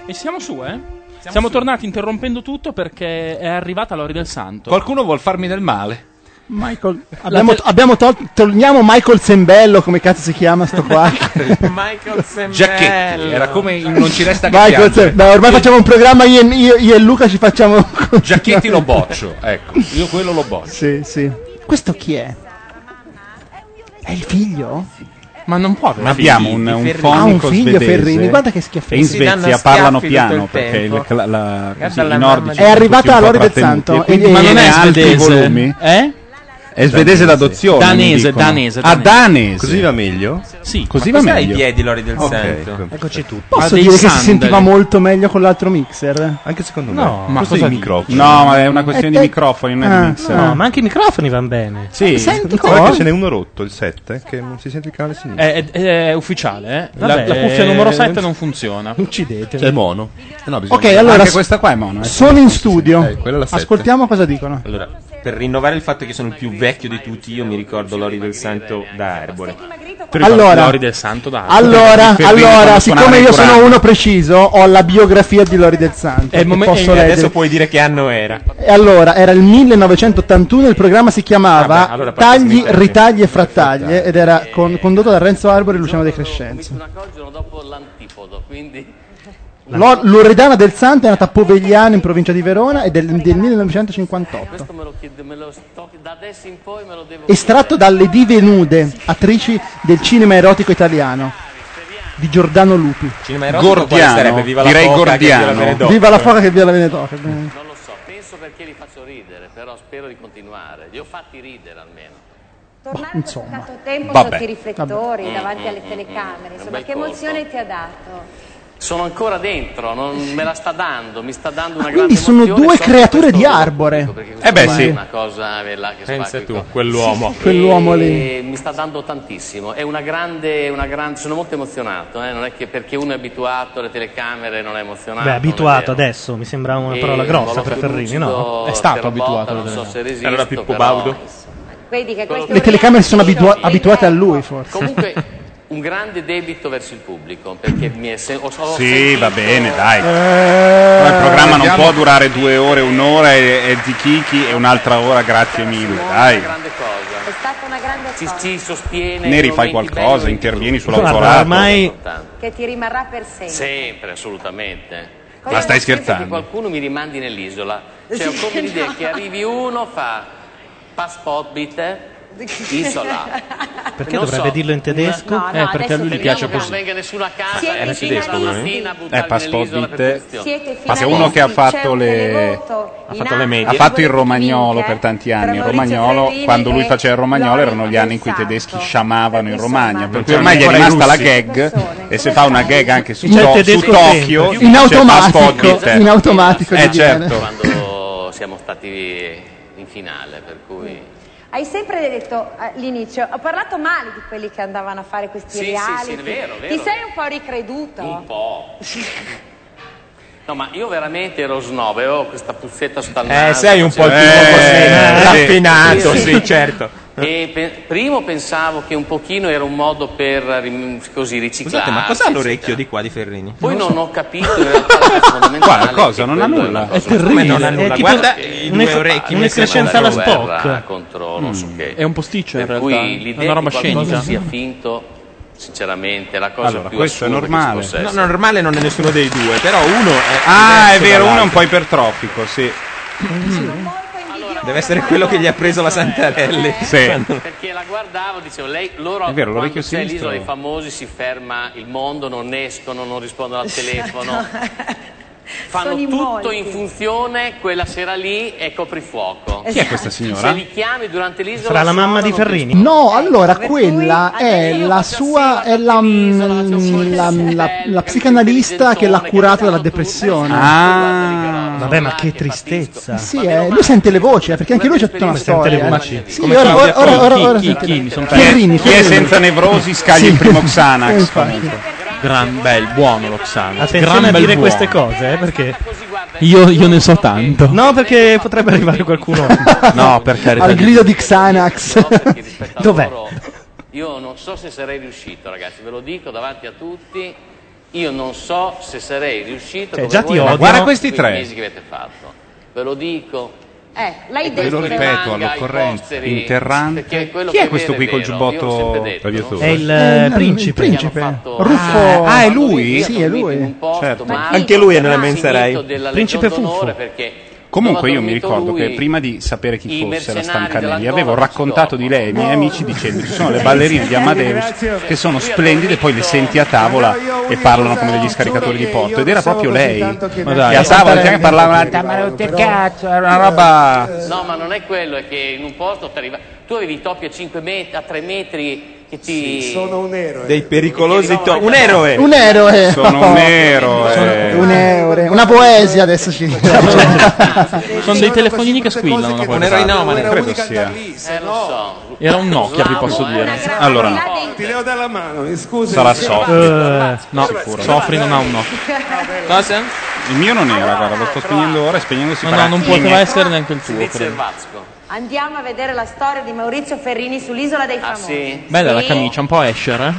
Speaker 24: E siamo su, eh? Siamo, tornati interrompendo tutto perché è arrivata l'Ori del Santo.
Speaker 11: Qualcuno vuol farmi del male.
Speaker 3: Michael. Abbiamo, abbiamo tol- togliamo Michael Zembello, come cazzo si chiama sto qua?
Speaker 5: Michael Zembello.
Speaker 11: Giacchetti, era come in Non ci resta che
Speaker 3: Michael
Speaker 11: piangere.
Speaker 3: Zem- Beh, ormai facciamo un programma, io, e- io- io e Luca ci facciamo...
Speaker 11: Giacchetti lo boccio, ecco, io quello lo boccio.
Speaker 3: Sì, sì. Questo chi è? È il figlio?
Speaker 24: Ma non può
Speaker 13: Ma abbiamo un, un fonico
Speaker 3: Ah, un figlio
Speaker 13: svedese.
Speaker 3: Ferrini, guarda che schiaffo.
Speaker 13: E in
Speaker 3: Si danno
Speaker 13: Svezia
Speaker 3: schiaffi
Speaker 13: parlano
Speaker 3: tutto il
Speaker 13: piano
Speaker 3: tempo.
Speaker 13: perché il, cla- la,
Speaker 3: Guarda
Speaker 13: così,
Speaker 3: la
Speaker 13: i
Speaker 3: mamma
Speaker 13: nordici
Speaker 3: mia. È
Speaker 13: sono
Speaker 3: arrivata
Speaker 13: tutti un po'
Speaker 3: l'Ori del
Speaker 13: trattenuti,
Speaker 3: Santo,
Speaker 13: e quindi
Speaker 3: e-
Speaker 13: ma non
Speaker 3: e-
Speaker 13: è alti i
Speaker 3: svedese.
Speaker 13: volumi.
Speaker 24: Eh?
Speaker 13: È svedese d'adozione. mi
Speaker 24: Danese,
Speaker 13: dicono.
Speaker 24: danese,
Speaker 13: Ah, danese.
Speaker 8: Così va meglio?
Speaker 24: Sì.
Speaker 13: Così
Speaker 5: Ma
Speaker 13: va
Speaker 5: cos'hai
Speaker 13: meglio.
Speaker 5: i piedi, Lori del
Speaker 13: Ok,
Speaker 5: Santo?
Speaker 13: ecco.
Speaker 5: Eccoci tu.
Speaker 3: Posso dire che si sentiva molto meglio con l'altro mixer?
Speaker 8: Anche secondo
Speaker 3: me.
Speaker 1: No,
Speaker 3: Ma
Speaker 1: ma
Speaker 3: Cos'è cosa il dici? microfono?
Speaker 13: No, ma è una questione
Speaker 3: Eh,
Speaker 13: di microfoni, non è
Speaker 3: ah,
Speaker 13: di mixer.
Speaker 1: No, ma anche i microfoni vanno bene.
Speaker 8: Sì,
Speaker 1: Senti
Speaker 8: guarda
Speaker 1: cosa?
Speaker 8: che ce n'è uno rotto, il 7, che non si sente il canale sinistro.
Speaker 24: È, è- è ufficiale, eh? La-
Speaker 8: Vabbè,
Speaker 24: la, cuffia
Speaker 8: eh,
Speaker 24: numero 7 non funziona. Uccidete.
Speaker 8: Cioè, è mono. Eh no, bisogna-
Speaker 3: Ok, allora...
Speaker 8: Anche
Speaker 3: s-
Speaker 8: questa qua è mono, eh.
Speaker 3: Sono in studio.
Speaker 8: Eh, quella è la sette.
Speaker 3: Ascoltiamo cosa dicono.
Speaker 5: Allora, per rinnovare il fatto che sono il più vecchio di tutti, io mi ricordo Lori del Santo da Erbole.
Speaker 3: Allora, allora, allora siccome io sono uno preciso, ho la biografia di Lori del Santo.
Speaker 5: È il
Speaker 3: che
Speaker 5: momen-
Speaker 3: posso
Speaker 5: e
Speaker 3: leggere.
Speaker 5: adesso puoi dire che anno era.
Speaker 3: E allora, era il 1981, il programma si chiamava
Speaker 5: Vabbè, allora parla
Speaker 3: Tagli,
Speaker 5: smettere.
Speaker 3: ritagli e frattaglie ed era con- condotto da Renzo Arbori e Luciano De Crescenzo.
Speaker 9: dopo l'antifodo, quindi
Speaker 3: Lo- Loredana del Santo è nata a Povegliano in provincia di Verona ed è del, del 1958.
Speaker 9: questo me lo chiede, me lo sto, da adesso in poi me lo devo
Speaker 3: Estratto dalle dive nude, attrici del cinema erotico italiano, di Giordano Lupi.
Speaker 5: Cinema erotico quale Gordiano, sarebbe? Viva la direi foca che Gordiano. viola Benedetto.
Speaker 3: Viva la foca che viola Benedetto.
Speaker 9: Non lo so, penso
Speaker 20: perché li faccio ridere, però spero di continuare. Li ho fatti ridere almeno.
Speaker 12: Tornare
Speaker 3: Insomma.
Speaker 12: tanto tempo
Speaker 20: Vabbè.
Speaker 12: sotto i riflettori,
Speaker 20: Vabbè.
Speaker 12: davanti
Speaker 20: Mm,
Speaker 12: alle
Speaker 20: mm, mm, mm.
Speaker 12: telecamere, insomma,
Speaker 20: Un bel
Speaker 12: che emozione ti ha dato?
Speaker 20: Sono ancora dentro, non me la sta dando, mi sta dando una
Speaker 3: Quindi
Speaker 20: grande
Speaker 3: sono
Speaker 20: emozione.
Speaker 3: due Eh
Speaker 20: so
Speaker 3: creature di Arbore.
Speaker 1: Eh
Speaker 20: questo qua È una cosa eh, là che
Speaker 5: Pensa
Speaker 20: spacca
Speaker 5: tu, quell'uomo.
Speaker 3: Quell'uomo
Speaker 20: E mi sta dando tantissimo, è una grande, una grande sono molto emozionato, eh, non è che perché uno è abituato alle telecamere non è emozionato.
Speaker 1: Beh,
Speaker 20: non è
Speaker 1: abituato
Speaker 20: vero.
Speaker 1: adesso, mi sembra una
Speaker 20: E
Speaker 1: parola grossa
Speaker 20: Paolo
Speaker 1: per Ferrini, no?
Speaker 20: Ferruccio, È stato Terrabotta, abituato non alle so se telecamere. resisto, Allora Pippo però- Baudo.
Speaker 12: Vedi che questo
Speaker 3: Le telecamere si sono abitua- abituate a lui, forse.
Speaker 20: Comunque un grande debito verso il pubblico, perché mi è se- ho- ho
Speaker 13: Sì, va bene,
Speaker 3: Eh.
Speaker 13: dai.
Speaker 3: Però
Speaker 13: il programma non
Speaker 20: vediamo.
Speaker 13: può durare due ore, un'ora e, e Zichichi e un'altra ora, grazie mille,
Speaker 20: Una
Speaker 13: dai.
Speaker 20: grande cosa. È stata una grande ci, cosa. Ci sostiene.
Speaker 13: Ne
Speaker 20: in
Speaker 13: rifai
Speaker 20: momenti
Speaker 13: qualcosa,
Speaker 20: belli.
Speaker 13: intervieni
Speaker 1: Guarda,
Speaker 13: sull'autorato.
Speaker 1: ormai
Speaker 12: che ti rimarrà per sempre.
Speaker 20: Sempre, assolutamente.
Speaker 12: Ma
Speaker 20: Io
Speaker 13: stai
Speaker 20: non sento
Speaker 13: scherzando?
Speaker 20: Che qualcuno mi rimandi nell'isola. Cioè, ho
Speaker 12: Sì,
Speaker 20: come l'idea
Speaker 12: no.
Speaker 20: che arrivi uno, fa passport bitte, isola.
Speaker 1: Perché
Speaker 20: Non
Speaker 1: dovrebbe
Speaker 20: so.
Speaker 1: dirlo in tedesco?
Speaker 20: No, no, Eh, perché a lui gli
Speaker 1: gli
Speaker 20: adesso piace vediamo che così. non venga nessuno a casa, Siete eh, la finalisti. tedesca, la mattina a buttarli
Speaker 13: Eh, passport
Speaker 20: nell'isola per
Speaker 13: bitte.
Speaker 20: questo.
Speaker 12: Siete
Speaker 13: Ma se uno che ha
Speaker 12: finalisti, c'è
Speaker 13: fatto
Speaker 12: un
Speaker 13: le
Speaker 12: televoto
Speaker 13: ha
Speaker 12: in
Speaker 13: fatto, le
Speaker 12: atto.
Speaker 13: medie. ha fatto il romagnolo per tanti anni. Il romagnolo, quando lui faceva il romagnolo, erano gli anni in cui i tedeschi sciamavano in Romagna. Per cui ormai gli è
Speaker 3: ancora i
Speaker 13: rimasta la
Speaker 3: russi.
Speaker 13: gag. E se fa una gag anche su,
Speaker 3: C'è il
Speaker 13: To- su
Speaker 3: tedesco
Speaker 13: Tokyo, cioè,
Speaker 3: certo, sempre. In
Speaker 1: certo
Speaker 13: dice
Speaker 3: automatico,
Speaker 13: passport bitte.
Speaker 3: in automatico
Speaker 13: Eh,
Speaker 3: gli viene.
Speaker 13: certo.
Speaker 20: Quando siamo stati in finale, per cui...
Speaker 12: Hai sempre detto eh, all'inizio, ho parlato male di quelli che andavano a fare questi
Speaker 20: Sì, sì,
Speaker 12: reality.
Speaker 20: sì, è vero, vero.
Speaker 12: Ti sei un po' ricreduto?
Speaker 20: Un po'. No, ma io veramente ero snob, avevo questa puzzetta sul naso.
Speaker 5: Eh, sei un po' il
Speaker 20: Eh,
Speaker 5: tipo
Speaker 20: sì,
Speaker 5: così, raffinato,
Speaker 20: sì, sì.
Speaker 5: sì, certo.
Speaker 20: E pe- primo pensavo che un pochino era un modo per rim- così riciclare.
Speaker 5: Scusate, ma cos'ha l'orecchio di qua di Ferrini?
Speaker 20: Poi non ho capito in realtà la fondamentale.
Speaker 5: Guarda, cosa, non ha nulla. È terribile.
Speaker 20: Non ha nulla.
Speaker 5: È tipo
Speaker 20: Guarda,
Speaker 5: un-
Speaker 20: Eh, i
Speaker 5: un
Speaker 20: due
Speaker 5: esc-
Speaker 20: orecchi
Speaker 7: un'escrescenza alla Spock.
Speaker 20: contro
Speaker 5: Mm.
Speaker 20: non so
Speaker 3: Mm.
Speaker 20: che.
Speaker 7: È un posticcio
Speaker 5: Cioè,
Speaker 7: in
Speaker 20: Per
Speaker 7: realtà,
Speaker 20: cui
Speaker 7: è
Speaker 20: l'idea
Speaker 7: una roba
Speaker 20: che qualcosa
Speaker 7: scenica.
Speaker 20: sia finto, sinceramente, è la cosa
Speaker 5: Allora,
Speaker 20: più
Speaker 5: questo è
Speaker 20: assurda che
Speaker 5: normale.
Speaker 20: ci possa
Speaker 5: No,
Speaker 20: essere.
Speaker 5: no, normale non è nessuno dei due, però uno è
Speaker 13: Ah, è
Speaker 5: diverso
Speaker 13: vero, uno è un
Speaker 5: dall'altro.
Speaker 13: po' ipertrofico, sì.
Speaker 5: Deve essere quello che gli ha preso la
Speaker 12: Eh,
Speaker 5: Santarelli.
Speaker 13: Sì.
Speaker 20: Perché la guardavo, dicevo, lei, loro
Speaker 5: È vero,
Speaker 20: quando
Speaker 5: l'orecchio
Speaker 20: c'è
Speaker 5: sinistro.
Speaker 20: l'isola dei famosi si ferma il mondo, non escono, non rispondono al telefono. Fanno
Speaker 12: Sono in
Speaker 20: tutto
Speaker 12: molti.
Speaker 20: in funzione quella sera lì e coprifuoco.
Speaker 13: Chi è
Speaker 12: Esatto.
Speaker 13: questa signora?
Speaker 20: Se li chiami durante l'isola.
Speaker 1: Sarà la mamma di Ferrini?
Speaker 3: No, allora quella è la sua. è la, mm, la, la- la psicanalista che l'ha curata dalla depressione.
Speaker 1: Ah, vabbè, ma che tristezza.
Speaker 3: Sì, eh, lui sente le voci, eh, perché anche lui c'è tutta una
Speaker 1: Come sente le
Speaker 3: storia. eh.
Speaker 1: voci?
Speaker 3: Sì,
Speaker 1: Come
Speaker 3: ora,
Speaker 1: Claudia
Speaker 3: ora, ora, ora,
Speaker 1: Conti,
Speaker 3: ora
Speaker 1: chi-
Speaker 3: sente-
Speaker 1: chi- mi son
Speaker 3: Ferrini,
Speaker 13: Chi è
Speaker 3: Ferrini.
Speaker 13: senza nevrosi scaglia il primo
Speaker 3: Eh,
Speaker 13: Xanax.
Speaker 3: infatti.
Speaker 5: Gran bel, buono lo Xanax.
Speaker 1: Attenzione a
Speaker 5: Gran bel
Speaker 1: dire
Speaker 5: buono.
Speaker 1: queste cose, eh, perché
Speaker 33: Io, io ne so tanto.
Speaker 1: No, perché potrebbe arrivare qualcuno.
Speaker 33: No, per carità
Speaker 3: Al
Speaker 33: di
Speaker 3: grido di Xanax.
Speaker 1: Dov'è?
Speaker 20: Io non so se sarei riuscito, ragazzi, ve lo dico davanti a tutti. Io non so se sarei riuscito.
Speaker 1: Cioè,
Speaker 20: come
Speaker 1: già ti
Speaker 20: voi,
Speaker 1: odiano.
Speaker 20: in
Speaker 1: Guarda questi
Speaker 20: quei
Speaker 1: tre.
Speaker 20: mesi che avete fatto. Ve lo dico.
Speaker 12: Eh, l'hai detto.
Speaker 13: Ve lo ripeto
Speaker 20: Manga, i
Speaker 13: all'occorrenza,
Speaker 20: posteri, perché
Speaker 13: interrante.
Speaker 20: è quello
Speaker 13: Chi
Speaker 20: che
Speaker 13: è questo qui
Speaker 20: viene
Speaker 13: col
Speaker 20: vero,
Speaker 13: giubbotto
Speaker 20: io ho sempre detto,
Speaker 13: traviatore?
Speaker 1: È il
Speaker 3: Eh,
Speaker 1: eh,
Speaker 3: no,
Speaker 1: principe.
Speaker 3: il principe.
Speaker 13: Ruffo-
Speaker 3: Ah,
Speaker 13: è lui?
Speaker 3: Sì, è lui.
Speaker 13: Certo.
Speaker 5: Anche lui è nella menserei.
Speaker 1: Principe Fuffo.
Speaker 13: Comunque io mi
Speaker 20: dormito
Speaker 13: ricordo
Speaker 20: lui,
Speaker 13: che prima di sapere chi fosse la
Speaker 20: mercenari
Speaker 13: Stancanelli
Speaker 20: dell'Angola
Speaker 13: avevo raccontato di lei ai miei amici dicendo ci sono le ballerine di Amadeus che sono splendide poi le senti a tavola e parlano come degli scaricatori di porto ed era proprio lei che
Speaker 5: Ma dai.
Speaker 13: a tavola che parlava
Speaker 5: cazzo, era una roba...
Speaker 20: No, ma non è quello, è che in un posto ti arriva- tu avevi i topi a 5 metri, a 3 metri che ti... sono
Speaker 8: un eroe.
Speaker 5: Dei pericolosi to- Un eroe!
Speaker 3: Un eroe.
Speaker 13: Eh, Sono un eroe. Certo.
Speaker 3: Un eroe. Una poesia adesso ci.
Speaker 7: Sono dei telefonini che squillano. una volta.
Speaker 13: credo sia
Speaker 20: Eh, lo so.
Speaker 7: Era un Nokia, vi posso dire.
Speaker 13: allora no
Speaker 8: Ti devo dare la mano, mi scusi. Eh,
Speaker 13: sarà Sofri
Speaker 7: no, Sofri non ha un no.
Speaker 5: Cosa?
Speaker 13: il mio non era guarda lo sto spegnendo ora e spegnendosi
Speaker 7: No, no, non poteva essere neanche il tuo.
Speaker 20: Inizia il
Speaker 7: credo.
Speaker 20: Vazco.
Speaker 12: Andiamo a vedere la storia di Maurizio Ferrini sull'isola dei
Speaker 20: Ah,
Speaker 12: famosi.
Speaker 7: Bella la
Speaker 12: Sì.
Speaker 7: camicia, un po' Escher, eh?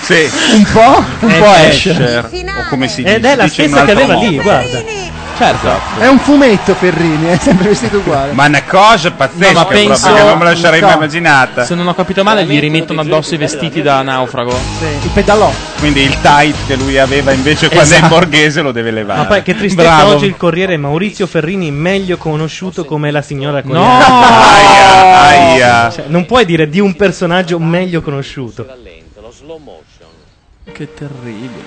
Speaker 13: Sì.
Speaker 3: Un po'?
Speaker 13: un po' Escher
Speaker 12: Finale.
Speaker 13: o come si dice
Speaker 1: Ed è la
Speaker 13: dice in un
Speaker 1: stessa che
Speaker 13: altro
Speaker 1: aveva lì,
Speaker 13: modo.
Speaker 1: guarda.
Speaker 13: certo
Speaker 3: È un fumetto Ferrini, è sempre vestito uguale.
Speaker 13: Ma una cosa pazzesca,
Speaker 7: No, ma
Speaker 13: proprio,
Speaker 7: penso-
Speaker 13: che non me la sarei mai immaginata.
Speaker 7: Se non ho capito male, gli rimettono addosso i vestiti da naufrago.
Speaker 3: Il pedalò.
Speaker 13: Quindi il tight che lui aveva invece Cioè, quando è in
Speaker 7: Esatto.
Speaker 13: borghese lo deve
Speaker 5: Ah,
Speaker 13: levare.
Speaker 1: Ma poi che tristezza oggi il Corriere Maurizio Ferrini meglio conosciuto come la signora Corriere.
Speaker 13: No! Aia, aia.
Speaker 1: Cioè, non puoi dire di un personaggio meglio conosciuto.
Speaker 20: Lo slow motion.
Speaker 7: Che terribile.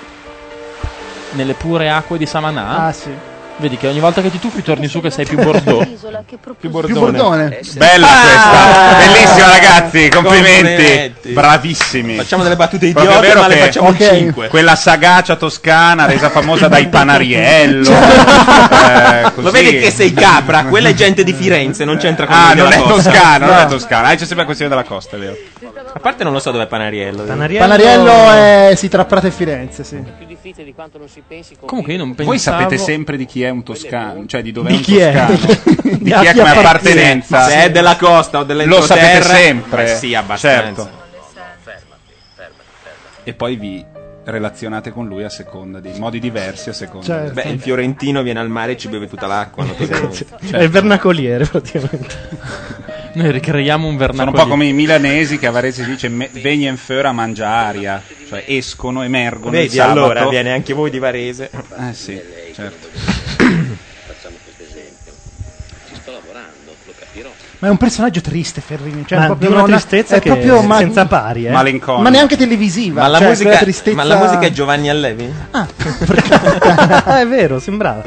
Speaker 7: Nelle pure acque di Samanà.
Speaker 3: Ah, sì.
Speaker 24: Vedi che ogni volta che ti tuffi torni su che sei più Bordeaux.
Speaker 13: Più
Speaker 24: Bordone.
Speaker 13: Bella
Speaker 3: Ah!
Speaker 13: questa, bellissima ragazzi, complimenti.
Speaker 24: Complimenti.
Speaker 13: Bravissimi. Facciamo
Speaker 5: delle battute
Speaker 13: Proprio
Speaker 5: idiote,
Speaker 13: vero
Speaker 5: ma le
Speaker 13: che-
Speaker 5: facciamo in
Speaker 13: ok.
Speaker 5: cinque.
Speaker 13: Quella sagacia toscana resa famosa dai Panariello.
Speaker 5: Cioè.
Speaker 13: eh, così.
Speaker 5: Lo vedi che sei capra, quella è gente di Firenze, non c'entra con
Speaker 13: Ah,
Speaker 5: noi
Speaker 13: non
Speaker 5: della
Speaker 13: è
Speaker 5: Costa.
Speaker 13: toscana, non è
Speaker 5: No.
Speaker 13: toscana. Ah, c'è sempre la questione della costa, è vero.
Speaker 5: A parte non lo so dov'è Panariello.
Speaker 3: Panariello è... si eh, tra Prato e Firenze, sì.
Speaker 13: Comunque io non
Speaker 3: pensavo-
Speaker 13: Voi sapete sempre di chi è un toscano, cioè di dove è un
Speaker 3: chi è?
Speaker 13: toscano. di chi è come appartenenza.
Speaker 5: Se è della costa o delle
Speaker 13: Lo sapete sempre.
Speaker 5: Eh sì, abbastanza.
Speaker 13: Certo. E poi vi relazionate con lui a seconda dei modi diversi a seconda. Esatto.
Speaker 1: Certo.
Speaker 5: Beh, il fiorentino viene al mare e ci beve tutta l'acqua. notoriamente.
Speaker 1: Cioè,
Speaker 13: Cioè,
Speaker 3: Cioè,
Speaker 1: È il vernacoliere praticamente.
Speaker 24: Noi ricreiamo un
Speaker 13: Sono un po' come i milanesi che a Varese si dice me- venien fuori a mangiaria, cioè escono, emergono il
Speaker 5: Vedi,
Speaker 13: sabato.
Speaker 5: allora viene anche voi di Varese.
Speaker 13: Eh sì, certo.
Speaker 15: Facciamo questo esempio. Ci sto lavorando, lo capirò.
Speaker 3: Ma è un personaggio triste, Ferrini. Cioè
Speaker 1: Ma
Speaker 3: è proprio
Speaker 1: di una tristezza
Speaker 3: è
Speaker 1: che
Speaker 3: proprio
Speaker 1: è senza pari, eh.
Speaker 3: Ma neanche televisiva.
Speaker 5: Ma la,
Speaker 3: cioè,
Speaker 5: musica,
Speaker 3: quella tristezza...
Speaker 5: ma la musica è Giovanni Allevi?
Speaker 1: Ah, è vero, sembrava.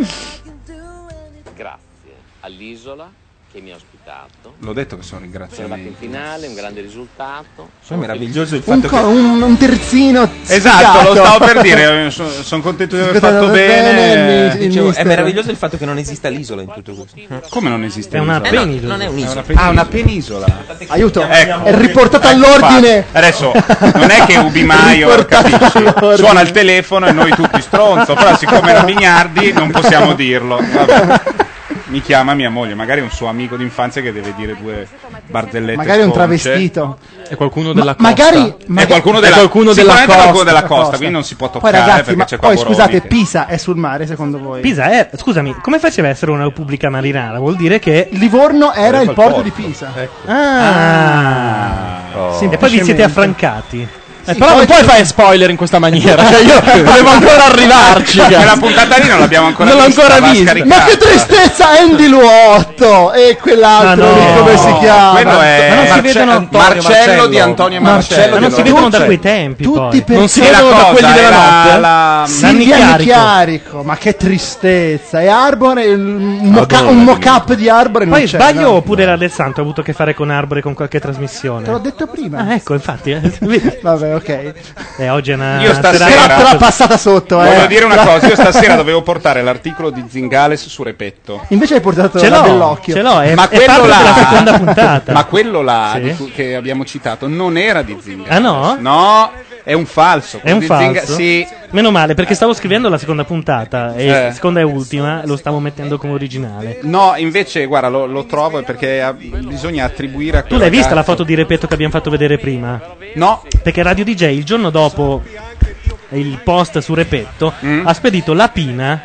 Speaker 15: Grazie all'isola che mi ha ospitato.
Speaker 13: L'ho detto che sono
Speaker 15: Siamo arrivati in
Speaker 13: ringraziamenti.
Speaker 15: finale, un grande risultato.
Speaker 13: Sono meraviglioso il
Speaker 3: Un, co- un- un terzino
Speaker 13: Esatto, lo
Speaker 3: sfigato.
Speaker 13: stavo per dire, sono contento di aver
Speaker 3: Sfigato
Speaker 13: fatto bene.
Speaker 3: bene, il
Speaker 5: Eh, Dicevo, è
Speaker 3: mister.
Speaker 5: meraviglioso il fatto che non esista l'isola in tutto questo.
Speaker 13: Come non esiste
Speaker 5: È una
Speaker 13: l'isola?
Speaker 5: penisola. non è un'isola.
Speaker 13: Ah, una penisola.
Speaker 3: Aiuto,
Speaker 13: Ecco.
Speaker 3: è riportato
Speaker 13: Ecco
Speaker 3: all'ordine.
Speaker 13: fatto. Adesso non è che Ubi Maior capisci. Suona il telefono e noi tutti stronzo, però siccome era Mignardi non possiamo dirlo. Vabbè. Mi chiama mia moglie, magari è un suo amico d'infanzia che deve dire due barzellette.
Speaker 3: Magari è un
Speaker 13: sconce.
Speaker 3: travestito.
Speaker 13: È qualcuno
Speaker 3: della Ma- magari- costa.
Speaker 13: È
Speaker 3: magari-
Speaker 13: qualcuno della,
Speaker 3: È qualcuno della
Speaker 13: sicuramente è qualcuno
Speaker 3: costa,
Speaker 13: della
Speaker 3: costa.
Speaker 13: costa, quindi non si può
Speaker 3: Poi
Speaker 13: toccare
Speaker 3: ragazzi,
Speaker 13: perché
Speaker 3: ma
Speaker 13: c'è
Speaker 3: poi
Speaker 13: Pavoroni
Speaker 3: scusate,
Speaker 13: che-
Speaker 3: Pisa è sul mare secondo voi?
Speaker 1: Pisa è, scusami, come faceva a essere una repubblica marinara? Vuol dire che
Speaker 3: Livorno era il porto di Pisa.
Speaker 13: Ecco.
Speaker 1: Ah. E poi vi siete affrancati.
Speaker 24: Eh, però non puoi fare spoiler in questa maniera. Cioè, io volevo ancora arrivarci.
Speaker 3: Quella
Speaker 24: cazzo.
Speaker 13: puntata lì non l'abbiamo ancora
Speaker 24: Non l'ho
Speaker 13: vista,
Speaker 24: ancora
Speaker 13: va
Speaker 24: vista.
Speaker 13: scaricata.
Speaker 3: Ma che tristezza, Andy Luotto e quell'altro
Speaker 13: Ma no.
Speaker 3: lì, come si chiama?
Speaker 13: Quello è Ma non si Marce- vedono- Antonio Marcello di Antonio e Marcello.
Speaker 1: Ma non si
Speaker 13: Tutti-
Speaker 1: vedono da quei tempi.
Speaker 3: Tutti
Speaker 1: poi.
Speaker 3: per
Speaker 13: eh,
Speaker 3: Silvia
Speaker 1: Nanni Chiarico.
Speaker 3: Chiarico, ma che tristezza. E Arbore, il moca- un mock-up di Arbore non
Speaker 1: Poi
Speaker 3: c'è.
Speaker 1: sbaglio
Speaker 3: no?
Speaker 1: oppure era Alessandro ha avuto a che fare con Arbore con qualche trasmissione?
Speaker 3: Te l'ho detto prima.
Speaker 1: Ah, ecco, infatti. eh.
Speaker 3: Vabbè, ok.
Speaker 1: Eh, oggi è una
Speaker 13: Io stasera-
Speaker 1: serata-
Speaker 3: Te l'ha passata sotto, eh.
Speaker 13: Voglio dire una
Speaker 3: Te l'ha-
Speaker 13: cosa, io stasera dovevo portare l'articolo di Zingales su Repetto.
Speaker 3: Invece hai portato
Speaker 13: Ce
Speaker 3: la
Speaker 13: l'ho,
Speaker 3: dell'occhio.
Speaker 13: ce l'ho, è- Ma è quello proprio là- della seconda puntata. Ma quello là
Speaker 3: Sì.
Speaker 13: di cui- che abbiamo citato non era di Zingales.
Speaker 1: Ah, no?
Speaker 13: No, è un falso.
Speaker 1: È un
Speaker 13: Quello di Zinga-
Speaker 1: falso?
Speaker 13: sì.
Speaker 1: Meno male, perché stavo scrivendo la seconda puntata e
Speaker 13: Eh.
Speaker 1: la seconda e ultima lo stavo mettendo come originale.
Speaker 13: No, invece, guarda, lo, lo trovo perché ah, bisogna attribuire a
Speaker 1: Tu l'hai vista la foto di Repeto che abbiamo fatto vedere prima?
Speaker 13: No.
Speaker 1: Perché Radio DJ il giorno dopo il post su Repetto
Speaker 13: Mm.
Speaker 1: ha spedito la Pina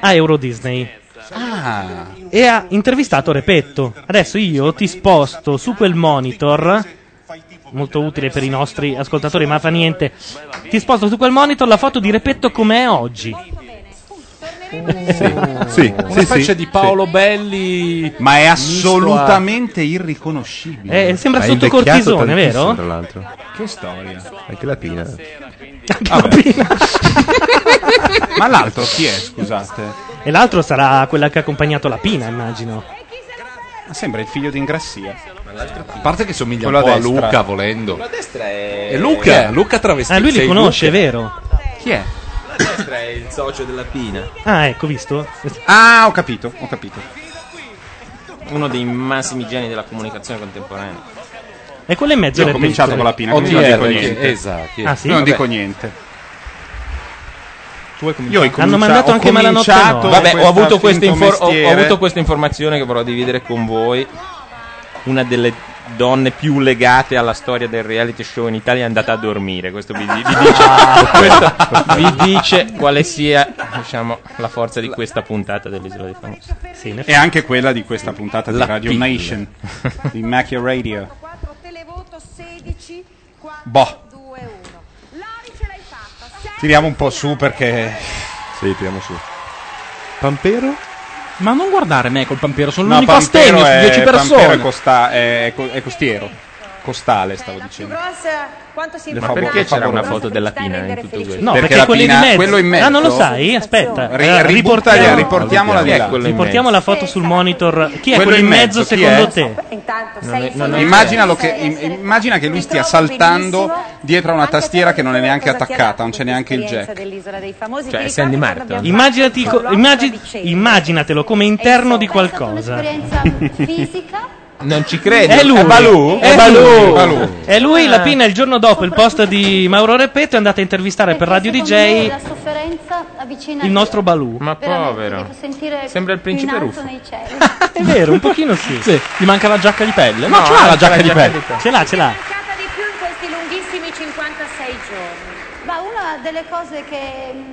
Speaker 1: a Euro Disney.
Speaker 11: Ah,
Speaker 1: E ha intervistato Repetto. Adesso io ti sposto su quel monitor. Molto utile per i nostri ascoltatori, ma fa niente. Ti sposto su quel monitor la foto di Repetto com'è oggi.
Speaker 8: Sì,
Speaker 13: Una
Speaker 8: sì,
Speaker 13: specie
Speaker 8: sì,
Speaker 13: di Paolo
Speaker 8: sì.
Speaker 13: Belli. Ma è assolutamente irriconoscibile.
Speaker 1: Eh, sembra
Speaker 8: Ma è
Speaker 1: sotto
Speaker 8: invecchiato
Speaker 1: cortisone,
Speaker 8: tantissimo,
Speaker 1: vero?
Speaker 8: Tra l'altro.
Speaker 13: Che storia.
Speaker 8: Anche la pina.
Speaker 13: Ah, Ma l'altro chi è, scusate?
Speaker 1: E l'altro sarà quella che ha accompagnato la Pina, immagino.
Speaker 13: Ma Ah, sembra il figlio di Ingrassia.
Speaker 11: A parte che somiglia
Speaker 13: Quello
Speaker 11: un po'
Speaker 13: a
Speaker 11: a
Speaker 13: destra. Eh,
Speaker 11: Luca volendo.
Speaker 5: A destra è... Eh,
Speaker 11: È Luca, Luca travestito.
Speaker 1: Ah, lui li
Speaker 11: sei
Speaker 1: conosce,
Speaker 11: Luca.
Speaker 1: vero?
Speaker 13: Chi è?
Speaker 5: A destra è il socio della Pina.
Speaker 1: Ah, ecco, visto?
Speaker 13: Ah, ho capito, ho capito.
Speaker 5: Uno dei massimi geni della comunicazione contemporanea.
Speaker 1: E quello in mezzo
Speaker 5: Io ho
Speaker 1: era
Speaker 5: cominciato
Speaker 1: Pietro.
Speaker 5: con la Pina, quindi non dico niente.
Speaker 11: Esatto.
Speaker 1: Ah, sì?
Speaker 13: Non
Speaker 1: Vabbè.
Speaker 13: dico niente.
Speaker 5: Tu hai
Speaker 13: Io ho cominciato-
Speaker 1: Hanno mandato
Speaker 13: ho
Speaker 1: anche Malanotte
Speaker 13: cominciato
Speaker 1: no.
Speaker 5: Vabbè, ho
Speaker 13: questa
Speaker 5: avuto, questa
Speaker 13: finto
Speaker 5: infor- ho- ho
Speaker 13: mestiere.
Speaker 5: avuto questa informazione che vorrò dividere con voi. Una delle donne più legate alla storia del reality show in Italia è andata a dormire. Questo vi, vi dice,
Speaker 13: Ah.
Speaker 5: questo vi dice quale sia diciamo, la forza di questa puntata dell'Isola dei Famosi.
Speaker 13: E anche quella di questa puntata di
Speaker 5: La
Speaker 13: Radio
Speaker 5: pillola.
Speaker 13: Nation, di Macchia Radio. Boh. Tiriamo un po' su perché...
Speaker 8: Sì, tiriamo su.
Speaker 24: Pampero? Ma non guardare me col Pampero, sono
Speaker 13: No,
Speaker 24: l'unico
Speaker 13: Pampero
Speaker 24: astemio su
Speaker 13: è-
Speaker 24: 10
Speaker 13: Pampero
Speaker 24: persone.
Speaker 13: è, costa- è co- è costiero.
Speaker 11: costale, stavo dicendo.
Speaker 27: Grossa, quanto si
Speaker 11: Ma perché c'era una foto della Pina in tutto questo?
Speaker 1: No, perché, quelli di mezzo. Ah, non lo sai? Aspetta,
Speaker 11: Ri-
Speaker 1: Eh,
Speaker 11: ributtala,
Speaker 1: riportiamo-
Speaker 11: riportiamola di là. Chi è quello in
Speaker 1: Ecco, Riportiamo la foto
Speaker 27: Esatto.
Speaker 1: sul monitor. Chi è
Speaker 11: Quello
Speaker 1: quello,
Speaker 11: in
Speaker 1: in mezzo,
Speaker 11: mezzo, chi
Speaker 1: secondo
Speaker 11: è?
Speaker 1: te?
Speaker 11: Non è- non è- immaginalo che, im- immagina che lui stia saltando dietro a una tastiera che non è neanche attaccata, non c'è neanche il jack.
Speaker 27: dell'isola dei famosi.
Speaker 11: Cioè,
Speaker 27: Ti ricordi
Speaker 11: Sandy Martin.
Speaker 27: quando abbiamo
Speaker 1: Immaginati
Speaker 27: fatto
Speaker 1: co- immagini- immaginatelo come interno di qualcosa.
Speaker 27: fisica?
Speaker 1: Non ci
Speaker 5: credo.
Speaker 1: È lui.
Speaker 5: È Balù?
Speaker 1: È,
Speaker 5: È
Speaker 1: lui.
Speaker 5: Balù. Balù.
Speaker 1: È lui, la
Speaker 5: Ah.
Speaker 1: Pina il giorno dopo il post di Mauro Repetto è andata a intervistare per Radio DJ
Speaker 16: La sofferenza avvicina
Speaker 1: il nostro Balù.
Speaker 16: Ma
Speaker 5: Povero.
Speaker 16: sentire
Speaker 5: Sembra il
Speaker 16: più in
Speaker 5: principe
Speaker 16: alto
Speaker 5: Ruffo.
Speaker 16: nei cieli.
Speaker 1: È vero, un pochino sì.
Speaker 5: Gli manca la giacca di pelle.
Speaker 1: No,
Speaker 5: No,
Speaker 1: ce
Speaker 5: ha
Speaker 1: l'ha
Speaker 5: la giacca di pelle.
Speaker 1: Ce l'ha, ce l'ha.
Speaker 16: di più in questi lunghissimi 56 giorni. Ma una delle cose che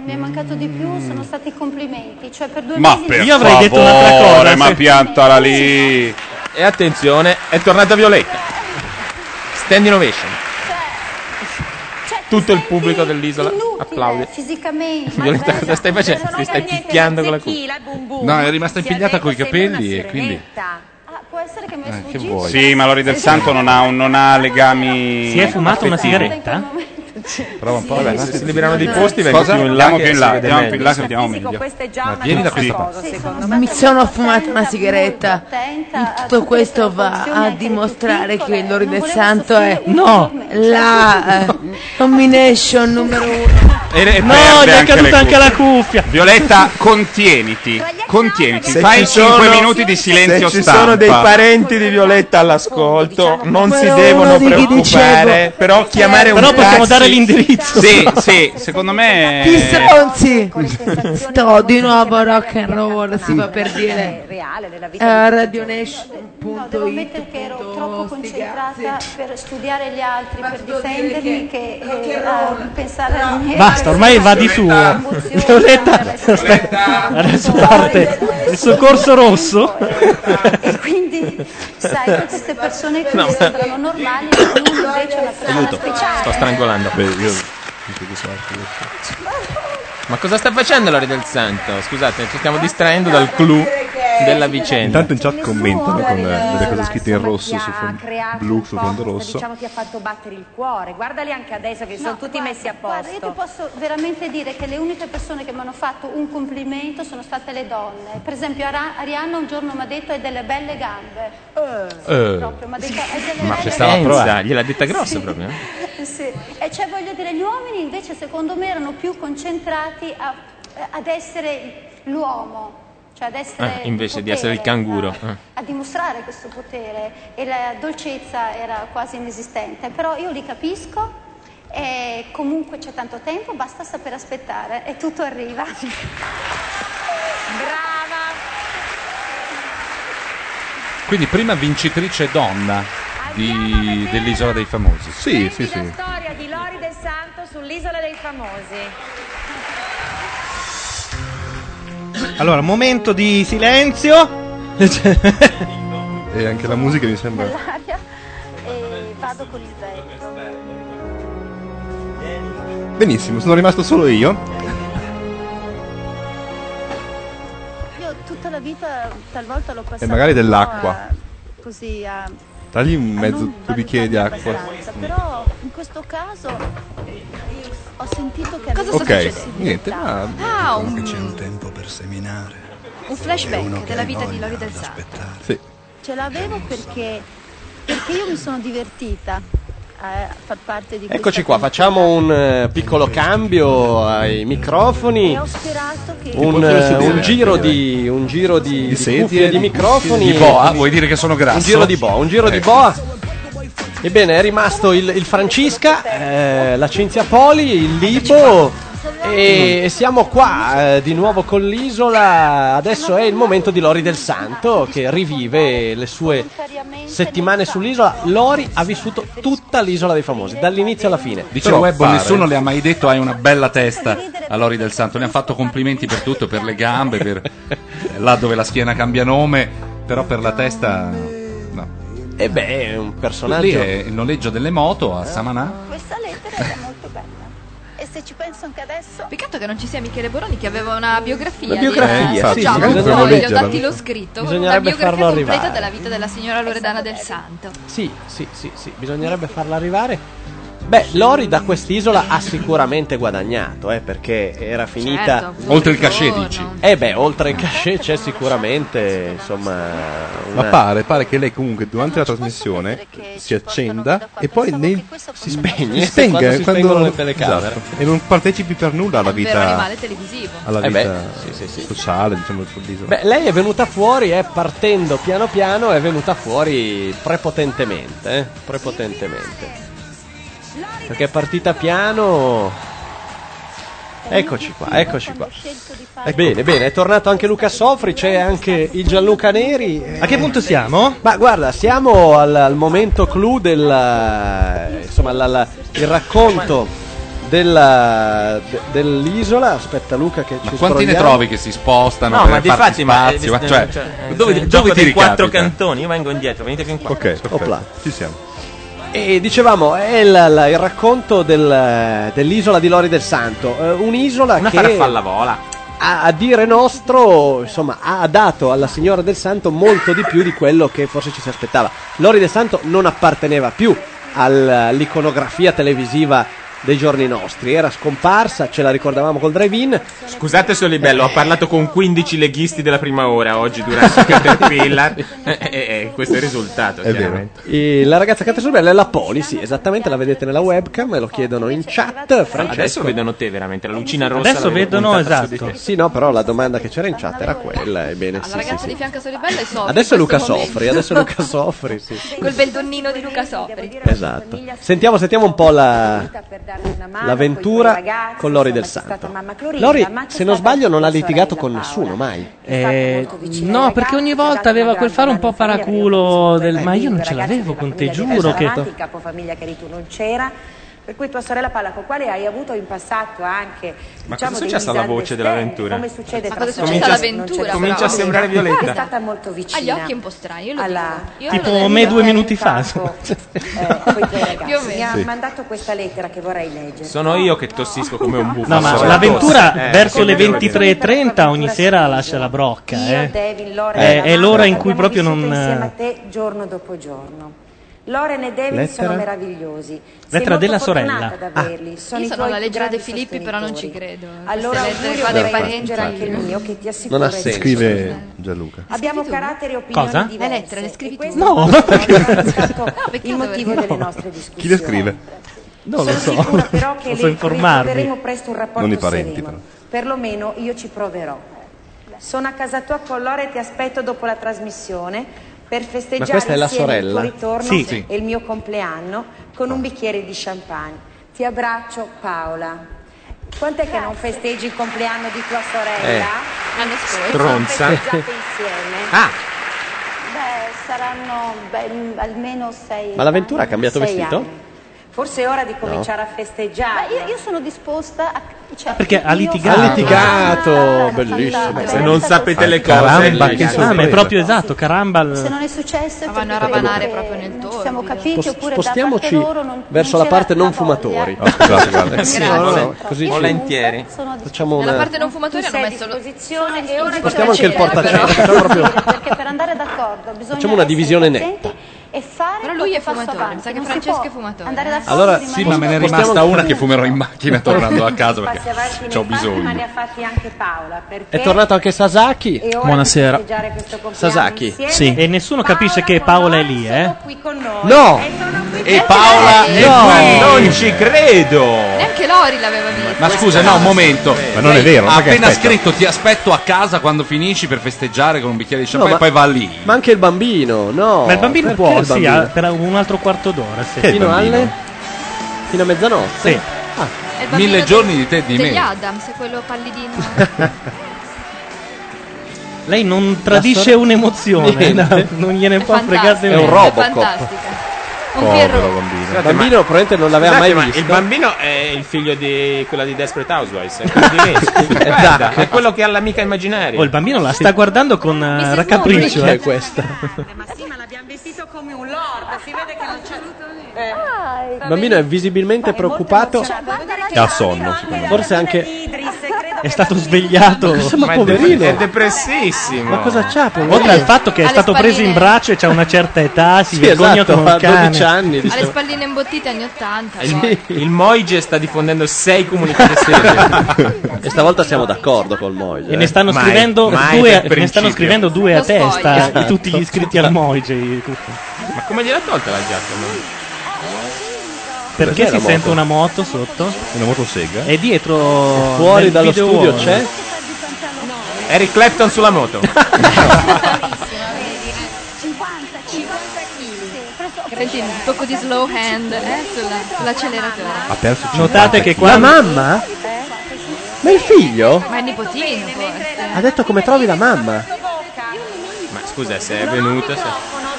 Speaker 16: mi è mancato di più sono stati i complimenti, cioè per due mesi
Speaker 1: Mm. Io avrei detto un'altra cosa,
Speaker 5: ma
Speaker 1: se-
Speaker 5: piantala lì. E attenzione, è tornata Violetta. Stand innovation. Tutto il pubblico dell'isola applaude.
Speaker 16: fisicamente.
Speaker 5: Violetta, cosa stai facendo? Ti stai picchiando con la cuffia.
Speaker 11: No, è rimasta impigliata coi capelli e quindi
Speaker 16: Ah, Può essere che mi è
Speaker 11: Eh, che
Speaker 16: sfuggito.
Speaker 11: vuoi?
Speaker 13: Sì, ma Lori del Santo non ha, un- non ha legami.
Speaker 1: Si è fumato una sigaretta?
Speaker 13: Prova un po'.
Speaker 5: Vabbè, se si liberano dei posti,
Speaker 13: Cosa?
Speaker 5: vengo più in là.
Speaker 13: Andiamo più in là, andiamo più in là che
Speaker 5: vediamo
Speaker 17: Questa è già una
Speaker 5: vieni da
Speaker 17: grossa
Speaker 5: questa
Speaker 17: cosa, secondo me.
Speaker 14: Mi sono fumata una sigaretta. E tutto questo va a dimostrare che Lori del Santo è
Speaker 1: No.
Speaker 14: la eh, nomination numero uno.
Speaker 1: No, gli è caduta anche la cuffia.
Speaker 13: Violetta, contieniti. Contieniti.
Speaker 5: Se
Speaker 13: Fai
Speaker 5: ci sono-
Speaker 13: 5 minuti di silenzio
Speaker 5: se ci
Speaker 13: stampa.
Speaker 5: sono dei parenti di Violetta all'ascolto, non si
Speaker 13: Quello Diciamo, uno
Speaker 5: devono
Speaker 13: di chi
Speaker 5: preoccupare.
Speaker 13: dicevo. Certo.
Speaker 5: Però chiamare un
Speaker 13: Però possiamo
Speaker 5: taxi-
Speaker 13: dare l'indirizzo. Sì, sì, secondo me.
Speaker 14: Pistronzi! Sto di nuovo a rock and roll, si fa per dire. Eh,
Speaker 16: No, devo ammettere che ero troppo concentrata per studiare gli altri, per difendermi, che, eh, a pensare a me.
Speaker 1: Basta, ormai va di suo. Violetta, adesso parte il soccorso rosso.
Speaker 16: E quindi, sai, per queste persone che
Speaker 5: No, ma-
Speaker 16: sembrano normali, uno invece è una
Speaker 5: È
Speaker 16: persona
Speaker 5: muto.
Speaker 16: speciale.
Speaker 5: Sto strangolando. Ma cosa sta facendo Lori del Santo? Scusate, ci stiamo distraendo dal clou della vicenda.
Speaker 8: Intanto in chat commentano con eh, delle cose scritte in rosso su fon- blu su fondo rosso.
Speaker 27: Diciamo ti ha fatto battere il cuore. Guardali anche adesso che
Speaker 16: No,
Speaker 27: sono tutti
Speaker 16: guarda,
Speaker 27: messi a
Speaker 16: Guarda, io ti
Speaker 27: posto.
Speaker 16: posso veramente dire che le uniche persone che mi hanno fatto un complimento sono state le donne. Per esempio, Ara- Arianna un giorno mi ha detto hai delle belle gambe.
Speaker 5: Eh.
Speaker 16: Proprio, mi ha detto hai delle
Speaker 5: Ma
Speaker 16: belle
Speaker 5: ci stava
Speaker 16: gambe.
Speaker 5: provando. Gliel'ha detta grossa proprio. eh?
Speaker 16: Sì. E cioè, voglio dire, gli uomini invece, secondo me, erano più concentrati a- eh, ad essere l'uomo, cioè ad
Speaker 13: Eh,
Speaker 16: essere.
Speaker 5: Ah, invece di
Speaker 16: potere,
Speaker 5: essere il canguro. Ah.
Speaker 16: A dimostrare questo potere e la dolcezza era quasi inesistente, però io li capisco e comunque c'è tanto tempo, basta saper aspettare e tutto arriva.
Speaker 11: Quindi prima vincitrice donna di- dell'isola dei famosi. Sì, sì, sì.
Speaker 27: Storia di Lori del Santo sull'isola dei famosi.
Speaker 1: Allora, momento di silenzio.
Speaker 8: E anche la musica mi sembra.
Speaker 16: Nell'aria e vado con il vento.
Speaker 8: Benissimo, sono rimasto solo io.
Speaker 16: Io tutta la vita talvolta l'ho passata
Speaker 8: E magari
Speaker 16: un po'
Speaker 8: dell'acqua.
Speaker 16: a- così a
Speaker 8: Tagli un mezzo
Speaker 16: non
Speaker 8: due bicchieri di acqua.
Speaker 16: abbastanza, però in questo caso eh, ho sentito che avevo
Speaker 8: Ok, niente, ma.
Speaker 16: Ah, un-
Speaker 20: Che c'è un tempo per seminare.
Speaker 16: un flashback della vita di Lori del Santo.
Speaker 8: Sì.
Speaker 16: Ce l'avevo perché, perché io mi sono divertita a far parte di questa
Speaker 2: Eccoci qua, facciamo un eh, piccolo cambio ai microfoni.
Speaker 16: E ho sperato che
Speaker 2: Un, eh, un giro di un giro di, di
Speaker 11: sedie,
Speaker 2: cuffie di
Speaker 11: di-
Speaker 2: microfoni
Speaker 11: di boa? Vuoi dire che sono grasso?
Speaker 2: Un giro di boa, un giro di
Speaker 11: Ecco.
Speaker 2: boa. Ebbene, è rimasto il, il Francisca, eh, la Cinzia Poli, il Libo e, e siamo qua eh, di nuovo con l'isola. Adesso è il momento di Lori del Santo che rivive le sue settimane sull'isola. Lori ha vissuto tutta l'isola dei famosi, dall'inizio alla fine.
Speaker 11: Dice il web, nessuno le ha mai detto hai una bella testa a Lori del Santo. Le hanno fatto complimenti per tutto, per le gambe, per eh, là dove la schiena cambia nome, però per la testa no.
Speaker 2: E beh, è un personaggio-
Speaker 11: Lì è il noleggio delle moto a Samanà.
Speaker 16: Questa lettera era molto bella. E se ci penso anche adesso,
Speaker 6: Peccato che non ci sia Michele Boroni che aveva una biografia.
Speaker 16: La
Speaker 2: Eh,
Speaker 16: biografia,
Speaker 6: di-
Speaker 16: sì,
Speaker 6: so
Speaker 16: sì,
Speaker 6: già,
Speaker 16: sì,
Speaker 6: un
Speaker 16: bisogna
Speaker 6: foglio
Speaker 16: leggerla.
Speaker 6: dattilo scritto. con Una
Speaker 2: Bisognerebbe
Speaker 6: biografia
Speaker 2: farlo
Speaker 6: completa
Speaker 2: arrivare.
Speaker 6: della vita della signora Loredana del Santo.
Speaker 2: Sì, sì, sì, sì, bisognerebbe farla arrivare. Beh, Lori da quest'isola ha sicuramente guadagnato, eh, perché era finita.
Speaker 6: Certo, appunto, Oltre il
Speaker 2: cachet,
Speaker 6: cachet,
Speaker 2: dici? Eh, beh, oltre il cachet c'è sicuramente, insomma.
Speaker 13: Ma
Speaker 1: Eh.
Speaker 2: una-
Speaker 13: pare, pare che lei comunque durante la trasmissione si accenda e poi nel- si
Speaker 2: spegne.
Speaker 13: si spenga
Speaker 2: Quando si
Speaker 13: quando-
Speaker 2: spengono le telecamere.
Speaker 13: esatto, e non partecipi per nulla alla
Speaker 6: Vero
Speaker 13: vita,
Speaker 6: animale televisivo.
Speaker 13: alla
Speaker 2: Eh
Speaker 13: vita
Speaker 2: beh,
Speaker 13: sociale, diciamo, sull'isola.
Speaker 2: Beh, lei è venuta fuori, eh, partendo piano piano, è venuta fuori prepotentemente. eh, prepotentemente. Perché è partita piano. Eccoci qua, eccoci qua. Ecco. Bene, bene, è tornato anche Luca Sofri, c'è anche il Gianluca Neri. A che punto siamo? Ma guarda, siamo al, al momento clou del eh, insomma, la- la- il racconto della- de- dell'isola. Aspetta Luca che ci
Speaker 11: Quanti ne
Speaker 2: sbrogliamo.
Speaker 11: trovi che si spostano
Speaker 2: No,
Speaker 11: per
Speaker 2: ma
Speaker 11: farti
Speaker 2: difatti, ma-
Speaker 11: spazio? Ma, cioè,
Speaker 5: eh,
Speaker 11: dove,
Speaker 5: sì.
Speaker 11: dove
Speaker 5: Gioco
Speaker 11: ti
Speaker 5: dei
Speaker 11: ricapita?
Speaker 5: quattro cantoni, io vengo indietro, venite fin qua.
Speaker 13: Ok, perfetto.
Speaker 2: Opla.
Speaker 13: Ci siamo.
Speaker 2: E dicevamo, è il, la- il racconto del- dell'isola di Lori del Santo, eh, un'isola
Speaker 5: Una
Speaker 2: che
Speaker 5: farfalla vola.
Speaker 2: a, a dire nostro, insomma, ha dato alla signora del Santo molto di più di quello che forse ci si aspettava. Lori del Santo non apparteneva più al- all'iconografia televisiva dei giorni nostri, era scomparsa, ce la ricordavamo col drive-in.
Speaker 5: Scusate Solibello, ho parlato con 15 leghisti della prima ora oggi durante Eh, il Caterpillar. e, e- e questo è il risultato, chiaramente.
Speaker 2: E la ragazza Catesorbella è la Poli, sì, esattamente, la vedete nella webcam, me lo chiedono in chat, Francesco.
Speaker 5: Adesso vedono te veramente, la lucina rossa.
Speaker 2: Adesso
Speaker 5: l'avete
Speaker 2: vedono, esatto.
Speaker 5: puntata su di te.
Speaker 2: Sì, no, però la domanda che c'era in chat era quella, ebbene
Speaker 6: La
Speaker 2: sì, sì,
Speaker 6: ragazza
Speaker 2: sì.
Speaker 6: di fianco a Soribella è Sofri.
Speaker 2: Adesso è
Speaker 6: in
Speaker 2: Luca
Speaker 6: questo momento.
Speaker 2: Soffri, adesso è Luca Soffri, sì.
Speaker 6: Col bel donnino di Luca Sofri.
Speaker 2: Esatto. Sentiamo, sentiamo un po' la, l'avventura con Lori del Santo. Lori, se non sbaglio, non ha litigato con nessuno mai.
Speaker 1: Eh, no, perché ogni volta aveva quel fare un po' paraculo del ma io non ce l'avevo con te, giuro che
Speaker 12: Il capofamiglia che eri tu non c'era. Per cui tua sorella parla con quale hai avuto in passato anche.
Speaker 5: Ma
Speaker 12: diciamo,
Speaker 5: cosa è
Speaker 12: dei
Speaker 5: successa alla voce
Speaker 12: disastri
Speaker 5: dell'avventura?
Speaker 12: Come succede
Speaker 6: Ma
Speaker 12: tra
Speaker 6: cosa è
Speaker 12: sorelle?
Speaker 6: successa
Speaker 12: Non c'è
Speaker 6: all'avventura?
Speaker 12: disastro.
Speaker 5: Comincia a
Speaker 12: Però
Speaker 5: sembrare
Speaker 12: comunque
Speaker 5: Violetta.
Speaker 12: È stata molto vicina.
Speaker 6: Ha gli occhi un po' strani, io lo dico. Io
Speaker 1: tipo
Speaker 6: lo
Speaker 1: me
Speaker 6: dico.
Speaker 1: due minuti fa. insomma.
Speaker 12: Eh,
Speaker 6: Più o
Speaker 12: Ragazzi, mi
Speaker 6: meno.
Speaker 12: ha
Speaker 1: Sì.
Speaker 12: mandato questa lettera che vorrei leggere.
Speaker 5: Sono io che tossisco come un buco.
Speaker 1: No, ma
Speaker 5: Sono tosse.
Speaker 1: l'avventura
Speaker 5: Eh,
Speaker 1: verso le
Speaker 5: come devo dire.
Speaker 1: 23.30 ogni sera lascia la brocca.
Speaker 12: Io,
Speaker 1: Eh.
Speaker 12: David, Laura
Speaker 1: Eh,
Speaker 12: e
Speaker 1: è
Speaker 12: Amanda
Speaker 1: l'ora in cui
Speaker 12: abbiamo
Speaker 1: proprio
Speaker 12: vissuto
Speaker 1: non.
Speaker 12: insieme a
Speaker 1: eh,
Speaker 12: te giorno dopo giorno. Loren e David
Speaker 1: Lettera?
Speaker 12: sono meravigliosi.
Speaker 1: Lettera
Speaker 12: molto
Speaker 1: della
Speaker 12: fortunata
Speaker 1: sorella. Ah.
Speaker 12: ad averli. Sono
Speaker 6: Io
Speaker 12: i
Speaker 6: sono
Speaker 12: tuoi
Speaker 6: la
Speaker 12: più
Speaker 6: leggera De
Speaker 12: grandi
Speaker 6: Filippi, però non ci credo.
Speaker 12: Allora,
Speaker 6: Queste lettere
Speaker 12: Giulio,
Speaker 6: qua
Speaker 12: devi
Speaker 6: dei parenti.
Speaker 12: leggere anche il mio che ti assicuro.
Speaker 13: Non ha
Speaker 12: è
Speaker 13: senso.
Speaker 12: giusto.
Speaker 13: Scrive Gianluca.
Speaker 12: Abbiamo caratteri e opinioni
Speaker 13: Cosa?
Speaker 12: diverse.
Speaker 6: Le lettere le scrivi
Speaker 12: e
Speaker 6: tu?
Speaker 12: questo
Speaker 13: No,
Speaker 12: è stato il
Speaker 6: peccato
Speaker 12: motivo
Speaker 6: perché-
Speaker 12: delle nostre discussioni.
Speaker 13: Chi le scrive?
Speaker 1: Non
Speaker 12: Sono
Speaker 1: lo so.
Speaker 12: sicura però che
Speaker 1: Posso
Speaker 12: le-
Speaker 1: informarmi.
Speaker 12: ritroveremo presto un rapporto
Speaker 13: Non i parenti,
Speaker 12: sereno.
Speaker 13: però.
Speaker 12: Perlomeno io ci proverò. Sono a casa tua con Lore e ti aspetto dopo la trasmissione per festeggiare
Speaker 2: Ma questa è la
Speaker 12: insieme
Speaker 2: sorella?
Speaker 12: il tuo ritorno
Speaker 2: Sì. Ah. Sì.
Speaker 12: e il mio compleanno con un bicchiere di champagne. Ti abbraccio Paola. Quant'è che non festeggi il compleanno di tua sorella?
Speaker 2: Eh.
Speaker 6: L'anno scorso.
Speaker 12: Stronza.
Speaker 16: eh.
Speaker 2: Ah,
Speaker 16: beh, saranno beh, almeno sei.
Speaker 2: ma l'avventura ha cambiato
Speaker 16: sei
Speaker 2: vestito?
Speaker 16: anni.
Speaker 12: Forse è ora di cominciare a festeggiare.
Speaker 16: Beh, io, io sono disposta a. cioè,
Speaker 1: Perché ha
Speaker 16: io-
Speaker 1: litigato.
Speaker 2: Ha litigato, bellissimo.
Speaker 5: Se non sapete le cose,
Speaker 1: Caramba,
Speaker 5: le
Speaker 1: che
Speaker 5: cose.
Speaker 1: sorpresa. Ah, ma è proprio esatto, caramba.
Speaker 16: Se non è successo.
Speaker 6: Vanno a ravanare proprio nel torno.
Speaker 16: Siamo capiti
Speaker 2: Spos-
Speaker 16: oppure
Speaker 2: spostiamoci
Speaker 16: da parte loro non
Speaker 2: verso la parte non fumatori.
Speaker 13: Ah, scusate, guarda.
Speaker 2: Eh sì,
Speaker 13: Grazie.
Speaker 2: no, no, così ci-
Speaker 5: Volentieri.
Speaker 16: sono disposta.
Speaker 2: Facciamo
Speaker 6: Nella
Speaker 2: una...
Speaker 6: parte non fumatoria hanno messo lo
Speaker 16: posizione e ora
Speaker 2: Spostiamo anche il
Speaker 6: portacenere,
Speaker 2: portacenere. facciamo
Speaker 6: però.
Speaker 2: proprio-
Speaker 16: perché per andare d'accordo bisogna
Speaker 2: Facciamo una
Speaker 16: essere
Speaker 2: divisione
Speaker 16: presenti
Speaker 2: netta.
Speaker 16: e fare
Speaker 6: Però lui
Speaker 16: qualche
Speaker 6: è
Speaker 16: passo
Speaker 6: fumatore, mi
Speaker 16: avanti.
Speaker 6: sa che
Speaker 16: Non si
Speaker 6: Francesco
Speaker 16: può
Speaker 6: è fumatore.
Speaker 16: andare da
Speaker 2: Allora,
Speaker 13: Sì, ma me ne è
Speaker 2: Spostiamo-
Speaker 13: rimasta una che fumerò in macchina tornando a casa
Speaker 12: Passi avanti
Speaker 13: perché
Speaker 12: nei
Speaker 13: c'ho
Speaker 12: fatti, Ma
Speaker 13: bisogno.
Speaker 12: ne ha fatti anche Paola. Perché
Speaker 2: È tornato anche Sasaki.
Speaker 12: è ora di
Speaker 1: Buonasera.
Speaker 12: festeggiare questo compleanno
Speaker 2: Sasaki.
Speaker 12: insieme.
Speaker 1: E nessuno capisce che Paola è lì, eh?
Speaker 12: qui con noi.
Speaker 1: No!
Speaker 12: E sono qui
Speaker 5: E
Speaker 12: con
Speaker 5: Paola,
Speaker 12: te.
Speaker 5: e qui non ci credo. Eh,
Speaker 6: Neanche Lori l'aveva visto.
Speaker 11: Ma scusa, no, un momento.
Speaker 13: Ma non è vero,
Speaker 11: Ha
Speaker 13: perché
Speaker 11: appena
Speaker 13: aspetta.
Speaker 11: scritto ti aspetto a casa quando finisci per festeggiare con un bicchiere di
Speaker 2: No,
Speaker 11: champagne
Speaker 2: ma-
Speaker 11: e poi va lì.
Speaker 2: Ma anche il bambino, no.
Speaker 1: Ma il bambino
Speaker 2: non
Speaker 1: perché
Speaker 2: può, il
Speaker 1: sì,
Speaker 2: bambino.
Speaker 1: ha- per un altro quarto d'ora. Sì.
Speaker 2: Che Fino bambino? alle- Fino a mezzanotte?
Speaker 1: Sì.
Speaker 2: Ah.
Speaker 6: È il bambino
Speaker 11: Mille
Speaker 6: del-
Speaker 11: giorni di te e di
Speaker 6: degli
Speaker 11: me.
Speaker 6: Adams, quello pallidino.
Speaker 1: Lei non tradisce
Speaker 2: sor-
Speaker 1: un'emozione,
Speaker 2: Niente.
Speaker 1: no, non gliene può fregare
Speaker 6: Fantastica,
Speaker 1: niente.
Speaker 6: Fantastica. Un
Speaker 2: Povero
Speaker 6: Pierrot.
Speaker 13: bambino.
Speaker 2: Il bambino probabilmente non l'aveva
Speaker 5: Scusate,
Speaker 2: mai
Speaker 5: Esatto, ma
Speaker 2: visto.
Speaker 5: il bambino è il figlio di quella di Desperate Housewives. È, quello di Vince. Guarda,
Speaker 2: Zac.
Speaker 5: è quello che ha l'amica immaginaria.
Speaker 1: Oh, il bambino la sta guardando con eh,
Speaker 12: Mrs.
Speaker 1: raccapriccio.
Speaker 12: Moore.
Speaker 1: Eh, questa.
Speaker 12: Ma sì, ma l'abbiamo vestito come un lord. Si vede che non c'è.
Speaker 2: Il bambino è visibilmente preoccupato.
Speaker 16: Guarda la
Speaker 5: E ha sonno, secondo me.
Speaker 2: Forse anche è stato svegliato.
Speaker 5: Ma è de- È depressissimo.
Speaker 2: Ma cosa
Speaker 5: Ah,
Speaker 2: c'ha, poverino?
Speaker 1: Oltre al fatto che è
Speaker 6: Alle
Speaker 1: stato preso
Speaker 6: spalline.
Speaker 1: in braccio e c'ha una certa età, si
Speaker 5: Sì,
Speaker 1: vergogna
Speaker 5: esatto,
Speaker 1: come un
Speaker 5: ha 12
Speaker 1: cane.
Speaker 5: anni,
Speaker 6: Ha le spalline imbottite anni 80. poi.
Speaker 5: Il, il Moige sta diffondendo sei comunicati serie.
Speaker 34: e stavolta siamo d'accordo col Moise.
Speaker 2: eh.
Speaker 1: E ne stanno,
Speaker 5: Mai,
Speaker 1: scrivendo,
Speaker 5: mai
Speaker 1: due,
Speaker 5: per
Speaker 1: ne stanno
Speaker 5: principio.
Speaker 1: scrivendo due a
Speaker 5: Lo spoiler.
Speaker 1: testa,
Speaker 5: Esatto.
Speaker 1: tutti gli iscritti al Moige. tutti.
Speaker 5: Ma come gliel'ha tolta la giacca?
Speaker 1: Perché
Speaker 5: Cos'è
Speaker 1: si
Speaker 5: la moto?
Speaker 1: sente una moto sotto?
Speaker 5: Una motosega?
Speaker 1: E dietro.
Speaker 5: E fuori
Speaker 1: nel
Speaker 5: dallo
Speaker 1: video
Speaker 5: studio
Speaker 1: wall.
Speaker 5: c'è? Eric Clapton sulla moto.
Speaker 12: eh.
Speaker 6: Senti un tocco di slow hand eh, sulla- sull'acceleratore.
Speaker 34: Ha perso
Speaker 1: Notate che
Speaker 34: qua. La
Speaker 1: quando-
Speaker 34: mamma? Ma il
Speaker 1: Oh.
Speaker 34: figlio?
Speaker 6: Ma è il nipotino può essere.
Speaker 34: Ha detto come trovi la mamma.
Speaker 5: Ma scusa, se è venuta. se-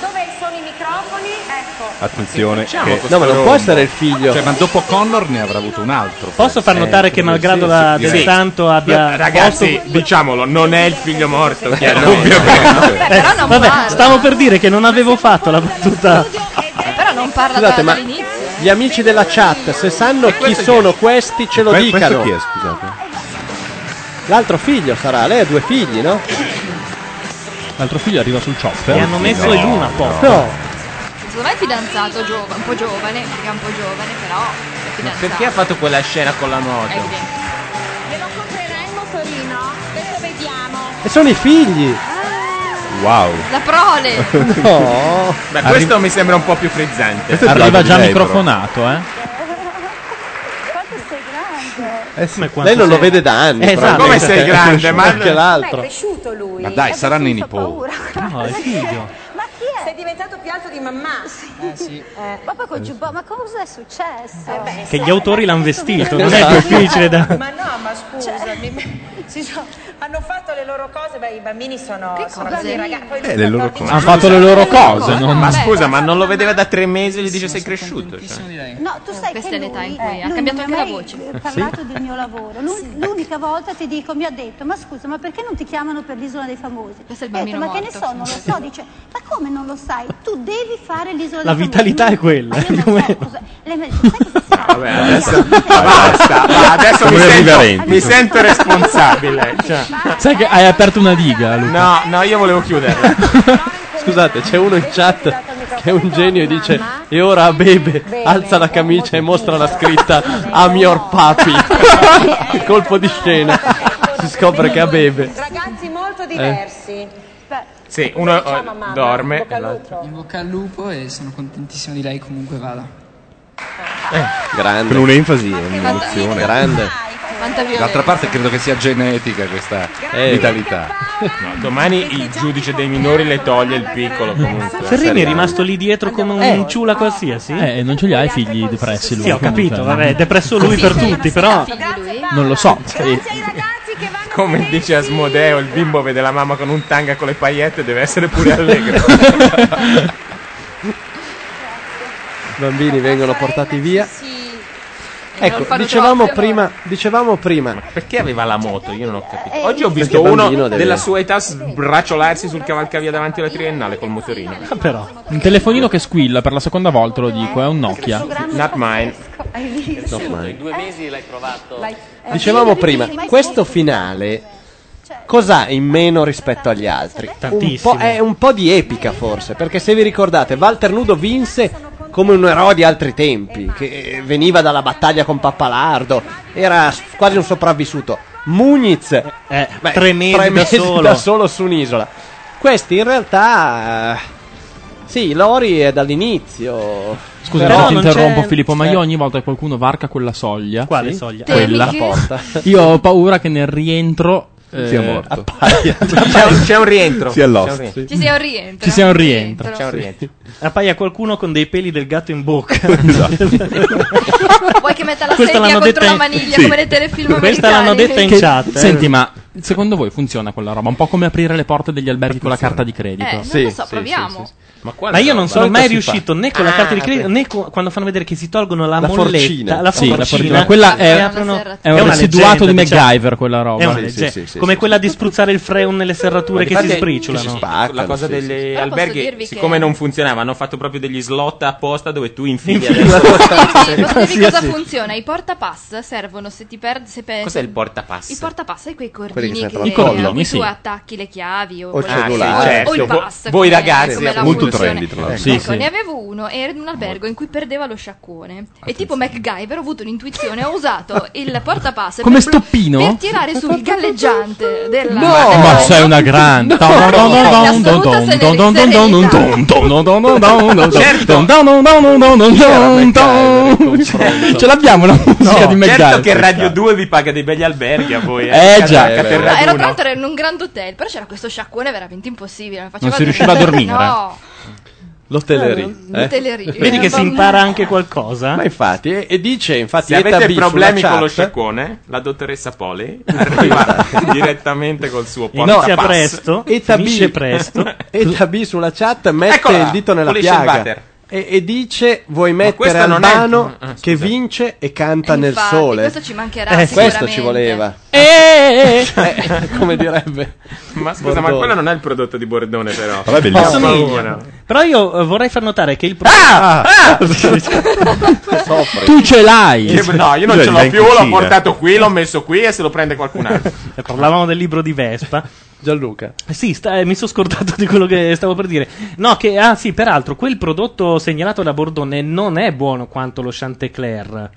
Speaker 35: Dove sono i microfoni? Ecco.
Speaker 11: Attenzione,
Speaker 5: Facciamo
Speaker 11: che-
Speaker 5: questo No, ma non può
Speaker 11: rombo.
Speaker 5: essere
Speaker 2: il figlio.
Speaker 11: Cioè, ma dopo Connor ne avrà avuto un altro.
Speaker 1: Posso far notare che malgrado la- del santo abbia
Speaker 5: Ragazzi, diciamolo, non è il figlio morto, chiaramente.
Speaker 1: Eh, vabbè, stavo per dire che non avevo fatto la battuta.
Speaker 6: Eh, però non parla
Speaker 2: Scusate,
Speaker 6: da-
Speaker 2: ma-
Speaker 6: dall'inizio.
Speaker 2: Gli amici della chat, se sanno chi sono questi, ce lo
Speaker 34: Que-
Speaker 2: dicano.
Speaker 34: Questo chi è, scusate?
Speaker 2: L'altro figlio sarà, lei ha due figli, no?
Speaker 7: L'altro figlio arriva sul chopper.
Speaker 2: E hanno messo
Speaker 7: No,
Speaker 2: in una porta.
Speaker 7: No.
Speaker 6: Secondo me è fidanzato, giova- un po' giovane, perché è un po' giovane, però è
Speaker 5: Ma
Speaker 6: fidanzato.
Speaker 5: perché ha fatto quella scena con la
Speaker 6: È
Speaker 5: moto?
Speaker 6: evidente.
Speaker 2: E sono i figli.
Speaker 5: Wow.
Speaker 6: La prole!
Speaker 2: No.
Speaker 5: Beh, questo mi sembra un po' più frizzante.
Speaker 7: Arriva già microfonato, eh.
Speaker 2: Eh Lei non lo vede da anni.
Speaker 5: Esatto.
Speaker 2: probabilmente.
Speaker 5: Come sei grande, ma-
Speaker 2: Anche l'altro.
Speaker 12: cresciuto lui.
Speaker 11: Ma dai, saranno i nipoti.
Speaker 2: No, è figlio.
Speaker 12: Ma chi è? Sei diventato più alto di mamma. Eh sì.
Speaker 16: Ma poi col
Speaker 12: boh,
Speaker 16: giubbotto, ma cosa è successo?
Speaker 12: Eh,
Speaker 1: Che gli autori l'hanno vestito, non è difficile da.
Speaker 12: Ma no, ma scusami. si so- hanno fatto le loro cose, beh, i bambini sono, sono
Speaker 6: cose?
Speaker 12: così, ragazzi. Poi
Speaker 5: Eh, le loro cose.
Speaker 7: Hanno fatto le loro cose, non-
Speaker 5: Ma scusa, ma non lo vedeva da tre mesi e gli dice sei cresciuto. cioè.
Speaker 16: No, tu sai
Speaker 6: Questa
Speaker 16: che
Speaker 6: è l'età
Speaker 16: lui- eh,
Speaker 6: in cui ha
Speaker 16: lui non
Speaker 6: cambiato anche
Speaker 16: mi ha
Speaker 6: la
Speaker 16: mai
Speaker 6: voce.
Speaker 16: parlato del mio lavoro. L'un- L'unica volta ti dico, mi ha detto, ma scusa, ma perché non ti chiamano per l'isola dei famosi? Questo
Speaker 6: è il
Speaker 16: ma
Speaker 6: bambino
Speaker 16: che ne so, non lo so. Dice, ma come non lo sai? Tu devi fare l'isola
Speaker 1: La
Speaker 16: dei famosi.
Speaker 1: vitalità è quella.
Speaker 16: Lei mi ha detto, sai che
Speaker 5: Vabbè, adesso basta. va, adesso mi
Speaker 7: Come
Speaker 5: sento,
Speaker 7: riverenti.
Speaker 5: mi sento responsabile. cioè.
Speaker 7: Sai che hai aperto una diga, Luca.
Speaker 5: No, no, io volevo chiuderla.
Speaker 2: Scusate, c'è uno in chat che è un genio e dice e ora bebe, alza la camicia e mostra la scritta I'm your papi. Colpo di scena. Si scopre che ha bebe.
Speaker 12: Ragazzi
Speaker 8: Eh.
Speaker 12: molto diversi.
Speaker 5: Sì, uno eh, dorme.
Speaker 8: In bocca al lupo e sono contentissimo di lei comunque vada.
Speaker 34: Grande.
Speaker 11: Con un'enfasi e un'emozione.
Speaker 34: Grande.
Speaker 6: Quanta
Speaker 11: D'altra
Speaker 6: violenza.
Speaker 11: parte credo che sia genetica questa vitalità.
Speaker 5: No, domani il giudice dei minori le toglie il piccolo comunque.
Speaker 1: Ferrini è rimasto lì dietro come un ciula qualsiasi.
Speaker 7: Eh, non ce li hai i figli depressi lui.
Speaker 1: Sì, ho capito,
Speaker 7: comunque.
Speaker 1: vabbè, è depresso lui per tutti, però.
Speaker 7: Non lo so.
Speaker 5: Come dice Asmodeo, il bimbo vede la mamma con un tanga con le pagliette deve essere pure allegro.
Speaker 2: I bambini vengono portati via. Ecco,
Speaker 5: fanno
Speaker 2: dicevamo
Speaker 5: troppo,
Speaker 2: prima, dicevamo prima,
Speaker 5: Perché aveva la moto? Io non ho capito. Oggi ho visto
Speaker 2: Perché
Speaker 5: uno
Speaker 2: bambino deve-
Speaker 5: della sua età sbraciolarsi sul cavalcavia davanti alla triennale col motorino.
Speaker 7: Però. Un telefonino che squilla per la seconda volta, lo dico, è un Nokia.
Speaker 5: Not mine.
Speaker 16: Hai visto?
Speaker 5: male.
Speaker 20: Due mesi l'hai provato.
Speaker 2: eh, dicevamo prima, questo finale cos'ha in meno rispetto agli altri? Un
Speaker 1: Tantissimo.
Speaker 2: po', è un po' di epica forse, perché se vi ricordate, Walter Nudo vinse come un eroe di altri tempi, che eh, veniva dalla battaglia con Pappalardo, era s- quasi un sopravvissuto. Muniz, beh,
Speaker 1: Eh, tre mesi da solo.
Speaker 2: da solo su un'isola. Questi in realtà... eh, Sì, Lori è dall'inizio.
Speaker 7: Scusa,
Speaker 2: però
Speaker 7: non ti
Speaker 2: non
Speaker 7: interrompo,
Speaker 2: c'è-
Speaker 7: Filippo, ma
Speaker 2: eh.
Speaker 7: io ogni volta che qualcuno varca quella soglia.
Speaker 1: Quale
Speaker 7: Sì.
Speaker 1: soglia?
Speaker 7: Quella.
Speaker 1: Temi che- La porta.
Speaker 7: Io ho paura che nel rientro. eh,
Speaker 1: Sia morto.
Speaker 7: appaia.
Speaker 5: C'è un, c'è un rientro.
Speaker 7: Sia lost.
Speaker 5: C'è un rientro.
Speaker 6: Ci sei un rientro.
Speaker 7: Ci sia un rientro.
Speaker 5: C'è un rientro.
Speaker 1: Appaia qualcuno con dei peli del gatto in bocca.
Speaker 6: Vuoi che metta la
Speaker 1: Questa
Speaker 6: sedia
Speaker 1: l'hanno
Speaker 6: contro
Speaker 1: detta
Speaker 6: la
Speaker 1: in-
Speaker 6: maniglia
Speaker 1: sì.
Speaker 6: come nei telefilm
Speaker 1: Questa l'hanno
Speaker 6: americani?
Speaker 1: detta in
Speaker 7: Che-
Speaker 1: chat, eh.
Speaker 7: Senti, ma
Speaker 8: Secondo voi funziona quella roba? Un po' come aprire le porte degli alberghi con la carta di credito.
Speaker 6: Eh, non Sì, lo so, sì, proviamo. sì, sì,
Speaker 5: Ma,
Speaker 1: Ma io non sono mai
Speaker 8: si fa?
Speaker 1: riuscito né con la
Speaker 8: Ah,
Speaker 1: carta di credito
Speaker 8: ok.
Speaker 1: né co- quando fanno vedere che si tolgono la,
Speaker 8: La
Speaker 1: molletta,
Speaker 8: forcina.
Speaker 1: la
Speaker 8: Sì, la
Speaker 1: forcina.
Speaker 8: forcina. Quella è-
Speaker 1: e aprono-
Speaker 7: è un
Speaker 1: una
Speaker 7: residuato di
Speaker 1: leggenda che c'è.
Speaker 7: MacGyver, quella roba.
Speaker 1: È una
Speaker 7: Sì,
Speaker 1: leggenda.
Speaker 7: sì, sì, sì,
Speaker 1: come
Speaker 7: sì.
Speaker 1: quella di spruzzare il freon nelle serrature che si
Speaker 5: Infatti,
Speaker 1: spricciola.
Speaker 5: sì, la cosa degli
Speaker 6: dirvi che-
Speaker 5: alberghi, siccome non funzionava, hanno fatto proprio degli slot apposta dove tu infili
Speaker 1: Infili
Speaker 5: adesso.
Speaker 6: Posso dirvi cosa funziona? I portapass servono se ti perdi. Se perdi
Speaker 5: Cos'è il portapass?
Speaker 6: I portapass è quei
Speaker 5: Quelli che
Speaker 6: cordini
Speaker 5: servono
Speaker 6: che,
Speaker 5: al collino,
Speaker 6: a cui
Speaker 5: sì.
Speaker 6: tu attacchi le chiavi o,
Speaker 5: O il
Speaker 6: qualcosa.
Speaker 5: cellulare. Ah, sì, certo.
Speaker 6: o il
Speaker 5: Vo-
Speaker 6: pass.
Speaker 5: voi
Speaker 6: come-
Speaker 5: ragazzi,
Speaker 6: come la
Speaker 5: appunto
Speaker 6: funzione.
Speaker 5: trendy, tra l'altro.
Speaker 6: Ecco,
Speaker 5: Sì, sì.
Speaker 6: ne avevo uno, era in un albergo in cui perdeva lo sciacquone. E tipo MacGyver ho avuto un'intuizione, ho usato il portapass
Speaker 7: Come
Speaker 6: per blo-
Speaker 7: Stoppino?
Speaker 6: per tirare sul galleggiante della
Speaker 7: No, Eh,
Speaker 1: Oh.
Speaker 7: ma sei una grande. Ce l'abbiamo la musica di
Speaker 5: certo che
Speaker 7: McDonald's.
Speaker 5: Radio 2 vi paga dei belli alberghi a voi.
Speaker 7: Eh,
Speaker 5: a
Speaker 7: già.
Speaker 5: Caterra
Speaker 6: No, ero
Speaker 5: Duno.
Speaker 6: tra l'altro ero in un grand hotel, però c'era questo sciacquone veramente impossibile. mi faceva
Speaker 5: si riusciva a dormire,
Speaker 6: No,
Speaker 2: L'hotellerie.
Speaker 6: Eh? L'hotellerie.
Speaker 1: Vedi che si impara anche qualcosa.
Speaker 2: Ma infatti, e, e dice infatti
Speaker 5: Se
Speaker 2: Eta
Speaker 5: avete
Speaker 2: B
Speaker 5: problemi
Speaker 2: sulla
Speaker 5: con lo
Speaker 2: chat-
Speaker 5: sciacquone, la dottoressa Poli arriva direttamente col suo portapass.
Speaker 2: No, Eta B, Eta B sulla chat mette
Speaker 5: Eccola,
Speaker 2: il dito nella
Speaker 5: pulisce il
Speaker 2: piaga
Speaker 5: butter.
Speaker 2: e, e dice vuoi mettere
Speaker 5: questo non è-
Speaker 2: Albano
Speaker 5: Ah, scusa.
Speaker 2: che vince e canta
Speaker 6: Eh,
Speaker 2: nel
Speaker 6: infatti,
Speaker 2: sole.
Speaker 6: questo ci mancherà
Speaker 2: Eh, questo
Speaker 6: sicuramente.
Speaker 2: ci voleva.
Speaker 6: Eh!
Speaker 2: Eh, come direbbe.
Speaker 5: Ma scusa,
Speaker 2: Bordone.
Speaker 5: ma quello non è il prodotto di Bordone, però.
Speaker 2: Vabbè, bellissimo.
Speaker 5: Fa
Speaker 1: Assomiglia.
Speaker 5: paura.
Speaker 1: Però io eh, vorrei far notare che il Ah!
Speaker 7: Tu ce l'hai.
Speaker 5: Che- no, io non
Speaker 1: Lui
Speaker 5: ce
Speaker 1: l'ha
Speaker 5: l'ho
Speaker 1: in
Speaker 5: più, l'ho
Speaker 1: cucina.
Speaker 5: portato qui, l'ho messo qui e se lo prende qualcun altro.
Speaker 1: Eh, Parlavamo del libro di Vespa.
Speaker 2: Gianluca.
Speaker 1: Sì, sta- eh, mi sono scordato di quello che stavo per dire. No, che, ah sì, peraltro, quel prodotto segnalato da Bordone non è buono quanto lo Chantecler.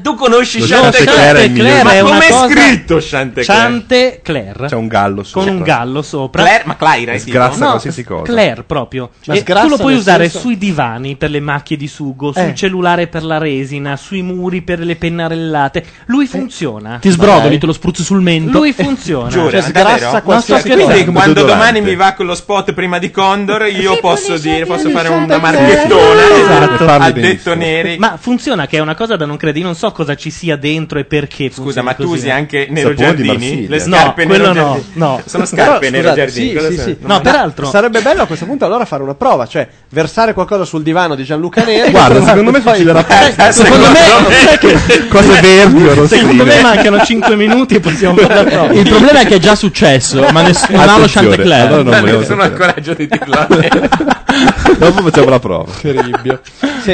Speaker 5: tu conosci
Speaker 1: Lo
Speaker 5: Chantecler?
Speaker 1: Chantecler è migliore.
Speaker 5: Ma
Speaker 1: è una
Speaker 5: com'è
Speaker 1: cosa-
Speaker 5: scritto Chantecler?
Speaker 1: Chantecler.
Speaker 3: C'è un gallo sopra.
Speaker 1: Con un gallo sopra.
Speaker 5: Claire- ma Claire è tipo?
Speaker 3: Sgrazza
Speaker 1: No,
Speaker 3: qualsiasi cosa.
Speaker 1: Claire proprio.
Speaker 3: Ma
Speaker 1: E
Speaker 3: sgrazza
Speaker 1: tu lo puoi
Speaker 3: nel
Speaker 1: usare
Speaker 3: senso-
Speaker 1: sui divani per le macchie di sugo, sul
Speaker 3: Eh.
Speaker 1: cellulare per la resina, sui muri per le pennarellate. Lui funziona.
Speaker 7: Ti sbrodoli,
Speaker 1: Dai.
Speaker 7: te lo spruzzi sul mento.
Speaker 1: Lui funziona.
Speaker 5: Giuro,
Speaker 1: Cioè,
Speaker 5: davvero?
Speaker 1: sgrassa qualsiasi
Speaker 5: Quindi
Speaker 1: cosa. Come
Speaker 5: quando
Speaker 1: Durante.
Speaker 5: domani mi va quello spot prima di Condor, io posso dire, posso fare una
Speaker 1: Esatto.
Speaker 5: marchettona a detto neri.
Speaker 1: Ma funziona che è una cosa da non credere. Io non so cosa ci sia dentro e perché
Speaker 5: Scusa,
Speaker 1: funziona
Speaker 5: ma tu
Speaker 1: così.
Speaker 5: usi anche Nero Giardini? Le
Speaker 1: No,
Speaker 5: scarpe
Speaker 1: quello
Speaker 5: Nero
Speaker 1: no,
Speaker 5: Giardini?
Speaker 1: no.
Speaker 5: Sono
Speaker 2: Però,
Speaker 5: scarpe Nero
Speaker 2: scusate,
Speaker 5: Giardini.
Speaker 2: sì,
Speaker 5: cosa
Speaker 2: sì,
Speaker 5: sono?
Speaker 2: sì.
Speaker 5: No,
Speaker 2: Ma Sarebbe bello a questo punto allora fare una prova, cioè versare qualcosa sul divano di Gianluca Neri.
Speaker 3: Guarda, secondo me il rapporto-
Speaker 2: Eh, Secondo me.
Speaker 3: Cose verdi o rossine.
Speaker 1: Secondo me mancano 5 minuti e possiamo fare la prova.
Speaker 7: Il problema è che è già successo, ma nessuno ha lo
Speaker 3: Attenzione,
Speaker 7: Chantecler.
Speaker 3: allora non volevo
Speaker 5: Nessuno ha il coraggio di dirlo.
Speaker 3: Dopo facciamo la prova.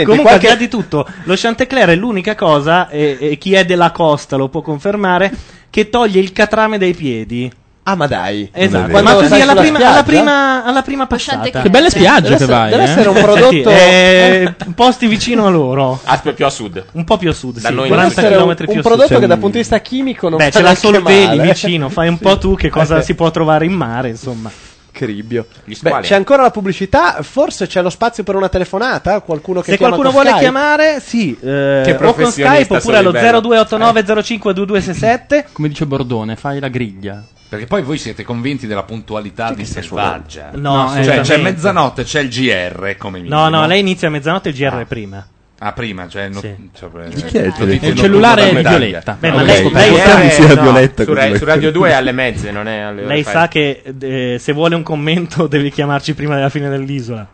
Speaker 1: Comunque, al di là di tutto, lo Chantecler è l'unica cosa, e, e chi è della costa lo può confermare, che toglie il catrame dai piedi.
Speaker 2: Ah, ma dai.
Speaker 1: Esatto,
Speaker 2: Non è vero.
Speaker 1: ma così
Speaker 2: Quando
Speaker 1: alla
Speaker 2: stai
Speaker 1: prima,
Speaker 2: sulla
Speaker 1: alla,
Speaker 2: spiaggia?
Speaker 1: prima, alla prima passata.
Speaker 7: Che belle spiagge
Speaker 1: Deve
Speaker 7: che
Speaker 1: essere-
Speaker 7: vai.
Speaker 1: deve
Speaker 7: eh.
Speaker 1: essere un prodotto- Eh, posti vicino a loro.
Speaker 5: Aspe più a sud.
Speaker 1: Un po' più a sud,
Speaker 5: Da
Speaker 1: sì,
Speaker 5: noi
Speaker 1: 40
Speaker 5: non c'è.
Speaker 1: km
Speaker 2: un
Speaker 1: più a sud.
Speaker 2: prodotto che dal punto di vista chimico non
Speaker 1: Beh,
Speaker 2: fa
Speaker 1: ce la
Speaker 2: neanche
Speaker 1: solveni
Speaker 2: male. eh.
Speaker 1: vicino, fai un po' tu che cosa si può trovare in mare, insomma.
Speaker 2: Che ribbio. Beh,
Speaker 1: squali.
Speaker 2: c'è ancora la pubblicità, forse c'è lo spazio per una telefonata, qualcuno che
Speaker 1: Se
Speaker 2: chiama
Speaker 1: qualcuno
Speaker 2: con
Speaker 1: vuole
Speaker 2: Skype?
Speaker 1: chiamare, sì, eh,
Speaker 2: Che
Speaker 1: o con
Speaker 2: professionista
Speaker 1: Skype oppure allo
Speaker 2: solo livello.
Speaker 1: 0289 052267.
Speaker 7: Come dice Bordone, fai la griglia.
Speaker 11: Perché poi voi siete convinti della puntualità di
Speaker 5: Cioè,
Speaker 11: Selvaggia.
Speaker 1: No,
Speaker 11: cioè
Speaker 1: assolutamente.
Speaker 11: c'è mezzanotte, c'è il GR come
Speaker 1: No,
Speaker 11: minimo.
Speaker 1: no, lei inizia a mezzanotte il GR prima.
Speaker 11: Ah, prima, cioè... No, cioè
Speaker 1: Eh, chi è il
Speaker 11: notizie
Speaker 1: telefono?
Speaker 11: notturne
Speaker 1: Il cellulare
Speaker 11: da
Speaker 1: è
Speaker 11: Italia.
Speaker 1: Violetta. Beh,
Speaker 11: Ah,
Speaker 1: ma
Speaker 11: ok.
Speaker 1: lei- lei-
Speaker 5: Eh,
Speaker 1: Anzi,
Speaker 5: no,
Speaker 1: è Violetta
Speaker 5: su, Ra-
Speaker 1: quello.
Speaker 5: su Radio 2 è alle mezze, non è alle ore
Speaker 1: Lei
Speaker 5: fai-
Speaker 1: sa che eh, se vuole un commento deve chiamarci prima della fine dell'isola.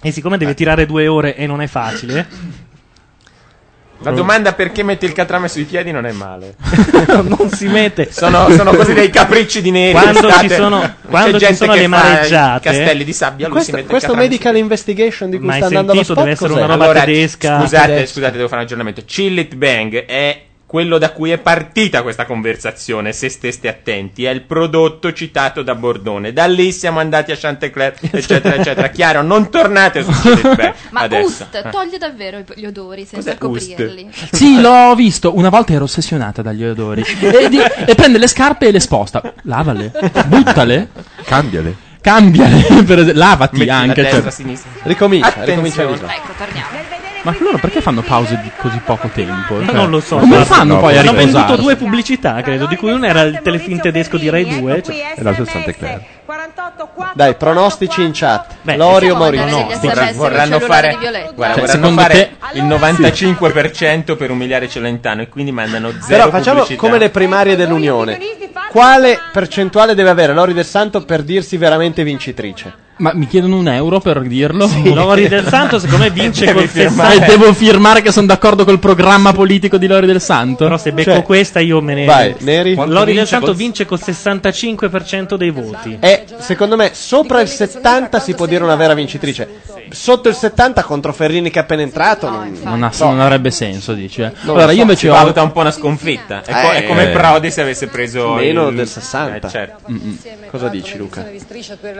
Speaker 1: E siccome deve tirare due ore e non è facile,
Speaker 5: La domanda perché metti il catrame sui piedi non è male.
Speaker 1: non si mette.
Speaker 5: Sono, sono così dei capricci di neri.
Speaker 1: Quando
Speaker 5: d'estate.
Speaker 1: ci sono-
Speaker 5: C'è
Speaker 1: quando ci
Speaker 5: gente
Speaker 1: sono
Speaker 5: che
Speaker 1: le
Speaker 5: fa
Speaker 1: mareggiate-
Speaker 5: i Castelli di sabbia, lui si
Speaker 2: Eh? Questo,
Speaker 5: mette il
Speaker 2: questo
Speaker 5: catrame sui
Speaker 2: medical investigation di cui
Speaker 5: Ma hai
Speaker 2: sta andando lo
Speaker 5: sentito?
Speaker 2: spot
Speaker 5: Deve essere
Speaker 2: cos'è?
Speaker 5: una roba tedesca. Scusate, scusate, devo fare un aggiornamento. Chill it bang è quello da cui è partita questa conversazione, se steste attenti, è il prodotto citato da Bordone. Da lì siamo andati a Chantecler, eccetera, eccetera. Chiaro, non tornate su Chill it bang
Speaker 6: Ma
Speaker 5: adesso. Eh.
Speaker 6: Ust toglie davvero i- gli odori senza coprirli.
Speaker 7: Sì, l'ho visto. Una volta ero ossessionata dagli odori. E, di- e prende le scarpe e le sposta. Lavale, buttale,
Speaker 3: Cambiale.
Speaker 7: cambiale. per es- lavati
Speaker 5: Metti la
Speaker 7: anche.
Speaker 5: destra,
Speaker 7: cioè.
Speaker 5: sinistra.
Speaker 7: Ricomincia, ricomincia
Speaker 5: Attenzione.
Speaker 7: l'isola.
Speaker 6: Ecco, torniamo.
Speaker 7: Ma loro perché fanno pause di così poco tempo?
Speaker 1: Ma
Speaker 7: Cioè,
Speaker 1: non lo so.
Speaker 7: Come
Speaker 1: guarda.
Speaker 7: fanno
Speaker 1: No,
Speaker 7: poi a
Speaker 1: hanno venduto
Speaker 7: riposare?
Speaker 1: due pubblicità, credo, di cui una era il telefilm tedesco di Rai cioè 2.
Speaker 2: E l'altro è Chantecler. Dai, pronostici in chat. Lorio Maurizio.
Speaker 5: Vorrà- vorranno fare, guarda,
Speaker 2: Cioè,
Speaker 5: vorranno
Speaker 2: secondo
Speaker 5: fare
Speaker 2: te-
Speaker 5: il 95% per umiliare Celentano e quindi mandano zero
Speaker 2: Però facciamo
Speaker 5: pubblicità.
Speaker 2: come le primarie dell'Unione. Quale percentuale deve avere Lori del Santo per dirsi veramente vincitrice?
Speaker 7: Ma mi chiedono un euro per dirlo.
Speaker 1: Lori del Santo, secondo me, vince col
Speaker 7: E devo firmare che sono d'accordo col programma politico di Lori del Santo.
Speaker 1: Però se becco questa io me ne
Speaker 2: Vai, Neri.
Speaker 1: Lori del Santo vince col 65% dei voti.
Speaker 2: E secondo me sopra il 70 si può dire una vera vincitrice. Sotto il 70 contro Ferrini che è appena entrato. non-
Speaker 7: Non, ha- non avrebbe senso, dici. eh.
Speaker 2: lo
Speaker 7: allora,
Speaker 2: so,
Speaker 7: io
Speaker 2: si
Speaker 7: invece ho.
Speaker 5: valuta un po' una sconfitta. È, co- è
Speaker 7: Eh.
Speaker 5: come Prodi se avesse preso
Speaker 2: Meno
Speaker 5: il-
Speaker 2: del 60.
Speaker 5: Eh, certo.
Speaker 2: Cosa dici, Luca?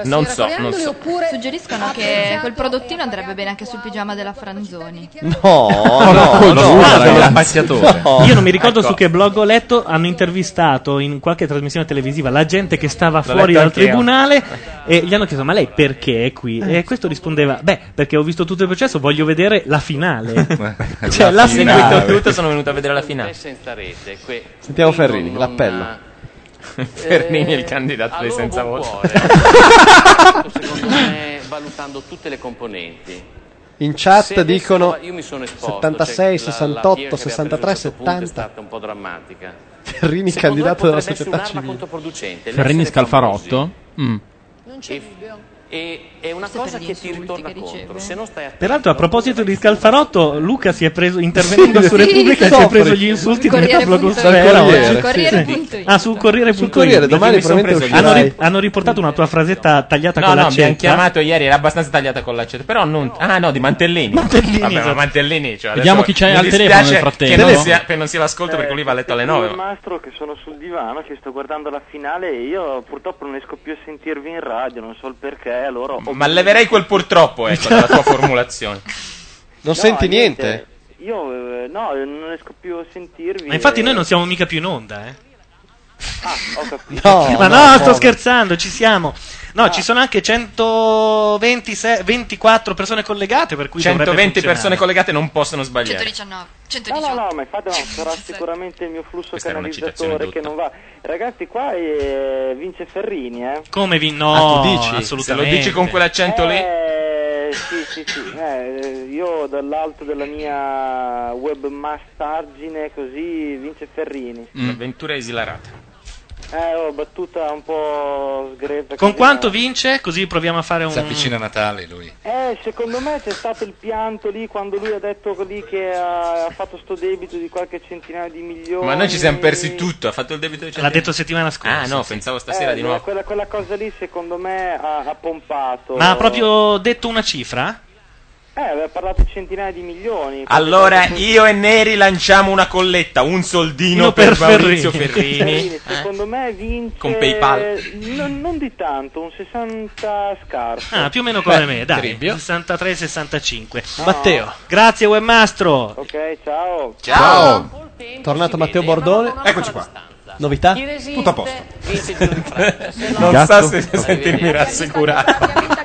Speaker 5: Non so, non so.
Speaker 6: Suggeriscono che quel prodottino andrebbe bene anche sul pigiama della Franzoni.
Speaker 2: No, no,
Speaker 1: no,
Speaker 2: no,
Speaker 1: guarda,
Speaker 2: ragazzi.
Speaker 1: l'abbacchiatore.
Speaker 2: No.
Speaker 1: Io non mi ricordo
Speaker 2: Ecco.
Speaker 1: su che blog ho letto, hanno intervistato in qualche trasmissione televisiva la gente che stava fuori
Speaker 5: letto
Speaker 1: dal
Speaker 5: anch'io.
Speaker 1: tribunale e gli hanno chiesto "Ma lei perché è qui?" E questo rispondeva "Beh, perché ho visto tutto il processo, voglio vedere la finale". cioè la
Speaker 5: Ho seguito
Speaker 1: finale.
Speaker 5: tutto, sono venuto a vedere la finale.
Speaker 20: senza rete, que-
Speaker 2: Sentiamo Ferrini, l'appello.
Speaker 5: Ferrini è
Speaker 20: Eh,
Speaker 5: il candidato dei
Speaker 20: allora
Speaker 5: senza
Speaker 20: buon
Speaker 5: voto.
Speaker 20: cuore. Secondo me, valutando tutte le componenti,
Speaker 2: In chat
Speaker 20: Se avessimo-
Speaker 2: dicono
Speaker 20: io mi sono esposto,
Speaker 2: 76,
Speaker 20: cioè, la- la
Speaker 2: 68,
Speaker 20: piega che abbiamo preso a
Speaker 2: 63,
Speaker 20: questo punto È
Speaker 2: 70.
Speaker 20: stata un po' drammatica.
Speaker 2: Ferrini
Speaker 20: Secondo me
Speaker 2: candidato della
Speaker 20: potrebbe essere
Speaker 2: società
Speaker 20: un'arma
Speaker 2: civile.
Speaker 20: controproducente.
Speaker 7: Ferrini
Speaker 20: L'essere
Speaker 7: Scalfarotto? Mm.
Speaker 20: Non c'è E, è una cosa che ti ritorna contro. Se non stai attento,
Speaker 1: Peraltro, a proposito di Scalfarotto, Luca si è preso, intervenendo
Speaker 20: Sì,
Speaker 1: su
Speaker 20: sì,
Speaker 1: Repubblica, si
Speaker 20: soffre.
Speaker 1: è preso gli insulti del
Speaker 20: Sul Corriere
Speaker 1: tablo con
Speaker 20: punto-
Speaker 1: Solera.
Speaker 20: sul
Speaker 1: oggi.
Speaker 20: Corriere.
Speaker 1: Sì.
Speaker 20: Corriere.
Speaker 1: Ah, sul Corriere.
Speaker 2: Sul Corriere, domani probabilmente
Speaker 1: hanno,
Speaker 2: uscirai.
Speaker 1: ri- hanno riportato una tua frasetta tagliata
Speaker 5: No,
Speaker 1: con eh?
Speaker 5: no,
Speaker 1: l'accetta.
Speaker 5: mi hanno chiamato ieri, era abbastanza tagliata con l'accetta. Però non. Ah, no, di Mantellini. Mantellini. Vabbè,
Speaker 1: esatto.
Speaker 5: ma Mantellini. Cioè,
Speaker 7: Vediamo
Speaker 5: adesso
Speaker 7: chi c'è
Speaker 5: mi
Speaker 7: al
Speaker 5: dispiace
Speaker 7: telefono nel
Speaker 5: Che
Speaker 7: frattempo.
Speaker 5: non sia, che non sia l'ascolto perché lui va a letto alle 9.
Speaker 25: Io e Mastro che sono sul divano, che sto guardando la finale e io purtroppo non riesco più a sentirvi in radio, non so il perché, allora... ho-
Speaker 5: Ma leverei quel purtroppo, ecco, dalla tua formulazione.
Speaker 2: Non
Speaker 25: No, Io eh, no, non riesco più a sentirvi.
Speaker 1: Ma infatti
Speaker 25: e-
Speaker 1: noi non siamo mica più in onda, eh.
Speaker 25: Ah, ho capito.
Speaker 1: Ma no, sto scherzando, ci siamo. No, ci sono anche 126 24 persone collegate, per cui dovrebbe
Speaker 5: 120
Speaker 1: funzionare.
Speaker 5: persone collegate non possono sbagliare.
Speaker 6: 119.
Speaker 25: No, no, no, ma infatti no, sarà sicuramente il mio flusso
Speaker 5: Questa era una citazione
Speaker 25: canalizzatore che non va. Ragazzi, qua eh, vince Ferrini, eh.
Speaker 1: Come vi no,
Speaker 5: Ah, tu dici?
Speaker 1: assolutamente.
Speaker 5: Se lo dici con quell'accento lì.
Speaker 25: Eh, sì, sì, sì. Eh, io dall'alto della mia webmastargine così vince Ferrini.
Speaker 5: L'avventura esilarata.
Speaker 25: Eh, ho battuta un po' sgrezza.
Speaker 1: Con
Speaker 25: così, eh.
Speaker 1: quanto
Speaker 25: ma-
Speaker 1: vince? Così proviamo a fare un
Speaker 25: Si avvicina
Speaker 11: Natale lui.
Speaker 25: Eh, secondo me c'è stato il pianto lì quando lui ha detto lì che ha, ha fatto sto debito di qualche centinaio di milioni.
Speaker 5: Ma noi ci siamo persi tutto. Ha fatto il debito di
Speaker 1: L'ha detto settimana scorsa.
Speaker 5: Ah, no, pensavo stasera
Speaker 25: Eh,
Speaker 5: di
Speaker 25: no,
Speaker 5: nuovo.
Speaker 25: Quella, quella cosa lì secondo me ha, ha pompato.
Speaker 1: Ma ha proprio detto una cifra?
Speaker 25: Eh, aveva parlato di centinaia di milioni.
Speaker 5: Allora io e Neri lanciamo una colletta, un soldino
Speaker 1: Io
Speaker 5: per,
Speaker 1: per
Speaker 5: Maurizio
Speaker 1: Ferrini.
Speaker 5: Ferrini.
Speaker 25: Quindi, Secondo me vince
Speaker 5: Con PayPal.
Speaker 25: non- non di tanto, un 60 scarso.
Speaker 1: Ah, più o meno come
Speaker 25: Beh,
Speaker 1: me, dai. 63-65.
Speaker 25: No.
Speaker 1: Matteo. Grazie, webmastro.
Speaker 25: Ok, ciao.
Speaker 2: Tornato Matteo Bordone. Eccoci qua. Novità?
Speaker 25: Tutto a
Speaker 2: posto.
Speaker 5: Non
Speaker 2: Gatto?
Speaker 5: so se sentirmi rassicurato.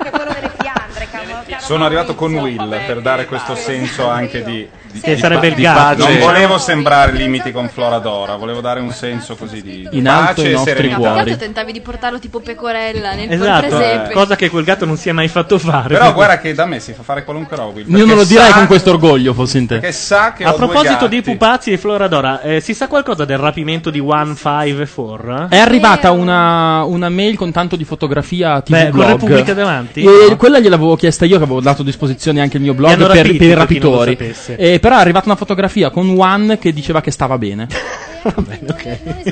Speaker 13: Sono arrivato con Will per dare questo eh, senso anche di, di,
Speaker 1: Che
Speaker 13: di
Speaker 1: sarebbe
Speaker 13: pa-
Speaker 1: il
Speaker 13: di
Speaker 1: gatto.
Speaker 13: pace. Non
Speaker 1: Cioè-
Speaker 13: volevo sembrare limiti con Floradora, volevo dare un senso così di, di
Speaker 1: In alto
Speaker 13: pace
Speaker 1: i
Speaker 13: e
Speaker 1: nostri
Speaker 13: serenità.
Speaker 1: cuori.
Speaker 6: Tanto tentavi di portarlo tipo pecorella nel
Speaker 1: Esatto,
Speaker 6: presepe.
Speaker 1: eh, cosa che quel gatto non si è mai fatto fare.
Speaker 13: Però guarda che da me si fa fare qualunque roba. Will,
Speaker 7: Io non lo
Speaker 13: perché
Speaker 7: direi
Speaker 13: sa-
Speaker 7: con questo orgoglio, fossi in te.
Speaker 13: Perché sa che
Speaker 1: A
Speaker 13: ho due
Speaker 1: proposito
Speaker 13: gatti.
Speaker 1: di pupazzi e Floradora, eh, si sa qualcosa del rapimento di 154?
Speaker 7: È arrivata una, una mail con tanto di fotografia TV
Speaker 1: Beh, con
Speaker 7: blog.
Speaker 1: Repubblica davanti?
Speaker 7: E
Speaker 1: No.
Speaker 7: quella gliel'avevo chiesta io, che avevo dato a disposizione anche il mio blog
Speaker 1: Li hanno
Speaker 7: per,
Speaker 1: rapiti,
Speaker 7: per i
Speaker 1: per chi non lo
Speaker 7: rapitori.
Speaker 1: sapesse.
Speaker 7: Eh, però è arrivata una fotografia con Juan che diceva che stava bene.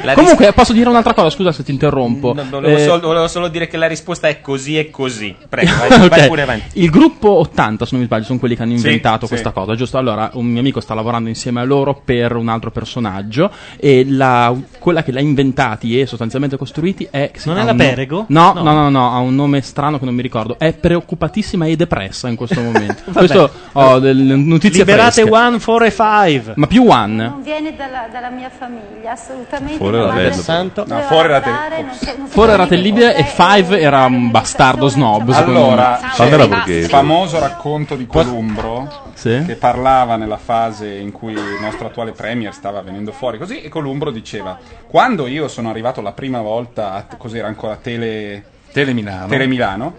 Speaker 5: La
Speaker 7: Comunque, posso dire un'altra cosa? Scusa se ti interrompo.
Speaker 5: No, Volevo,
Speaker 7: Eh,
Speaker 5: sol- volevo solo dire che la risposta è così e così. Prego, vai,
Speaker 7: Ok.
Speaker 5: vai pure avanti.
Speaker 7: Il gruppo 80, se non mi sbaglio, sono quelli che hanno
Speaker 5: Sì, sì.
Speaker 7: inventato questa cosa, giusto? Allora, un mio amico sta lavorando insieme a loro per un altro personaggio e la- quella che l'ha inventati e sostanzialmente costruiti è...
Speaker 1: Non
Speaker 7: ha
Speaker 1: è
Speaker 7: un
Speaker 1: la
Speaker 7: no-
Speaker 1: Perego?
Speaker 7: No,
Speaker 1: No.
Speaker 7: no, no, no, ha un nome strano che non mi ricordo. È preoccupatissima e depressa in questo momento.
Speaker 1: Vabbè.
Speaker 7: questo ho delle notizie
Speaker 1: Liberate
Speaker 7: fresche.
Speaker 1: 1, 4 e 5.
Speaker 7: Ma più One?
Speaker 16: Non viene dalla, dalla mia famiglia, assolutamente.
Speaker 7: Fuori
Speaker 16: Mia
Speaker 7: era
Speaker 16: madre
Speaker 7: bello,
Speaker 2: Santo.
Speaker 16: doveva
Speaker 7: No, fuori era
Speaker 16: lavorare,
Speaker 7: te-
Speaker 16: non so- non so
Speaker 7: Fuori era
Speaker 16: come
Speaker 7: Libia e Five era un bastardo snob. secondo
Speaker 13: Allora,
Speaker 5: eh,
Speaker 7: me.
Speaker 13: c'è il famoso racconto di Columbro
Speaker 7: Sì.
Speaker 13: che parlava nella fase in cui il nostro attuale premier stava venendo fuori così e Columbro diceva quando io sono arrivato la prima volta a- cos'era ancora Tele
Speaker 11: Telemilano.
Speaker 13: Telemilano,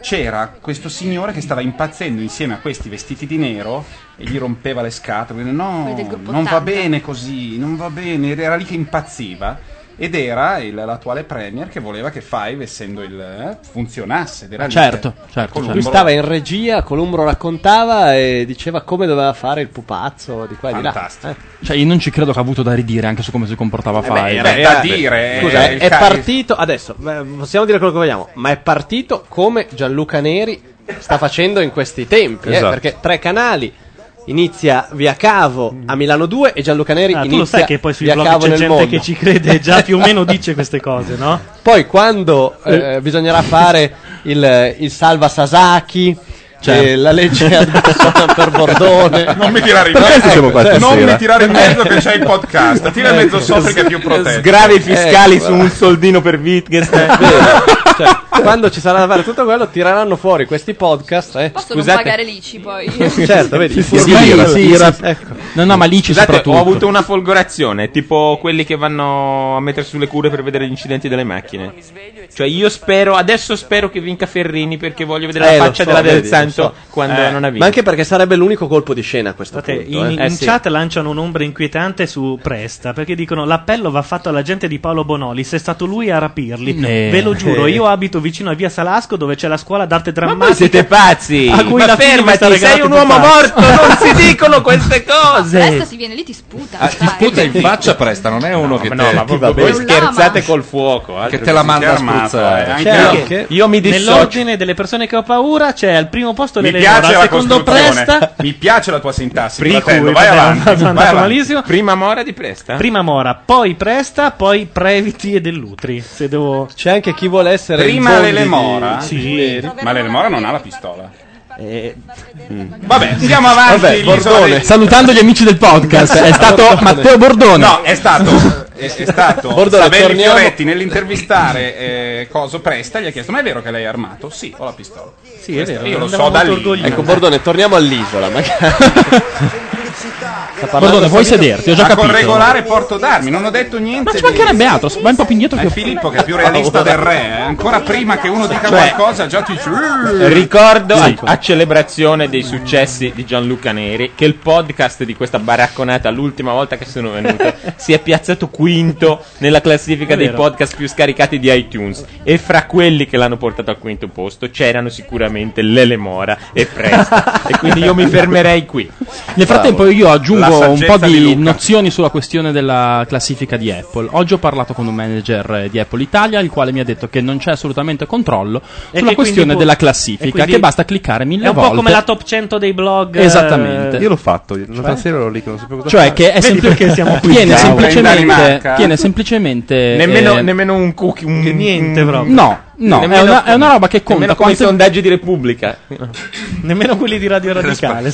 Speaker 13: c'era questo signore che stava impazzendo insieme a questi vestiti di nero e gli rompeva le scatole no
Speaker 27: Quelli del gruppo
Speaker 13: non va
Speaker 27: 80.
Speaker 13: bene così non va bene era lì che impazziva Ed era il- l'attuale premier che voleva che Five, essendo il eh, funzionasse. Ed era
Speaker 7: Certo,
Speaker 13: leader.
Speaker 7: certo,
Speaker 13: Columbro-
Speaker 2: Lui stava in regia, Columbro raccontava e diceva come doveva fare il pupazzo di qua e di là. Eh.
Speaker 7: Cioè, io non ci credo che ha avuto da ridire anche su come si comportava
Speaker 2: Eh beh,
Speaker 7: Fai.
Speaker 2: in realtà- eh, cioè, Scusa, è partito adesso. beh, Possiamo dire quello che vogliamo, ma è partito come Gianluca Neri sta facendo in questi tempi. eh,
Speaker 5: Esatto.
Speaker 2: perché tre canali. Inizia via Cavo a Milano 2 e Gianluca Neri
Speaker 1: Ah,
Speaker 2: inizia
Speaker 1: tu lo sai che poi sui
Speaker 2: via
Speaker 1: blog
Speaker 2: Cavo
Speaker 1: c'è
Speaker 2: nel
Speaker 1: gente
Speaker 2: mondo.
Speaker 1: che ci crede e già più o meno dice queste cose, no?
Speaker 2: Poi quando eh, bisognerà fare il, il salva Sasaki,
Speaker 1: Certo.
Speaker 2: eh, la legge addosso per Bordone.
Speaker 13: Non mi tirare in
Speaker 2: Perché
Speaker 13: mezzo,
Speaker 2: siamo Eh. qua
Speaker 5: cioè,
Speaker 13: non
Speaker 2: stasera?
Speaker 13: mi tirare in mezzo che c'è il podcast. Tira in
Speaker 2: Eh.
Speaker 13: mezzo sopra che è più protetto. Eh,
Speaker 5: Sgravi fiscali
Speaker 2: Ecco.
Speaker 5: su un soldino per Wittgenstein.
Speaker 2: Eh, Cioè, quando ci sarà da fare tutto quello, tireranno fuori questi podcast. Eh.
Speaker 6: Posso
Speaker 2: Scusate.
Speaker 6: non pagare l'ICI poi?
Speaker 2: certo, vedi.
Speaker 5: Sì,
Speaker 2: Ormai-
Speaker 5: sì,
Speaker 2: sì,
Speaker 5: sì,
Speaker 2: sì,
Speaker 5: sì.
Speaker 2: sì, ecco.
Speaker 5: Scusate, ho avuto una folgorazione, tipo quelli che vanno a mettersi sulle cure per vedere gli incidenti delle macchine. Cioè io spero, adesso spero che vinca Ferrini perché voglio vedere
Speaker 2: Eh,
Speaker 5: la
Speaker 2: lo
Speaker 5: faccia
Speaker 2: so,
Speaker 5: della Del
Speaker 2: vedi, lo
Speaker 5: Santo
Speaker 2: so.
Speaker 5: quando
Speaker 2: Eh,
Speaker 5: non ha vinto.
Speaker 2: Ma anche perché sarebbe l'unico colpo di scena a questo
Speaker 1: Guardate,
Speaker 2: punto.
Speaker 1: in,
Speaker 2: eh.
Speaker 1: in chat lanciano un'ombra inquietante su Presta perché dicono l'appello va fatto alla gente di Paolo Bonolis, è stato lui a rapirli.
Speaker 5: Eh.
Speaker 1: Ve lo giuro,
Speaker 5: Eh.
Speaker 1: io abito vicino a Via Salasco dove c'è la scuola d'arte drammatica.
Speaker 5: voi siete pazzi!
Speaker 1: A cui
Speaker 5: Ma
Speaker 1: la Fini mi sta
Speaker 5: fermati, sei
Speaker 1: regalando
Speaker 5: un uomo
Speaker 1: pupazzi.
Speaker 5: morto, non si dicono queste
Speaker 6: Presto
Speaker 5: cose!
Speaker 6: si viene lì ti sputa.
Speaker 11: Ah, ti sputa in faccia presta, non è uno che
Speaker 5: ma no,
Speaker 11: te
Speaker 5: ma
Speaker 11: ti
Speaker 5: proprio
Speaker 11: bene.
Speaker 5: voi scherzate col fuoco. altro
Speaker 11: Che te la manda
Speaker 5: si è
Speaker 11: a
Speaker 5: armato,
Speaker 11: spruzzare.
Speaker 5: eh,
Speaker 11: Anche
Speaker 5: cioè,
Speaker 11: io.
Speaker 5: che- io mi dissocio.
Speaker 1: Nell'ordine delle persone che ho paura c'è al primo posto
Speaker 13: Mi
Speaker 1: l'Eleonora,
Speaker 13: piace
Speaker 1: al
Speaker 13: la
Speaker 1: secondo
Speaker 13: costruzione.
Speaker 1: Presta.
Speaker 13: Mi piace la tua sintassi,
Speaker 1: Per
Speaker 13: fratello.
Speaker 1: cui,
Speaker 13: Vai
Speaker 1: vabbè,
Speaker 13: avanti.
Speaker 1: è andato
Speaker 13: vai avanti.
Speaker 1: malissimo.
Speaker 5: Prima mora di Presta?
Speaker 1: Prima Mora, poi Presta, poi Previti e Dell'Utri. Se devo...
Speaker 2: C'è anche chi vuole essere
Speaker 13: Prima Lele Mora.
Speaker 1: Sì.
Speaker 13: Ma Lele Mora non ha la pistola.
Speaker 5: Vabbè,
Speaker 13: andiamo avanti.
Speaker 7: Eh, mm. Vabbè,
Speaker 13: l'isola
Speaker 7: Bordone.
Speaker 13: dei-
Speaker 7: Salutando gli amici del podcast, è stato Matteo Bordone.
Speaker 13: No, è stato, è, è stato
Speaker 7: Bordone,
Speaker 13: Savelli
Speaker 7: torniamo-
Speaker 13: Fioretti nell'intervistare eh, Coso Presta. Gli ha chiesto: Ma è vero che lei è armato? Sì, ho la pistola.
Speaker 1: è
Speaker 13: Questo
Speaker 1: vero,
Speaker 13: Io lo
Speaker 1: andiamo
Speaker 13: so da
Speaker 1: molto
Speaker 13: lì.
Speaker 2: Ecco, Bordone, torniamo all'isola. Magari. Sta parlando
Speaker 7: Bordone, vuoi
Speaker 2: Sabino-
Speaker 7: sederti? Ho già
Speaker 13: Ma
Speaker 7: capito.
Speaker 13: Con regolare porto d'armi, non ho detto niente.
Speaker 7: Ma ci
Speaker 13: di-
Speaker 7: mancherebbe altro, vai un po' più indietro
Speaker 13: È
Speaker 7: che
Speaker 13: Filippo che è più realista del re. eh. Ancora prima che uno dica
Speaker 5: Cioè,
Speaker 13: qualcosa, già ti dice.
Speaker 5: Ricordo a, a celebrazione dei successi di Gianluca Neri che il podcast di questa baracconata, l'ultima volta che sono venuto, si è piazzato quinto nella classifica
Speaker 1: È
Speaker 5: dei
Speaker 1: vero.
Speaker 5: podcast più scaricati di iTunes. E fra quelli che l'hanno portato al quinto posto c'erano sicuramente Lele Mora e Presta. e quindi io mi fermerei qui.
Speaker 7: Nel frattempo io
Speaker 5: La
Speaker 7: aggiungo un
Speaker 5: saggezza
Speaker 7: po' di,
Speaker 5: Luca.
Speaker 7: nozioni sulla questione della classifica di Apple. Oggi ho parlato con un manager eh, di Apple Italia, il quale mi ha detto che non c'è assolutamente controllo
Speaker 1: E
Speaker 7: sulla
Speaker 1: che
Speaker 7: questione
Speaker 1: quindi può-
Speaker 7: della
Speaker 1: e
Speaker 7: classifica,
Speaker 1: quindi
Speaker 7: che basta cliccare mille
Speaker 1: È un
Speaker 7: volte.
Speaker 1: po' come la top 100 dei blog. eh,
Speaker 7: Esattamente.
Speaker 36: Io l'ho fatto,
Speaker 1: Cioè?
Speaker 36: l'altra sera ero lì che non sapevo cosa
Speaker 7: Cioè
Speaker 36: fare.
Speaker 7: che è
Speaker 36: Vedi
Speaker 7: sempli-
Speaker 36: perché siamo qui. Cavolo.
Speaker 7: tiene
Speaker 36: In
Speaker 7: semplicemente,
Speaker 36: Danimarca.
Speaker 7: tiene semplicemente
Speaker 5: Nemmeno,
Speaker 7: eh,
Speaker 5: nemmeno un cookie, un,
Speaker 1: niente proprio.
Speaker 7: No, no, è una, è una roba che conta
Speaker 5: Nemmeno con
Speaker 7: come
Speaker 5: i
Speaker 7: se-
Speaker 5: sondaggi di Repubblica.
Speaker 1: Nemmeno quelli di Radio Radicale.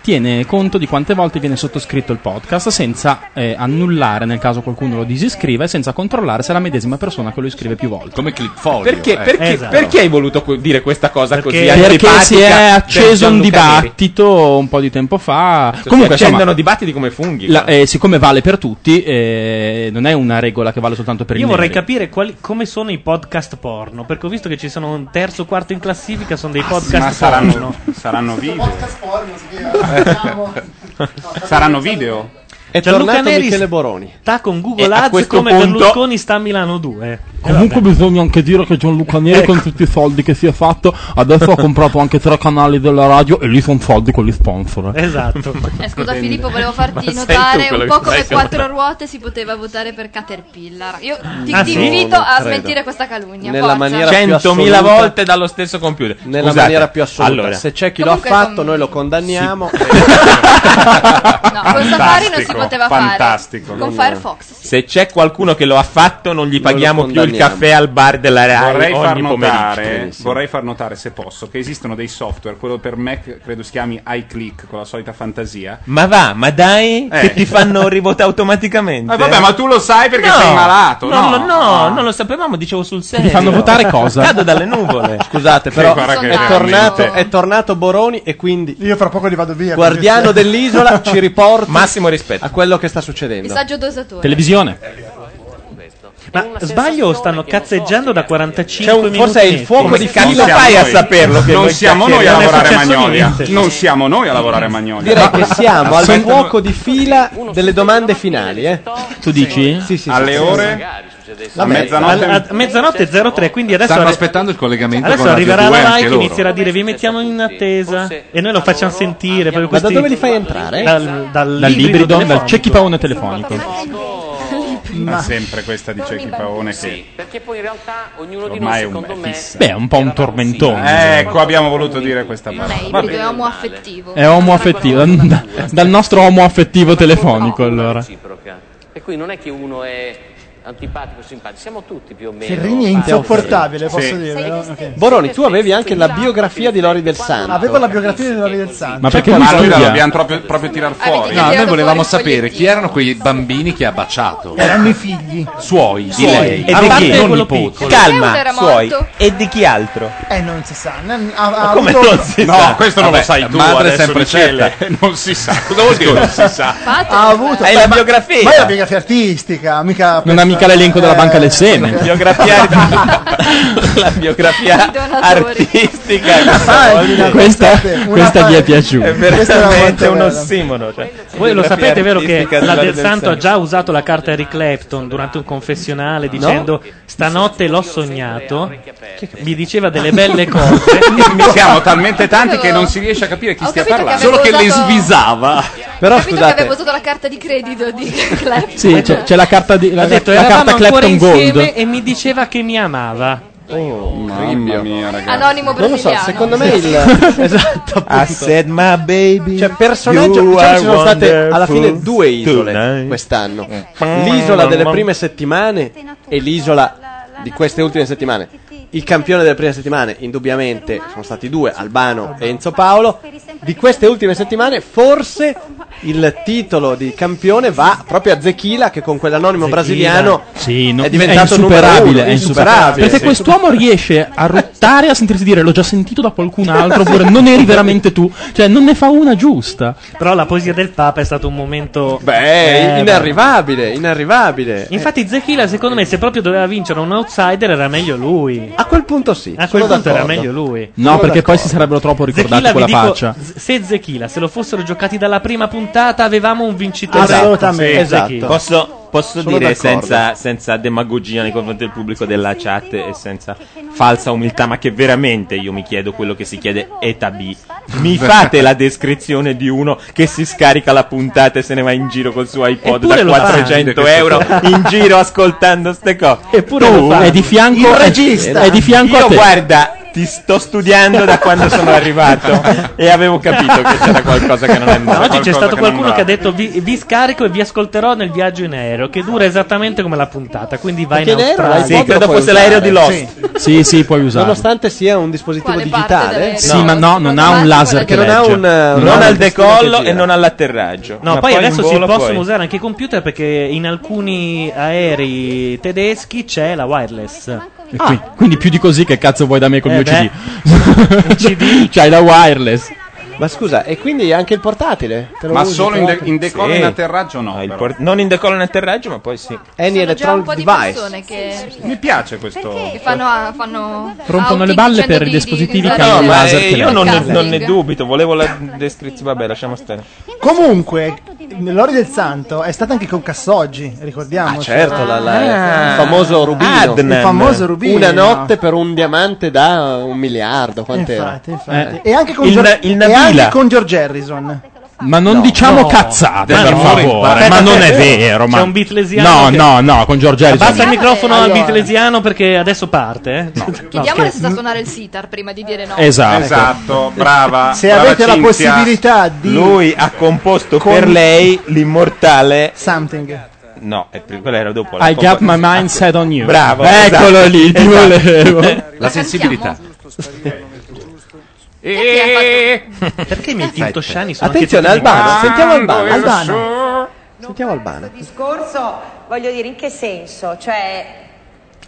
Speaker 7: tiene conto di quante volte viene sottoscritto il podcast senza eh, annullare nel caso qualcuno lo disiscriva e senza controllare se è la medesima persona che lo iscrive più volte.
Speaker 11: Come clipfolio.
Speaker 5: Perché, perché- perché hai voluto que- dire questa cosa così
Speaker 7: Perché
Speaker 5: antipatica
Speaker 7: si è
Speaker 5: del
Speaker 7: acceso un
Speaker 5: Gianluca Neri?
Speaker 7: dibattito un po' di tempo fa.
Speaker 2: Cioè,
Speaker 7: Comunque,
Speaker 5: si accendono
Speaker 7: insomma,
Speaker 5: dibattiti come funghi.
Speaker 7: la- eh, siccome vale per tutti, eh, non è una regola che vale soltanto per i
Speaker 1: Io vorrei
Speaker 7: neri.
Speaker 1: capire quali- come sono i podcast porno, perché ho visto che ci sono un terzo, quarto in classifica, sono
Speaker 7: Ah,
Speaker 1: dei podcast
Speaker 13: Ma saranno,
Speaker 1: porno.
Speaker 13: saranno video.
Speaker 7: Eh.
Speaker 1: Saranno
Speaker 13: saranno video.
Speaker 1: È
Speaker 2: tornato Michele Boroni.
Speaker 1: Sta con
Speaker 7: E
Speaker 1: Google
Speaker 7: Eh, a
Speaker 1: Ads
Speaker 7: questo
Speaker 1: come
Speaker 7: punto-
Speaker 1: Berlusconi sta a Milano 2.
Speaker 7: Comunque bisogna anche dire che Gianluca Neri
Speaker 1: Ecco.
Speaker 7: con tutti i soldi che si è fatto adesso ha comprato anche tre canali della radio e lì sono soldi con gli sponsor. eh.
Speaker 1: Esatto.
Speaker 6: Eh, scusa Filippo, volevo farti
Speaker 7: Ma sei
Speaker 6: notare
Speaker 7: tu quello
Speaker 6: un
Speaker 7: che
Speaker 6: po'
Speaker 7: stai
Speaker 6: come
Speaker 7: chiamando.
Speaker 6: quattro ruote si poteva votare per Caterpillar. Io ti,
Speaker 5: Ah,
Speaker 6: ti
Speaker 5: sì?
Speaker 6: invito
Speaker 5: No, non
Speaker 6: a
Speaker 5: credo.
Speaker 6: smentire questa calunnia.
Speaker 2: Nella
Speaker 6: forza.
Speaker 2: maniera più
Speaker 5: 100.000
Speaker 2: assoluta.
Speaker 5: volte dallo stesso computer.
Speaker 2: Nella
Speaker 5: Scusate,
Speaker 2: maniera più assoluta.
Speaker 5: Allora,
Speaker 2: Se c'è chi
Speaker 6: Comunque
Speaker 2: lo ha fatto, noi lo condanniamo.
Speaker 6: No, con Safari non si poteva
Speaker 5: fantastico.
Speaker 6: fare. Con Firefox.
Speaker 5: se c'è qualcuno che lo ha fatto, non gli paghiamo più il
Speaker 13: condanniamo.
Speaker 5: caffè al bar della Rai
Speaker 13: Vorrei
Speaker 5: ogni
Speaker 13: far,
Speaker 5: pomeriggio.
Speaker 13: notare,
Speaker 5: Benissimo.
Speaker 13: vorrei far notare, se posso, che esistono dei software, quello per Mac credo si chiami iClick, con la solita fantasia.
Speaker 5: Ma va, ma dai,
Speaker 13: Eh.
Speaker 5: che ti fanno rivotare automaticamente.
Speaker 13: Eh, vabbè, ma tu lo sai perché
Speaker 5: No,
Speaker 13: sei malato.
Speaker 5: No,
Speaker 13: No,
Speaker 5: no, no, non lo sapevamo, dicevo sul serio.
Speaker 2: fanno votare cosa?
Speaker 5: Cado dalle nuvole.
Speaker 2: Scusate, però è tornato, è tornato Boroni e quindi.
Speaker 37: Io fra poco li vado via.
Speaker 2: Guardiano
Speaker 37: quindi-
Speaker 2: dell'isola ci riporta
Speaker 5: Massimo rispetto
Speaker 7: eh.
Speaker 2: a quello che sta succedendo.
Speaker 6: Messaggio dosatore.
Speaker 7: Televisione.
Speaker 1: Ma sbaglio o stanno cazzeggiando da 45
Speaker 5: C'è un-
Speaker 1: minuti?
Speaker 5: forse è il fuoco
Speaker 1: Come
Speaker 5: di
Speaker 1: si-
Speaker 5: chi lo
Speaker 1: siamo
Speaker 5: fai a
Speaker 1: noi.
Speaker 5: saperlo che
Speaker 13: non
Speaker 5: noi
Speaker 13: siamo noi a
Speaker 5: chiacchieriamo? Non è
Speaker 13: lavorare a
Speaker 5: successo
Speaker 13: Magnolia.
Speaker 5: niente.
Speaker 13: Non siamo noi a lavorare a Magnolia.
Speaker 2: Direi che siamo al
Speaker 13: Aspettano-
Speaker 2: fuoco di fila delle domande finali, eh.
Speaker 7: Tu dici?
Speaker 2: Sì, sì.
Speaker 13: Alle
Speaker 2: sì,
Speaker 13: ore?
Speaker 2: sì.
Speaker 13: A mezzanotte-
Speaker 1: Al- a
Speaker 7: Cioè,
Speaker 1: mezzanotte 03, quindi adesso
Speaker 11: Stanno
Speaker 1: arri-
Speaker 11: aspettando il collegamento
Speaker 1: Adesso
Speaker 11: con
Speaker 1: arriverà
Speaker 11: Radio
Speaker 1: la
Speaker 11: 2
Speaker 1: Rai
Speaker 11: anche
Speaker 1: che
Speaker 11: loro.
Speaker 1: inizierà a dire vi mettiamo in attesa e noi lo facciamo sentire. proprio
Speaker 7: Ma da
Speaker 1: questi-
Speaker 7: dove li fai entrare?
Speaker 1: Dal, dal,
Speaker 7: Dal
Speaker 1: librido
Speaker 7: libridon, dal
Speaker 1: telefonico.
Speaker 7: cecchipaone telefonico.
Speaker 13: Ma sempre questa di Cecchi Paone che
Speaker 20: Perché poi in realtà ognuno di
Speaker 13: ormai
Speaker 20: noi,
Speaker 13: è, un,
Speaker 20: secondo
Speaker 13: è
Speaker 20: me,
Speaker 13: fissa.
Speaker 7: Beh, è un po' un tormentone.
Speaker 13: Ecco, abbiamo voluto dire questa parola.
Speaker 6: Il
Speaker 13: Va
Speaker 6: brido
Speaker 13: bene.
Speaker 6: è omoaffettivo.
Speaker 7: È omoaffettivo,
Speaker 20: Ecco,
Speaker 7: da- dal nostro omoaffettivo telefonico allora.
Speaker 20: reciproca. Per cui non è che uno è antipatico o simpatico, siamo tutti più o meno.
Speaker 3: Ferrini è
Speaker 20: pari.
Speaker 3: insopportabile,
Speaker 20: Sì.
Speaker 3: posso
Speaker 20: Sì.
Speaker 3: dire. no? Ok.
Speaker 2: Boroni, tu avevi anche la biografia di Lori del Santo.
Speaker 3: Avevo la biografia di Lori del Santo.
Speaker 2: Ma perché
Speaker 11: Cioè,
Speaker 2: lui
Speaker 11: ma
Speaker 2: studia?
Speaker 11: la dobbiamo proprio, proprio tirar
Speaker 3: tirato
Speaker 11: fuori. No, noi
Speaker 3: fuori
Speaker 11: volevamo
Speaker 3: il
Speaker 11: sapere chi erano quei bambini che ha baciato.
Speaker 3: Erano i figli.
Speaker 11: Suoi, di
Speaker 5: Suoi.
Speaker 11: lei.
Speaker 5: E
Speaker 11: A
Speaker 5: di
Speaker 11: parte
Speaker 5: chi?
Speaker 11: il
Speaker 5: Quello
Speaker 11: nipote.
Speaker 5: piccolo. Calma, Quello era suoi. morto. E di chi altro?
Speaker 3: Eh, non si sa. n- ha- ha
Speaker 5: come
Speaker 3: avuto-
Speaker 5: non si sa? Vabbè, madre è sempre certa.
Speaker 13: non si sa. Cosa vuol dire non si sa?
Speaker 3: Ha avuto.
Speaker 5: Hai
Speaker 3: ma-
Speaker 5: la
Speaker 3: ma-
Speaker 5: biografia.
Speaker 3: Ma è la biografia artistica, mica.
Speaker 7: Non ha mica l'elenco della banca del seme.
Speaker 5: la biografia artistica.
Speaker 3: pagina,
Speaker 7: Questa,
Speaker 3: una
Speaker 7: questa vi è piaciuta.
Speaker 5: È veramente un ossimolo. Cioè,
Speaker 1: Voi lo
Speaker 5: biografia
Speaker 1: sapete, vero, che
Speaker 5: artistica
Speaker 1: la
Speaker 5: della
Speaker 1: Del Santo ha
Speaker 5: Redenzione.
Speaker 1: già usato la carta Eric Clapton durante un confessionale dicendo stanotte l'ho sognato, mi diceva delle belle cose.
Speaker 13: Ne siamo talmente tanti che non si riesce a capire chi
Speaker 6: Ho
Speaker 13: stia
Speaker 6: capito che
Speaker 13: parlando.
Speaker 6: avevo usato-
Speaker 13: svisava.
Speaker 2: Però
Speaker 6: Capito che avevo usato la carta di credito di Clapton.
Speaker 7: Sì, c'è, c'è la carta, di, la,
Speaker 1: ha detto
Speaker 7: la
Speaker 1: eravamo
Speaker 7: carta
Speaker 1: ancora
Speaker 7: Clapton
Speaker 1: insieme
Speaker 7: Gold.
Speaker 1: e mi diceva che mi amava.
Speaker 2: Oh,
Speaker 13: mamma mia,
Speaker 6: Anonimo
Speaker 2: Non lo so,
Speaker 6: brasiliano.
Speaker 2: secondo me il esatto,
Speaker 5: I said my baby. cioè,
Speaker 2: Cioè, personaggio
Speaker 5: you
Speaker 2: diciamo, ci sono
Speaker 5: are
Speaker 2: state alla fine
Speaker 5: wonderful
Speaker 2: due isole
Speaker 5: tonight.
Speaker 2: quest'anno. L'isola delle prime settimane e l'isola di queste ultime settimane. Il campione delle prime settimane, indubbiamente, sono stati due, Albano e Enzo Paolo. Di queste ultime settimane, forse il titolo di campione va proprio a Zechila, che con quell'anonimo brasiliano
Speaker 7: Sì, no-
Speaker 2: è diventato
Speaker 7: è insuperabile,
Speaker 2: numero uno,
Speaker 7: è insuperabile. Perché
Speaker 2: sì.
Speaker 7: quest'uomo riesce a ruttare e a sentirsi dire l'ho già sentito da qualcun altro oppure non eri veramente tu. Cioè, non ne fa una giusta.
Speaker 1: Però la poesia del Papa è stato un momento
Speaker 2: Beh,
Speaker 1: Eh,
Speaker 2: inarrivabile, inarrivabile.
Speaker 1: Infatti Zechila secondo me se proprio doveva vincere un outsider era meglio lui.
Speaker 2: A quel punto sì.
Speaker 1: A quel
Speaker 7: sono
Speaker 1: punto era
Speaker 7: d'accordo.
Speaker 1: meglio lui.
Speaker 7: No, perché poi si sarebbero troppo ricordati
Speaker 1: Zechila, vi
Speaker 7: quella
Speaker 1: dico,
Speaker 7: faccia.
Speaker 1: z- se Zechila se lo fossero giocati dalla prima puntata avevamo un vincitore. Esatto, Sì,
Speaker 5: Esatto.
Speaker 1: Zechila.
Speaker 5: Posso, posso
Speaker 1: Sono
Speaker 5: dire
Speaker 1: d'accordo.
Speaker 5: senza, senza demagogia nei confronti del pubblico della chat e senza falsa umiltà, ma che veramente io mi chiedo quello che si chiede ETA B. Mi fate la descrizione di uno che si scarica la puntata e se ne va in giro col suo iPod
Speaker 1: Eppure
Speaker 5: da
Speaker 1: lo fa.
Speaker 5: 400 euro in giro ascoltando ste cose.
Speaker 1: Eppure
Speaker 7: lo fa. è di fianco- Il regista. è di fianco
Speaker 5: Io
Speaker 7: a te.
Speaker 5: guarda, ti sto studiando da quando sono arrivato e avevo capito che c'era qualcosa che non è
Speaker 1: Ma
Speaker 5: andato.
Speaker 1: oggi c'è
Speaker 5: qualcosa
Speaker 1: stato
Speaker 5: che
Speaker 1: qualcuno
Speaker 5: non
Speaker 1: che ha
Speaker 5: va.
Speaker 1: detto vi, vi scarico e vi ascolterò nel viaggio in aereo, che dura esattamente come la puntata, quindi vai in
Speaker 2: Perché in aereo
Speaker 1: Australia.
Speaker 2: l'iPod Sì, credo lo puoi fosse l'aereo di usare. Lost.
Speaker 7: Sì, sì, puoi usare.
Speaker 2: Nonostante sia un dispositivo digitale,
Speaker 7: Sì, ma no, non ha un laser che
Speaker 2: non
Speaker 7: legge.
Speaker 2: ha un, eh,
Speaker 5: non,
Speaker 2: un
Speaker 5: al
Speaker 2: laser che
Speaker 5: decollo
Speaker 2: gira.
Speaker 5: e non all'atterraggio.
Speaker 1: No,
Speaker 5: Ma
Speaker 1: poi,
Speaker 5: in
Speaker 1: adesso si
Speaker 5: volo
Speaker 1: possono
Speaker 5: puoi.
Speaker 1: usare anche i computer perché in alcuni aerei tedeschi c'è la wireless.
Speaker 7: E qui- quindi più di così che cazzo vuoi da me col
Speaker 1: Eh
Speaker 7: mio
Speaker 1: beh.
Speaker 7: CD? CD? C'hai la wireless.
Speaker 2: Cioè, Ma scusa, e quindi anche il portatile? Te lo
Speaker 5: Ma
Speaker 2: usi,
Speaker 5: solo
Speaker 2: te
Speaker 5: in
Speaker 2: lo-
Speaker 5: de- in decollo e in atterraggio no, però. non in decollo e in atterraggio, ma poi sì.
Speaker 2: Any
Speaker 6: Già un po'
Speaker 2: electronic
Speaker 6: di
Speaker 2: device.
Speaker 6: persone che,
Speaker 13: Mi piace questo.
Speaker 6: che fanno, fanno
Speaker 7: Rompono le
Speaker 6: outing
Speaker 7: balle
Speaker 6: dicendo
Speaker 7: per i
Speaker 6: di- di-
Speaker 7: dispositivi
Speaker 6: di-
Speaker 7: che
Speaker 5: Ma
Speaker 7: hanno
Speaker 5: no,
Speaker 7: il
Speaker 5: ma
Speaker 7: laser.
Speaker 5: eh,
Speaker 7: che
Speaker 5: io
Speaker 7: legge.
Speaker 5: non ne,
Speaker 6: Casting.
Speaker 5: non ne dubito, volevo la descrizione. Vabbè, lasciamo stare.
Speaker 3: Comunque, Lori del Santo è stata anche con Cassoggi, ricordiamo.
Speaker 2: Ah, certo, la- la-
Speaker 3: Ah.
Speaker 2: il famoso rubino.
Speaker 3: Adnan. Il famoso rubino.
Speaker 2: Una notte per un diamante da un miliardo, quant'era?
Speaker 3: Infatti, infatti. Cioè,
Speaker 15: Eh.
Speaker 3: E anche con, Gior- e anche con George Harrison.
Speaker 7: Ma non diciamo
Speaker 3: No.
Speaker 7: cazzate,
Speaker 3: Ma
Speaker 7: per
Speaker 3: no.
Speaker 7: favore.
Speaker 3: Aspetta,
Speaker 7: ma non è
Speaker 3: aspetta.
Speaker 7: vero. Ma...
Speaker 1: C'è un bitlesiano
Speaker 7: No,
Speaker 1: che-
Speaker 7: no, no, con George Harrison.
Speaker 1: Abbassa il microfono al
Speaker 6: Allora.
Speaker 1: bitlesiano perché adesso parte. eh. No,
Speaker 6: Chiediamole
Speaker 1: scherzo.
Speaker 6: se sa suonare il sitar prima di dire no.
Speaker 7: Esatto.
Speaker 5: Esatto, brava.
Speaker 3: Se
Speaker 5: brava
Speaker 3: avete la
Speaker 5: Cinzia.
Speaker 3: possibilità di-
Speaker 5: Lui ha composto
Speaker 3: Con-
Speaker 5: per lei l'immortale.
Speaker 3: Something.
Speaker 5: No, è per- quella era dopo. la
Speaker 7: I got
Speaker 5: compo-
Speaker 7: my mind set on you.
Speaker 5: Bravo.
Speaker 7: Eccolo
Speaker 5: esatto,
Speaker 7: lì, ti
Speaker 5: esatto.
Speaker 7: volevo.
Speaker 11: La sensibilità.
Speaker 1: Perché mi tinto Shani sono
Speaker 2: Attenzione,
Speaker 1: anche tutti
Speaker 2: Albano,
Speaker 1: negati?
Speaker 2: sentiamo
Speaker 8: Ah,
Speaker 2: Albano.
Speaker 8: ecco,
Speaker 12: Albano.
Speaker 2: Sentiamo Albano.
Speaker 12: discorso, voglio dire, in che senso? Cioè,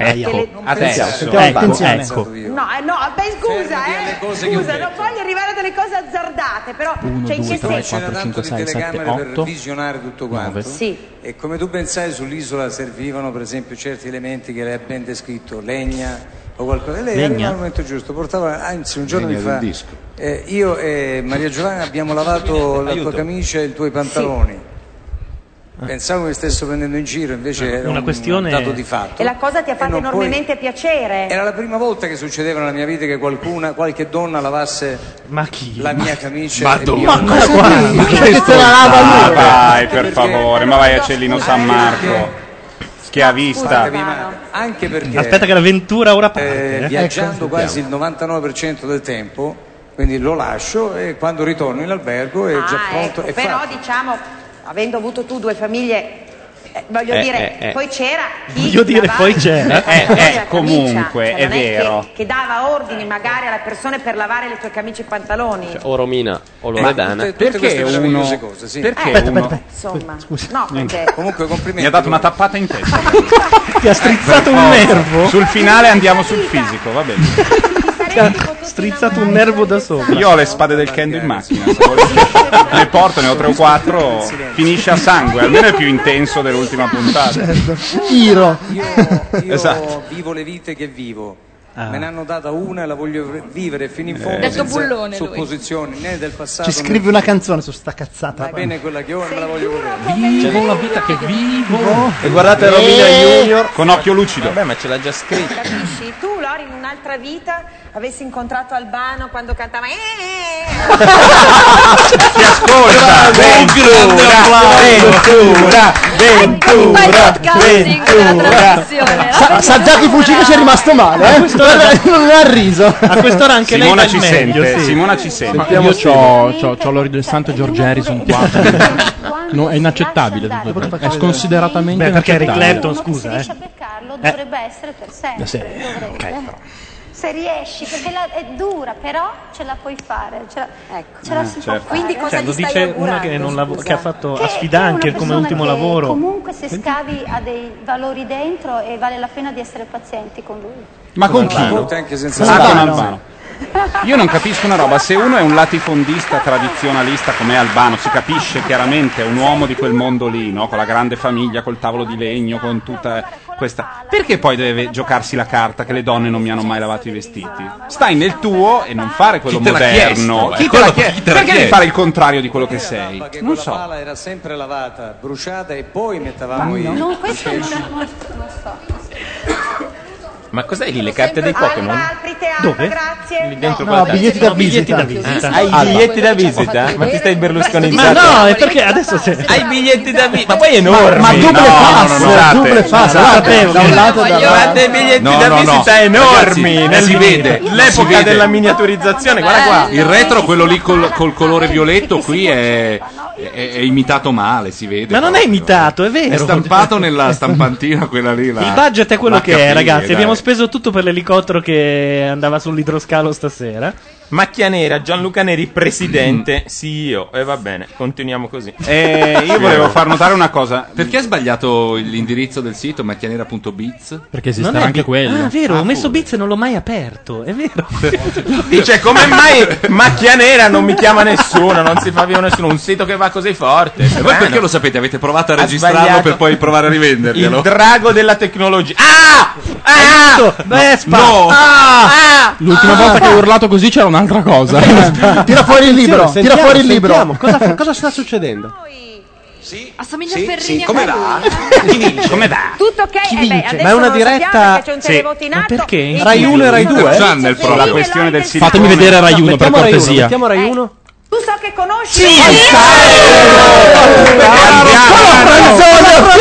Speaker 5: Ecco,
Speaker 8: Delle-
Speaker 5: adesso,
Speaker 1: Sentiamo
Speaker 5: ecco,
Speaker 1: attenzione.
Speaker 5: ecco.
Speaker 8: No, eh, no, beh, scusa, eh.
Speaker 5: cose che
Speaker 8: Scusa,
Speaker 5: ho
Speaker 8: non voglio arrivare a delle cose azzardate, però.
Speaker 7: 1,
Speaker 8: cioè, in
Speaker 7: 2,
Speaker 8: che
Speaker 7: 3,
Speaker 8: senso?
Speaker 7: 4, 5, 6, 7,
Speaker 15: telecamere per
Speaker 7: 8.
Speaker 15: visionare tutto quanto. E come tu ben sai, sull'isola servivano per esempio certi elementi che lei ha ben descritto, legna o qualcosa. E lei
Speaker 38: Legna?
Speaker 15: arrivava al momento giusto, portava, anzi un giorno
Speaker 38: Legna
Speaker 15: mi
Speaker 38: del
Speaker 15: fa,
Speaker 38: disco.
Speaker 15: eh, io e Maria Giovanna abbiamo lavato la tua
Speaker 38: Aiuto.
Speaker 15: camicia e i tuoi pantaloni. Pensavo che mi stesse prendendo in giro, invece era
Speaker 1: Una
Speaker 15: un
Speaker 1: questione-
Speaker 15: dato di fatto.
Speaker 12: E la cosa ti ha fatto
Speaker 15: non puoi-
Speaker 12: enormemente piacere.
Speaker 15: Era la prima volta che succedeva nella mia vita che qualcuna, qualche donna lavasse la mia camicia.
Speaker 13: Cioè, Ma
Speaker 15: e
Speaker 13: dove?
Speaker 15: io-
Speaker 13: Ma cosa dici? Ma che se la lava lui? Ma dai, per favore, ma vai a Cellino San Marco. Schiavista.
Speaker 15: Fatemi male, Anche perché
Speaker 1: Aspetta che l'avventura ora parte.
Speaker 15: eh,
Speaker 1: eh.
Speaker 15: viaggiando
Speaker 1: Ecco,
Speaker 15: quasi il 99% del tempo, quindi lo lascio e quando ritorno in albergo è già
Speaker 12: Ah,
Speaker 15: pronto
Speaker 12: ecco,
Speaker 15: e
Speaker 12: però
Speaker 15: fatto.
Speaker 12: diciamo, avendo avuto tu due famiglie, eh, voglio
Speaker 15: Eh,
Speaker 12: dire,
Speaker 15: eh, eh.
Speaker 12: poi c'era chi
Speaker 15: Voglio dire,
Speaker 12: lavava-
Speaker 15: poi c'era.
Speaker 12: Eh,
Speaker 15: Eh, eh,
Speaker 12: la camicia,
Speaker 15: comunque,
Speaker 12: cioè,
Speaker 15: è
Speaker 12: non che-
Speaker 15: vero.
Speaker 12: Che, dava ordini magari alle persone per lavare le tue camicie e i pantaloni.
Speaker 2: O Romina o Loredana.
Speaker 15: tutte- tutte queste meravigliose cose, sì.
Speaker 12: Eh,
Speaker 15: Perché uno-
Speaker 12: Insomma, no,
Speaker 15: Niente.
Speaker 12: perché
Speaker 15: Comunque complimenti.
Speaker 13: Mi ha dato una tappata in testa.
Speaker 1: Ti ha strizzato un nervo.
Speaker 13: Sul finale andiamo sul fisico, va bene.
Speaker 1: Ti ha strizzato un nervo da sopra.
Speaker 13: Io ho le spade del Kendo in macchina. se volete. Le porto, ne ho tre o quattro. Finisce a sangue, almeno è più intenso dell'ultima puntata.
Speaker 3: Iro.
Speaker 15: Certo. Io
Speaker 13: Esatto.
Speaker 15: vivo le vite che vivo. Me ne hanno data una e la voglio v- vivere fino in fondo.
Speaker 3: Detto
Speaker 15: senza
Speaker 3: bullone, lui.
Speaker 15: supposizioni né del passato.
Speaker 3: Ci scrivi una canzone su sta cazzata.
Speaker 15: Va bene quella che ho e me la voglio vivere.
Speaker 3: Vivo
Speaker 15: la vita che
Speaker 3: vivo.
Speaker 15: E guardate
Speaker 13: Eh,
Speaker 15: Romina
Speaker 13: Junior con occhio lucido.
Speaker 5: Vabbè, ma ce l'ha già scritta.
Speaker 12: capisci? Tu, Lori, in un'altra vita avessi incontrato Albano quando cantava... "Eh,
Speaker 13: Ti ascolta.
Speaker 3: Ventura,
Speaker 13: Ventura,
Speaker 3: Ventura. Sa, sa già chi fuggì che ci è rimasto male, eh? Non ha riso.
Speaker 1: A quest'ora anche lei
Speaker 13: Simona
Speaker 1: fa
Speaker 13: ci
Speaker 1: il meglio,
Speaker 13: sente,
Speaker 1: sì.
Speaker 13: Simona ci sente.
Speaker 7: Ma io c'ho, c'ho, c'ho Lori del Santo e George Harrison qua. No, è inaccettabile. tutto questo. È sconsideratamente
Speaker 1: Beh, perché Eric
Speaker 7: inaccettabile.
Speaker 1: Clapton, scusa, eh.
Speaker 16: riesci a beccarlo
Speaker 7: Eh.
Speaker 16: Cioè, dovrebbe essere per sempre.
Speaker 7: Eh sì.
Speaker 16: dovrebbe.
Speaker 7: Ok,
Speaker 16: Se riesci, perché la- è dura, però ce la puoi fare. Ce la, ce la
Speaker 1: Ah,
Speaker 16: si può
Speaker 1: certo.
Speaker 16: fare.
Speaker 1: Cioè, lo dice una che, non lavo- che ha fatto a
Speaker 16: Che è
Speaker 1: sfida
Speaker 16: una
Speaker 1: anche come
Speaker 16: persona
Speaker 1: ultimo
Speaker 16: che
Speaker 1: lavoro.
Speaker 16: Comunque se scavi ha dei valori dentro e vale la pena di essere pazienti con lui.
Speaker 13: Ma
Speaker 15: con chi? Albano. Anche senza
Speaker 13: Ah, con
Speaker 15: Albano.
Speaker 13: Albano. Io non capisco una roba, se uno è un latifondista tradizionalista come Albano, si capisce chiaramente, è un uomo di quel mondo lì, no? con la grande famiglia, col tavolo di legno, con tutta questa... Perché poi deve giocarsi la carta che le donne non mi hanno mai lavato i vestiti? Stai nel tuo e non fare quello
Speaker 11: Chi te l'ha
Speaker 13: moderno. Eh,
Speaker 11: chiesto?
Speaker 13: Chi te
Speaker 11: Quello-
Speaker 13: l'ha chiesto?
Speaker 11: chi te l'ha
Speaker 13: Perché devi
Speaker 11: chiesto?
Speaker 13: fare il contrario di quello che sei?
Speaker 15: Che
Speaker 13: Non
Speaker 15: quella
Speaker 13: so.
Speaker 15: pala era sempre lavata, bruciata e poi mettavamo
Speaker 13: Ma
Speaker 15: i.
Speaker 13: no.
Speaker 16: No, questo non,
Speaker 15: pesci.
Speaker 16: è-
Speaker 8: eh.
Speaker 16: non, non so.
Speaker 5: Ma cos'è lì? Le carte dei Pokémon? Dove? Lì dentro
Speaker 3: No,
Speaker 5: quella-
Speaker 3: biglietti da
Speaker 5: No, biglietti
Speaker 3: visita.
Speaker 5: visita.
Speaker 3: Ah,
Speaker 5: Hai i
Speaker 3: Alba.
Speaker 5: biglietti da visita? Ma ti stai
Speaker 1: Ma
Speaker 5: berlusconizzando?
Speaker 1: no, è perché adesso se...
Speaker 5: Hai i biglietti da visita? Ma poi è enorme!
Speaker 1: Ma- ma double
Speaker 5: No,
Speaker 1: pass,
Speaker 5: no, no, scusate.
Speaker 1: double pass,
Speaker 5: No,
Speaker 1: lo
Speaker 5: no,
Speaker 1: sapevo.
Speaker 5: no,
Speaker 1: Da un lato
Speaker 5: no,
Speaker 1: e dall'altro.
Speaker 5: Guardate i biglietti
Speaker 11: No,
Speaker 5: da
Speaker 11: no, no.
Speaker 5: visita enormi!
Speaker 11: Ragazzi,
Speaker 5: nel
Speaker 11: si vede,
Speaker 5: video.
Speaker 11: si
Speaker 5: L'epoca
Speaker 11: vede.
Speaker 5: della miniaturizzazione, guarda qua!
Speaker 11: Il retro, quello lì col, col colore violetto, qui è, è- è imitato male, si vede.
Speaker 1: Ma non è imitato, è
Speaker 11: È
Speaker 1: vero.
Speaker 11: stampato nella stampantina quella lì. la-
Speaker 1: Il budget è quello
Speaker 11: la
Speaker 1: che è,
Speaker 11: capire,
Speaker 1: ragazzi.
Speaker 11: dai.
Speaker 1: Abbiamo speso tutto per l'elicottero che andava sull'idroscalo stasera.
Speaker 5: Macchia nera, Gianluca Neri, presidente, CEO. E Eh, va bene, continuiamo così.
Speaker 13: Eh, io volevo far notare una cosa.
Speaker 11: Perché hai sbagliato l'indirizzo del sito macchianera.biz?
Speaker 7: Perché
Speaker 1: Non è bi- Ah, vero, ho messo Biz e non l'ho mai aperto. È vero.
Speaker 5: Dice cioè, come mai macchia nera non mi chiama nessuno, non si fa vivo nessuno, un sito che va così forte.
Speaker 27: Eh,
Speaker 11: E voi perché lo sapete? Avete provato a
Speaker 5: Ha
Speaker 11: registrarlo
Speaker 5: sbagliato.
Speaker 11: per poi provare a rivenderglielo?
Speaker 5: Il drago della tecnologia. Ah!
Speaker 1: Ah! Vespa!
Speaker 11: No!
Speaker 5: Ah!
Speaker 7: L'ultima volta che ho urlato così c'era un'altra cosa.
Speaker 3: Tira fuori il libro,
Speaker 7: Attenzione,
Speaker 3: tira fuori il libro.
Speaker 7: sentiamo, cosa fa-
Speaker 3: cosa sta succedendo?
Speaker 6: Assomiglia
Speaker 15: Sì,
Speaker 6: a Ferrini
Speaker 15: sì,
Speaker 6: a
Speaker 15: come
Speaker 6: Ferrini.
Speaker 15: va?
Speaker 13: Chi vince? Come va?
Speaker 12: Tutto ok,
Speaker 15: Chi
Speaker 12: eh beh,
Speaker 15: vince?
Speaker 12: adesso
Speaker 15: Ma è una
Speaker 12: non lo sappiamo
Speaker 15: diretta-
Speaker 12: perché c'è un
Speaker 13: Sì.
Speaker 12: televoto in atto.
Speaker 1: perché?
Speaker 15: Rai uno e Rai due? eh?
Speaker 13: Channel, proprio. La questione del silicone.
Speaker 7: Fatemi vedere Rai Uno, per
Speaker 13: mettiamo Rai Uno,
Speaker 7: cortesia.
Speaker 13: mettiamo
Speaker 15: Rai 1.
Speaker 12: Eh, Tu so che conosci...
Speaker 3: Franzoni,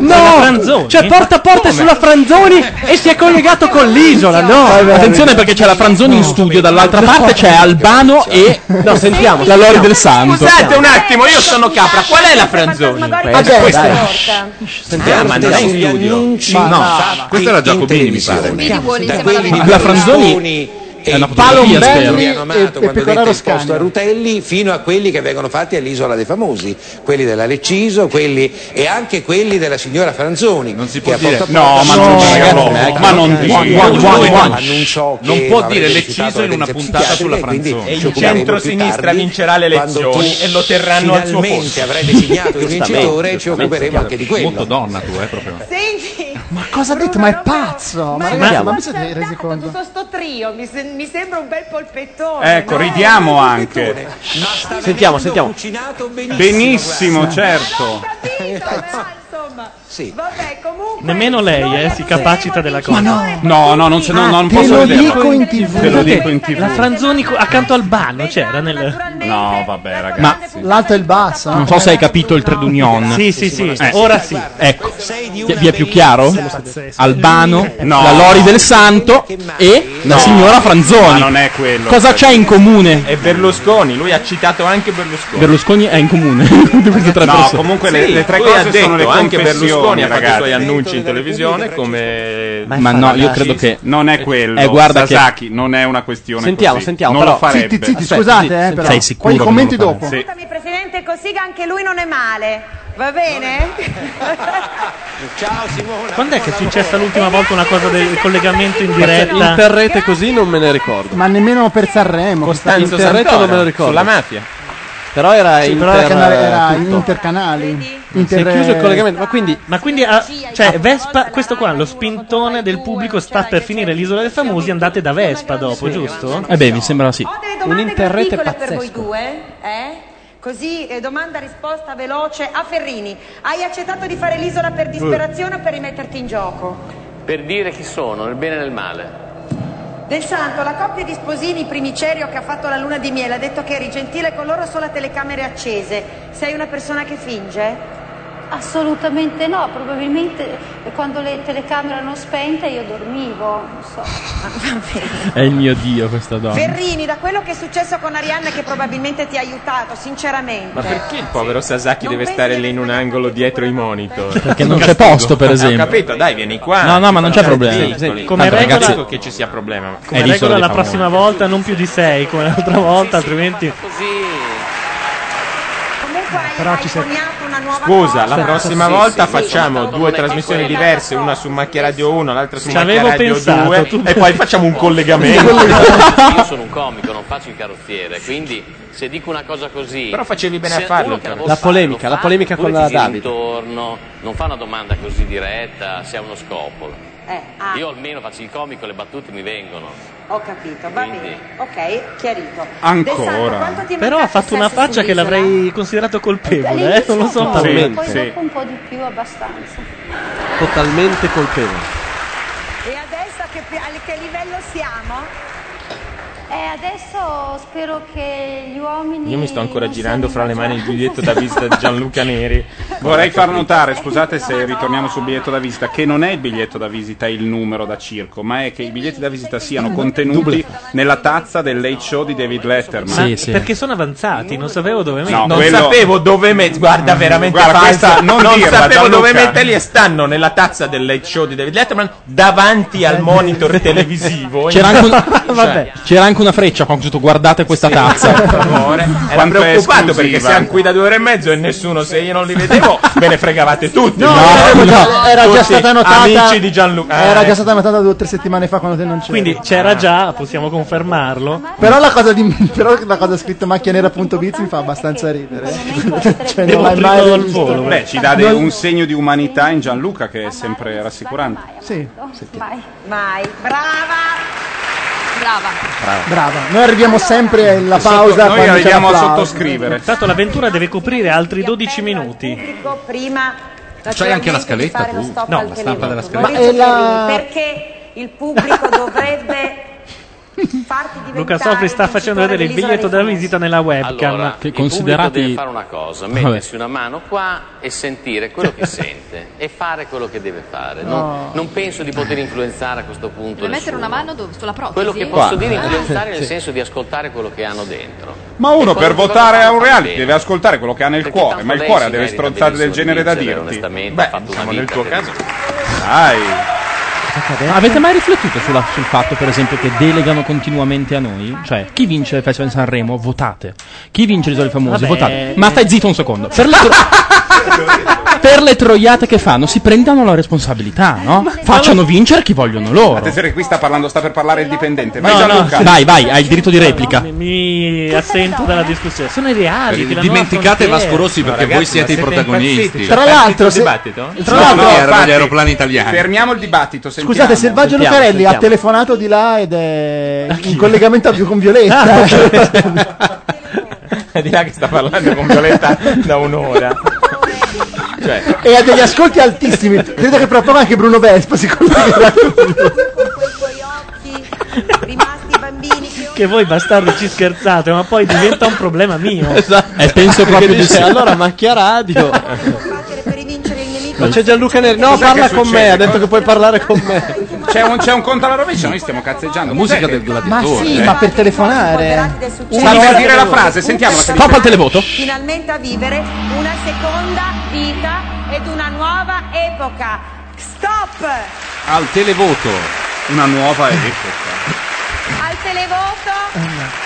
Speaker 3: no!
Speaker 7: Franzoni?
Speaker 3: No! Cioè, porta a porta sulla Franzoni e si è collegato con l'isola, no?
Speaker 7: Attenzione perché c'è la Franzoni in studio, dall'altra parte c'è Albano e
Speaker 3: No, sentiamo,
Speaker 7: la Lori del Santo.
Speaker 5: Scusate un attimo, io sono capra. Qual è la Franzoni?
Speaker 7: Vabbè,
Speaker 5: Questa-
Speaker 7: dai.
Speaker 13: Eh,
Speaker 5: Ah, ma non è in studio.
Speaker 11: Ma no, questo era Giacobini, mi pare.
Speaker 5: Vedi, vuole insieme
Speaker 11: Da
Speaker 5: alla
Speaker 11: quelli
Speaker 5: Ventura.
Speaker 11: di-
Speaker 5: La Franzoni-
Speaker 11: Franzoni
Speaker 27: e
Speaker 7: una
Speaker 27: Palomberli
Speaker 7: fotografia, spero.
Speaker 27: e,
Speaker 7: Amato,
Speaker 27: e
Speaker 7: quando
Speaker 27: Pecoraro
Speaker 7: dette il
Speaker 27: Scanio.
Speaker 7: posto a
Speaker 27: Rutelli fino a quelli che vengono fatti all'Isola dei Famosi, quelli della Lecciso, quelli e anche quelli della signora Franzoni. Non si
Speaker 15: può dire-
Speaker 13: no, ma non dirlo, ma non dirlo.
Speaker 15: Non può dire Lecciso in una puntata sulla Franzoni.
Speaker 5: E il centro-sinistra vincerà le elezioni e lo terranno al suo posto.
Speaker 27: avrai designato il vincitore ci
Speaker 15: Giustamente,
Speaker 27: occuperemo anche di quello.
Speaker 15: Molto donna tu, eh, proprio.
Speaker 3: Ma cosa ha detto? Ma è pazzo! Ma, ragazzi,
Speaker 15: ma-
Speaker 3: ma vi siete resi conto?
Speaker 12: Tutto sto trio mi, se- mi sembra un bel polpettone.
Speaker 13: Ecco, ridiamo anche. Sentiamo, sentiamo. Benissimo, certo.
Speaker 27: Sì.
Speaker 1: Nemmeno lei eh, si capacita della cosa.
Speaker 13: No, no, non, se, no,
Speaker 1: Ah,
Speaker 13: non
Speaker 1: te
Speaker 13: posso
Speaker 1: lo
Speaker 13: vederlo.
Speaker 1: dico in TV.
Speaker 13: Te lo dico in
Speaker 1: La
Speaker 13: TV.
Speaker 1: Franzoni co- accanto al ballo c'era nel...
Speaker 13: No, vabbè, ragazzi.
Speaker 7: Ma
Speaker 3: l'alto e il basso.
Speaker 7: non so se hai capito il Tredunion.
Speaker 1: Sì, sì, sì,
Speaker 7: Eh.
Speaker 1: ora sì.
Speaker 7: Ecco, vi vi è più chiaro? Albano,
Speaker 1: No.
Speaker 7: la Lori del Santo e la
Speaker 5: No.
Speaker 7: signora Franzoni.
Speaker 5: Ma non è quello.
Speaker 7: Cosa c'è in comune?
Speaker 5: E Berlusconi, lui ha citato anche Berlusconi.
Speaker 7: Berlusconi è in comune. di queste tre
Speaker 5: Ecco. no,
Speaker 7: persone.
Speaker 5: comunque le, le tre cose sono le anche Berlusconi ha fatto i suoi annunci in televisione
Speaker 13: Eh,
Speaker 5: come
Speaker 7: Ma no, io credo che
Speaker 13: Non è quello.
Speaker 7: Eh, guarda che-
Speaker 13: Sasaki, non è una questione
Speaker 7: Sentiamo,
Speaker 13: così.
Speaker 7: sentiamo,
Speaker 13: Non lo
Speaker 7: però-
Speaker 13: farebbe.
Speaker 7: Zitti, zitti, Aspetta, scusate, zitti, eh, sentiamo. però. Sei sicuro
Speaker 3: Poi i
Speaker 7: che
Speaker 3: commenti
Speaker 7: non lo
Speaker 3: dopo.
Speaker 13: Sì.
Speaker 12: Ascoltami, Presidente Cossiga, anche lui non è male, va bene?
Speaker 27: Ciao Simona.
Speaker 1: Quando è che è successa l'ultima volta una cosa del collegamento in diretta?
Speaker 2: Interrete così non me ne ricordo.
Speaker 3: Ma nemmeno per Sanremo.
Speaker 2: Costanzo Interretto non Eh, me lo ricordo. Però era
Speaker 3: Sì,
Speaker 2: inter...
Speaker 3: però era canale- era
Speaker 2: tutto.
Speaker 3: intercanali. Inter-
Speaker 2: Si è chiuso il collegamento, ma quindi
Speaker 1: Ma quindi, ah, cioè, Vespa, questo qua, lo spintone del pubblico sta per finire l'isola dei famosi, andate da Vespa dopo, giusto?
Speaker 7: Eh beh, mi sembra sì.
Speaker 12: Un
Speaker 1: interrete
Speaker 12: per voi
Speaker 1: pazzesco.
Speaker 12: due, eh? Così, eh, domanda risposta veloce a Ferrini. Hai accettato di fare l'isola per disperazione o per rimetterti in gioco?
Speaker 20: Per dire chi sono, nel bene e nel male.
Speaker 12: Del Santo, la coppia di sposini primicerio che ha fatto la luna di miele ha detto che eri gentile con loro solo a telecamere accese. Sei una persona che finge?
Speaker 16: Assolutamente no, probabilmente quando le telecamere erano spente io dormivo, non so.
Speaker 7: È il mio dio questa
Speaker 1: Ah.
Speaker 7: donna.
Speaker 12: Ferrini, da quello che è successo con Arianna che probabilmente ti ha aiutato, sinceramente.
Speaker 5: ma perché il povero Sasaki deve stare lì in un angolo dietro i monitor?
Speaker 7: Perché non c'è posto, per
Speaker 5: Eh,
Speaker 7: esempio.
Speaker 5: Ho capito, dai, vieni qua.
Speaker 7: No, no, ma non c'è
Speaker 5: Dai,
Speaker 7: problema.
Speaker 5: zittoli.
Speaker 7: Senti,
Speaker 5: Come
Speaker 7: tanto,
Speaker 5: regola
Speaker 7: ragazzi-
Speaker 5: dico che ci sia problema.
Speaker 1: Come Eh, regola la prossima volta non più di 6 come l'altra volta, altrimenti...
Speaker 12: Però ci sei. una nuova
Speaker 5: Scusa, la
Speaker 1: Sì,
Speaker 5: prossima
Speaker 1: sì,
Speaker 5: volta
Speaker 1: sì,
Speaker 5: facciamo due trasmissioni diverse, una su Macchia Radio 1, l'altra su
Speaker 1: Ci
Speaker 5: Macchia
Speaker 1: avevo
Speaker 5: Radio
Speaker 1: pensato,
Speaker 5: 2
Speaker 1: tu-
Speaker 5: e poi facciamo un collegamento.
Speaker 20: Io sono un comico, non faccio il carrozziere, quindi se dico una cosa così.
Speaker 5: Però facevi bene
Speaker 20: se
Speaker 5: a farlo, cioè.
Speaker 20: uno che
Speaker 5: però.
Speaker 20: vuol
Speaker 5: La
Speaker 20: fare,
Speaker 2: polemica,
Speaker 20: lo
Speaker 2: la polemica
Speaker 20: oppure
Speaker 2: con la
Speaker 20: ti gira
Speaker 2: Davide.
Speaker 20: intorno, non fa una domanda così diretta, se ha uno scopo.
Speaker 6: Eh, ah.
Speaker 20: Io almeno faccio il comico, le battute mi vengono.
Speaker 12: Ho capito, va bene. Ok, chiarito.
Speaker 5: Ancora.
Speaker 12: Del Santo, quanto ti è
Speaker 1: Però ha
Speaker 12: mancato
Speaker 1: fatto una
Speaker 12: sesso
Speaker 1: faccia che
Speaker 12: sull'isola?
Speaker 1: l'avrei considerato colpevole, eh?
Speaker 16: All'inizio
Speaker 1: non lo so.
Speaker 16: un po',
Speaker 1: perché.
Speaker 16: poi dopo un po' di più abbastanza.
Speaker 2: totalmente colpevole.
Speaker 12: E adesso a che, pi- a che livello siamo?
Speaker 16: Eh, adesso spero che gli uomini
Speaker 5: Io mi sto ancora girando fra le mani il biglietto da visita di Gianluca Neri.
Speaker 13: Vorrei far notare, scusate se ritorniamo sul biglietto da visita, che non è il biglietto da visita il numero da circo, ma è che i biglietti da visita siano contenuti nella tazza del late show di David Letterman.
Speaker 1: Ma perché sono avanzati, non sapevo dove mettere.
Speaker 13: No,
Speaker 5: non
Speaker 13: quello- Mm.
Speaker 5: sapevo dove metterli. Guarda, veramente
Speaker 13: Guarda,
Speaker 5: falsa.
Speaker 13: questa non dirla,
Speaker 5: sapevo
Speaker 13: Gianluca.
Speaker 5: dove metterli e stanno nella tazza del late show di David Letterman davanti al monitor televisivo.
Speaker 7: C'era anche, un-
Speaker 5: Vabbè.
Speaker 7: c'era anche una freccia qua, ho detto, guardate questa
Speaker 5: cioè, Per
Speaker 7: tazza.
Speaker 5: favore. Era
Speaker 7: Quanto è
Speaker 5: preoccupato
Speaker 7: esclusiva.
Speaker 5: perché siamo qui da due ore e mezzo e nessuno, se io non li vedevo, ve ne fregavate tutti.
Speaker 3: No, era già- era già
Speaker 5: Tutti
Speaker 3: stata notata.
Speaker 5: Amici di Gianluca.
Speaker 3: Era già stata notata due o tre settimane fa quando te non c'eri.
Speaker 1: Quindi c'era già, possiamo confermarlo.
Speaker 3: Però la cosa di però la cosa scritta macchianera.biz mi fa abbastanza ridere. cioè, non l'hai mai visto.
Speaker 13: Beh, ci dà de-
Speaker 3: Non-
Speaker 13: un segno di umanità in Gianluca che è sempre rassicurante.
Speaker 3: Sì.
Speaker 12: Mai. Mai. Brava. Brava.
Speaker 3: Brava. Noi arriviamo sempre alla pausa
Speaker 1: noi
Speaker 3: quando c'è
Speaker 1: arriviamo a
Speaker 3: l'applauso.
Speaker 13: sottoscrivere.
Speaker 1: Tanto l'avventura deve coprire altri 12 minuti.
Speaker 12: Dico prima
Speaker 1: C'hai anche la
Speaker 12: naturalmente,
Speaker 1: scaletta,
Speaker 12: di fare lo
Speaker 1: tu?
Speaker 12: stop
Speaker 1: No,
Speaker 12: al
Speaker 1: la stampa della
Speaker 12: televoto.
Speaker 1: scaletta. Ma
Speaker 12: Maurizio
Speaker 1: eh, è la-
Speaker 12: Ferrini, perché il pubblico dovrebbe farti diventare
Speaker 1: Luca Sofri sta facendo vedere il biglietto da visita nella
Speaker 2: Eh,
Speaker 1: webcam.
Speaker 20: Allora, il pubblico deve fare una cosa,
Speaker 1: Vabbè.
Speaker 20: mettersi una mano qua e sentire quello che sente e fare quello che deve fare. Non,
Speaker 6: No.
Speaker 20: non penso di poter influenzare a questo punto
Speaker 6: Deve mettere
Speaker 20: nessuno.
Speaker 6: una mano dove- sulla protesi.
Speaker 20: Quello che posso dire è
Speaker 6: Ah.
Speaker 20: influenzare nel
Speaker 13: Sì.
Speaker 20: senso di ascoltare quello che hanno dentro.
Speaker 13: Ma uno per
Speaker 20: quello-
Speaker 13: votare
Speaker 20: quello
Speaker 13: a un
Speaker 20: fa
Speaker 13: reality
Speaker 20: bene.
Speaker 13: deve ascoltare quello che ha nel cuore,
Speaker 20: tanto
Speaker 13: ma il
Speaker 20: lei
Speaker 13: cuore
Speaker 20: si
Speaker 13: ha delle
Speaker 20: merita
Speaker 13: stronzate del
Speaker 20: benissimo di
Speaker 13: genere da
Speaker 20: vincere,
Speaker 13: dirti.
Speaker 20: onestamente, ha
Speaker 13: Beh,
Speaker 20: fatto una
Speaker 13: diciamo nel
Speaker 20: vita
Speaker 13: tuo
Speaker 20: per
Speaker 13: caso.
Speaker 20: vincere.
Speaker 13: Dai.
Speaker 1: cadere.
Speaker 7: Avete mai riflettuto sulla- sul fatto, per esempio, che delegano continuamente a noi? Cioè, chi vince il Festival di Sanremo, votate. Chi vince l'Isola dei Famosi,
Speaker 1: Vabbè.
Speaker 7: votate. Ma stai zitto un secondo. Per le, tro- per le troiate che fanno, si prendano la responsabilità, no? Facciano vincere chi vogliono loro.
Speaker 13: Attenzione, qui sta parlando, sta per parlare il dipendente. Vai Gianluca.
Speaker 7: Vai, vai, hai il diritto di replica.
Speaker 1: Mi, mi assento dalla discussione. Sono i reali.
Speaker 11: Perché dimenticate Vasco Rossi perché voi siete i protagonisti.
Speaker 1: Tra l'altro,
Speaker 11: il
Speaker 1: se-
Speaker 11: dibattito?
Speaker 3: tra
Speaker 11: No,
Speaker 3: l'altro-
Speaker 11: no, erano
Speaker 3: infatti-
Speaker 11: gli aeroplani italiani.
Speaker 13: Fermiamo il dibattito.
Speaker 3: Scusate,
Speaker 13: sentiamo.
Speaker 3: Selvaggio
Speaker 11: Sentiamo,
Speaker 3: Lucarelli ha
Speaker 11: sentiamo.
Speaker 3: telefonato di là ed è in collegamento con Violetta.
Speaker 2: Ah,
Speaker 5: di là che sta parlando con Violetta da un'ora. Cioè,
Speaker 3: e ha degli ascolti altissimi. Credo che fra poco anche Bruno Vespa si collegherà.
Speaker 1: Che voi bastardi ci scherzate, ma poi diventa un problema mio.
Speaker 2: Esatto. Perché dice, Allora, macchia radio. Ma c'è Gianluca Neri. No,
Speaker 13: Cos'è
Speaker 2: parla
Speaker 13: che
Speaker 2: con
Speaker 13: succede?
Speaker 2: me. Ha detto che puoi parlare con me.
Speaker 13: C'è un, c'è un conto alla rovescia, noi stiamo cazzeggiando.
Speaker 11: Musica
Speaker 13: Cos'è
Speaker 11: del eh.
Speaker 13: che-
Speaker 3: ma sì, ma per telefonare.
Speaker 13: Stavi per dire la frase, sentiamola che dice.
Speaker 3: Papa al televoto?
Speaker 12: Finalmente a vivere una seconda vita ed una nuova epoca. Stop!
Speaker 11: Al televoto.
Speaker 13: Una nuova epoca.
Speaker 12: Al televoto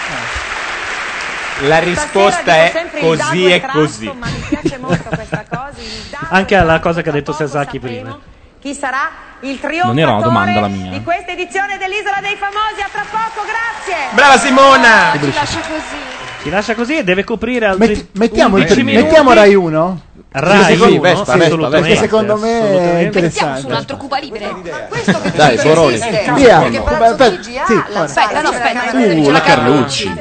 Speaker 5: la risposta è
Speaker 12: sempre il
Speaker 5: così
Speaker 12: dago e
Speaker 5: e
Speaker 12: trasto,
Speaker 5: così.
Speaker 12: ma mi piace molto questa cosa.
Speaker 1: Anche alla cosa che ha detto Sasaki prima.
Speaker 12: Chi sarà il
Speaker 1: Non era una domanda la
Speaker 12: trionfatore
Speaker 1: mia. eh.
Speaker 12: di questa edizione dell'Isola dei Famosi? A tra poco, grazie!
Speaker 5: Brava Simona!
Speaker 1: Ci lascia
Speaker 12: così.
Speaker 1: Ci lascia così e deve coprire altri
Speaker 3: Mettiamo, il
Speaker 1: 11
Speaker 3: pre-
Speaker 1: minuti.
Speaker 3: mettiamo Rai 1?
Speaker 1: Rai
Speaker 3: Sì,
Speaker 1: uno,
Speaker 3: Vespa,
Speaker 1: sì,
Speaker 3: Vespa,
Speaker 1: assolutamente,
Speaker 3: perché secondo me è
Speaker 1: assolutamente.
Speaker 6: Siamo su un
Speaker 3: interessante.
Speaker 6: altro Cuba Libre.
Speaker 2: Dai, Boroni.
Speaker 3: Via.
Speaker 6: Aspetta, no, aspetta.
Speaker 5: Uh, la Carlucci.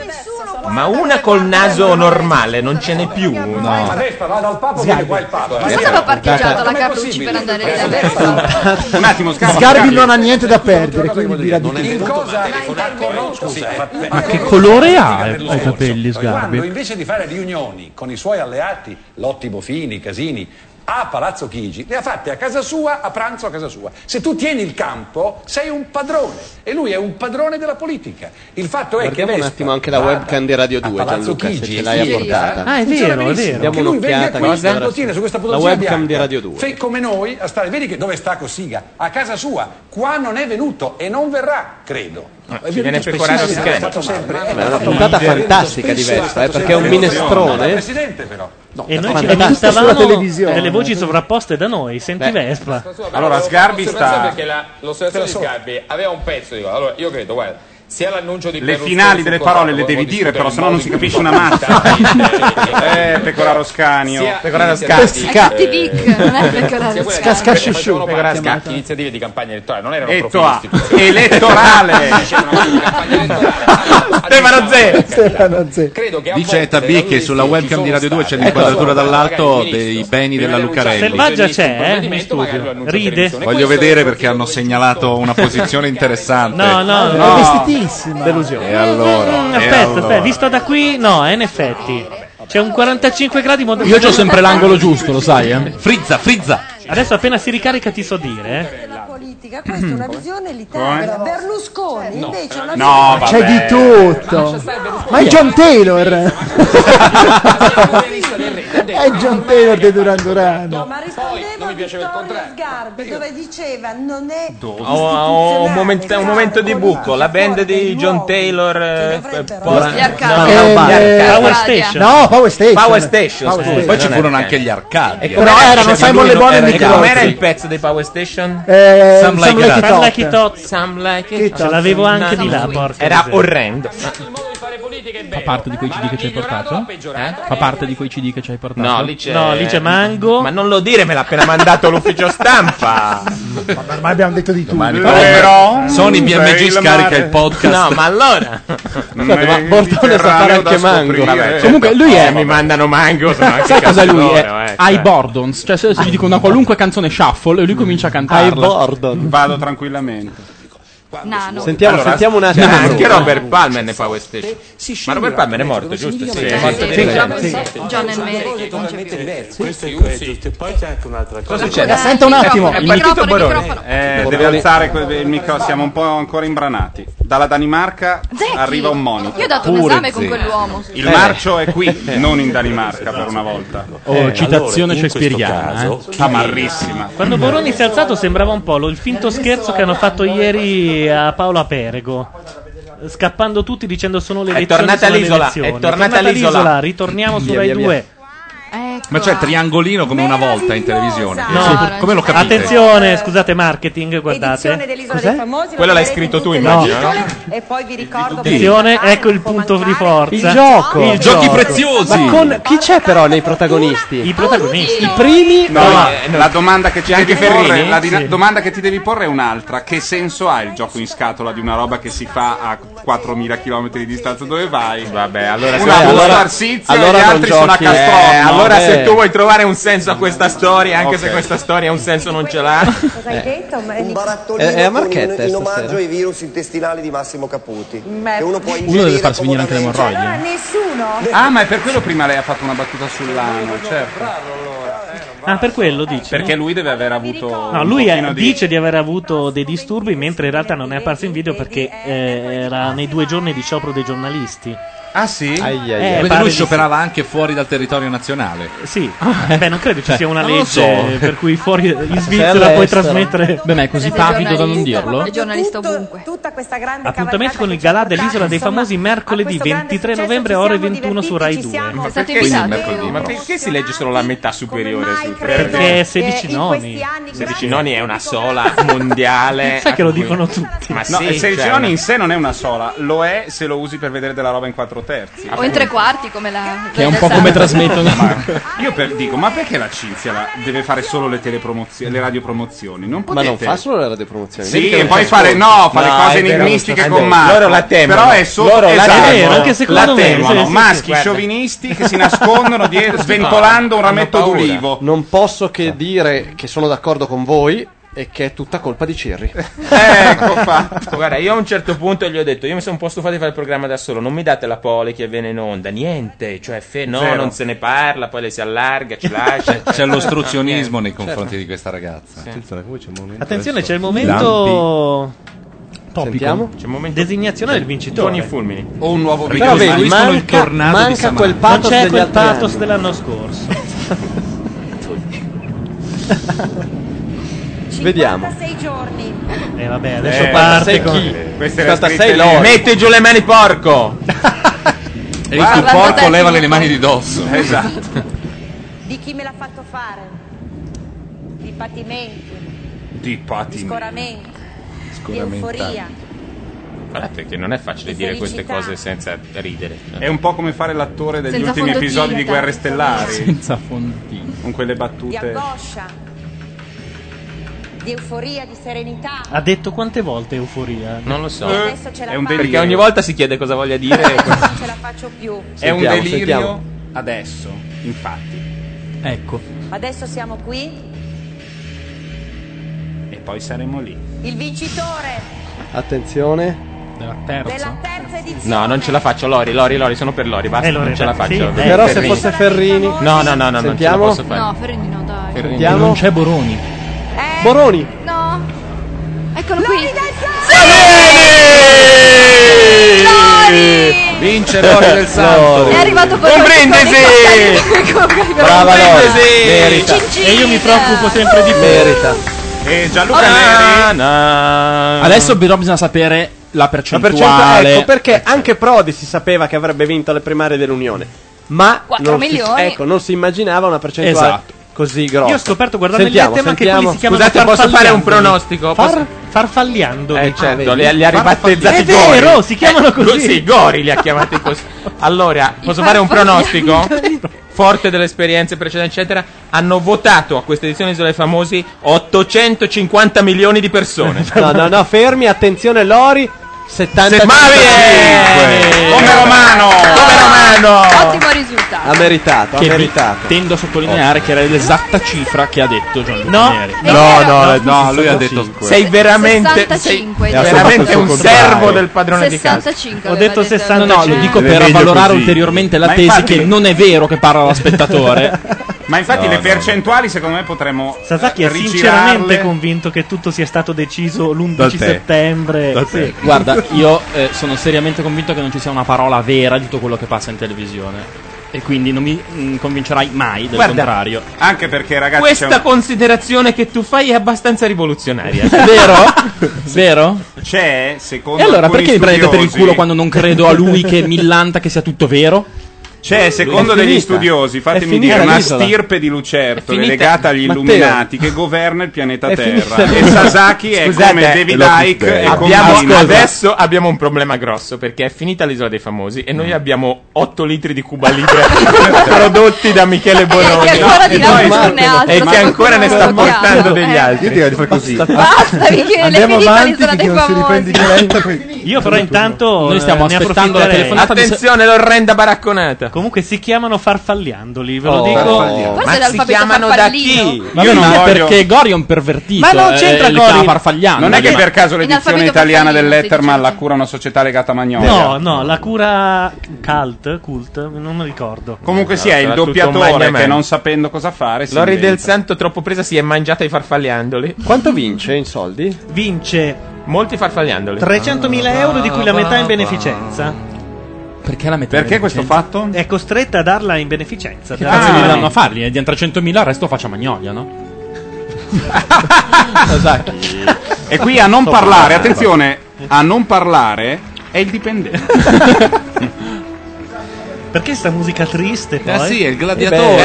Speaker 5: Ma una col naso normale non ce n'è più. No.
Speaker 13: vado al Papa
Speaker 5: Sgarbi.
Speaker 13: qua il Papa.
Speaker 5: Ma cosa aveva parcheggiato
Speaker 13: Dai,
Speaker 6: la
Speaker 13: com'è
Speaker 6: Carlucci
Speaker 13: possibile?
Speaker 6: per andare lì?
Speaker 13: Un attimo, Sgarbi.
Speaker 3: Sgarbi non ha niente da perdere, quindi dirà di
Speaker 27: In
Speaker 3: tutto.
Speaker 27: cosa scusa, eh,
Speaker 7: Ma che colore ha i capelli,
Speaker 27: Quando
Speaker 7: Sgarbi?
Speaker 27: invece di fare riunioni con i suoi alleati, Lotti, Bofini, Casini, a Palazzo Chigi, le ha fatte a casa sua, a pranzo a casa sua. Se tu tieni il campo, sei un padrone e lui è un padrone della politica. Il fatto è
Speaker 2: Guardiamo
Speaker 27: che
Speaker 2: un
Speaker 27: Vespa
Speaker 2: attimo anche la webcam di Radio 2,
Speaker 27: Palazzo
Speaker 2: Gianluca, se
Speaker 27: Chigi, Ah,
Speaker 2: ce l'hai a
Speaker 27: ieri
Speaker 2: portata.
Speaker 27: era. Funziona benissimo.
Speaker 2: Diamo un'occhiata.
Speaker 27: Che lui venga
Speaker 2: guarda,
Speaker 27: qui, lo tiene su questa
Speaker 2: la
Speaker 27: podoncina
Speaker 2: webcam di
Speaker 27: bianca,
Speaker 2: Radio 2.
Speaker 27: fe- come noi a stare, vedi che dove sta Cossiga? A casa sua, qua non è venuto e non verrà, credo.
Speaker 2: Ah,
Speaker 27: È
Speaker 5: ci viene
Speaker 27: venuto
Speaker 5: pecorato
Speaker 27: spesso,
Speaker 5: Schiena.
Speaker 27: è stato sempre-
Speaker 2: Ma è
Speaker 27: è
Speaker 2: una
Speaker 27: stato
Speaker 2: puntata
Speaker 27: leader,
Speaker 2: fantastica
Speaker 27: spesso
Speaker 2: di Vespa, eh,
Speaker 27: stato
Speaker 2: perché è un
Speaker 27: sempre
Speaker 2: minestrone.
Speaker 27: campione. No, Presidente però. No,
Speaker 1: E noi
Speaker 27: ma
Speaker 1: ci
Speaker 27: è tutto
Speaker 1: lamentavamo
Speaker 27: sulla televisione.
Speaker 1: delle voci sovrapposte da noi, senti Vespa.
Speaker 13: Allora, Sgarbi sta-
Speaker 39: Perché la, l'osservazione di
Speaker 13: Te la so.
Speaker 39: Sgarbi aveva un pezzo di Allora, io credo, guarda, sia l'annuncio di
Speaker 13: Le
Speaker 39: Berlusconi
Speaker 13: finali
Speaker 39: sul
Speaker 13: delle
Speaker 39: contratto,
Speaker 13: parole le
Speaker 39: vorremmo
Speaker 13: devi
Speaker 39: discutere
Speaker 13: dire, però
Speaker 39: il
Speaker 13: sennò non
Speaker 39: modo
Speaker 13: si
Speaker 39: in cui
Speaker 13: capisce una
Speaker 39: sono
Speaker 13: mazza. Eh, Pecoraro Scanio.
Speaker 39: Sia-
Speaker 13: Pecoraro
Speaker 39: sia-
Speaker 13: Scanio.
Speaker 39: Sca-
Speaker 13: Tutti Vic, non è Pecoraro
Speaker 39: Sia quella
Speaker 13: Scanio.
Speaker 39: che facevano
Speaker 13: Scasciusciù.
Speaker 39: parte
Speaker 13: Pecoraro
Speaker 39: di
Speaker 13: Scanio.
Speaker 39: Iniziative di campagna elettorale, non erano
Speaker 13: Etto
Speaker 39: profili
Speaker 13: A.
Speaker 39: istituzionali.
Speaker 13: Elettorale.
Speaker 39: Stefano Zè.
Speaker 3: Stefano Zè.
Speaker 39: Credo che a
Speaker 11: Dice
Speaker 39: volte
Speaker 11: Eta
Speaker 39: la
Speaker 11: B che sulla webcam di Radio 2 c'è l'inquadratura dall'alto dei beni della Lucarelli.
Speaker 1: Selvaggia c'è, eh, in
Speaker 39: lo
Speaker 1: studio.
Speaker 39: annuncia
Speaker 1: Ride.
Speaker 11: Voglio vedere perché hanno segnalato una posizione interessante.
Speaker 1: No, no, no.
Speaker 11: no.
Speaker 3: Vestitissima.
Speaker 1: Delusione. Mm,
Speaker 11: E allora? E
Speaker 1: aspetta,
Speaker 11: allora?
Speaker 1: aspetta, visto da qui, no, eh, in effetti. C'è un 45 gradi mod-
Speaker 7: Io ho sempre l'angolo giusto, lo sai, eh.
Speaker 11: Frizza, frizza.
Speaker 1: Adesso appena si ricarica ti so dire, eh.
Speaker 8: politica, questa è una visione elitaria. Berlusconi invece è una
Speaker 1: No,
Speaker 3: C'è
Speaker 8: visione
Speaker 3: di tutto. Ma è John Taylor. è John Taylor di Duran Duran.
Speaker 8: Ma rispondeva a Vittorio Sgarbi dove diceva non è
Speaker 5: Ho, ho un, moment- un momento di buco. La band di John Taylor. eh, Power-
Speaker 39: Gli
Speaker 5: no,
Speaker 39: arcadi.
Speaker 5: no,
Speaker 3: Eh,
Speaker 5: gli arcadi.
Speaker 3: Power Station. No, Power Station.
Speaker 5: Power Station,
Speaker 3: Power
Speaker 5: scusa.
Speaker 3: Station.
Speaker 11: Poi ci furono anche gli arcadi.
Speaker 5: E
Speaker 3: Però
Speaker 5: com'era-
Speaker 3: erano
Speaker 5: cioè,
Speaker 3: Simon
Speaker 5: lui
Speaker 3: Le
Speaker 5: non
Speaker 3: Bon e
Speaker 5: era-
Speaker 3: Nick
Speaker 5: e Com'era
Speaker 3: Lozzi.
Speaker 5: il pezzo dei Power Station?
Speaker 3: Eh, Some Like It Hot.
Speaker 5: Some Like It Hot.
Speaker 1: Che Ce Cioè, l'avevo anche di là, porca.
Speaker 5: Era
Speaker 1: miseria.
Speaker 5: orrendo.
Speaker 7: Fa parte di quei CD che ci hai portato? Eh? Fa parte di quei CD che ci hai portato?
Speaker 5: No, lì c'è,
Speaker 7: No, lì c'è
Speaker 5: Mango. Ma non lo dire, me l'ha appena mandato l'ufficio stampa.
Speaker 3: Ma ormai abbiamo detto di tutto.
Speaker 5: Però-
Speaker 11: Sony BMG scarica il podcast.
Speaker 5: No, ma allora.
Speaker 11: Scusate, ma Bortone sa fare anche Mango. Vabbè, certo.
Speaker 7: Comunque lui è-
Speaker 5: Eh, mi mandano Mango. sono anche
Speaker 7: Sai cosa lui
Speaker 5: cazzone,
Speaker 7: è?
Speaker 5: eh,
Speaker 7: Ai
Speaker 5: cioè.
Speaker 7: Bordons. Cioè, se se gli dico una qualunque canzone shuffle e lui comincia a cantarla.
Speaker 13: Vado tranquillamente.
Speaker 6: Nano.
Speaker 7: Sentiamo- sentiamo un attimo.
Speaker 5: c'è cioè, Anche
Speaker 7: Allora.
Speaker 5: Robert Palmer ne fa West Station. Ma Robert Palmer è morto, giusto? Sì, è morto di
Speaker 6: John and Mary, che non c'è più.
Speaker 27: Questo è questo. E poi c'è anche un'altra cosa.
Speaker 6: Aspetta un attimo.
Speaker 13: È
Speaker 6: Il
Speaker 13: partito
Speaker 6: microfono, il
Speaker 13: Boroni.
Speaker 6: microfono.
Speaker 13: Eh, deve
Speaker 6: Boroni.
Speaker 13: alzare quel- il micro, siamo un po' ancora imbranati. dalla Danimarca
Speaker 6: Zecchi!
Speaker 13: arriva un monito.
Speaker 6: Io ho dato un esame con quell'uomo.
Speaker 13: Il marcio è qui, non in Danimarca per una volta.
Speaker 5: Eh,
Speaker 17: Oh, citazione shakespeariana. eh.
Speaker 13: Tamarrissima.
Speaker 1: Quando Boroni si è alzato sembrava un po' lo- il finto scherzo che hanno fatto ieri a Paola Perego. Scappando tutti dicendo sono le
Speaker 5: È
Speaker 1: elezioni.
Speaker 5: tornata
Speaker 1: sono le
Speaker 5: all'isola,
Speaker 1: elezioni.
Speaker 5: è tornata all'isola.
Speaker 1: Ritorniamo su
Speaker 5: Via,
Speaker 1: Rai
Speaker 5: via, via.
Speaker 1: 2.
Speaker 11: Ma c'è il triangolino come una volta in televisione.
Speaker 1: No,
Speaker 11: Sì, come lo capite?
Speaker 1: Attenzione, scusate, marketing,
Speaker 27: Edizione
Speaker 1: guardate.
Speaker 27: dell'Isola dei Famosi.
Speaker 1: Quello
Speaker 27: la
Speaker 1: l'hai
Speaker 27: troverete in
Speaker 1: scritto tu,
Speaker 27: tutte le
Speaker 1: immagino,
Speaker 27: isole. E poi vi ricordo
Speaker 1: Attenzione, ecco il punto di forza.
Speaker 2: Il gioco.
Speaker 1: Il gioco.
Speaker 2: Ma con chi c'è però nei protagonisti?
Speaker 1: I protagonisti.
Speaker 2: I primi
Speaker 13: No,
Speaker 2: ma-
Speaker 13: eh, la domanda che ti devi
Speaker 2: Ferrini?
Speaker 13: porre, la dina-
Speaker 2: Sì.
Speaker 13: domanda che ti devi porre è un'altra. Che senso ha il gioco in scatola di una roba che si fa a 4000 km di distanza dove vai? Vabbè, allora
Speaker 5: se-
Speaker 13: una
Speaker 5: eh, allora-
Speaker 13: allora, Arsizio
Speaker 5: allora
Speaker 13: e gli
Speaker 5: non
Speaker 13: altri sono a
Speaker 5: giochi.
Speaker 13: Castrono.
Speaker 5: Eh, allora se
Speaker 13: Eh.
Speaker 5: tu vuoi trovare un senso a questa storia, anche se
Speaker 13: Ok.
Speaker 5: questa storia un senso non ce l'ha. Eh,
Speaker 27: Cosa hai detto? Ma-
Speaker 24: Eh. Un barattolino
Speaker 5: È- è a
Speaker 24: con
Speaker 5: marchetta
Speaker 24: in, in
Speaker 5: stasera.
Speaker 24: omaggio ai virus intestinali di Massimo Caputi.
Speaker 27: Ma-
Speaker 24: Che uno può
Speaker 17: Uno deve
Speaker 24: ingerire
Speaker 17: farsi venire anche
Speaker 24: comodamente.
Speaker 17: l'emorroide.
Speaker 27: Allora
Speaker 1: eh.
Speaker 27: nessuno.
Speaker 13: Ah, ma è per quello prima lei ha fatto una battuta sull'ano, certo.
Speaker 1: Ah, per quello dici.
Speaker 13: Perché lui deve aver avuto
Speaker 1: No,
Speaker 13: un
Speaker 1: lui
Speaker 13: pochino
Speaker 1: eh,
Speaker 13: di-
Speaker 1: dice di aver avuto dei disturbi, mentre in realtà non è apparso in video perché eh, era nei due giorni di sciopero dei giornalisti.
Speaker 13: Ah sì?
Speaker 1: ai. Eh,
Speaker 11: Quindi
Speaker 1: pare
Speaker 11: lui
Speaker 1: di
Speaker 11: scioperava anche fuori dal territorio nazionale.
Speaker 1: Sì, Eh, beh, non credo ci sia una
Speaker 11: Non lo
Speaker 1: legge
Speaker 11: so.
Speaker 1: per cui fuori in
Speaker 11: Se
Speaker 1: Svizzera
Speaker 11: all'estero.
Speaker 1: puoi trasmettere.
Speaker 17: Beh, ma è così pavido da non dirlo?
Speaker 27: È giornalista ovunque. Tutta questa grande
Speaker 1: Appuntamento con il galà dell'isola dei famosi mercoledì 23 novembre ore 21 su Rai 2.
Speaker 5: Ma perché,
Speaker 1: Quindi mercoledì
Speaker 5: mercoledì, ma
Speaker 1: prossimo.
Speaker 5: perché si legge solo la metà superiore? sul
Speaker 1: credo Perché che 16 in noni. questi
Speaker 5: 16 noni è una sola mondiale.
Speaker 1: Sai che
Speaker 5: a
Speaker 1: lo
Speaker 5: cui-
Speaker 1: dicono tutti.
Speaker 5: Ma
Speaker 13: No,
Speaker 5: sì,
Speaker 13: il
Speaker 5: cioè,
Speaker 13: Sergioni
Speaker 5: una-
Speaker 13: in sé non è una sola, lo è se lo usi per vedere della roba in quattro terzi.
Speaker 6: O in tre quarti come la...
Speaker 13: Che è un po'
Speaker 6: Esatto.
Speaker 13: come trasmettono. Io per- dico, ma perché la Cinzia la- deve fare solo le telepromozioni, le radiopromozioni? Non
Speaker 2: Ma
Speaker 13: potete.
Speaker 2: non fa solo la radiopromozione.
Speaker 13: Sì, e poi fare, no, fa le cose enigmistiche con Marco.
Speaker 2: Loro
Speaker 13: Però è solo esatto, la temono. maschi
Speaker 2: sciovinisti
Speaker 13: sciovinisti che si nascondono dietro, sventolando un rametto d'ulivo.
Speaker 2: Non posso che dire che sono d'accordo con voi e che è tutta colpa di Cirri.
Speaker 5: Ecco fatto. Guarda, io a un certo punto gli ho detto: Io mi sono un po' stufato di fare il programma da solo. Non mi date la pole che viene in onda, niente. Cioè, fe- no,
Speaker 11: Zero.
Speaker 5: non se ne parla. Poi lei si allarga, ci lascia.
Speaker 11: C'è l'ostruzionismo nei
Speaker 5: Niente.
Speaker 11: confronti di questa ragazza.
Speaker 1: Certo. Attenzione, c'è il momento. Topico.
Speaker 11: Sentiamo.
Speaker 1: C'è il momento designazione del vincitore.
Speaker 5: Toni e fulmini.
Speaker 13: O un nuovo
Speaker 1: Però vedi,
Speaker 11: Ricostruiscono il
Speaker 1: manca,
Speaker 11: tornado di
Speaker 1: manca
Speaker 11: Samara.
Speaker 1: quel
Speaker 11: Non
Speaker 1: pathos,
Speaker 11: c'è
Speaker 1: degli
Speaker 11: quel
Speaker 1: altri
Speaker 11: pathos
Speaker 1: anni. dell'anno scorso.
Speaker 2: Vediamo.
Speaker 27: 56 giorni.
Speaker 1: E vabbè, adesso
Speaker 5: Eh,
Speaker 1: parte.
Speaker 5: sai chi?
Speaker 1: con-
Speaker 5: Queste le scritte lì. Metti giù le mani, porco!
Speaker 11: E il tuo porco levale le mani di dosso.
Speaker 13: Esatto.
Speaker 27: Di chi me l'ha fatto fare? Di patimenti,
Speaker 13: Di
Speaker 27: di
Speaker 13: pati.
Speaker 27: scoramenti, di euforia.
Speaker 5: Guardate che non è facile dire queste cose senza ridere.
Speaker 13: È un po' come fare l'attore degli
Speaker 27: Senza
Speaker 13: ultimi
Speaker 27: fondotina,
Speaker 13: episodi di
Speaker 27: tanto.
Speaker 13: Guerre
Speaker 1: Esatto.
Speaker 13: Stellari,
Speaker 17: Senza fondini.
Speaker 13: con quelle
Speaker 27: di
Speaker 13: battute.
Speaker 27: angoscia, di euforia, di serenità.
Speaker 1: Ha detto quante volte euforia?
Speaker 5: Non lo so.
Speaker 27: E adesso ce la faccio.
Speaker 5: Perché ogni volta si chiede cosa voglia dire.
Speaker 27: Non ce la faccio più.
Speaker 13: È un
Speaker 5: Sentiamo,
Speaker 13: delirio
Speaker 5: sentiamo.
Speaker 13: adesso, infatti.
Speaker 1: Ecco.
Speaker 27: Adesso siamo qui.
Speaker 13: E poi saremo lì.
Speaker 27: Il vincitore
Speaker 2: Attenzione.
Speaker 17: Della
Speaker 13: Eh,
Speaker 27: della terza edizione.
Speaker 5: No, non ce la faccio, Lori, Lori, Lori, sono per Lori, basta,
Speaker 2: Eh,
Speaker 5: non ce
Speaker 2: Lorena,
Speaker 5: la faccio.
Speaker 2: sì, eh, Però se
Speaker 5: Ferrini.
Speaker 2: fosse Ferrini-
Speaker 5: No, no, no, no, non ce la
Speaker 2: Sentiamo?
Speaker 5: posso fare.
Speaker 6: No, Ferrini no, dai.
Speaker 5: Ferrini.
Speaker 17: E non c'è Boroni.
Speaker 2: Boroni.
Speaker 6: No. Eccolo qui.
Speaker 11: Vince Lori del Santo.
Speaker 6: È arrivato con
Speaker 11: Un
Speaker 6: brindisi!
Speaker 11: Brava Lori. Merita.
Speaker 1: E io mi preoccupo sempre di
Speaker 2: Merita.
Speaker 13: E Gianluca
Speaker 17: Ah,
Speaker 13: Neri.
Speaker 17: Adesso però bisogna sapere la
Speaker 2: La
Speaker 17: percentuale.
Speaker 2: percentuale, ecco perché anche Prodi si sapeva che avrebbe vinto le primarie dell'Unione, ma
Speaker 6: Quattro
Speaker 2: non si,
Speaker 6: milioni.
Speaker 2: ecco, non si immaginava una percentuale
Speaker 1: Esatto.
Speaker 2: così grossa.
Speaker 1: Io ho scoperto guardando il
Speaker 2: Sentiamo,
Speaker 1: tema
Speaker 2: sentiamo.
Speaker 1: che quelli si chiamano
Speaker 2: Scusate, posso fare un pronostico?
Speaker 1: Far, farfagliando.
Speaker 5: Eh certo,
Speaker 1: Ah,
Speaker 5: li, li ha
Speaker 1: vedi?
Speaker 5: ribattezzati
Speaker 1: È vero,
Speaker 5: Gori.
Speaker 1: si chiamano
Speaker 5: Eh,
Speaker 1: così.
Speaker 5: Sì, Gori li ha chiamati così. Allora, posso fare un pronostico? Forte delle esperienze precedenti, eccetera, hanno votato a questa edizione di Isola dei Famosi 850 milioni di persone.
Speaker 2: No, no, no, fermi, attenzione Lori, 70
Speaker 5: Come
Speaker 13: Romano!
Speaker 5: Come Romano!
Speaker 6: Ottimo risultato.
Speaker 2: Ha meritato, ha
Speaker 17: Che
Speaker 2: meritato.
Speaker 17: Tendo a sottolineare che era l'esatta cifra che ha detto Gianluca
Speaker 5: No.
Speaker 17: Neri.
Speaker 5: No, no,
Speaker 11: no, lui ha detto
Speaker 5: Sei veramente,
Speaker 6: 65,
Speaker 5: sei
Speaker 17: ha fatto
Speaker 5: veramente
Speaker 17: il suo
Speaker 5: un
Speaker 17: contrario.
Speaker 5: servo del padrone di casa.
Speaker 6: 65. aveva
Speaker 17: No, no, lo dico per
Speaker 1: Cioè,
Speaker 5: Meglio
Speaker 17: avvalorare
Speaker 5: così.
Speaker 17: ulteriormente la
Speaker 5: Ma
Speaker 17: tesi
Speaker 5: infatti-
Speaker 17: che non è vero che parla da spettatore.
Speaker 13: Ma infatti
Speaker 1: No,
Speaker 13: le
Speaker 1: no,
Speaker 13: percentuali secondo me potremmo eh,
Speaker 1: Sasaki è
Speaker 13: rigirarle.
Speaker 1: sinceramente convinto che tutto sia stato deciso
Speaker 13: Dal
Speaker 1: l'11
Speaker 13: te.
Speaker 1: settembre. Sì.
Speaker 7: Guarda, io eh, sono seriamente convinto che non ci sia una parola vera di tutto quello che passa in televisione. E quindi non mi mm, convincerai mai del
Speaker 5: Guarda,
Speaker 7: contrario.
Speaker 13: Anche perché, ragazzi,
Speaker 5: Questa considerazione che tu fai è abbastanza rivoluzionaria.
Speaker 7: Vero?
Speaker 13: C'è, secondo
Speaker 7: E allora,
Speaker 13: alcuni
Speaker 7: perché mi prendete per il
Speaker 13: studiosi-
Speaker 7: culo quando non credo a lui che millanta che sia tutto vero?
Speaker 13: C'è, Cioè, secondo
Speaker 7: È
Speaker 13: degli
Speaker 7: finita.
Speaker 13: studiosi,
Speaker 7: È
Speaker 13: fatemi
Speaker 7: finita
Speaker 13: dire, una
Speaker 7: l'isola.
Speaker 13: stirpe di lucertole
Speaker 7: finita.
Speaker 13: legata agli
Speaker 7: Matteo.
Speaker 13: illuminati che governa il pianeta
Speaker 5: È
Speaker 13: Terra.
Speaker 5: finita.
Speaker 13: E Sasaki è
Speaker 5: Scusate,
Speaker 13: come David
Speaker 5: Hello
Speaker 13: Ike
Speaker 5: Kitty.
Speaker 13: e come
Speaker 5: Abbiamo-
Speaker 13: Nina.
Speaker 5: adesso abbiamo un problema grosso perché è finita l'isola dei famosi e noi abbiamo 8 litri di Cuba Libre prodotti da Michele Bononi
Speaker 6: E che ancora di
Speaker 5: E
Speaker 6: là
Speaker 5: poi- esatto.
Speaker 6: non ne ha altro,
Speaker 5: e
Speaker 6: ma
Speaker 5: che ancora ne sta
Speaker 6: qualcuno lo
Speaker 5: portando
Speaker 6: chiama.
Speaker 5: degli
Speaker 6: Eh.
Speaker 5: altri.
Speaker 6: Io
Speaker 5: direi di fare così.
Speaker 6: Basta, Michele,
Speaker 1: Andiamo
Speaker 6: è finita
Speaker 1: avanti,
Speaker 6: l'isola dei
Speaker 1: finché non si
Speaker 6: famosi.
Speaker 1: Io però intanto
Speaker 5: Noi stiamo
Speaker 1: eh, ne
Speaker 5: aspettando la
Speaker 1: approfitterei.
Speaker 5: telefonata di Sa- Attenzione, l'orrenda baracconata.
Speaker 1: Comunque si chiamano farfalliandoli, ve lo
Speaker 5: Oh.
Speaker 1: dico.
Speaker 5: Farfalliandoli. Forse Ma è si l'alfabeto chiamano da farfallino. chi? eh.
Speaker 1: Ma
Speaker 5: Io
Speaker 1: no,
Speaker 5: non
Speaker 1: ma
Speaker 5: voglio-
Speaker 1: perché
Speaker 7: Gorion pervertito.
Speaker 1: Ma non c'entra Gorion.
Speaker 13: Non è che per caso l'edizione
Speaker 1: analfabeto
Speaker 13: italiana
Speaker 1: farfallino,
Speaker 13: del
Speaker 1: stai
Speaker 13: Letterman la cura una società legata a Magnolia?
Speaker 1: No, no, la cura cult, cult, non mi ricordo.
Speaker 13: Comunque
Speaker 5: Ah,
Speaker 13: sì, è il doppiatore che non sapendo cosa fare si
Speaker 5: Lori del
Speaker 13: inventa.
Speaker 5: Santo troppo presa si è mangiata i farfalliandoli.
Speaker 2: Quanto vince in soldi?
Speaker 1: Vince
Speaker 5: molti farfalliandoli. Ah,
Speaker 1: 300.000 euro di cui la
Speaker 6: Ah,
Speaker 1: metà in beneficenza.
Speaker 7: Perché la metà?
Speaker 1: Perché questo
Speaker 13: fatto?
Speaker 1: È costretta a darla in
Speaker 13: Ah.
Speaker 1: beneficenza. Ah.
Speaker 7: Che cazzo gli danno a farli? Eh, Diano 300.000, il resto faccia magnolia, no? Esatto.
Speaker 13: E qui a non
Speaker 7: Sto
Speaker 13: parlare,
Speaker 7: parlando.
Speaker 13: attenzione, a non parlare è il dipendente.
Speaker 1: Perché sta musica triste poi?
Speaker 5: Eh È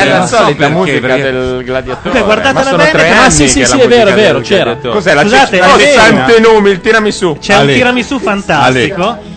Speaker 5: la
Speaker 1: non so
Speaker 5: solita
Speaker 1: perché,
Speaker 5: musica
Speaker 1: perché-
Speaker 5: del gladiatore.
Speaker 1: Comunque, guardatela
Speaker 5: ma sono
Speaker 1: bene,
Speaker 5: tre
Speaker 1: perché-
Speaker 5: anni
Speaker 1: Ah, sì,
Speaker 5: che
Speaker 1: sì,
Speaker 5: è la
Speaker 1: sì, è vero,
Speaker 5: musica
Speaker 1: è vero,
Speaker 5: del
Speaker 1: c'era.
Speaker 5: gladiatore.
Speaker 1: Scusate,
Speaker 5: Cos'è la
Speaker 1: Scusate,
Speaker 5: cecina? Oh,
Speaker 1: la cecina.
Speaker 5: santi nomi, il tiramisù.
Speaker 1: C'è un tiramisù fantastico.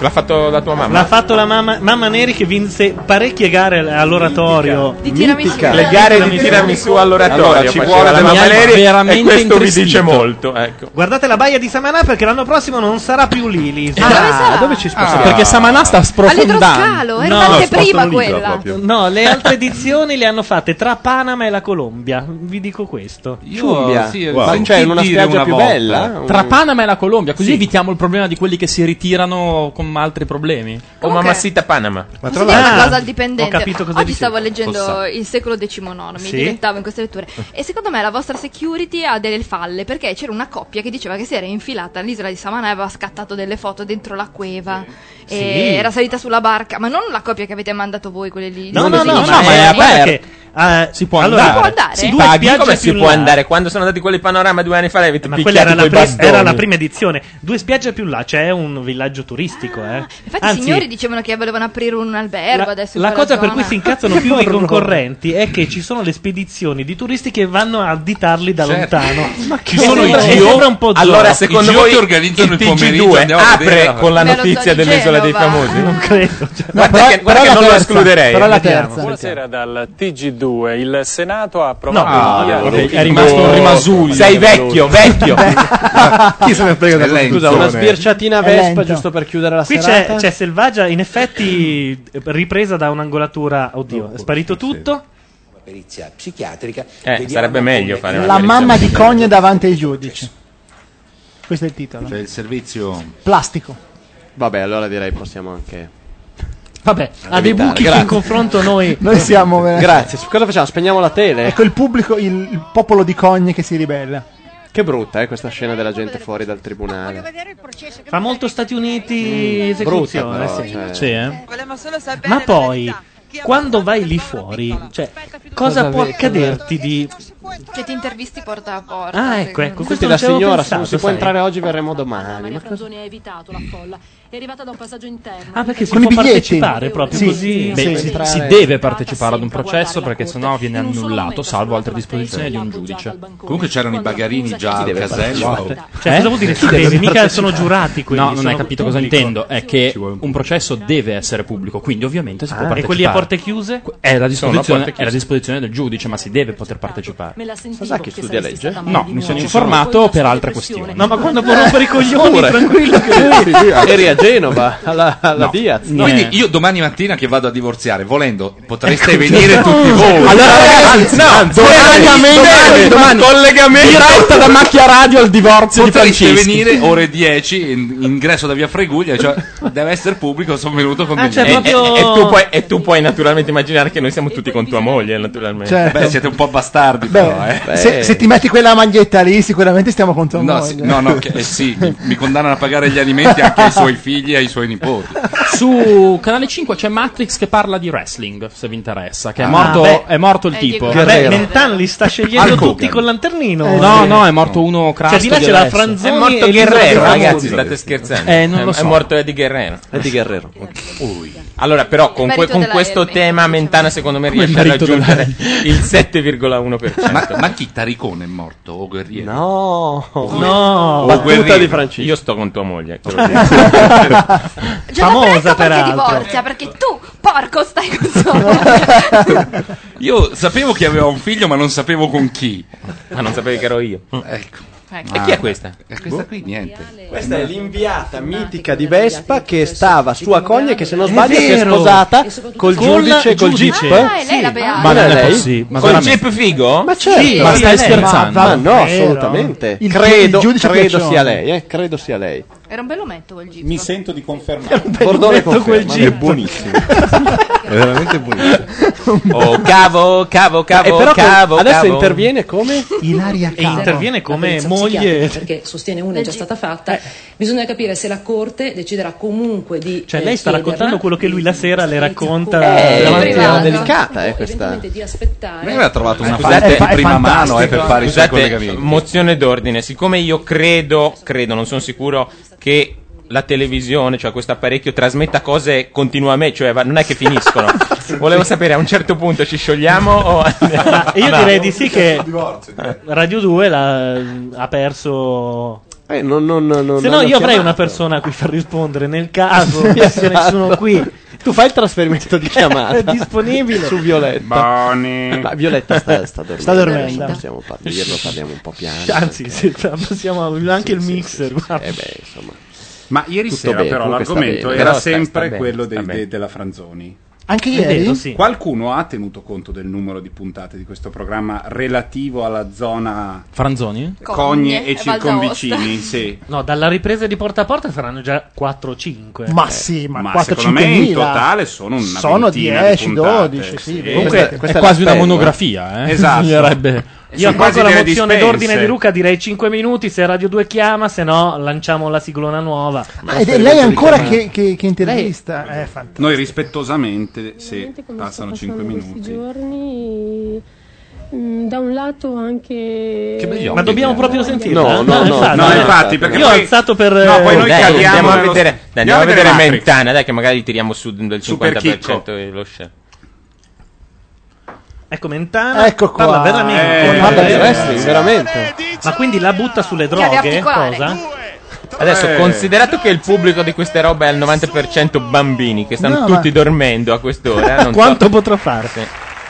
Speaker 5: L'ha fatto la tua mamma.
Speaker 1: L'ha fatto la mamma, mamma Neri che vinse parecchie gare all- all'oratorio.
Speaker 5: Di tiramisù. Mitica. Le gare di tiramisù all'oratorio
Speaker 1: Allora, ci
Speaker 5: faceva
Speaker 1: vuole
Speaker 5: la
Speaker 1: della
Speaker 5: mamma
Speaker 1: Neri
Speaker 5: Neri e
Speaker 1: veramente
Speaker 5: questo mi
Speaker 1: intristito.
Speaker 5: dice molto, ecco.
Speaker 1: Guardate la baia di Samanà perché l'anno prossimo non sarà più Lili.
Speaker 5: Ah, esatto.
Speaker 7: dove ci spostiamo? Perché Samanà sta sprofondando.
Speaker 6: era un'anteprima quella.
Speaker 1: No, le altre edizioni le hanno fatte tra Panama e la Colombia. Vi dico questo.
Speaker 7: Ciumbia.
Speaker 1: sì,
Speaker 7: Wow.
Speaker 1: sentì
Speaker 7: Cioè, in
Speaker 1: dire una volta. Un-
Speaker 7: Tra Panama e la Colombia, così evitiamo il problema di quelli che si ritirano con altri problemi.
Speaker 5: O Mamacita Panama.
Speaker 7: Ma
Speaker 6: Posso dire una cosa al dipendente?
Speaker 7: Ah, ho capito cosa
Speaker 6: Oggi
Speaker 7: dicevi.
Speaker 6: stavo leggendo
Speaker 7: Posso-
Speaker 6: il secolo XIX, mi
Speaker 7: Sì?
Speaker 6: dilettavo in queste letture. E secondo me la vostra security ha delle falle perché c'era una coppia che diceva che si era infilata all'isola di Samanà e aveva scattato delle foto dentro la cueva e
Speaker 1: Sì.
Speaker 6: era salita sulla barca. Ma non la coppia che avete mandato voi, quelle lì.
Speaker 1: No, no, no,
Speaker 5: sì,
Speaker 1: ma
Speaker 5: ma
Speaker 1: è
Speaker 5: è
Speaker 1: guarda
Speaker 5: aperto.
Speaker 1: che, eh, si può
Speaker 5: Allora,
Speaker 1: andare.
Speaker 5: Si
Speaker 1: Due
Speaker 5: paghi
Speaker 1: spiagge
Speaker 5: come
Speaker 1: più
Speaker 5: si
Speaker 1: in
Speaker 5: può
Speaker 1: là.
Speaker 5: andare? Quando sono andati quelli panorama due anni fa, le avete
Speaker 1: Ma quella
Speaker 5: picchiati
Speaker 1: era la,
Speaker 5: coi
Speaker 1: pri-
Speaker 5: bastoni.
Speaker 1: era la prima edizione. Due spiagge più in là c'è un villaggio turistico. eh.
Speaker 6: Ah, Infatti
Speaker 1: Anzi,
Speaker 6: i signori dicevano che volevano aprire un albergo adesso. in
Speaker 1: la
Speaker 6: quella
Speaker 1: cosa per
Speaker 6: zona.
Speaker 1: cui si incazzano più i concorrenti è che ci sono le spedizioni di turisti che vanno a additarli da
Speaker 5: Certo.
Speaker 1: lontano. Ma
Speaker 5: Ci sono i Gio?
Speaker 1: Sembra un po'
Speaker 5: Allora, secondo voi il TG2 apre con la notizia dell'isola dei famosi?
Speaker 1: Non credo.
Speaker 5: Guarda che- guarda che non lo escluderei. Vediamo.
Speaker 40: Buonasera dal TG2. Il Senato ha approvato
Speaker 5: No,
Speaker 40: il
Speaker 5: no,
Speaker 40: via-
Speaker 5: è rimasto un rimasuglio. Sei vecchio, vecchio.
Speaker 3: Chi se ne frega
Speaker 2: Cioè, Scusa,
Speaker 3: del
Speaker 2: una sbirciatina Vespa giusto per chiudere la
Speaker 1: Qui c'è,
Speaker 2: serata.
Speaker 1: c'è Selvaggia, in effetti, eh, ripresa da un'angolatura. Oddio, è sparito tutto.
Speaker 27: Perizia psichiatrica.
Speaker 5: Eh, sarebbe meglio fare una
Speaker 3: La
Speaker 5: perizia
Speaker 3: mamma di
Speaker 5: psichiatrica.
Speaker 3: Cogne davanti ai giudici. Questo è il titolo.
Speaker 11: Cioè il servizio.
Speaker 3: Plastico.
Speaker 2: Vabbè, allora direi possiamo anche.
Speaker 1: Vabbè, ha dei
Speaker 2: evitare,
Speaker 1: buchi che
Speaker 2: grazie.
Speaker 1: in confronto a noi.
Speaker 3: Noi siamo veramente-
Speaker 2: Grazie, su cosa facciamo? Spegniamo la tele.
Speaker 3: Ecco il pubblico, il, il popolo di Cogne che si ribella.
Speaker 2: Che brutta, eh, questa scena della gente fuori dal tribunale.
Speaker 1: Fa molto Stati Uniti
Speaker 2: Mm. Brutta,
Speaker 1: esecuzione.
Speaker 2: però,
Speaker 1: sì.
Speaker 2: cioè.
Speaker 7: Sì, eh.
Speaker 1: Ma poi, quando vai lì fuori, cioè, cosa
Speaker 2: Cosa
Speaker 1: può
Speaker 2: vedi?
Speaker 1: accaderti di...
Speaker 6: Che ti intervisti porta a porta.
Speaker 1: Ah, ecco, ecco.
Speaker 2: Senti,
Speaker 1: Questo
Speaker 2: la
Speaker 1: non ci avevo
Speaker 2: signora, se
Speaker 1: pensato,
Speaker 2: non si può
Speaker 1: sai.
Speaker 2: entrare oggi, verremo domani. Ma cosa-
Speaker 8: Franzoni ha evitato la folla. È arrivata da un passaggio interno.
Speaker 1: Ah, perché si
Speaker 2: Con
Speaker 1: può
Speaker 2: i biglietti?
Speaker 1: partecipare proprio
Speaker 2: Sì,
Speaker 1: così?
Speaker 7: Beh, si, si deve partecipare ad un processo perché sennò viene annullato salvo altre disposizioni di un giudice.
Speaker 11: Comunque c'erano i bagarini già al casello.
Speaker 7: Eh?
Speaker 1: Cioè, cosa vuol dire
Speaker 7: Chi
Speaker 1: si
Speaker 7: deve
Speaker 1: deve? Mica
Speaker 7: partecipare?
Speaker 1: sono giurati quelli.
Speaker 7: No, non
Speaker 1: sono
Speaker 7: hai capito cosa
Speaker 1: pubblico.
Speaker 7: intendo. È che un processo deve essere pubblico, quindi ovviamente si
Speaker 1: Ah,
Speaker 7: può
Speaker 1: e quelli
Speaker 7: partecipare.
Speaker 1: a porte chiuse?
Speaker 7: È la,
Speaker 1: Sono a porte
Speaker 7: disposizione,
Speaker 1: chiuse.
Speaker 7: è la disposizione del giudice, ma si deve poter partecipare.
Speaker 1: Sasaki.
Speaker 18: Me la sentivo
Speaker 1: Sasaki
Speaker 18: che
Speaker 1: studia
Speaker 18: saresti
Speaker 1: legge?
Speaker 18: stata
Speaker 1: No,
Speaker 18: meglio di
Speaker 1: mi sono
Speaker 18: noi.
Speaker 1: informato
Speaker 18: Poi la
Speaker 1: per
Speaker 18: sua
Speaker 1: altre
Speaker 18: depressione.
Speaker 1: questioni. No, ma quando
Speaker 2: Eh,
Speaker 1: può rompere i coglioni,
Speaker 18: Pure.
Speaker 1: tranquillo che-
Speaker 2: Eri a Genova, alla, alla Diaz.
Speaker 1: Eh.
Speaker 11: Quindi io domani mattina che vado a divorziare, volendo,
Speaker 1: Ecco,
Speaker 11: potreste venire tutti voi.
Speaker 2: Allora, ragazzi,
Speaker 11: no,
Speaker 2: domani, domani, domani,
Speaker 11: collegamento
Speaker 2: diretta da macchia radio al divorzio
Speaker 11: Potreste
Speaker 2: di Franceschi.
Speaker 11: venire ore 10 in- ingresso da via Freguglia, cioè deve essere pubblico, sono venuto con
Speaker 5: Ah,
Speaker 11: degli
Speaker 5: cioè, proprio- E- e- e tu puoi- e tu puoi naturalmente immaginare che noi siamo tutti con tua moglie, naturalmente.
Speaker 3: Certo. Beh, siete
Speaker 11: un po' bastardi, eh.
Speaker 3: Beh,
Speaker 5: eh.
Speaker 3: se, se ti metti quella maglietta lì, sicuramente stiamo con tua
Speaker 11: No,
Speaker 3: moglie.
Speaker 11: sì, no, no, che- eh, sì, mi- mi condannano a pagare gli alimenti anche ai suoi figli e ai suoi nipoti.
Speaker 17: Su Canale 5 c'è Matrix che parla di wrestling, se vi interessa. Che è
Speaker 1: Ah,
Speaker 17: morto,
Speaker 1: beh.
Speaker 17: è morto il
Speaker 1: Eh,
Speaker 17: tipo.
Speaker 1: dico- Vabbè, Mentana li sta scegliendo
Speaker 17: Al
Speaker 1: tutti
Speaker 17: Kogan.
Speaker 1: con lanternino.
Speaker 17: no,
Speaker 1: Eh,
Speaker 17: no, è morto uno crasso.
Speaker 1: Cioè, di là c'è la Franzoni
Speaker 5: È morto
Speaker 1: e il
Speaker 5: Guerrero,
Speaker 1: Guerrero,
Speaker 5: ragazzi,
Speaker 1: scusi.
Speaker 5: state scherzando.
Speaker 1: Eh, non
Speaker 5: è,
Speaker 1: lo
Speaker 5: è
Speaker 1: so.
Speaker 5: morto Eddie Guerrero.
Speaker 2: Eddie Guerrero.
Speaker 5: Allora, però, con,
Speaker 2: Il
Speaker 5: que-
Speaker 2: marito
Speaker 5: con
Speaker 2: della
Speaker 5: questo tema Mentana, secondo me,
Speaker 11: Come il
Speaker 5: riesce a
Speaker 11: marito della
Speaker 5: raggiungere il 7,1%.
Speaker 11: Ma, ma chi Taricone è morto? O guerriero?
Speaker 2: No,
Speaker 5: O Guerriero. Io sto con tua moglie. te lo dico.
Speaker 6: Famosa perché divorzia, perché tu, porco, stai con
Speaker 11: Io sapevo che aveva un figlio, ma non sapevo con chi.
Speaker 5: Ma non sapevi che ero io.
Speaker 11: Ecco.
Speaker 6: Ecco.
Speaker 5: E chi è questa?
Speaker 11: E questa qui niente.
Speaker 2: Questa è l'inviata mitica di Vespa che stava su Acogne che se non sbaglio si è
Speaker 1: vero.
Speaker 2: sposata col
Speaker 1: Col
Speaker 2: giudice e col jeep.
Speaker 1: giudice. Ah, è lei
Speaker 8: eh.
Speaker 1: la Beata. Ma non è possibile, ma
Speaker 2: Col
Speaker 1: veramente.
Speaker 2: jeep
Speaker 5: figo?
Speaker 2: Ma certo.
Speaker 1: Sì, Ma stai è lei. scherzando?
Speaker 2: Ma, no,
Speaker 1: Vero.
Speaker 2: assolutamente.
Speaker 1: Il-
Speaker 2: credo
Speaker 1: il giudice
Speaker 2: credo
Speaker 1: Piaccione.
Speaker 2: sia lei, eh, credo sia lei.
Speaker 6: Era un bell'ometto quel giro.
Speaker 15: Mi sento di confermare.
Speaker 2: Bordone conferma.
Speaker 15: quel È buonissimo. È veramente buonissimo.
Speaker 5: Oh, cavo, cavo, cavo,
Speaker 2: E Eh, però
Speaker 5: cavo,
Speaker 2: adesso
Speaker 5: cavo.
Speaker 2: interviene come?
Speaker 32: Ilaria
Speaker 6: Eh,
Speaker 1: E interviene come
Speaker 32: La polizia
Speaker 1: moglie. Eh.
Speaker 32: psichiatrica, perché sostiene una è già stata fatta bisogna capire se la corte deciderà comunque di
Speaker 1: Cioè,
Speaker 32: eh,
Speaker 1: lei sta
Speaker 32: chiederla,
Speaker 1: raccontando quello che lui la sera le racconta.
Speaker 32: Eh,
Speaker 1: davanti
Speaker 32: è
Speaker 1: alla-
Speaker 2: delicata, eh, questa.
Speaker 32: eventualmente di aspettare
Speaker 11: Lei aveva trovato
Speaker 1: Eh,
Speaker 11: una
Speaker 5: Scusate,
Speaker 11: parte
Speaker 5: è Eh, fa-
Speaker 11: di
Speaker 5: è
Speaker 11: prima mano eh,
Speaker 5: fantastico.
Speaker 11: per fare i suoi
Speaker 5: Scusate,
Speaker 11: collegamenti.
Speaker 5: Mozione d'ordine, siccome io credo, credo, non sono sicuro che la televisione, cioè questo apparecchio, trasmetta cose continuamente, cioè va- non è che finiscono. Volevo sapere a un certo punto ci sciogliamo o
Speaker 1: Ah, e io
Speaker 5: No.
Speaker 1: direi di sì che Radio 2 l'ha- ha perso.
Speaker 2: Eh, non, non, non, non
Speaker 1: Se no,
Speaker 2: hanno
Speaker 1: io avrei
Speaker 2: chiamato.
Speaker 1: una persona a cui far rispondere nel caso
Speaker 2: Sì,
Speaker 1: non sia
Speaker 2: esatto.
Speaker 1: nessuno qui.
Speaker 2: Tu fai il trasferimento di chiamata.
Speaker 1: È disponibile.
Speaker 2: su Violetta. Eh, Ma Violetta sta, sta dormendo.
Speaker 1: Sta dormendo.
Speaker 2: adesso Possiamo par- dirlo, parliamo un po' piano.
Speaker 1: Anzi, sì, possiamo anche il mixer. guarda.
Speaker 2: eh
Speaker 13: Ma ieri
Speaker 2: Tutto
Speaker 13: sera
Speaker 2: bene,
Speaker 13: però
Speaker 2: comunque sta
Speaker 13: l'argomento
Speaker 2: bene.
Speaker 13: era
Speaker 2: Però sta-
Speaker 13: sempre
Speaker 2: sta bene,
Speaker 13: quello
Speaker 2: sta
Speaker 13: dei-
Speaker 2: bene.
Speaker 13: de- della Franzoni.
Speaker 3: Anche ieri?
Speaker 13: Detto, sì. Qualcuno ha tenuto conto del numero di puntate di questo programma relativo alla zona
Speaker 17: Franzoni?
Speaker 13: Cogne,
Speaker 1: Cogne
Speaker 13: e
Speaker 1: e
Speaker 13: circonvicini,
Speaker 1: Valdosta.
Speaker 13: sì.
Speaker 1: No, dalla ripresa di porta a porta saranno già 4 o 5.
Speaker 3: Ma sì, ma,
Speaker 13: Ma
Speaker 3: 4-5
Speaker 13: secondo me in totale sono una
Speaker 3: Sono
Speaker 13: ventina di
Speaker 3: 10,
Speaker 13: puntate,
Speaker 3: 12, sì, vero.
Speaker 17: Comunque, è quasi una monografia, eh.
Speaker 1: Esatto.
Speaker 17: Bisognerebbe-
Speaker 1: Io
Speaker 17: Sono quasi
Speaker 1: accolgo la
Speaker 17: delle
Speaker 1: mozione
Speaker 17: dispense.
Speaker 1: d'ordine di Luca, direi 5 minuti. Se Radio 2 chiama, se no lanciamo la siglona nuova.
Speaker 3: Ah, ed è lei ancora che, che- che intervista? Eh, fa-
Speaker 13: Noi rispettosamente, se passano 5
Speaker 20: questi
Speaker 13: minuti,
Speaker 20: giorni mm, da un lato anche
Speaker 13: Che belli
Speaker 1: Ma dobbiamo proprio sentirla?
Speaker 13: No, no, no,
Speaker 1: infatti. eh.
Speaker 13: no, infatti, perché
Speaker 1: Io ho
Speaker 13: poi-
Speaker 1: alzato per...
Speaker 13: No, poi noi
Speaker 5: Dai,
Speaker 13: cadiamo
Speaker 5: andiamo a
Speaker 13: nello-
Speaker 5: vedere, dai,
Speaker 13: andiamo
Speaker 5: andiamo
Speaker 13: a
Speaker 5: a
Speaker 13: vedere
Speaker 5: vedere
Speaker 13: Matrix.
Speaker 5: Mentana, dai, che magari tiriamo su del
Speaker 13: Super
Speaker 5: 50% lo share.
Speaker 1: Ecco Mentana.
Speaker 5: Ecco qua.
Speaker 1: Parla veramente.
Speaker 5: Eh, Parla di
Speaker 2: wrestling,
Speaker 1: veramente. Ma quindi la butta sulle droghe?
Speaker 5: articolare.
Speaker 1: Cosa?
Speaker 5: Adesso,
Speaker 1: Eh.
Speaker 5: considerato che il pubblico di queste robe è al 90% bambini che stanno
Speaker 3: No, ma-
Speaker 5: tutti dormendo a quest'ora, Eh, non
Speaker 1: Quanto
Speaker 5: so.
Speaker 1: potrò fare?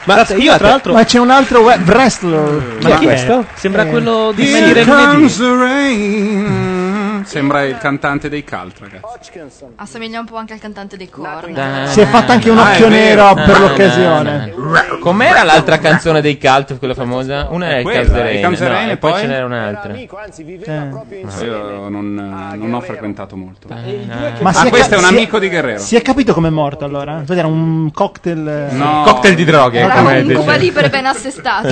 Speaker 1: Ma
Speaker 5: Ma
Speaker 1: se
Speaker 5: scusate,
Speaker 1: io tra l'altro...
Speaker 3: Ma c'è un altro we- wrestler.
Speaker 1: Ma chi è? Sembra
Speaker 3: Eh.
Speaker 1: quello di
Speaker 3: Here
Speaker 1: Venire
Speaker 3: comes-
Speaker 1: lunedì.
Speaker 13: The rain. Sembra il cantante dei Cult, ragazzi.
Speaker 6: Assomiglia un po' anche al cantante dei corni.
Speaker 5: Ah,
Speaker 3: Si è fatto anche un occhio nero per l'occasione.
Speaker 5: ah. Com'era l'altra canzone dei Cult, quella famosa? Una è,
Speaker 13: Eh,
Speaker 5: il
Speaker 13: quella,
Speaker 5: Canzerene,
Speaker 13: i Canzerene,
Speaker 5: no, e poi
Speaker 13: poi?
Speaker 5: ce n'era un'altra.
Speaker 8: Eh,
Speaker 1: Ah.
Speaker 13: No, io non, non ho frequentato molto.
Speaker 1: Eh,
Speaker 3: Ma
Speaker 13: ah,
Speaker 3: si è
Speaker 13: questo
Speaker 3: ca-
Speaker 13: è un
Speaker 3: si è-
Speaker 13: amico di Guerrero.
Speaker 3: Si è capito com'è morto allora? Infatti Era un cocktail. eh,
Speaker 13: No.
Speaker 5: Cocktail di droghe,
Speaker 3: Cocktail
Speaker 5: come
Speaker 3: di
Speaker 6: Un Cuba
Speaker 3: droghe.
Speaker 6: libero e ben assestato.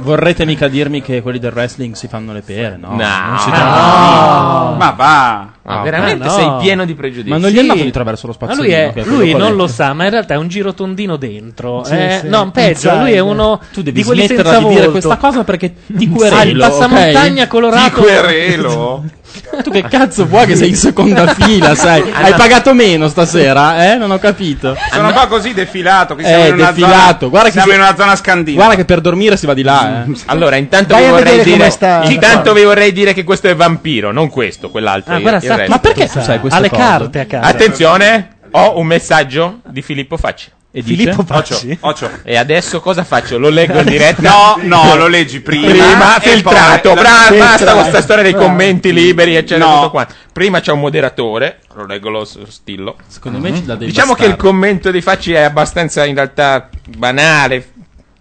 Speaker 17: Vorrete mica dirmi che quelli del wrestling si fanno le pere, no?
Speaker 5: No.
Speaker 17: Non si
Speaker 5: Ma
Speaker 17: tratta
Speaker 5: no.
Speaker 17: di-
Speaker 5: Ma va. Ma
Speaker 17: Ah,
Speaker 5: veramente
Speaker 17: no.
Speaker 5: sei pieno di pregiudizi.
Speaker 17: Ma non gli è andato di traverso lo
Speaker 1: Ma
Speaker 17: spazio.
Speaker 1: lui, è- lui non lo sa, ma in realtà è un girotondino dentro.
Speaker 17: Sì,
Speaker 1: eh,
Speaker 17: sì.
Speaker 1: No, peggio,
Speaker 17: Inside.
Speaker 1: lui è uno
Speaker 17: Tu devi
Speaker 1: di quelli
Speaker 17: smetterla
Speaker 1: senza
Speaker 17: di dire
Speaker 1: volto.
Speaker 17: questa cosa perché ti
Speaker 1: Ah, il
Speaker 17: querelo,
Speaker 1: passamontagna
Speaker 17: ok?
Speaker 1: colorato.
Speaker 17: Ti querelo? Tu che cazzo vuoi che sei in seconda fila, sai?
Speaker 13: Ah,
Speaker 17: Hai
Speaker 13: no.
Speaker 17: pagato meno stasera, eh? Non ho capito.
Speaker 13: Sono un po' così defilato. Qui siamo
Speaker 17: Eh,
Speaker 13: in una
Speaker 17: defilato.
Speaker 13: zona,
Speaker 17: Guarda che
Speaker 13: siamo
Speaker 17: si-
Speaker 13: in una zona scandina.
Speaker 17: Guarda che per dormire si va di là, eh.
Speaker 5: Allora, intanto,
Speaker 17: Vai
Speaker 5: vi
Speaker 17: a
Speaker 5: vorrei,
Speaker 17: vedere
Speaker 5: dire,
Speaker 17: come sta-
Speaker 5: intanto vi vorrei dire che questo è vampiro, non questo, quell'altro.
Speaker 1: Ah,
Speaker 5: il-
Speaker 1: guarda,
Speaker 5: il
Speaker 1: sa-
Speaker 5: resto.
Speaker 1: ma perché tu sai queste Ha le cose? carte a casa.
Speaker 5: Attenzione, ho un messaggio di Filippo Facci.
Speaker 17: E
Speaker 5: Filippo
Speaker 17: dice?
Speaker 5: Facci. E adesso cosa faccio? Lo leggo in diretta?
Speaker 13: No, no, lo leggi prima
Speaker 5: Prima
Speaker 13: e poi
Speaker 5: filtrato.
Speaker 13: la-
Speaker 5: Brava, basta
Speaker 13: filtrato.
Speaker 5: con questa storia dei
Speaker 13: Bravo.
Speaker 5: commenti liberi, eccetera.
Speaker 13: No.
Speaker 5: tutto qua. Prima c'è un moderatore, lo leggo lo s- stillo.
Speaker 17: Secondo me ci dà dei
Speaker 5: Diciamo che
Speaker 17: bastardi.
Speaker 5: il commento di Facci è abbastanza in realtà banale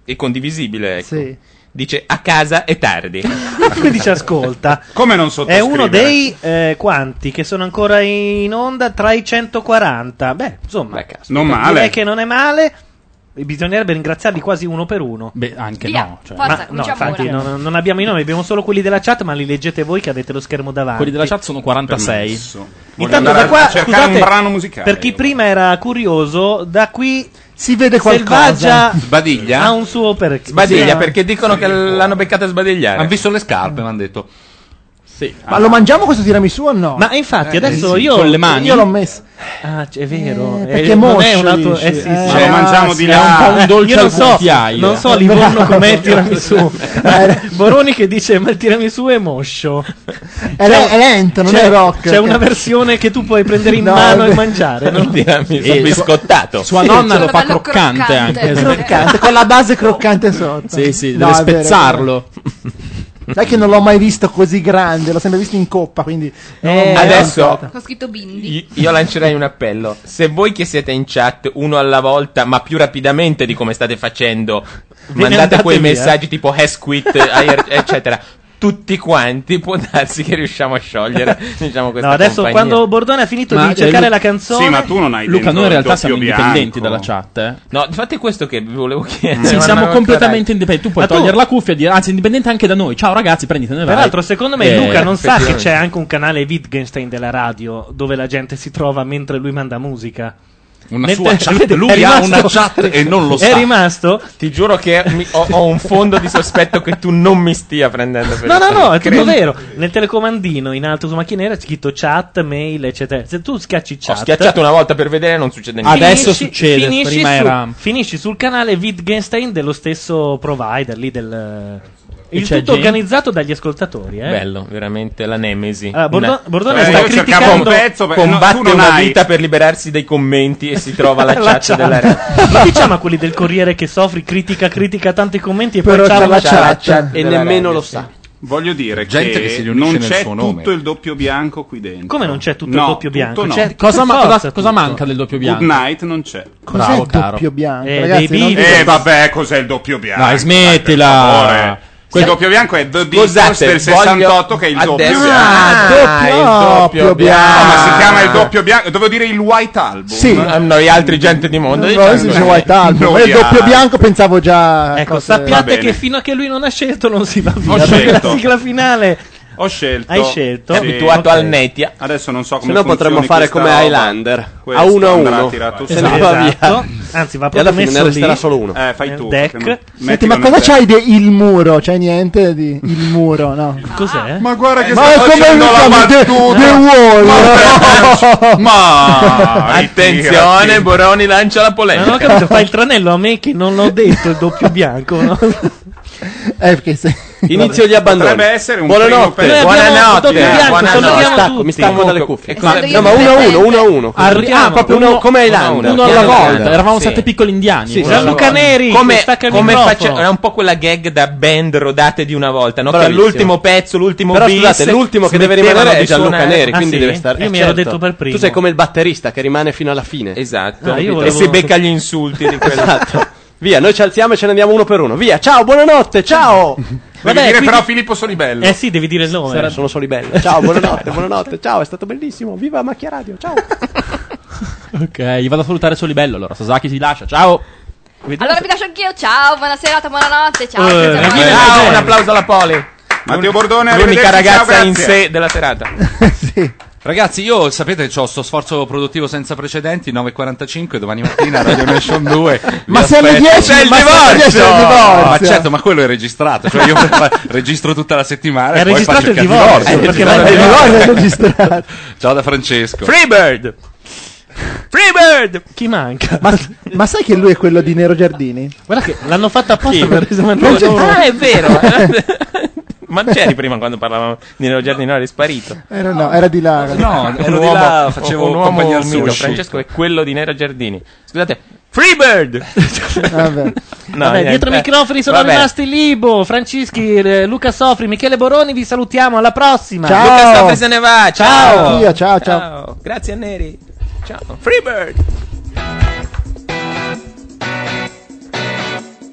Speaker 5: e condivisibile. ecco. Dice a casa è tardi.
Speaker 1: Come dice ascolta.
Speaker 5: Come non
Speaker 1: È uno dei eh, quanti che sono ancora in onda tra i 140. Beh, insomma,
Speaker 13: non
Speaker 1: direi
Speaker 13: male.
Speaker 1: che non è male. E Bisognerebbe ringraziarli quasi uno per uno.
Speaker 17: Beh, anche
Speaker 1: Via,
Speaker 17: no, cioè.
Speaker 1: Ma
Speaker 17: forza,
Speaker 1: no,
Speaker 17: cominciamo
Speaker 1: infatti,
Speaker 17: ora.
Speaker 1: non, non abbiamo i nomi, abbiamo solo quelli della chat, ma li leggete voi che avete lo schermo davanti.
Speaker 17: Quelli della chat sono 46.
Speaker 13: Voglio
Speaker 1: Intanto
Speaker 13: andare
Speaker 1: da
Speaker 13: a
Speaker 1: qua
Speaker 13: cercare un
Speaker 1: scusate,
Speaker 13: brano musicale.
Speaker 1: Per chi prima era curioso, da qui
Speaker 3: si vede
Speaker 5: qualcosa.
Speaker 1: Selvaggia
Speaker 11: Sbadiglia?
Speaker 1: ha un suo perché.
Speaker 5: Sbadiglia
Speaker 1: Sì.
Speaker 5: perché dicono che l'hanno beccata a sbadigliare.
Speaker 11: Hanno visto le scarpe, mi hanno detto.
Speaker 5: Sì.
Speaker 3: Ma lo mangiamo questo tiramisù o no?
Speaker 1: Ma infatti adesso io
Speaker 3: Io l'ho messo.
Speaker 1: Ah, c- è vero.
Speaker 3: Eh, perché
Speaker 1: Eh, non
Speaker 3: moscio,
Speaker 1: è un altro-
Speaker 3: dici?
Speaker 1: eh, sì, sì.
Speaker 3: Eh,
Speaker 1: Ma lo mangiamo di
Speaker 3: sì,
Speaker 1: là.
Speaker 3: è un po' un dolce
Speaker 1: Io non
Speaker 3: al
Speaker 1: so,
Speaker 3: cucchiaio.
Speaker 1: non so a Livorno
Speaker 3: Bravo. Eh,
Speaker 1: com'è il tiramisù. Boroni che dice ma il tiramisù è moscio.
Speaker 3: È, le- è lento, non
Speaker 1: c'è,
Speaker 3: è rock.
Speaker 1: c'è una versione che tu puoi prendere in
Speaker 3: No,
Speaker 1: mano e
Speaker 3: beh.
Speaker 1: mangiare. no?
Speaker 5: Tiramisù
Speaker 1: Eh,
Speaker 5: biscottato.
Speaker 1: sua nonna lo fa Bello croccante croccante.
Speaker 3: È croccante, con la base croccante sotto.
Speaker 17: Sì, sì,
Speaker 3: No,
Speaker 17: deve
Speaker 3: è vero, è
Speaker 17: spezzarlo.
Speaker 3: vero. Sai che non l'ho mai visto così grande, l'ho sempre visto in coppa, quindi... non l'ho mai
Speaker 5: adesso
Speaker 6: Ho scritto Bindi.
Speaker 5: Io- Io lancerei un appello. Se voi che siete in chat uno alla volta, ma più rapidamente di come state facendo, mandate
Speaker 1: andate
Speaker 5: quei
Speaker 1: via.
Speaker 5: messaggi tipo has quit, air- er-", eccetera. Tutti quanti può darsi che riusciamo a sciogliere. Diciamo questa
Speaker 1: No, adesso
Speaker 5: compagnia.
Speaker 1: quando Bordone ha finito
Speaker 5: Ma,
Speaker 1: di
Speaker 5: eh,
Speaker 1: cercare
Speaker 5: Lu-
Speaker 1: la canzone.
Speaker 5: Sì, ma tu non hai dentro
Speaker 17: Luca, noi in
Speaker 5: il
Speaker 17: realtà
Speaker 5: doppio
Speaker 17: siamo
Speaker 5: bianco.
Speaker 17: indipendenti dalla chat. eh.
Speaker 5: No, infatti, è questo che vi volevo
Speaker 13: Mm.
Speaker 5: chiedere.
Speaker 17: Sì,
Speaker 5: Non
Speaker 17: siamo
Speaker 5: avevo
Speaker 17: completamente indipendenti. Tu puoi
Speaker 5: Ma tu-
Speaker 17: togliere la cuffia e dire, anzi, indipendente anche da noi. Ciao ragazzi, prenditene vai.
Speaker 1: Peraltro, secondo me
Speaker 17: Eh,
Speaker 1: Luca non sa che
Speaker 17: effettivamente.
Speaker 1: c'è anche un canale Wittgenstein della radio dove la gente si trova mentre lui manda musica.
Speaker 11: Una
Speaker 1: Nel-
Speaker 11: sua chat,
Speaker 1: è
Speaker 11: lui ha
Speaker 1: rimasto-
Speaker 11: una chat e non lo
Speaker 1: È
Speaker 11: sa.
Speaker 1: rimasto?
Speaker 5: Ti giuro che mi- ho, ho un fondo di sospetto che tu non mi stia prendendo per
Speaker 1: No,
Speaker 5: il
Speaker 1: no, no, è tutto
Speaker 5: Credo.
Speaker 1: vero. Nel telecomandino in alto su macchinera è scritto chat, mail, eccetera. Se tu schiacci
Speaker 5: Ho
Speaker 1: chat,
Speaker 5: schiacciato una volta per vedere, non succede niente.
Speaker 17: Adesso succede, prima
Speaker 1: su-
Speaker 17: era-
Speaker 1: finisci sul canale Wittgenstein dello stesso provider lì del.
Speaker 5: E
Speaker 1: Il
Speaker 5: c'è
Speaker 1: tutto
Speaker 5: gente?
Speaker 1: organizzato dagli ascoltatori, eh?
Speaker 5: Bello, veramente la nemesi.
Speaker 1: Allora, Bordo-
Speaker 5: Una-
Speaker 1: Bordone
Speaker 5: Eh,
Speaker 1: sta
Speaker 5: io cercavo
Speaker 1: criticando-
Speaker 5: un pezzo per- combatte
Speaker 1: no, tu non
Speaker 5: una
Speaker 1: hai-
Speaker 5: vita per liberarsi dai commenti e si trova la,
Speaker 1: La
Speaker 5: chat,
Speaker 1: chat.
Speaker 5: della rete.
Speaker 1: Ma diciamo a quelli del Corriere che soffri critica, critica, tanti commenti e poi ciao la chat.
Speaker 13: Eh, Voglio dire
Speaker 1: Gente
Speaker 13: che,
Speaker 1: che si riunisce
Speaker 13: non
Speaker 1: nel
Speaker 13: c'è
Speaker 1: suo
Speaker 13: tutto
Speaker 1: nome.
Speaker 13: il doppio bianco qui dentro.
Speaker 1: Come non c'è tutto
Speaker 13: No,
Speaker 1: il doppio bianco?
Speaker 13: tutto no.
Speaker 1: C'è-
Speaker 17: Cosa,
Speaker 1: per
Speaker 17: ma-
Speaker 1: forza
Speaker 17: cosa- cosa
Speaker 1: tutto.
Speaker 17: manca del doppio bianco?
Speaker 13: Goodnight non c'è.
Speaker 3: Cos'è
Speaker 17: Bravo,
Speaker 3: il
Speaker 17: caro.
Speaker 3: doppio bianco?
Speaker 17: Eh,
Speaker 3: Ragazzi,
Speaker 17: dei
Speaker 3: non
Speaker 17: Beatles.
Speaker 3: dite-
Speaker 13: Eh vabbè, cos'è il doppio bianco?
Speaker 17: Dai, smettila.
Speaker 13: Eh, Dai, per favore.
Speaker 17: Quel-
Speaker 13: Il doppio bianco è The Beatles
Speaker 5: Scusate,
Speaker 13: del 68
Speaker 5: voglio-
Speaker 13: che è il
Speaker 5: adesso-
Speaker 13: doppio bianco.
Speaker 5: Ah, Ah, il doppio doppio bianco.
Speaker 13: No, ma si chiama il doppio bianco, dovevo dire il White Album.
Speaker 3: Sì.
Speaker 5: No, Ah, Noi altri gente di mondo. diciamo, eh.
Speaker 3: No, adesso dice White Album, ma il eh, doppio bianco pensavo già...
Speaker 1: Ecco,
Speaker 3: cose-
Speaker 1: sappiate che fino a che lui non ha scelto non si va via.
Speaker 13: Ho
Speaker 1: perché La
Speaker 13: scelto.
Speaker 1: sigla finale.
Speaker 13: Ho scelto.
Speaker 1: Hai scelto?
Speaker 13: Sì.
Speaker 1: Abituato
Speaker 5: al netia.
Speaker 13: Adesso non so
Speaker 1: Se
Speaker 13: come
Speaker 1: no
Speaker 13: funzioni
Speaker 1: potremmo fare
Speaker 13: questa
Speaker 1: come
Speaker 13: roba.
Speaker 1: Highlander,
Speaker 13: Questo
Speaker 1: a uno a
Speaker 13: andrà
Speaker 1: uno.
Speaker 13: tirato
Speaker 1: Se
Speaker 13: su.
Speaker 1: ne va Esatto. via. Anzi, va E proprio alla fine ne messo resterà lì, solo uno.
Speaker 13: Eh, fai
Speaker 1: nel
Speaker 13: tu.
Speaker 1: deck.
Speaker 13: perché non-
Speaker 1: Senti,
Speaker 3: Senti,
Speaker 13: mettilo
Speaker 3: ma
Speaker 13: nel
Speaker 3: cosa
Speaker 13: deck.
Speaker 3: c'hai di il muro? C'hai niente di il muro, no?
Speaker 1: Cos'è?
Speaker 13: Ma guarda che
Speaker 3: Ma
Speaker 13: sta
Speaker 3: è come
Speaker 13: facendo
Speaker 3: Luca
Speaker 13: la
Speaker 3: The,
Speaker 13: battuta.
Speaker 3: The Wall!
Speaker 5: Ma attenzione, Boroni lancia la polemica.
Speaker 1: Ma non Ah, ho capito, fai il tranello a me che non l'ho detto il doppio bianco. No?
Speaker 3: Eh, perché se...
Speaker 2: Inizio gli abbandoni.
Speaker 13: Potrebbe essere un
Speaker 2: Buonanotte.
Speaker 13: primo pezzo. Noi abbiamo
Speaker 2: Buonanotte.
Speaker 13: Doppio Bianco,
Speaker 2: Buonanotte.
Speaker 13: salutiamo
Speaker 2: Mi stacco,
Speaker 13: tutti.
Speaker 2: mi stacco dalle
Speaker 13: Comunque,
Speaker 2: cuffie.
Speaker 13: e quando
Speaker 2: No, ma uno a uno, uno a uno.
Speaker 17: Arri-
Speaker 2: ah, proprio uno, come Highlander.
Speaker 17: Uno alla
Speaker 2: Piano
Speaker 17: volta.
Speaker 2: piano.
Speaker 17: Eravamo
Speaker 2: Sì.
Speaker 17: sette piccoli indiani.
Speaker 2: Sì,
Speaker 17: Uno alla
Speaker 2: Gianluca
Speaker 17: volta.
Speaker 1: Neri,
Speaker 5: come,
Speaker 1: che stacca il
Speaker 5: come
Speaker 1: microfono.
Speaker 5: faccia- è un po' quella gag da band rodate di una volta, no? Che
Speaker 2: Bravissimo.
Speaker 5: all'ultimo pezzo, l'ultimo
Speaker 2: Però
Speaker 5: bis,
Speaker 2: scusate, l'ultimo che deve rimanere è Gianluca
Speaker 5: suonare-
Speaker 2: Neri,
Speaker 5: Ah,
Speaker 2: quindi
Speaker 5: sì?
Speaker 2: deve stare.
Speaker 5: Io
Speaker 2: eh,
Speaker 5: mi ero
Speaker 2: certo.
Speaker 5: detto per primo.
Speaker 2: Tu sei come il batterista che rimane fino alla fine.
Speaker 5: Esatto.
Speaker 2: Ah, io
Speaker 5: E
Speaker 2: volevo-
Speaker 5: si becca gli insulti di quello.
Speaker 2: Esatto. Via, noi ci alziamo e ce ne andiamo uno per uno. Via, ciao, buonanotte, ciao.
Speaker 13: Devi dire però Filippo Solibello.
Speaker 1: Eh sì, devi dire il nome.
Speaker 2: Sono Solibello. Ciao, buonanotte, buonanotte, ciao, è stato bellissimo. Viva Macchia Radio, ciao.
Speaker 17: Ok, vado a salutare Solibello. Allora, Sasaki si lascia. Ciao.
Speaker 6: Allora vi lascio anch'io, ciao, buona serata, buonanotte, ciao.
Speaker 17: Eh,
Speaker 6: senza
Speaker 17: eh,
Speaker 6: male.
Speaker 17: eh,
Speaker 5: Ciao, un applauso alla Poli.
Speaker 13: Matteo Bordone,
Speaker 5: L'unica
Speaker 13: arrivederci, ciao,
Speaker 5: ragazza
Speaker 13: grazie.
Speaker 5: in sé della serata.
Speaker 11: Ragazzi, io sapete ho sto sforzo produttivo senza precedenti, 9.45, domani mattina Radio Nation 2. vi
Speaker 3: Ma se alle
Speaker 11: aspetto.
Speaker 3: 10
Speaker 11: C'è il
Speaker 3: ma se alle
Speaker 11: divorzio!
Speaker 3: 10 è il divorzio!
Speaker 11: Ma certo, ma quello è registrato, cioè io fa- registro tutta la settimana
Speaker 3: È
Speaker 11: e poi
Speaker 3: registrato
Speaker 11: faccio
Speaker 3: il
Speaker 11: cazzo
Speaker 3: divorzio,
Speaker 11: vostro.
Speaker 3: perché
Speaker 11: È
Speaker 3: va- il divorzio è
Speaker 11: Ciao da Francesco.
Speaker 5: Freebird! Freebird!
Speaker 1: Chi manca?
Speaker 3: Ma, ma sai che lui è quello di Nero Giardini?
Speaker 1: Guarda che l'hanno fatta apposta per
Speaker 3: Non c'è-
Speaker 1: risolvere
Speaker 5: Ah, è vero. Ma non c'eri prima quando parlavamo di Nero Giardino, eri sparito.
Speaker 3: Era, no, era di là.
Speaker 5: Un uomo- un uomo mito. Francesco è quello di Nero Giardini. Scusate, Freebird! Eh,
Speaker 3: Vabbè.
Speaker 2: Ah,
Speaker 1: Vabbè, dietro i microfoni sono rimasti Libo, Francischi, eh, Luca Sofri, Michele Boroni. Vi salutiamo. Alla prossima.
Speaker 5: Ciao. Luca Sofri se ne va. Ciao.
Speaker 3: Via, Oh. ciao, ciao.
Speaker 5: Grazie a Neri. Ciao. Freebird!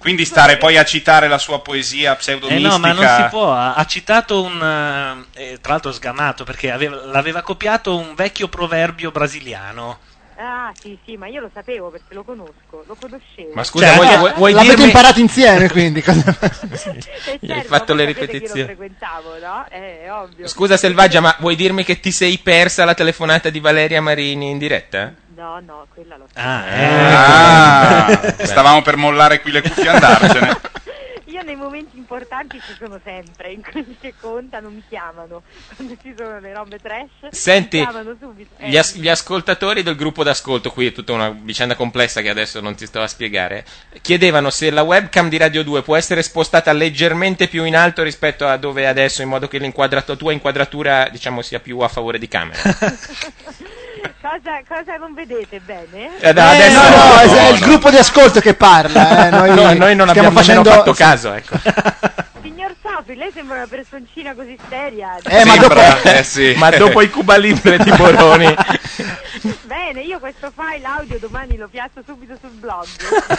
Speaker 11: Quindi stare poi a citare la sua poesia
Speaker 1: Eh no, ma non si
Speaker 11: pseudomistica.
Speaker 1: può. Ha, ha citato un. eh, tra l'altro sgamato perché aveva- l'aveva copiato un vecchio proverbio brasiliano.
Speaker 9: Ah, sì, sì, ma io lo sapevo perché lo conosco, lo conoscevo.
Speaker 5: Ma scusa, vuoi- vuoi- vuoi
Speaker 3: Cioè, L'avete
Speaker 5: dirmi-
Speaker 3: imparato insieme, quindi. cosa-
Speaker 5: Gli hai fatto le
Speaker 9: Io lo
Speaker 5: ripetizioni.
Speaker 9: frequentavo, no? Eh, è ovvio.
Speaker 5: Scusa Selvaggia, ma vuoi dirmi che ti sei persa la telefonata di Valeria Marini in diretta?
Speaker 9: No, no, quella lo
Speaker 1: Ah,
Speaker 11: Ah, stavamo per mollare qui le cuffie e andarcene.
Speaker 9: Io nei momenti importanti ci sono sempre, in quelli che contano mi chiamano. Quando ci sono le robe trash,
Speaker 5: Senti,
Speaker 9: mi chiamano subito. Eh,
Speaker 5: Gli, as- gli ascoltatori del gruppo d'ascolto, qui è tutta una vicenda complessa che adesso non ti sto a spiegare, chiedevano se la webcam di Radio 2 può essere spostata leggermente più in alto rispetto a dove è adesso, in modo che l'inquadrato- tua inquadratura diciamo, sia più a favore di camera.
Speaker 9: cosa, cosa non vedete bene?
Speaker 5: Eh, da- adesso-
Speaker 3: no, no,
Speaker 5: no,
Speaker 3: è- è
Speaker 5: no.
Speaker 3: il gruppo di ascolto che parla. eh, Noi,
Speaker 5: No, noi non abbiamo
Speaker 3: stiamo
Speaker 5: nemmeno
Speaker 3: facendo
Speaker 5: fatto caso. Ecco.
Speaker 9: Signor Sofri, proprio, lei sembra una personcina così seria.
Speaker 5: eh, sì. ma dopo i Cuba Libre di Boroni.
Speaker 9: Bene, io questo file audio domani lo piazzo subito sul blog,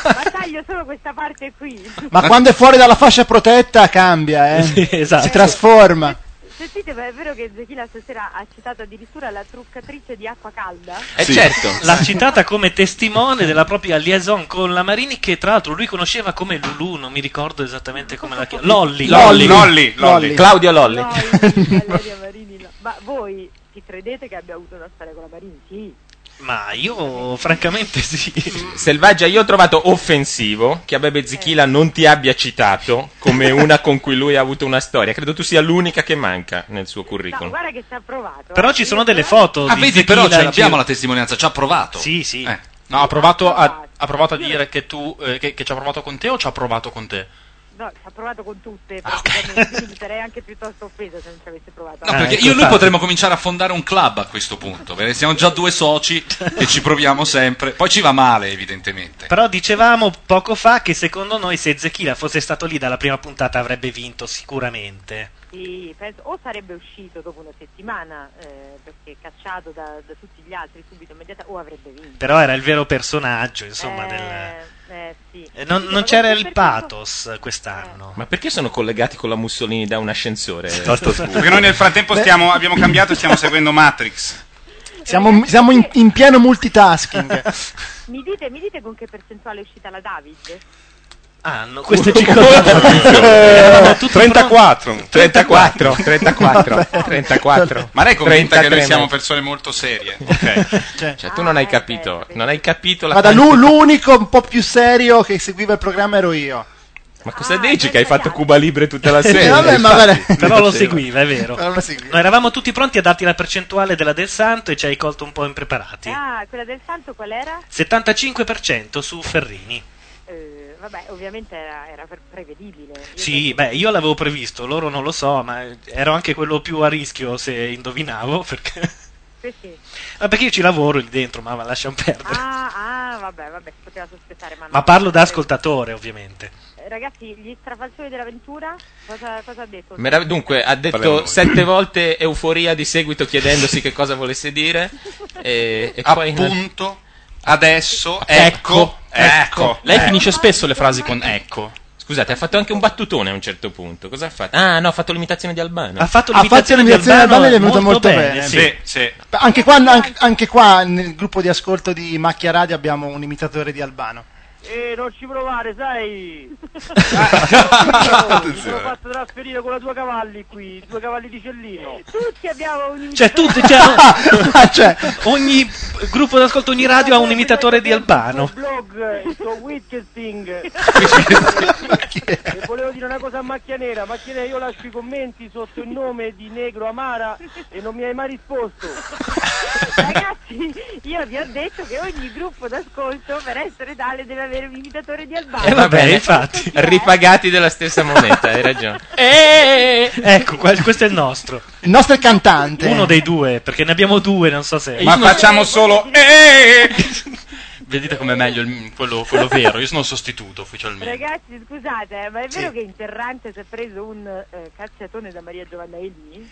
Speaker 9: ma taglio solo questa parte qui.
Speaker 3: Ma quando è fuori dalla fascia protetta cambia, eh?
Speaker 1: esatto.
Speaker 3: Si trasforma.
Speaker 9: Sentite, ma è vero che Zechila stasera ha citato addirittura la truccatrice di acqua calda?
Speaker 1: Eh certo, l'ha citata come testimone della propria liaison con la Marini che tra l'altro lui conosceva come Lulu, non mi ricordo esattamente come la chiamava. Lolli.
Speaker 5: Lolli. Lolli, Lolli. Claudio Lolli.
Speaker 9: Valeria Marini, no. Ma voi ci credete che abbia avuto una storia con la Marini? Sì.
Speaker 1: Ma io francamente sì.
Speaker 5: Selvaggia, io ho trovato offensivo che Abebe Zichila non ti abbia citato come una con cui lui ha avuto una storia. Credo tu sia l'unica che manca nel suo
Speaker 9: No,
Speaker 5: curriculum.
Speaker 9: guarda che ci ha provato.
Speaker 1: Però ci sono delle foto
Speaker 12: Ah,
Speaker 1: di
Speaker 12: vedi, però
Speaker 1: Zechila
Speaker 12: ce
Speaker 1: in
Speaker 12: l'abbiamo
Speaker 1: giro.
Speaker 12: la testimonianza, ci ha provato. Eh.
Speaker 1: Sì, sì.
Speaker 12: No, ha provato a, ha provato a dire che tu eh, che, che ci ha provato con te o ci ha provato con te?
Speaker 9: No, ci ha provato con tutte, praticamente, quindi sarei anche piuttosto offesa se non ci avesse provato.
Speaker 11: Eh,
Speaker 12: No,
Speaker 9: ecco,
Speaker 12: perché io e lui
Speaker 9: infatti.
Speaker 12: potremmo cominciare a fondare un club a questo punto, perché siamo già due soci e ci proviamo sempre. Poi ci va male, evidentemente.
Speaker 1: Però dicevamo poco fa che secondo noi se Zechila fosse stato lì dalla prima puntata avrebbe vinto sicuramente.
Speaker 9: Sì, penso- o sarebbe uscito dopo una settimana, eh, perché cacciato da, da tutti gli altri subito immediata, o avrebbe vinto.
Speaker 1: Però era il vero personaggio, insomma, del...
Speaker 9: Eh, sì.
Speaker 1: Eh, Non, non c'era il pathos quest'anno.
Speaker 5: Ma perché sono collegati con la Mussolini da un ascensore?
Speaker 11: Perché noi nel frattempo stiamo- abbiamo cambiato e stiamo seguendo Matrix.
Speaker 3: Siamo, siamo in, in pieno multitasking.
Speaker 9: Mi dite, mi dite con che percentuale è uscita la David?
Speaker 1: Ah, no, queste ci
Speaker 11: Eh,
Speaker 1: cosavano
Speaker 11: 34.
Speaker 5: 34, 34, 34.
Speaker 11: Ma lei convinta che
Speaker 5: 33
Speaker 11: noi siamo
Speaker 5: metri.
Speaker 11: persone molto serie. Ok.
Speaker 5: Cioè, tu non
Speaker 9: Ah,
Speaker 5: hai capito, non hai capito la
Speaker 3: Guarda,
Speaker 5: quantità-
Speaker 3: lu- l'unico un po' più serio che seguiva il programma ero io.
Speaker 5: Ma cosa dici che hai fatto Cuba Libre tutta la sera?
Speaker 3: Eh, vabbè, ma
Speaker 5: Infatti,
Speaker 3: vabbè.
Speaker 1: Però lo
Speaker 5: sì.
Speaker 1: seguiva, è vero.
Speaker 3: Però lo seguiva.
Speaker 1: Noi eravamo tutti pronti a darti la percentuale della Del Santo e ci hai colto un po' impreparati.
Speaker 9: Ah, quella del santo qual era?
Speaker 1: 75% su Ferrini.
Speaker 9: Eh, vabbè, ovviamente era, era pre- prevedibile. Io
Speaker 1: Sì, beh, io l'avevo previsto, loro non lo so, ma ero anche quello più a rischio se indovinavo, perché...
Speaker 9: penso che sì.
Speaker 1: Ma perché io ci lavoro lì dentro, ma lasciamo perdere.
Speaker 9: Ah, ah, vabbè, vabbè, si poteva sospettare. Ma, no.
Speaker 1: Ma parlo da ascoltatore, ovviamente.
Speaker 9: Eh, Ragazzi, gli strafalcioni dell'avventura? Cosa, cosa ha detto?
Speaker 5: Merav- Dunque, ha
Speaker 12: Parliamo
Speaker 5: detto
Speaker 12: noi.
Speaker 5: sette volte euforia di seguito chiedendosi che cosa volesse dire. E, e poi-
Speaker 12: Appunto, adesso,
Speaker 5: Ecco,
Speaker 12: ecco,
Speaker 5: ecco.
Speaker 12: ecco.
Speaker 5: Lei
Speaker 12: ecco.
Speaker 5: finisce spesso le frasi con ecco. Scusate, ha fatto anche un battutone a un certo punto. Cosa ha fatto? Ah, no, ha fatto l'imitazione di Albano.
Speaker 3: Ha fatto Ha fatto l'imitazione di l'imitazione di Albano Albano e gli è venuta molto molto bene, bene, sì. sì. Anche qua, anche, anche qua nel gruppo di ascolto di Macchia Radio abbiamo un imitatore di Albano.
Speaker 30: Eh, non ci provare, sai!
Speaker 3: Ah.
Speaker 30: Mi sono fatto trasferire con la tua cavalli qui, due cavalli di Cellino.
Speaker 9: Tutti abbiamo un
Speaker 1: Cioè, tutti, cioè, ogni gruppo d'ascolto, ogni radio ha un imitatore di Albano.
Speaker 30: Blog, il tuo Wittgenstein. e volevo dire una cosa a macchia nera, macchia nera io lascio i commenti sotto il nome di Negro Amara e non mi hai mai risposto.
Speaker 9: Ragazzi, io vi ho detto che ogni gruppo d'ascolto per essere tale deve avere un imitatore di Albano.
Speaker 5: E va bene, Eh, infatti. Ripagati della stessa moneta, hai ragione.
Speaker 1: Ecco, qua- questo è il nostro.
Speaker 3: Il nostro è cantante.
Speaker 1: Uno dei due, perché ne abbiamo due, non so
Speaker 17: Eh,
Speaker 1: se.
Speaker 12: Ma facciamo Eh!
Speaker 11: solo.
Speaker 12: Vedete com'è meglio il- quello, quello vero? Io sono sostituto ufficialmente.
Speaker 9: Ragazzi, scusate, eh, ma è
Speaker 12: Sì.
Speaker 9: vero che Interrante si è preso un eh, cacciatone da Maria Giovanna Eli?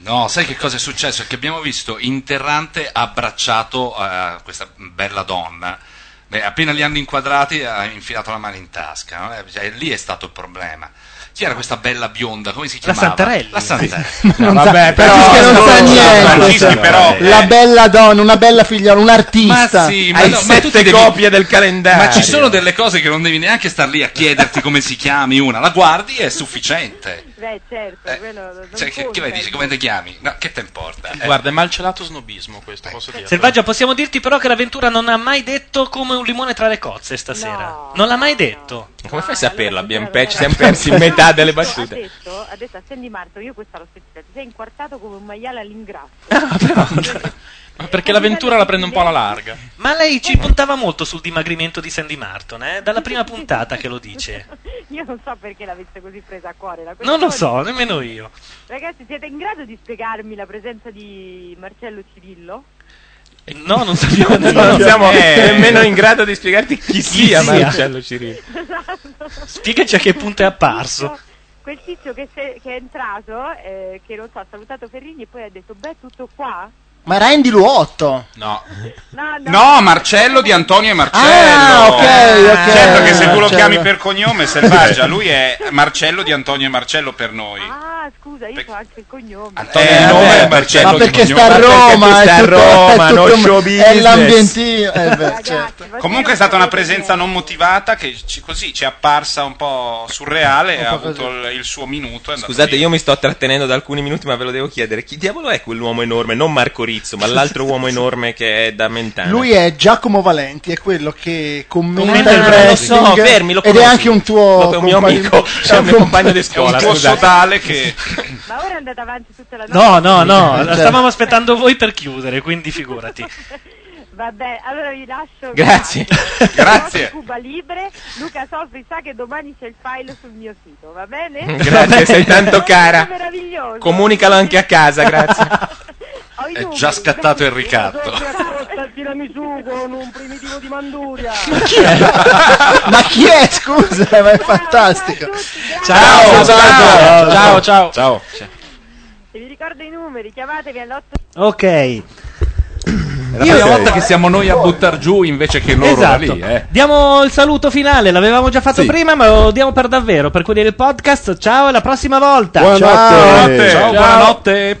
Speaker 12: No, sai che cosa è successo? È che abbiamo visto Interrante abbracciato a questa bella donna. Beh, appena li hanno inquadrati ha infilato la mano in tasca. no? Eh, cioè, lì è stato il problema. Chi era questa bella bionda? Come si
Speaker 1: La
Speaker 12: chiamava?
Speaker 1: Santarelli.
Speaker 12: La Santarelli.
Speaker 3: Non
Speaker 12: No,
Speaker 3: sa-
Speaker 12: vabbè, però-
Speaker 3: Francischi non
Speaker 12: no,
Speaker 3: sa
Speaker 12: no,
Speaker 3: niente.
Speaker 12: Francischi
Speaker 3: cioè,
Speaker 12: però,
Speaker 3: la
Speaker 12: eh.
Speaker 3: bella donna, una bella figliola, un artista.
Speaker 12: Ma sì, ma no, ma tu ti
Speaker 5: Sette
Speaker 12: devi-
Speaker 5: copie del calendario.
Speaker 12: Ma ci sono delle cose che non devi neanche star lì a chiederti come si chiami una, la guardi e è sufficiente.
Speaker 9: Beh, certo, quello non
Speaker 12: Cioè, che, che
Speaker 9: conta.
Speaker 12: lei dice, come ti chiami? No, che te importa?
Speaker 5: eh.
Speaker 12: Guarda, è malcelato snobismo questo, posso dire.
Speaker 1: Selvaggia, possiamo dirti però che l'avventura non ha mai detto come un limone tra le cozze stasera. Non l'ha mai detto.
Speaker 5: Come fai a saperlo? Abbiamo pe- ci siamo persi
Speaker 1: Ah,
Speaker 5: metà delle battute.
Speaker 9: Adesso, adesso a San Di Marzo, io questa l'ho sentita, ti sei inquartato come un maiale all'ingrasso.
Speaker 12: Ma
Speaker 1: perché
Speaker 12: l'avventura la prende un po' alla larga.
Speaker 1: Ma lei ci puntava molto sul dimagrimento di Sandy Martin, eh? Dalla prima puntata che lo dice.
Speaker 9: Io non so perché l'avesse così presa a cuore. La
Speaker 1: Non lo
Speaker 9: questione-
Speaker 1: so, nemmeno io.
Speaker 9: Ragazzi, siete in grado di spiegarmi la presenza di Marcello Cirillo?
Speaker 1: Eh, No, non sappiamo
Speaker 5: Non siamo
Speaker 1: Eh.
Speaker 5: nemmeno in grado di spiegarti chi sia
Speaker 1: sia.
Speaker 5: Marcello Cirillo.
Speaker 1: Spiegaci a che punto è apparso.
Speaker 9: Esatto. quel tizio che, se- che è entrato, eh, che non so, ha salutato Ferrigni e poi ha detto, beh, tutto qua?
Speaker 3: Ma era Andy Luotto.
Speaker 13: No.
Speaker 9: No, no.
Speaker 13: No, Marcello di Antonio e Marcello.
Speaker 3: Ah, ok, ok.
Speaker 13: Certo che se tu lo
Speaker 3: Marcello.
Speaker 13: chiami per cognome è selvaggia, lui è Marcello di Antonio e Marcello per noi.
Speaker 9: Ah, scusa, io so anche il cognome.
Speaker 13: Antonio e nome è Marcello
Speaker 3: Eh, ma perché
Speaker 13: di
Speaker 3: sta a
Speaker 13: cognome.
Speaker 3: Roma?
Speaker 13: Ma perché
Speaker 3: è
Speaker 13: sta a
Speaker 3: tutto- è
Speaker 13: Roma,
Speaker 3: tutto-
Speaker 13: non show
Speaker 3: È
Speaker 13: business.
Speaker 3: l'ambientino. Eh beh, certo.
Speaker 13: Comunque è stata una presenza non motivata che ci- così ci è apparsa un po' surreale e ha avuto il, il suo minuto. è andato
Speaker 5: Scusate,
Speaker 13: via.
Speaker 5: io mi sto trattenendo da alcuni minuti, ma ve lo devo chiedere. Chi diavolo è quell'uomo enorme? Non Marco Rizzo, ma l'altro uomo enorme che è da Mentana.
Speaker 3: Lui è Giacomo Valenti, è quello che
Speaker 5: Commenta
Speaker 3: commenta
Speaker 5: il
Speaker 3: il
Speaker 5: wrestling.
Speaker 3: wrestling.
Speaker 5: Lo so, fermi, lo
Speaker 3: ed è
Speaker 5: conosco.
Speaker 3: anche un tuo
Speaker 5: Lo- è un mio
Speaker 3: compagno-
Speaker 5: amico, è un mio compagno di
Speaker 13: È un
Speaker 5: scuola.
Speaker 13: tuo
Speaker 5: scusate.
Speaker 13: sodale che...
Speaker 9: Ma ora è andata avanti tutta la
Speaker 1: No, no, no,
Speaker 5: Certo.
Speaker 1: stavamo aspettando voi per chiudere, quindi figurati.
Speaker 9: Vabbè, allora vi lascio.
Speaker 1: Grazie. Grazie.
Speaker 9: Cuba Libre. Luca Sofri sa che domani c'è il file sul mio sito, va bene?
Speaker 5: Grazie, sei tanto cara.
Speaker 9: Meraviglioso.
Speaker 5: Comunicalo anche a casa, grazie.
Speaker 41: È già scattato il ricatto.
Speaker 8: Tirami su con un primitivo di Manduria.
Speaker 3: Ma chi è? Scusa, ma è fantastico.
Speaker 1: Ciao, ciao, ciao, ciao.
Speaker 41: Ciao.
Speaker 9: Se vi ricordo i numeri, chiamatevi all'8.
Speaker 1: Ok.
Speaker 42: È la prima volta che siamo noi a buttar giù invece che loro da
Speaker 1: Esatto.
Speaker 42: lì, eh.
Speaker 1: Diamo il saluto finale, l'avevamo già fatto prima, ma lo diamo per davvero. Per quelli del podcast, ciao e alla prossima volta.
Speaker 42: Buonanotte. Ciao, buonanotte.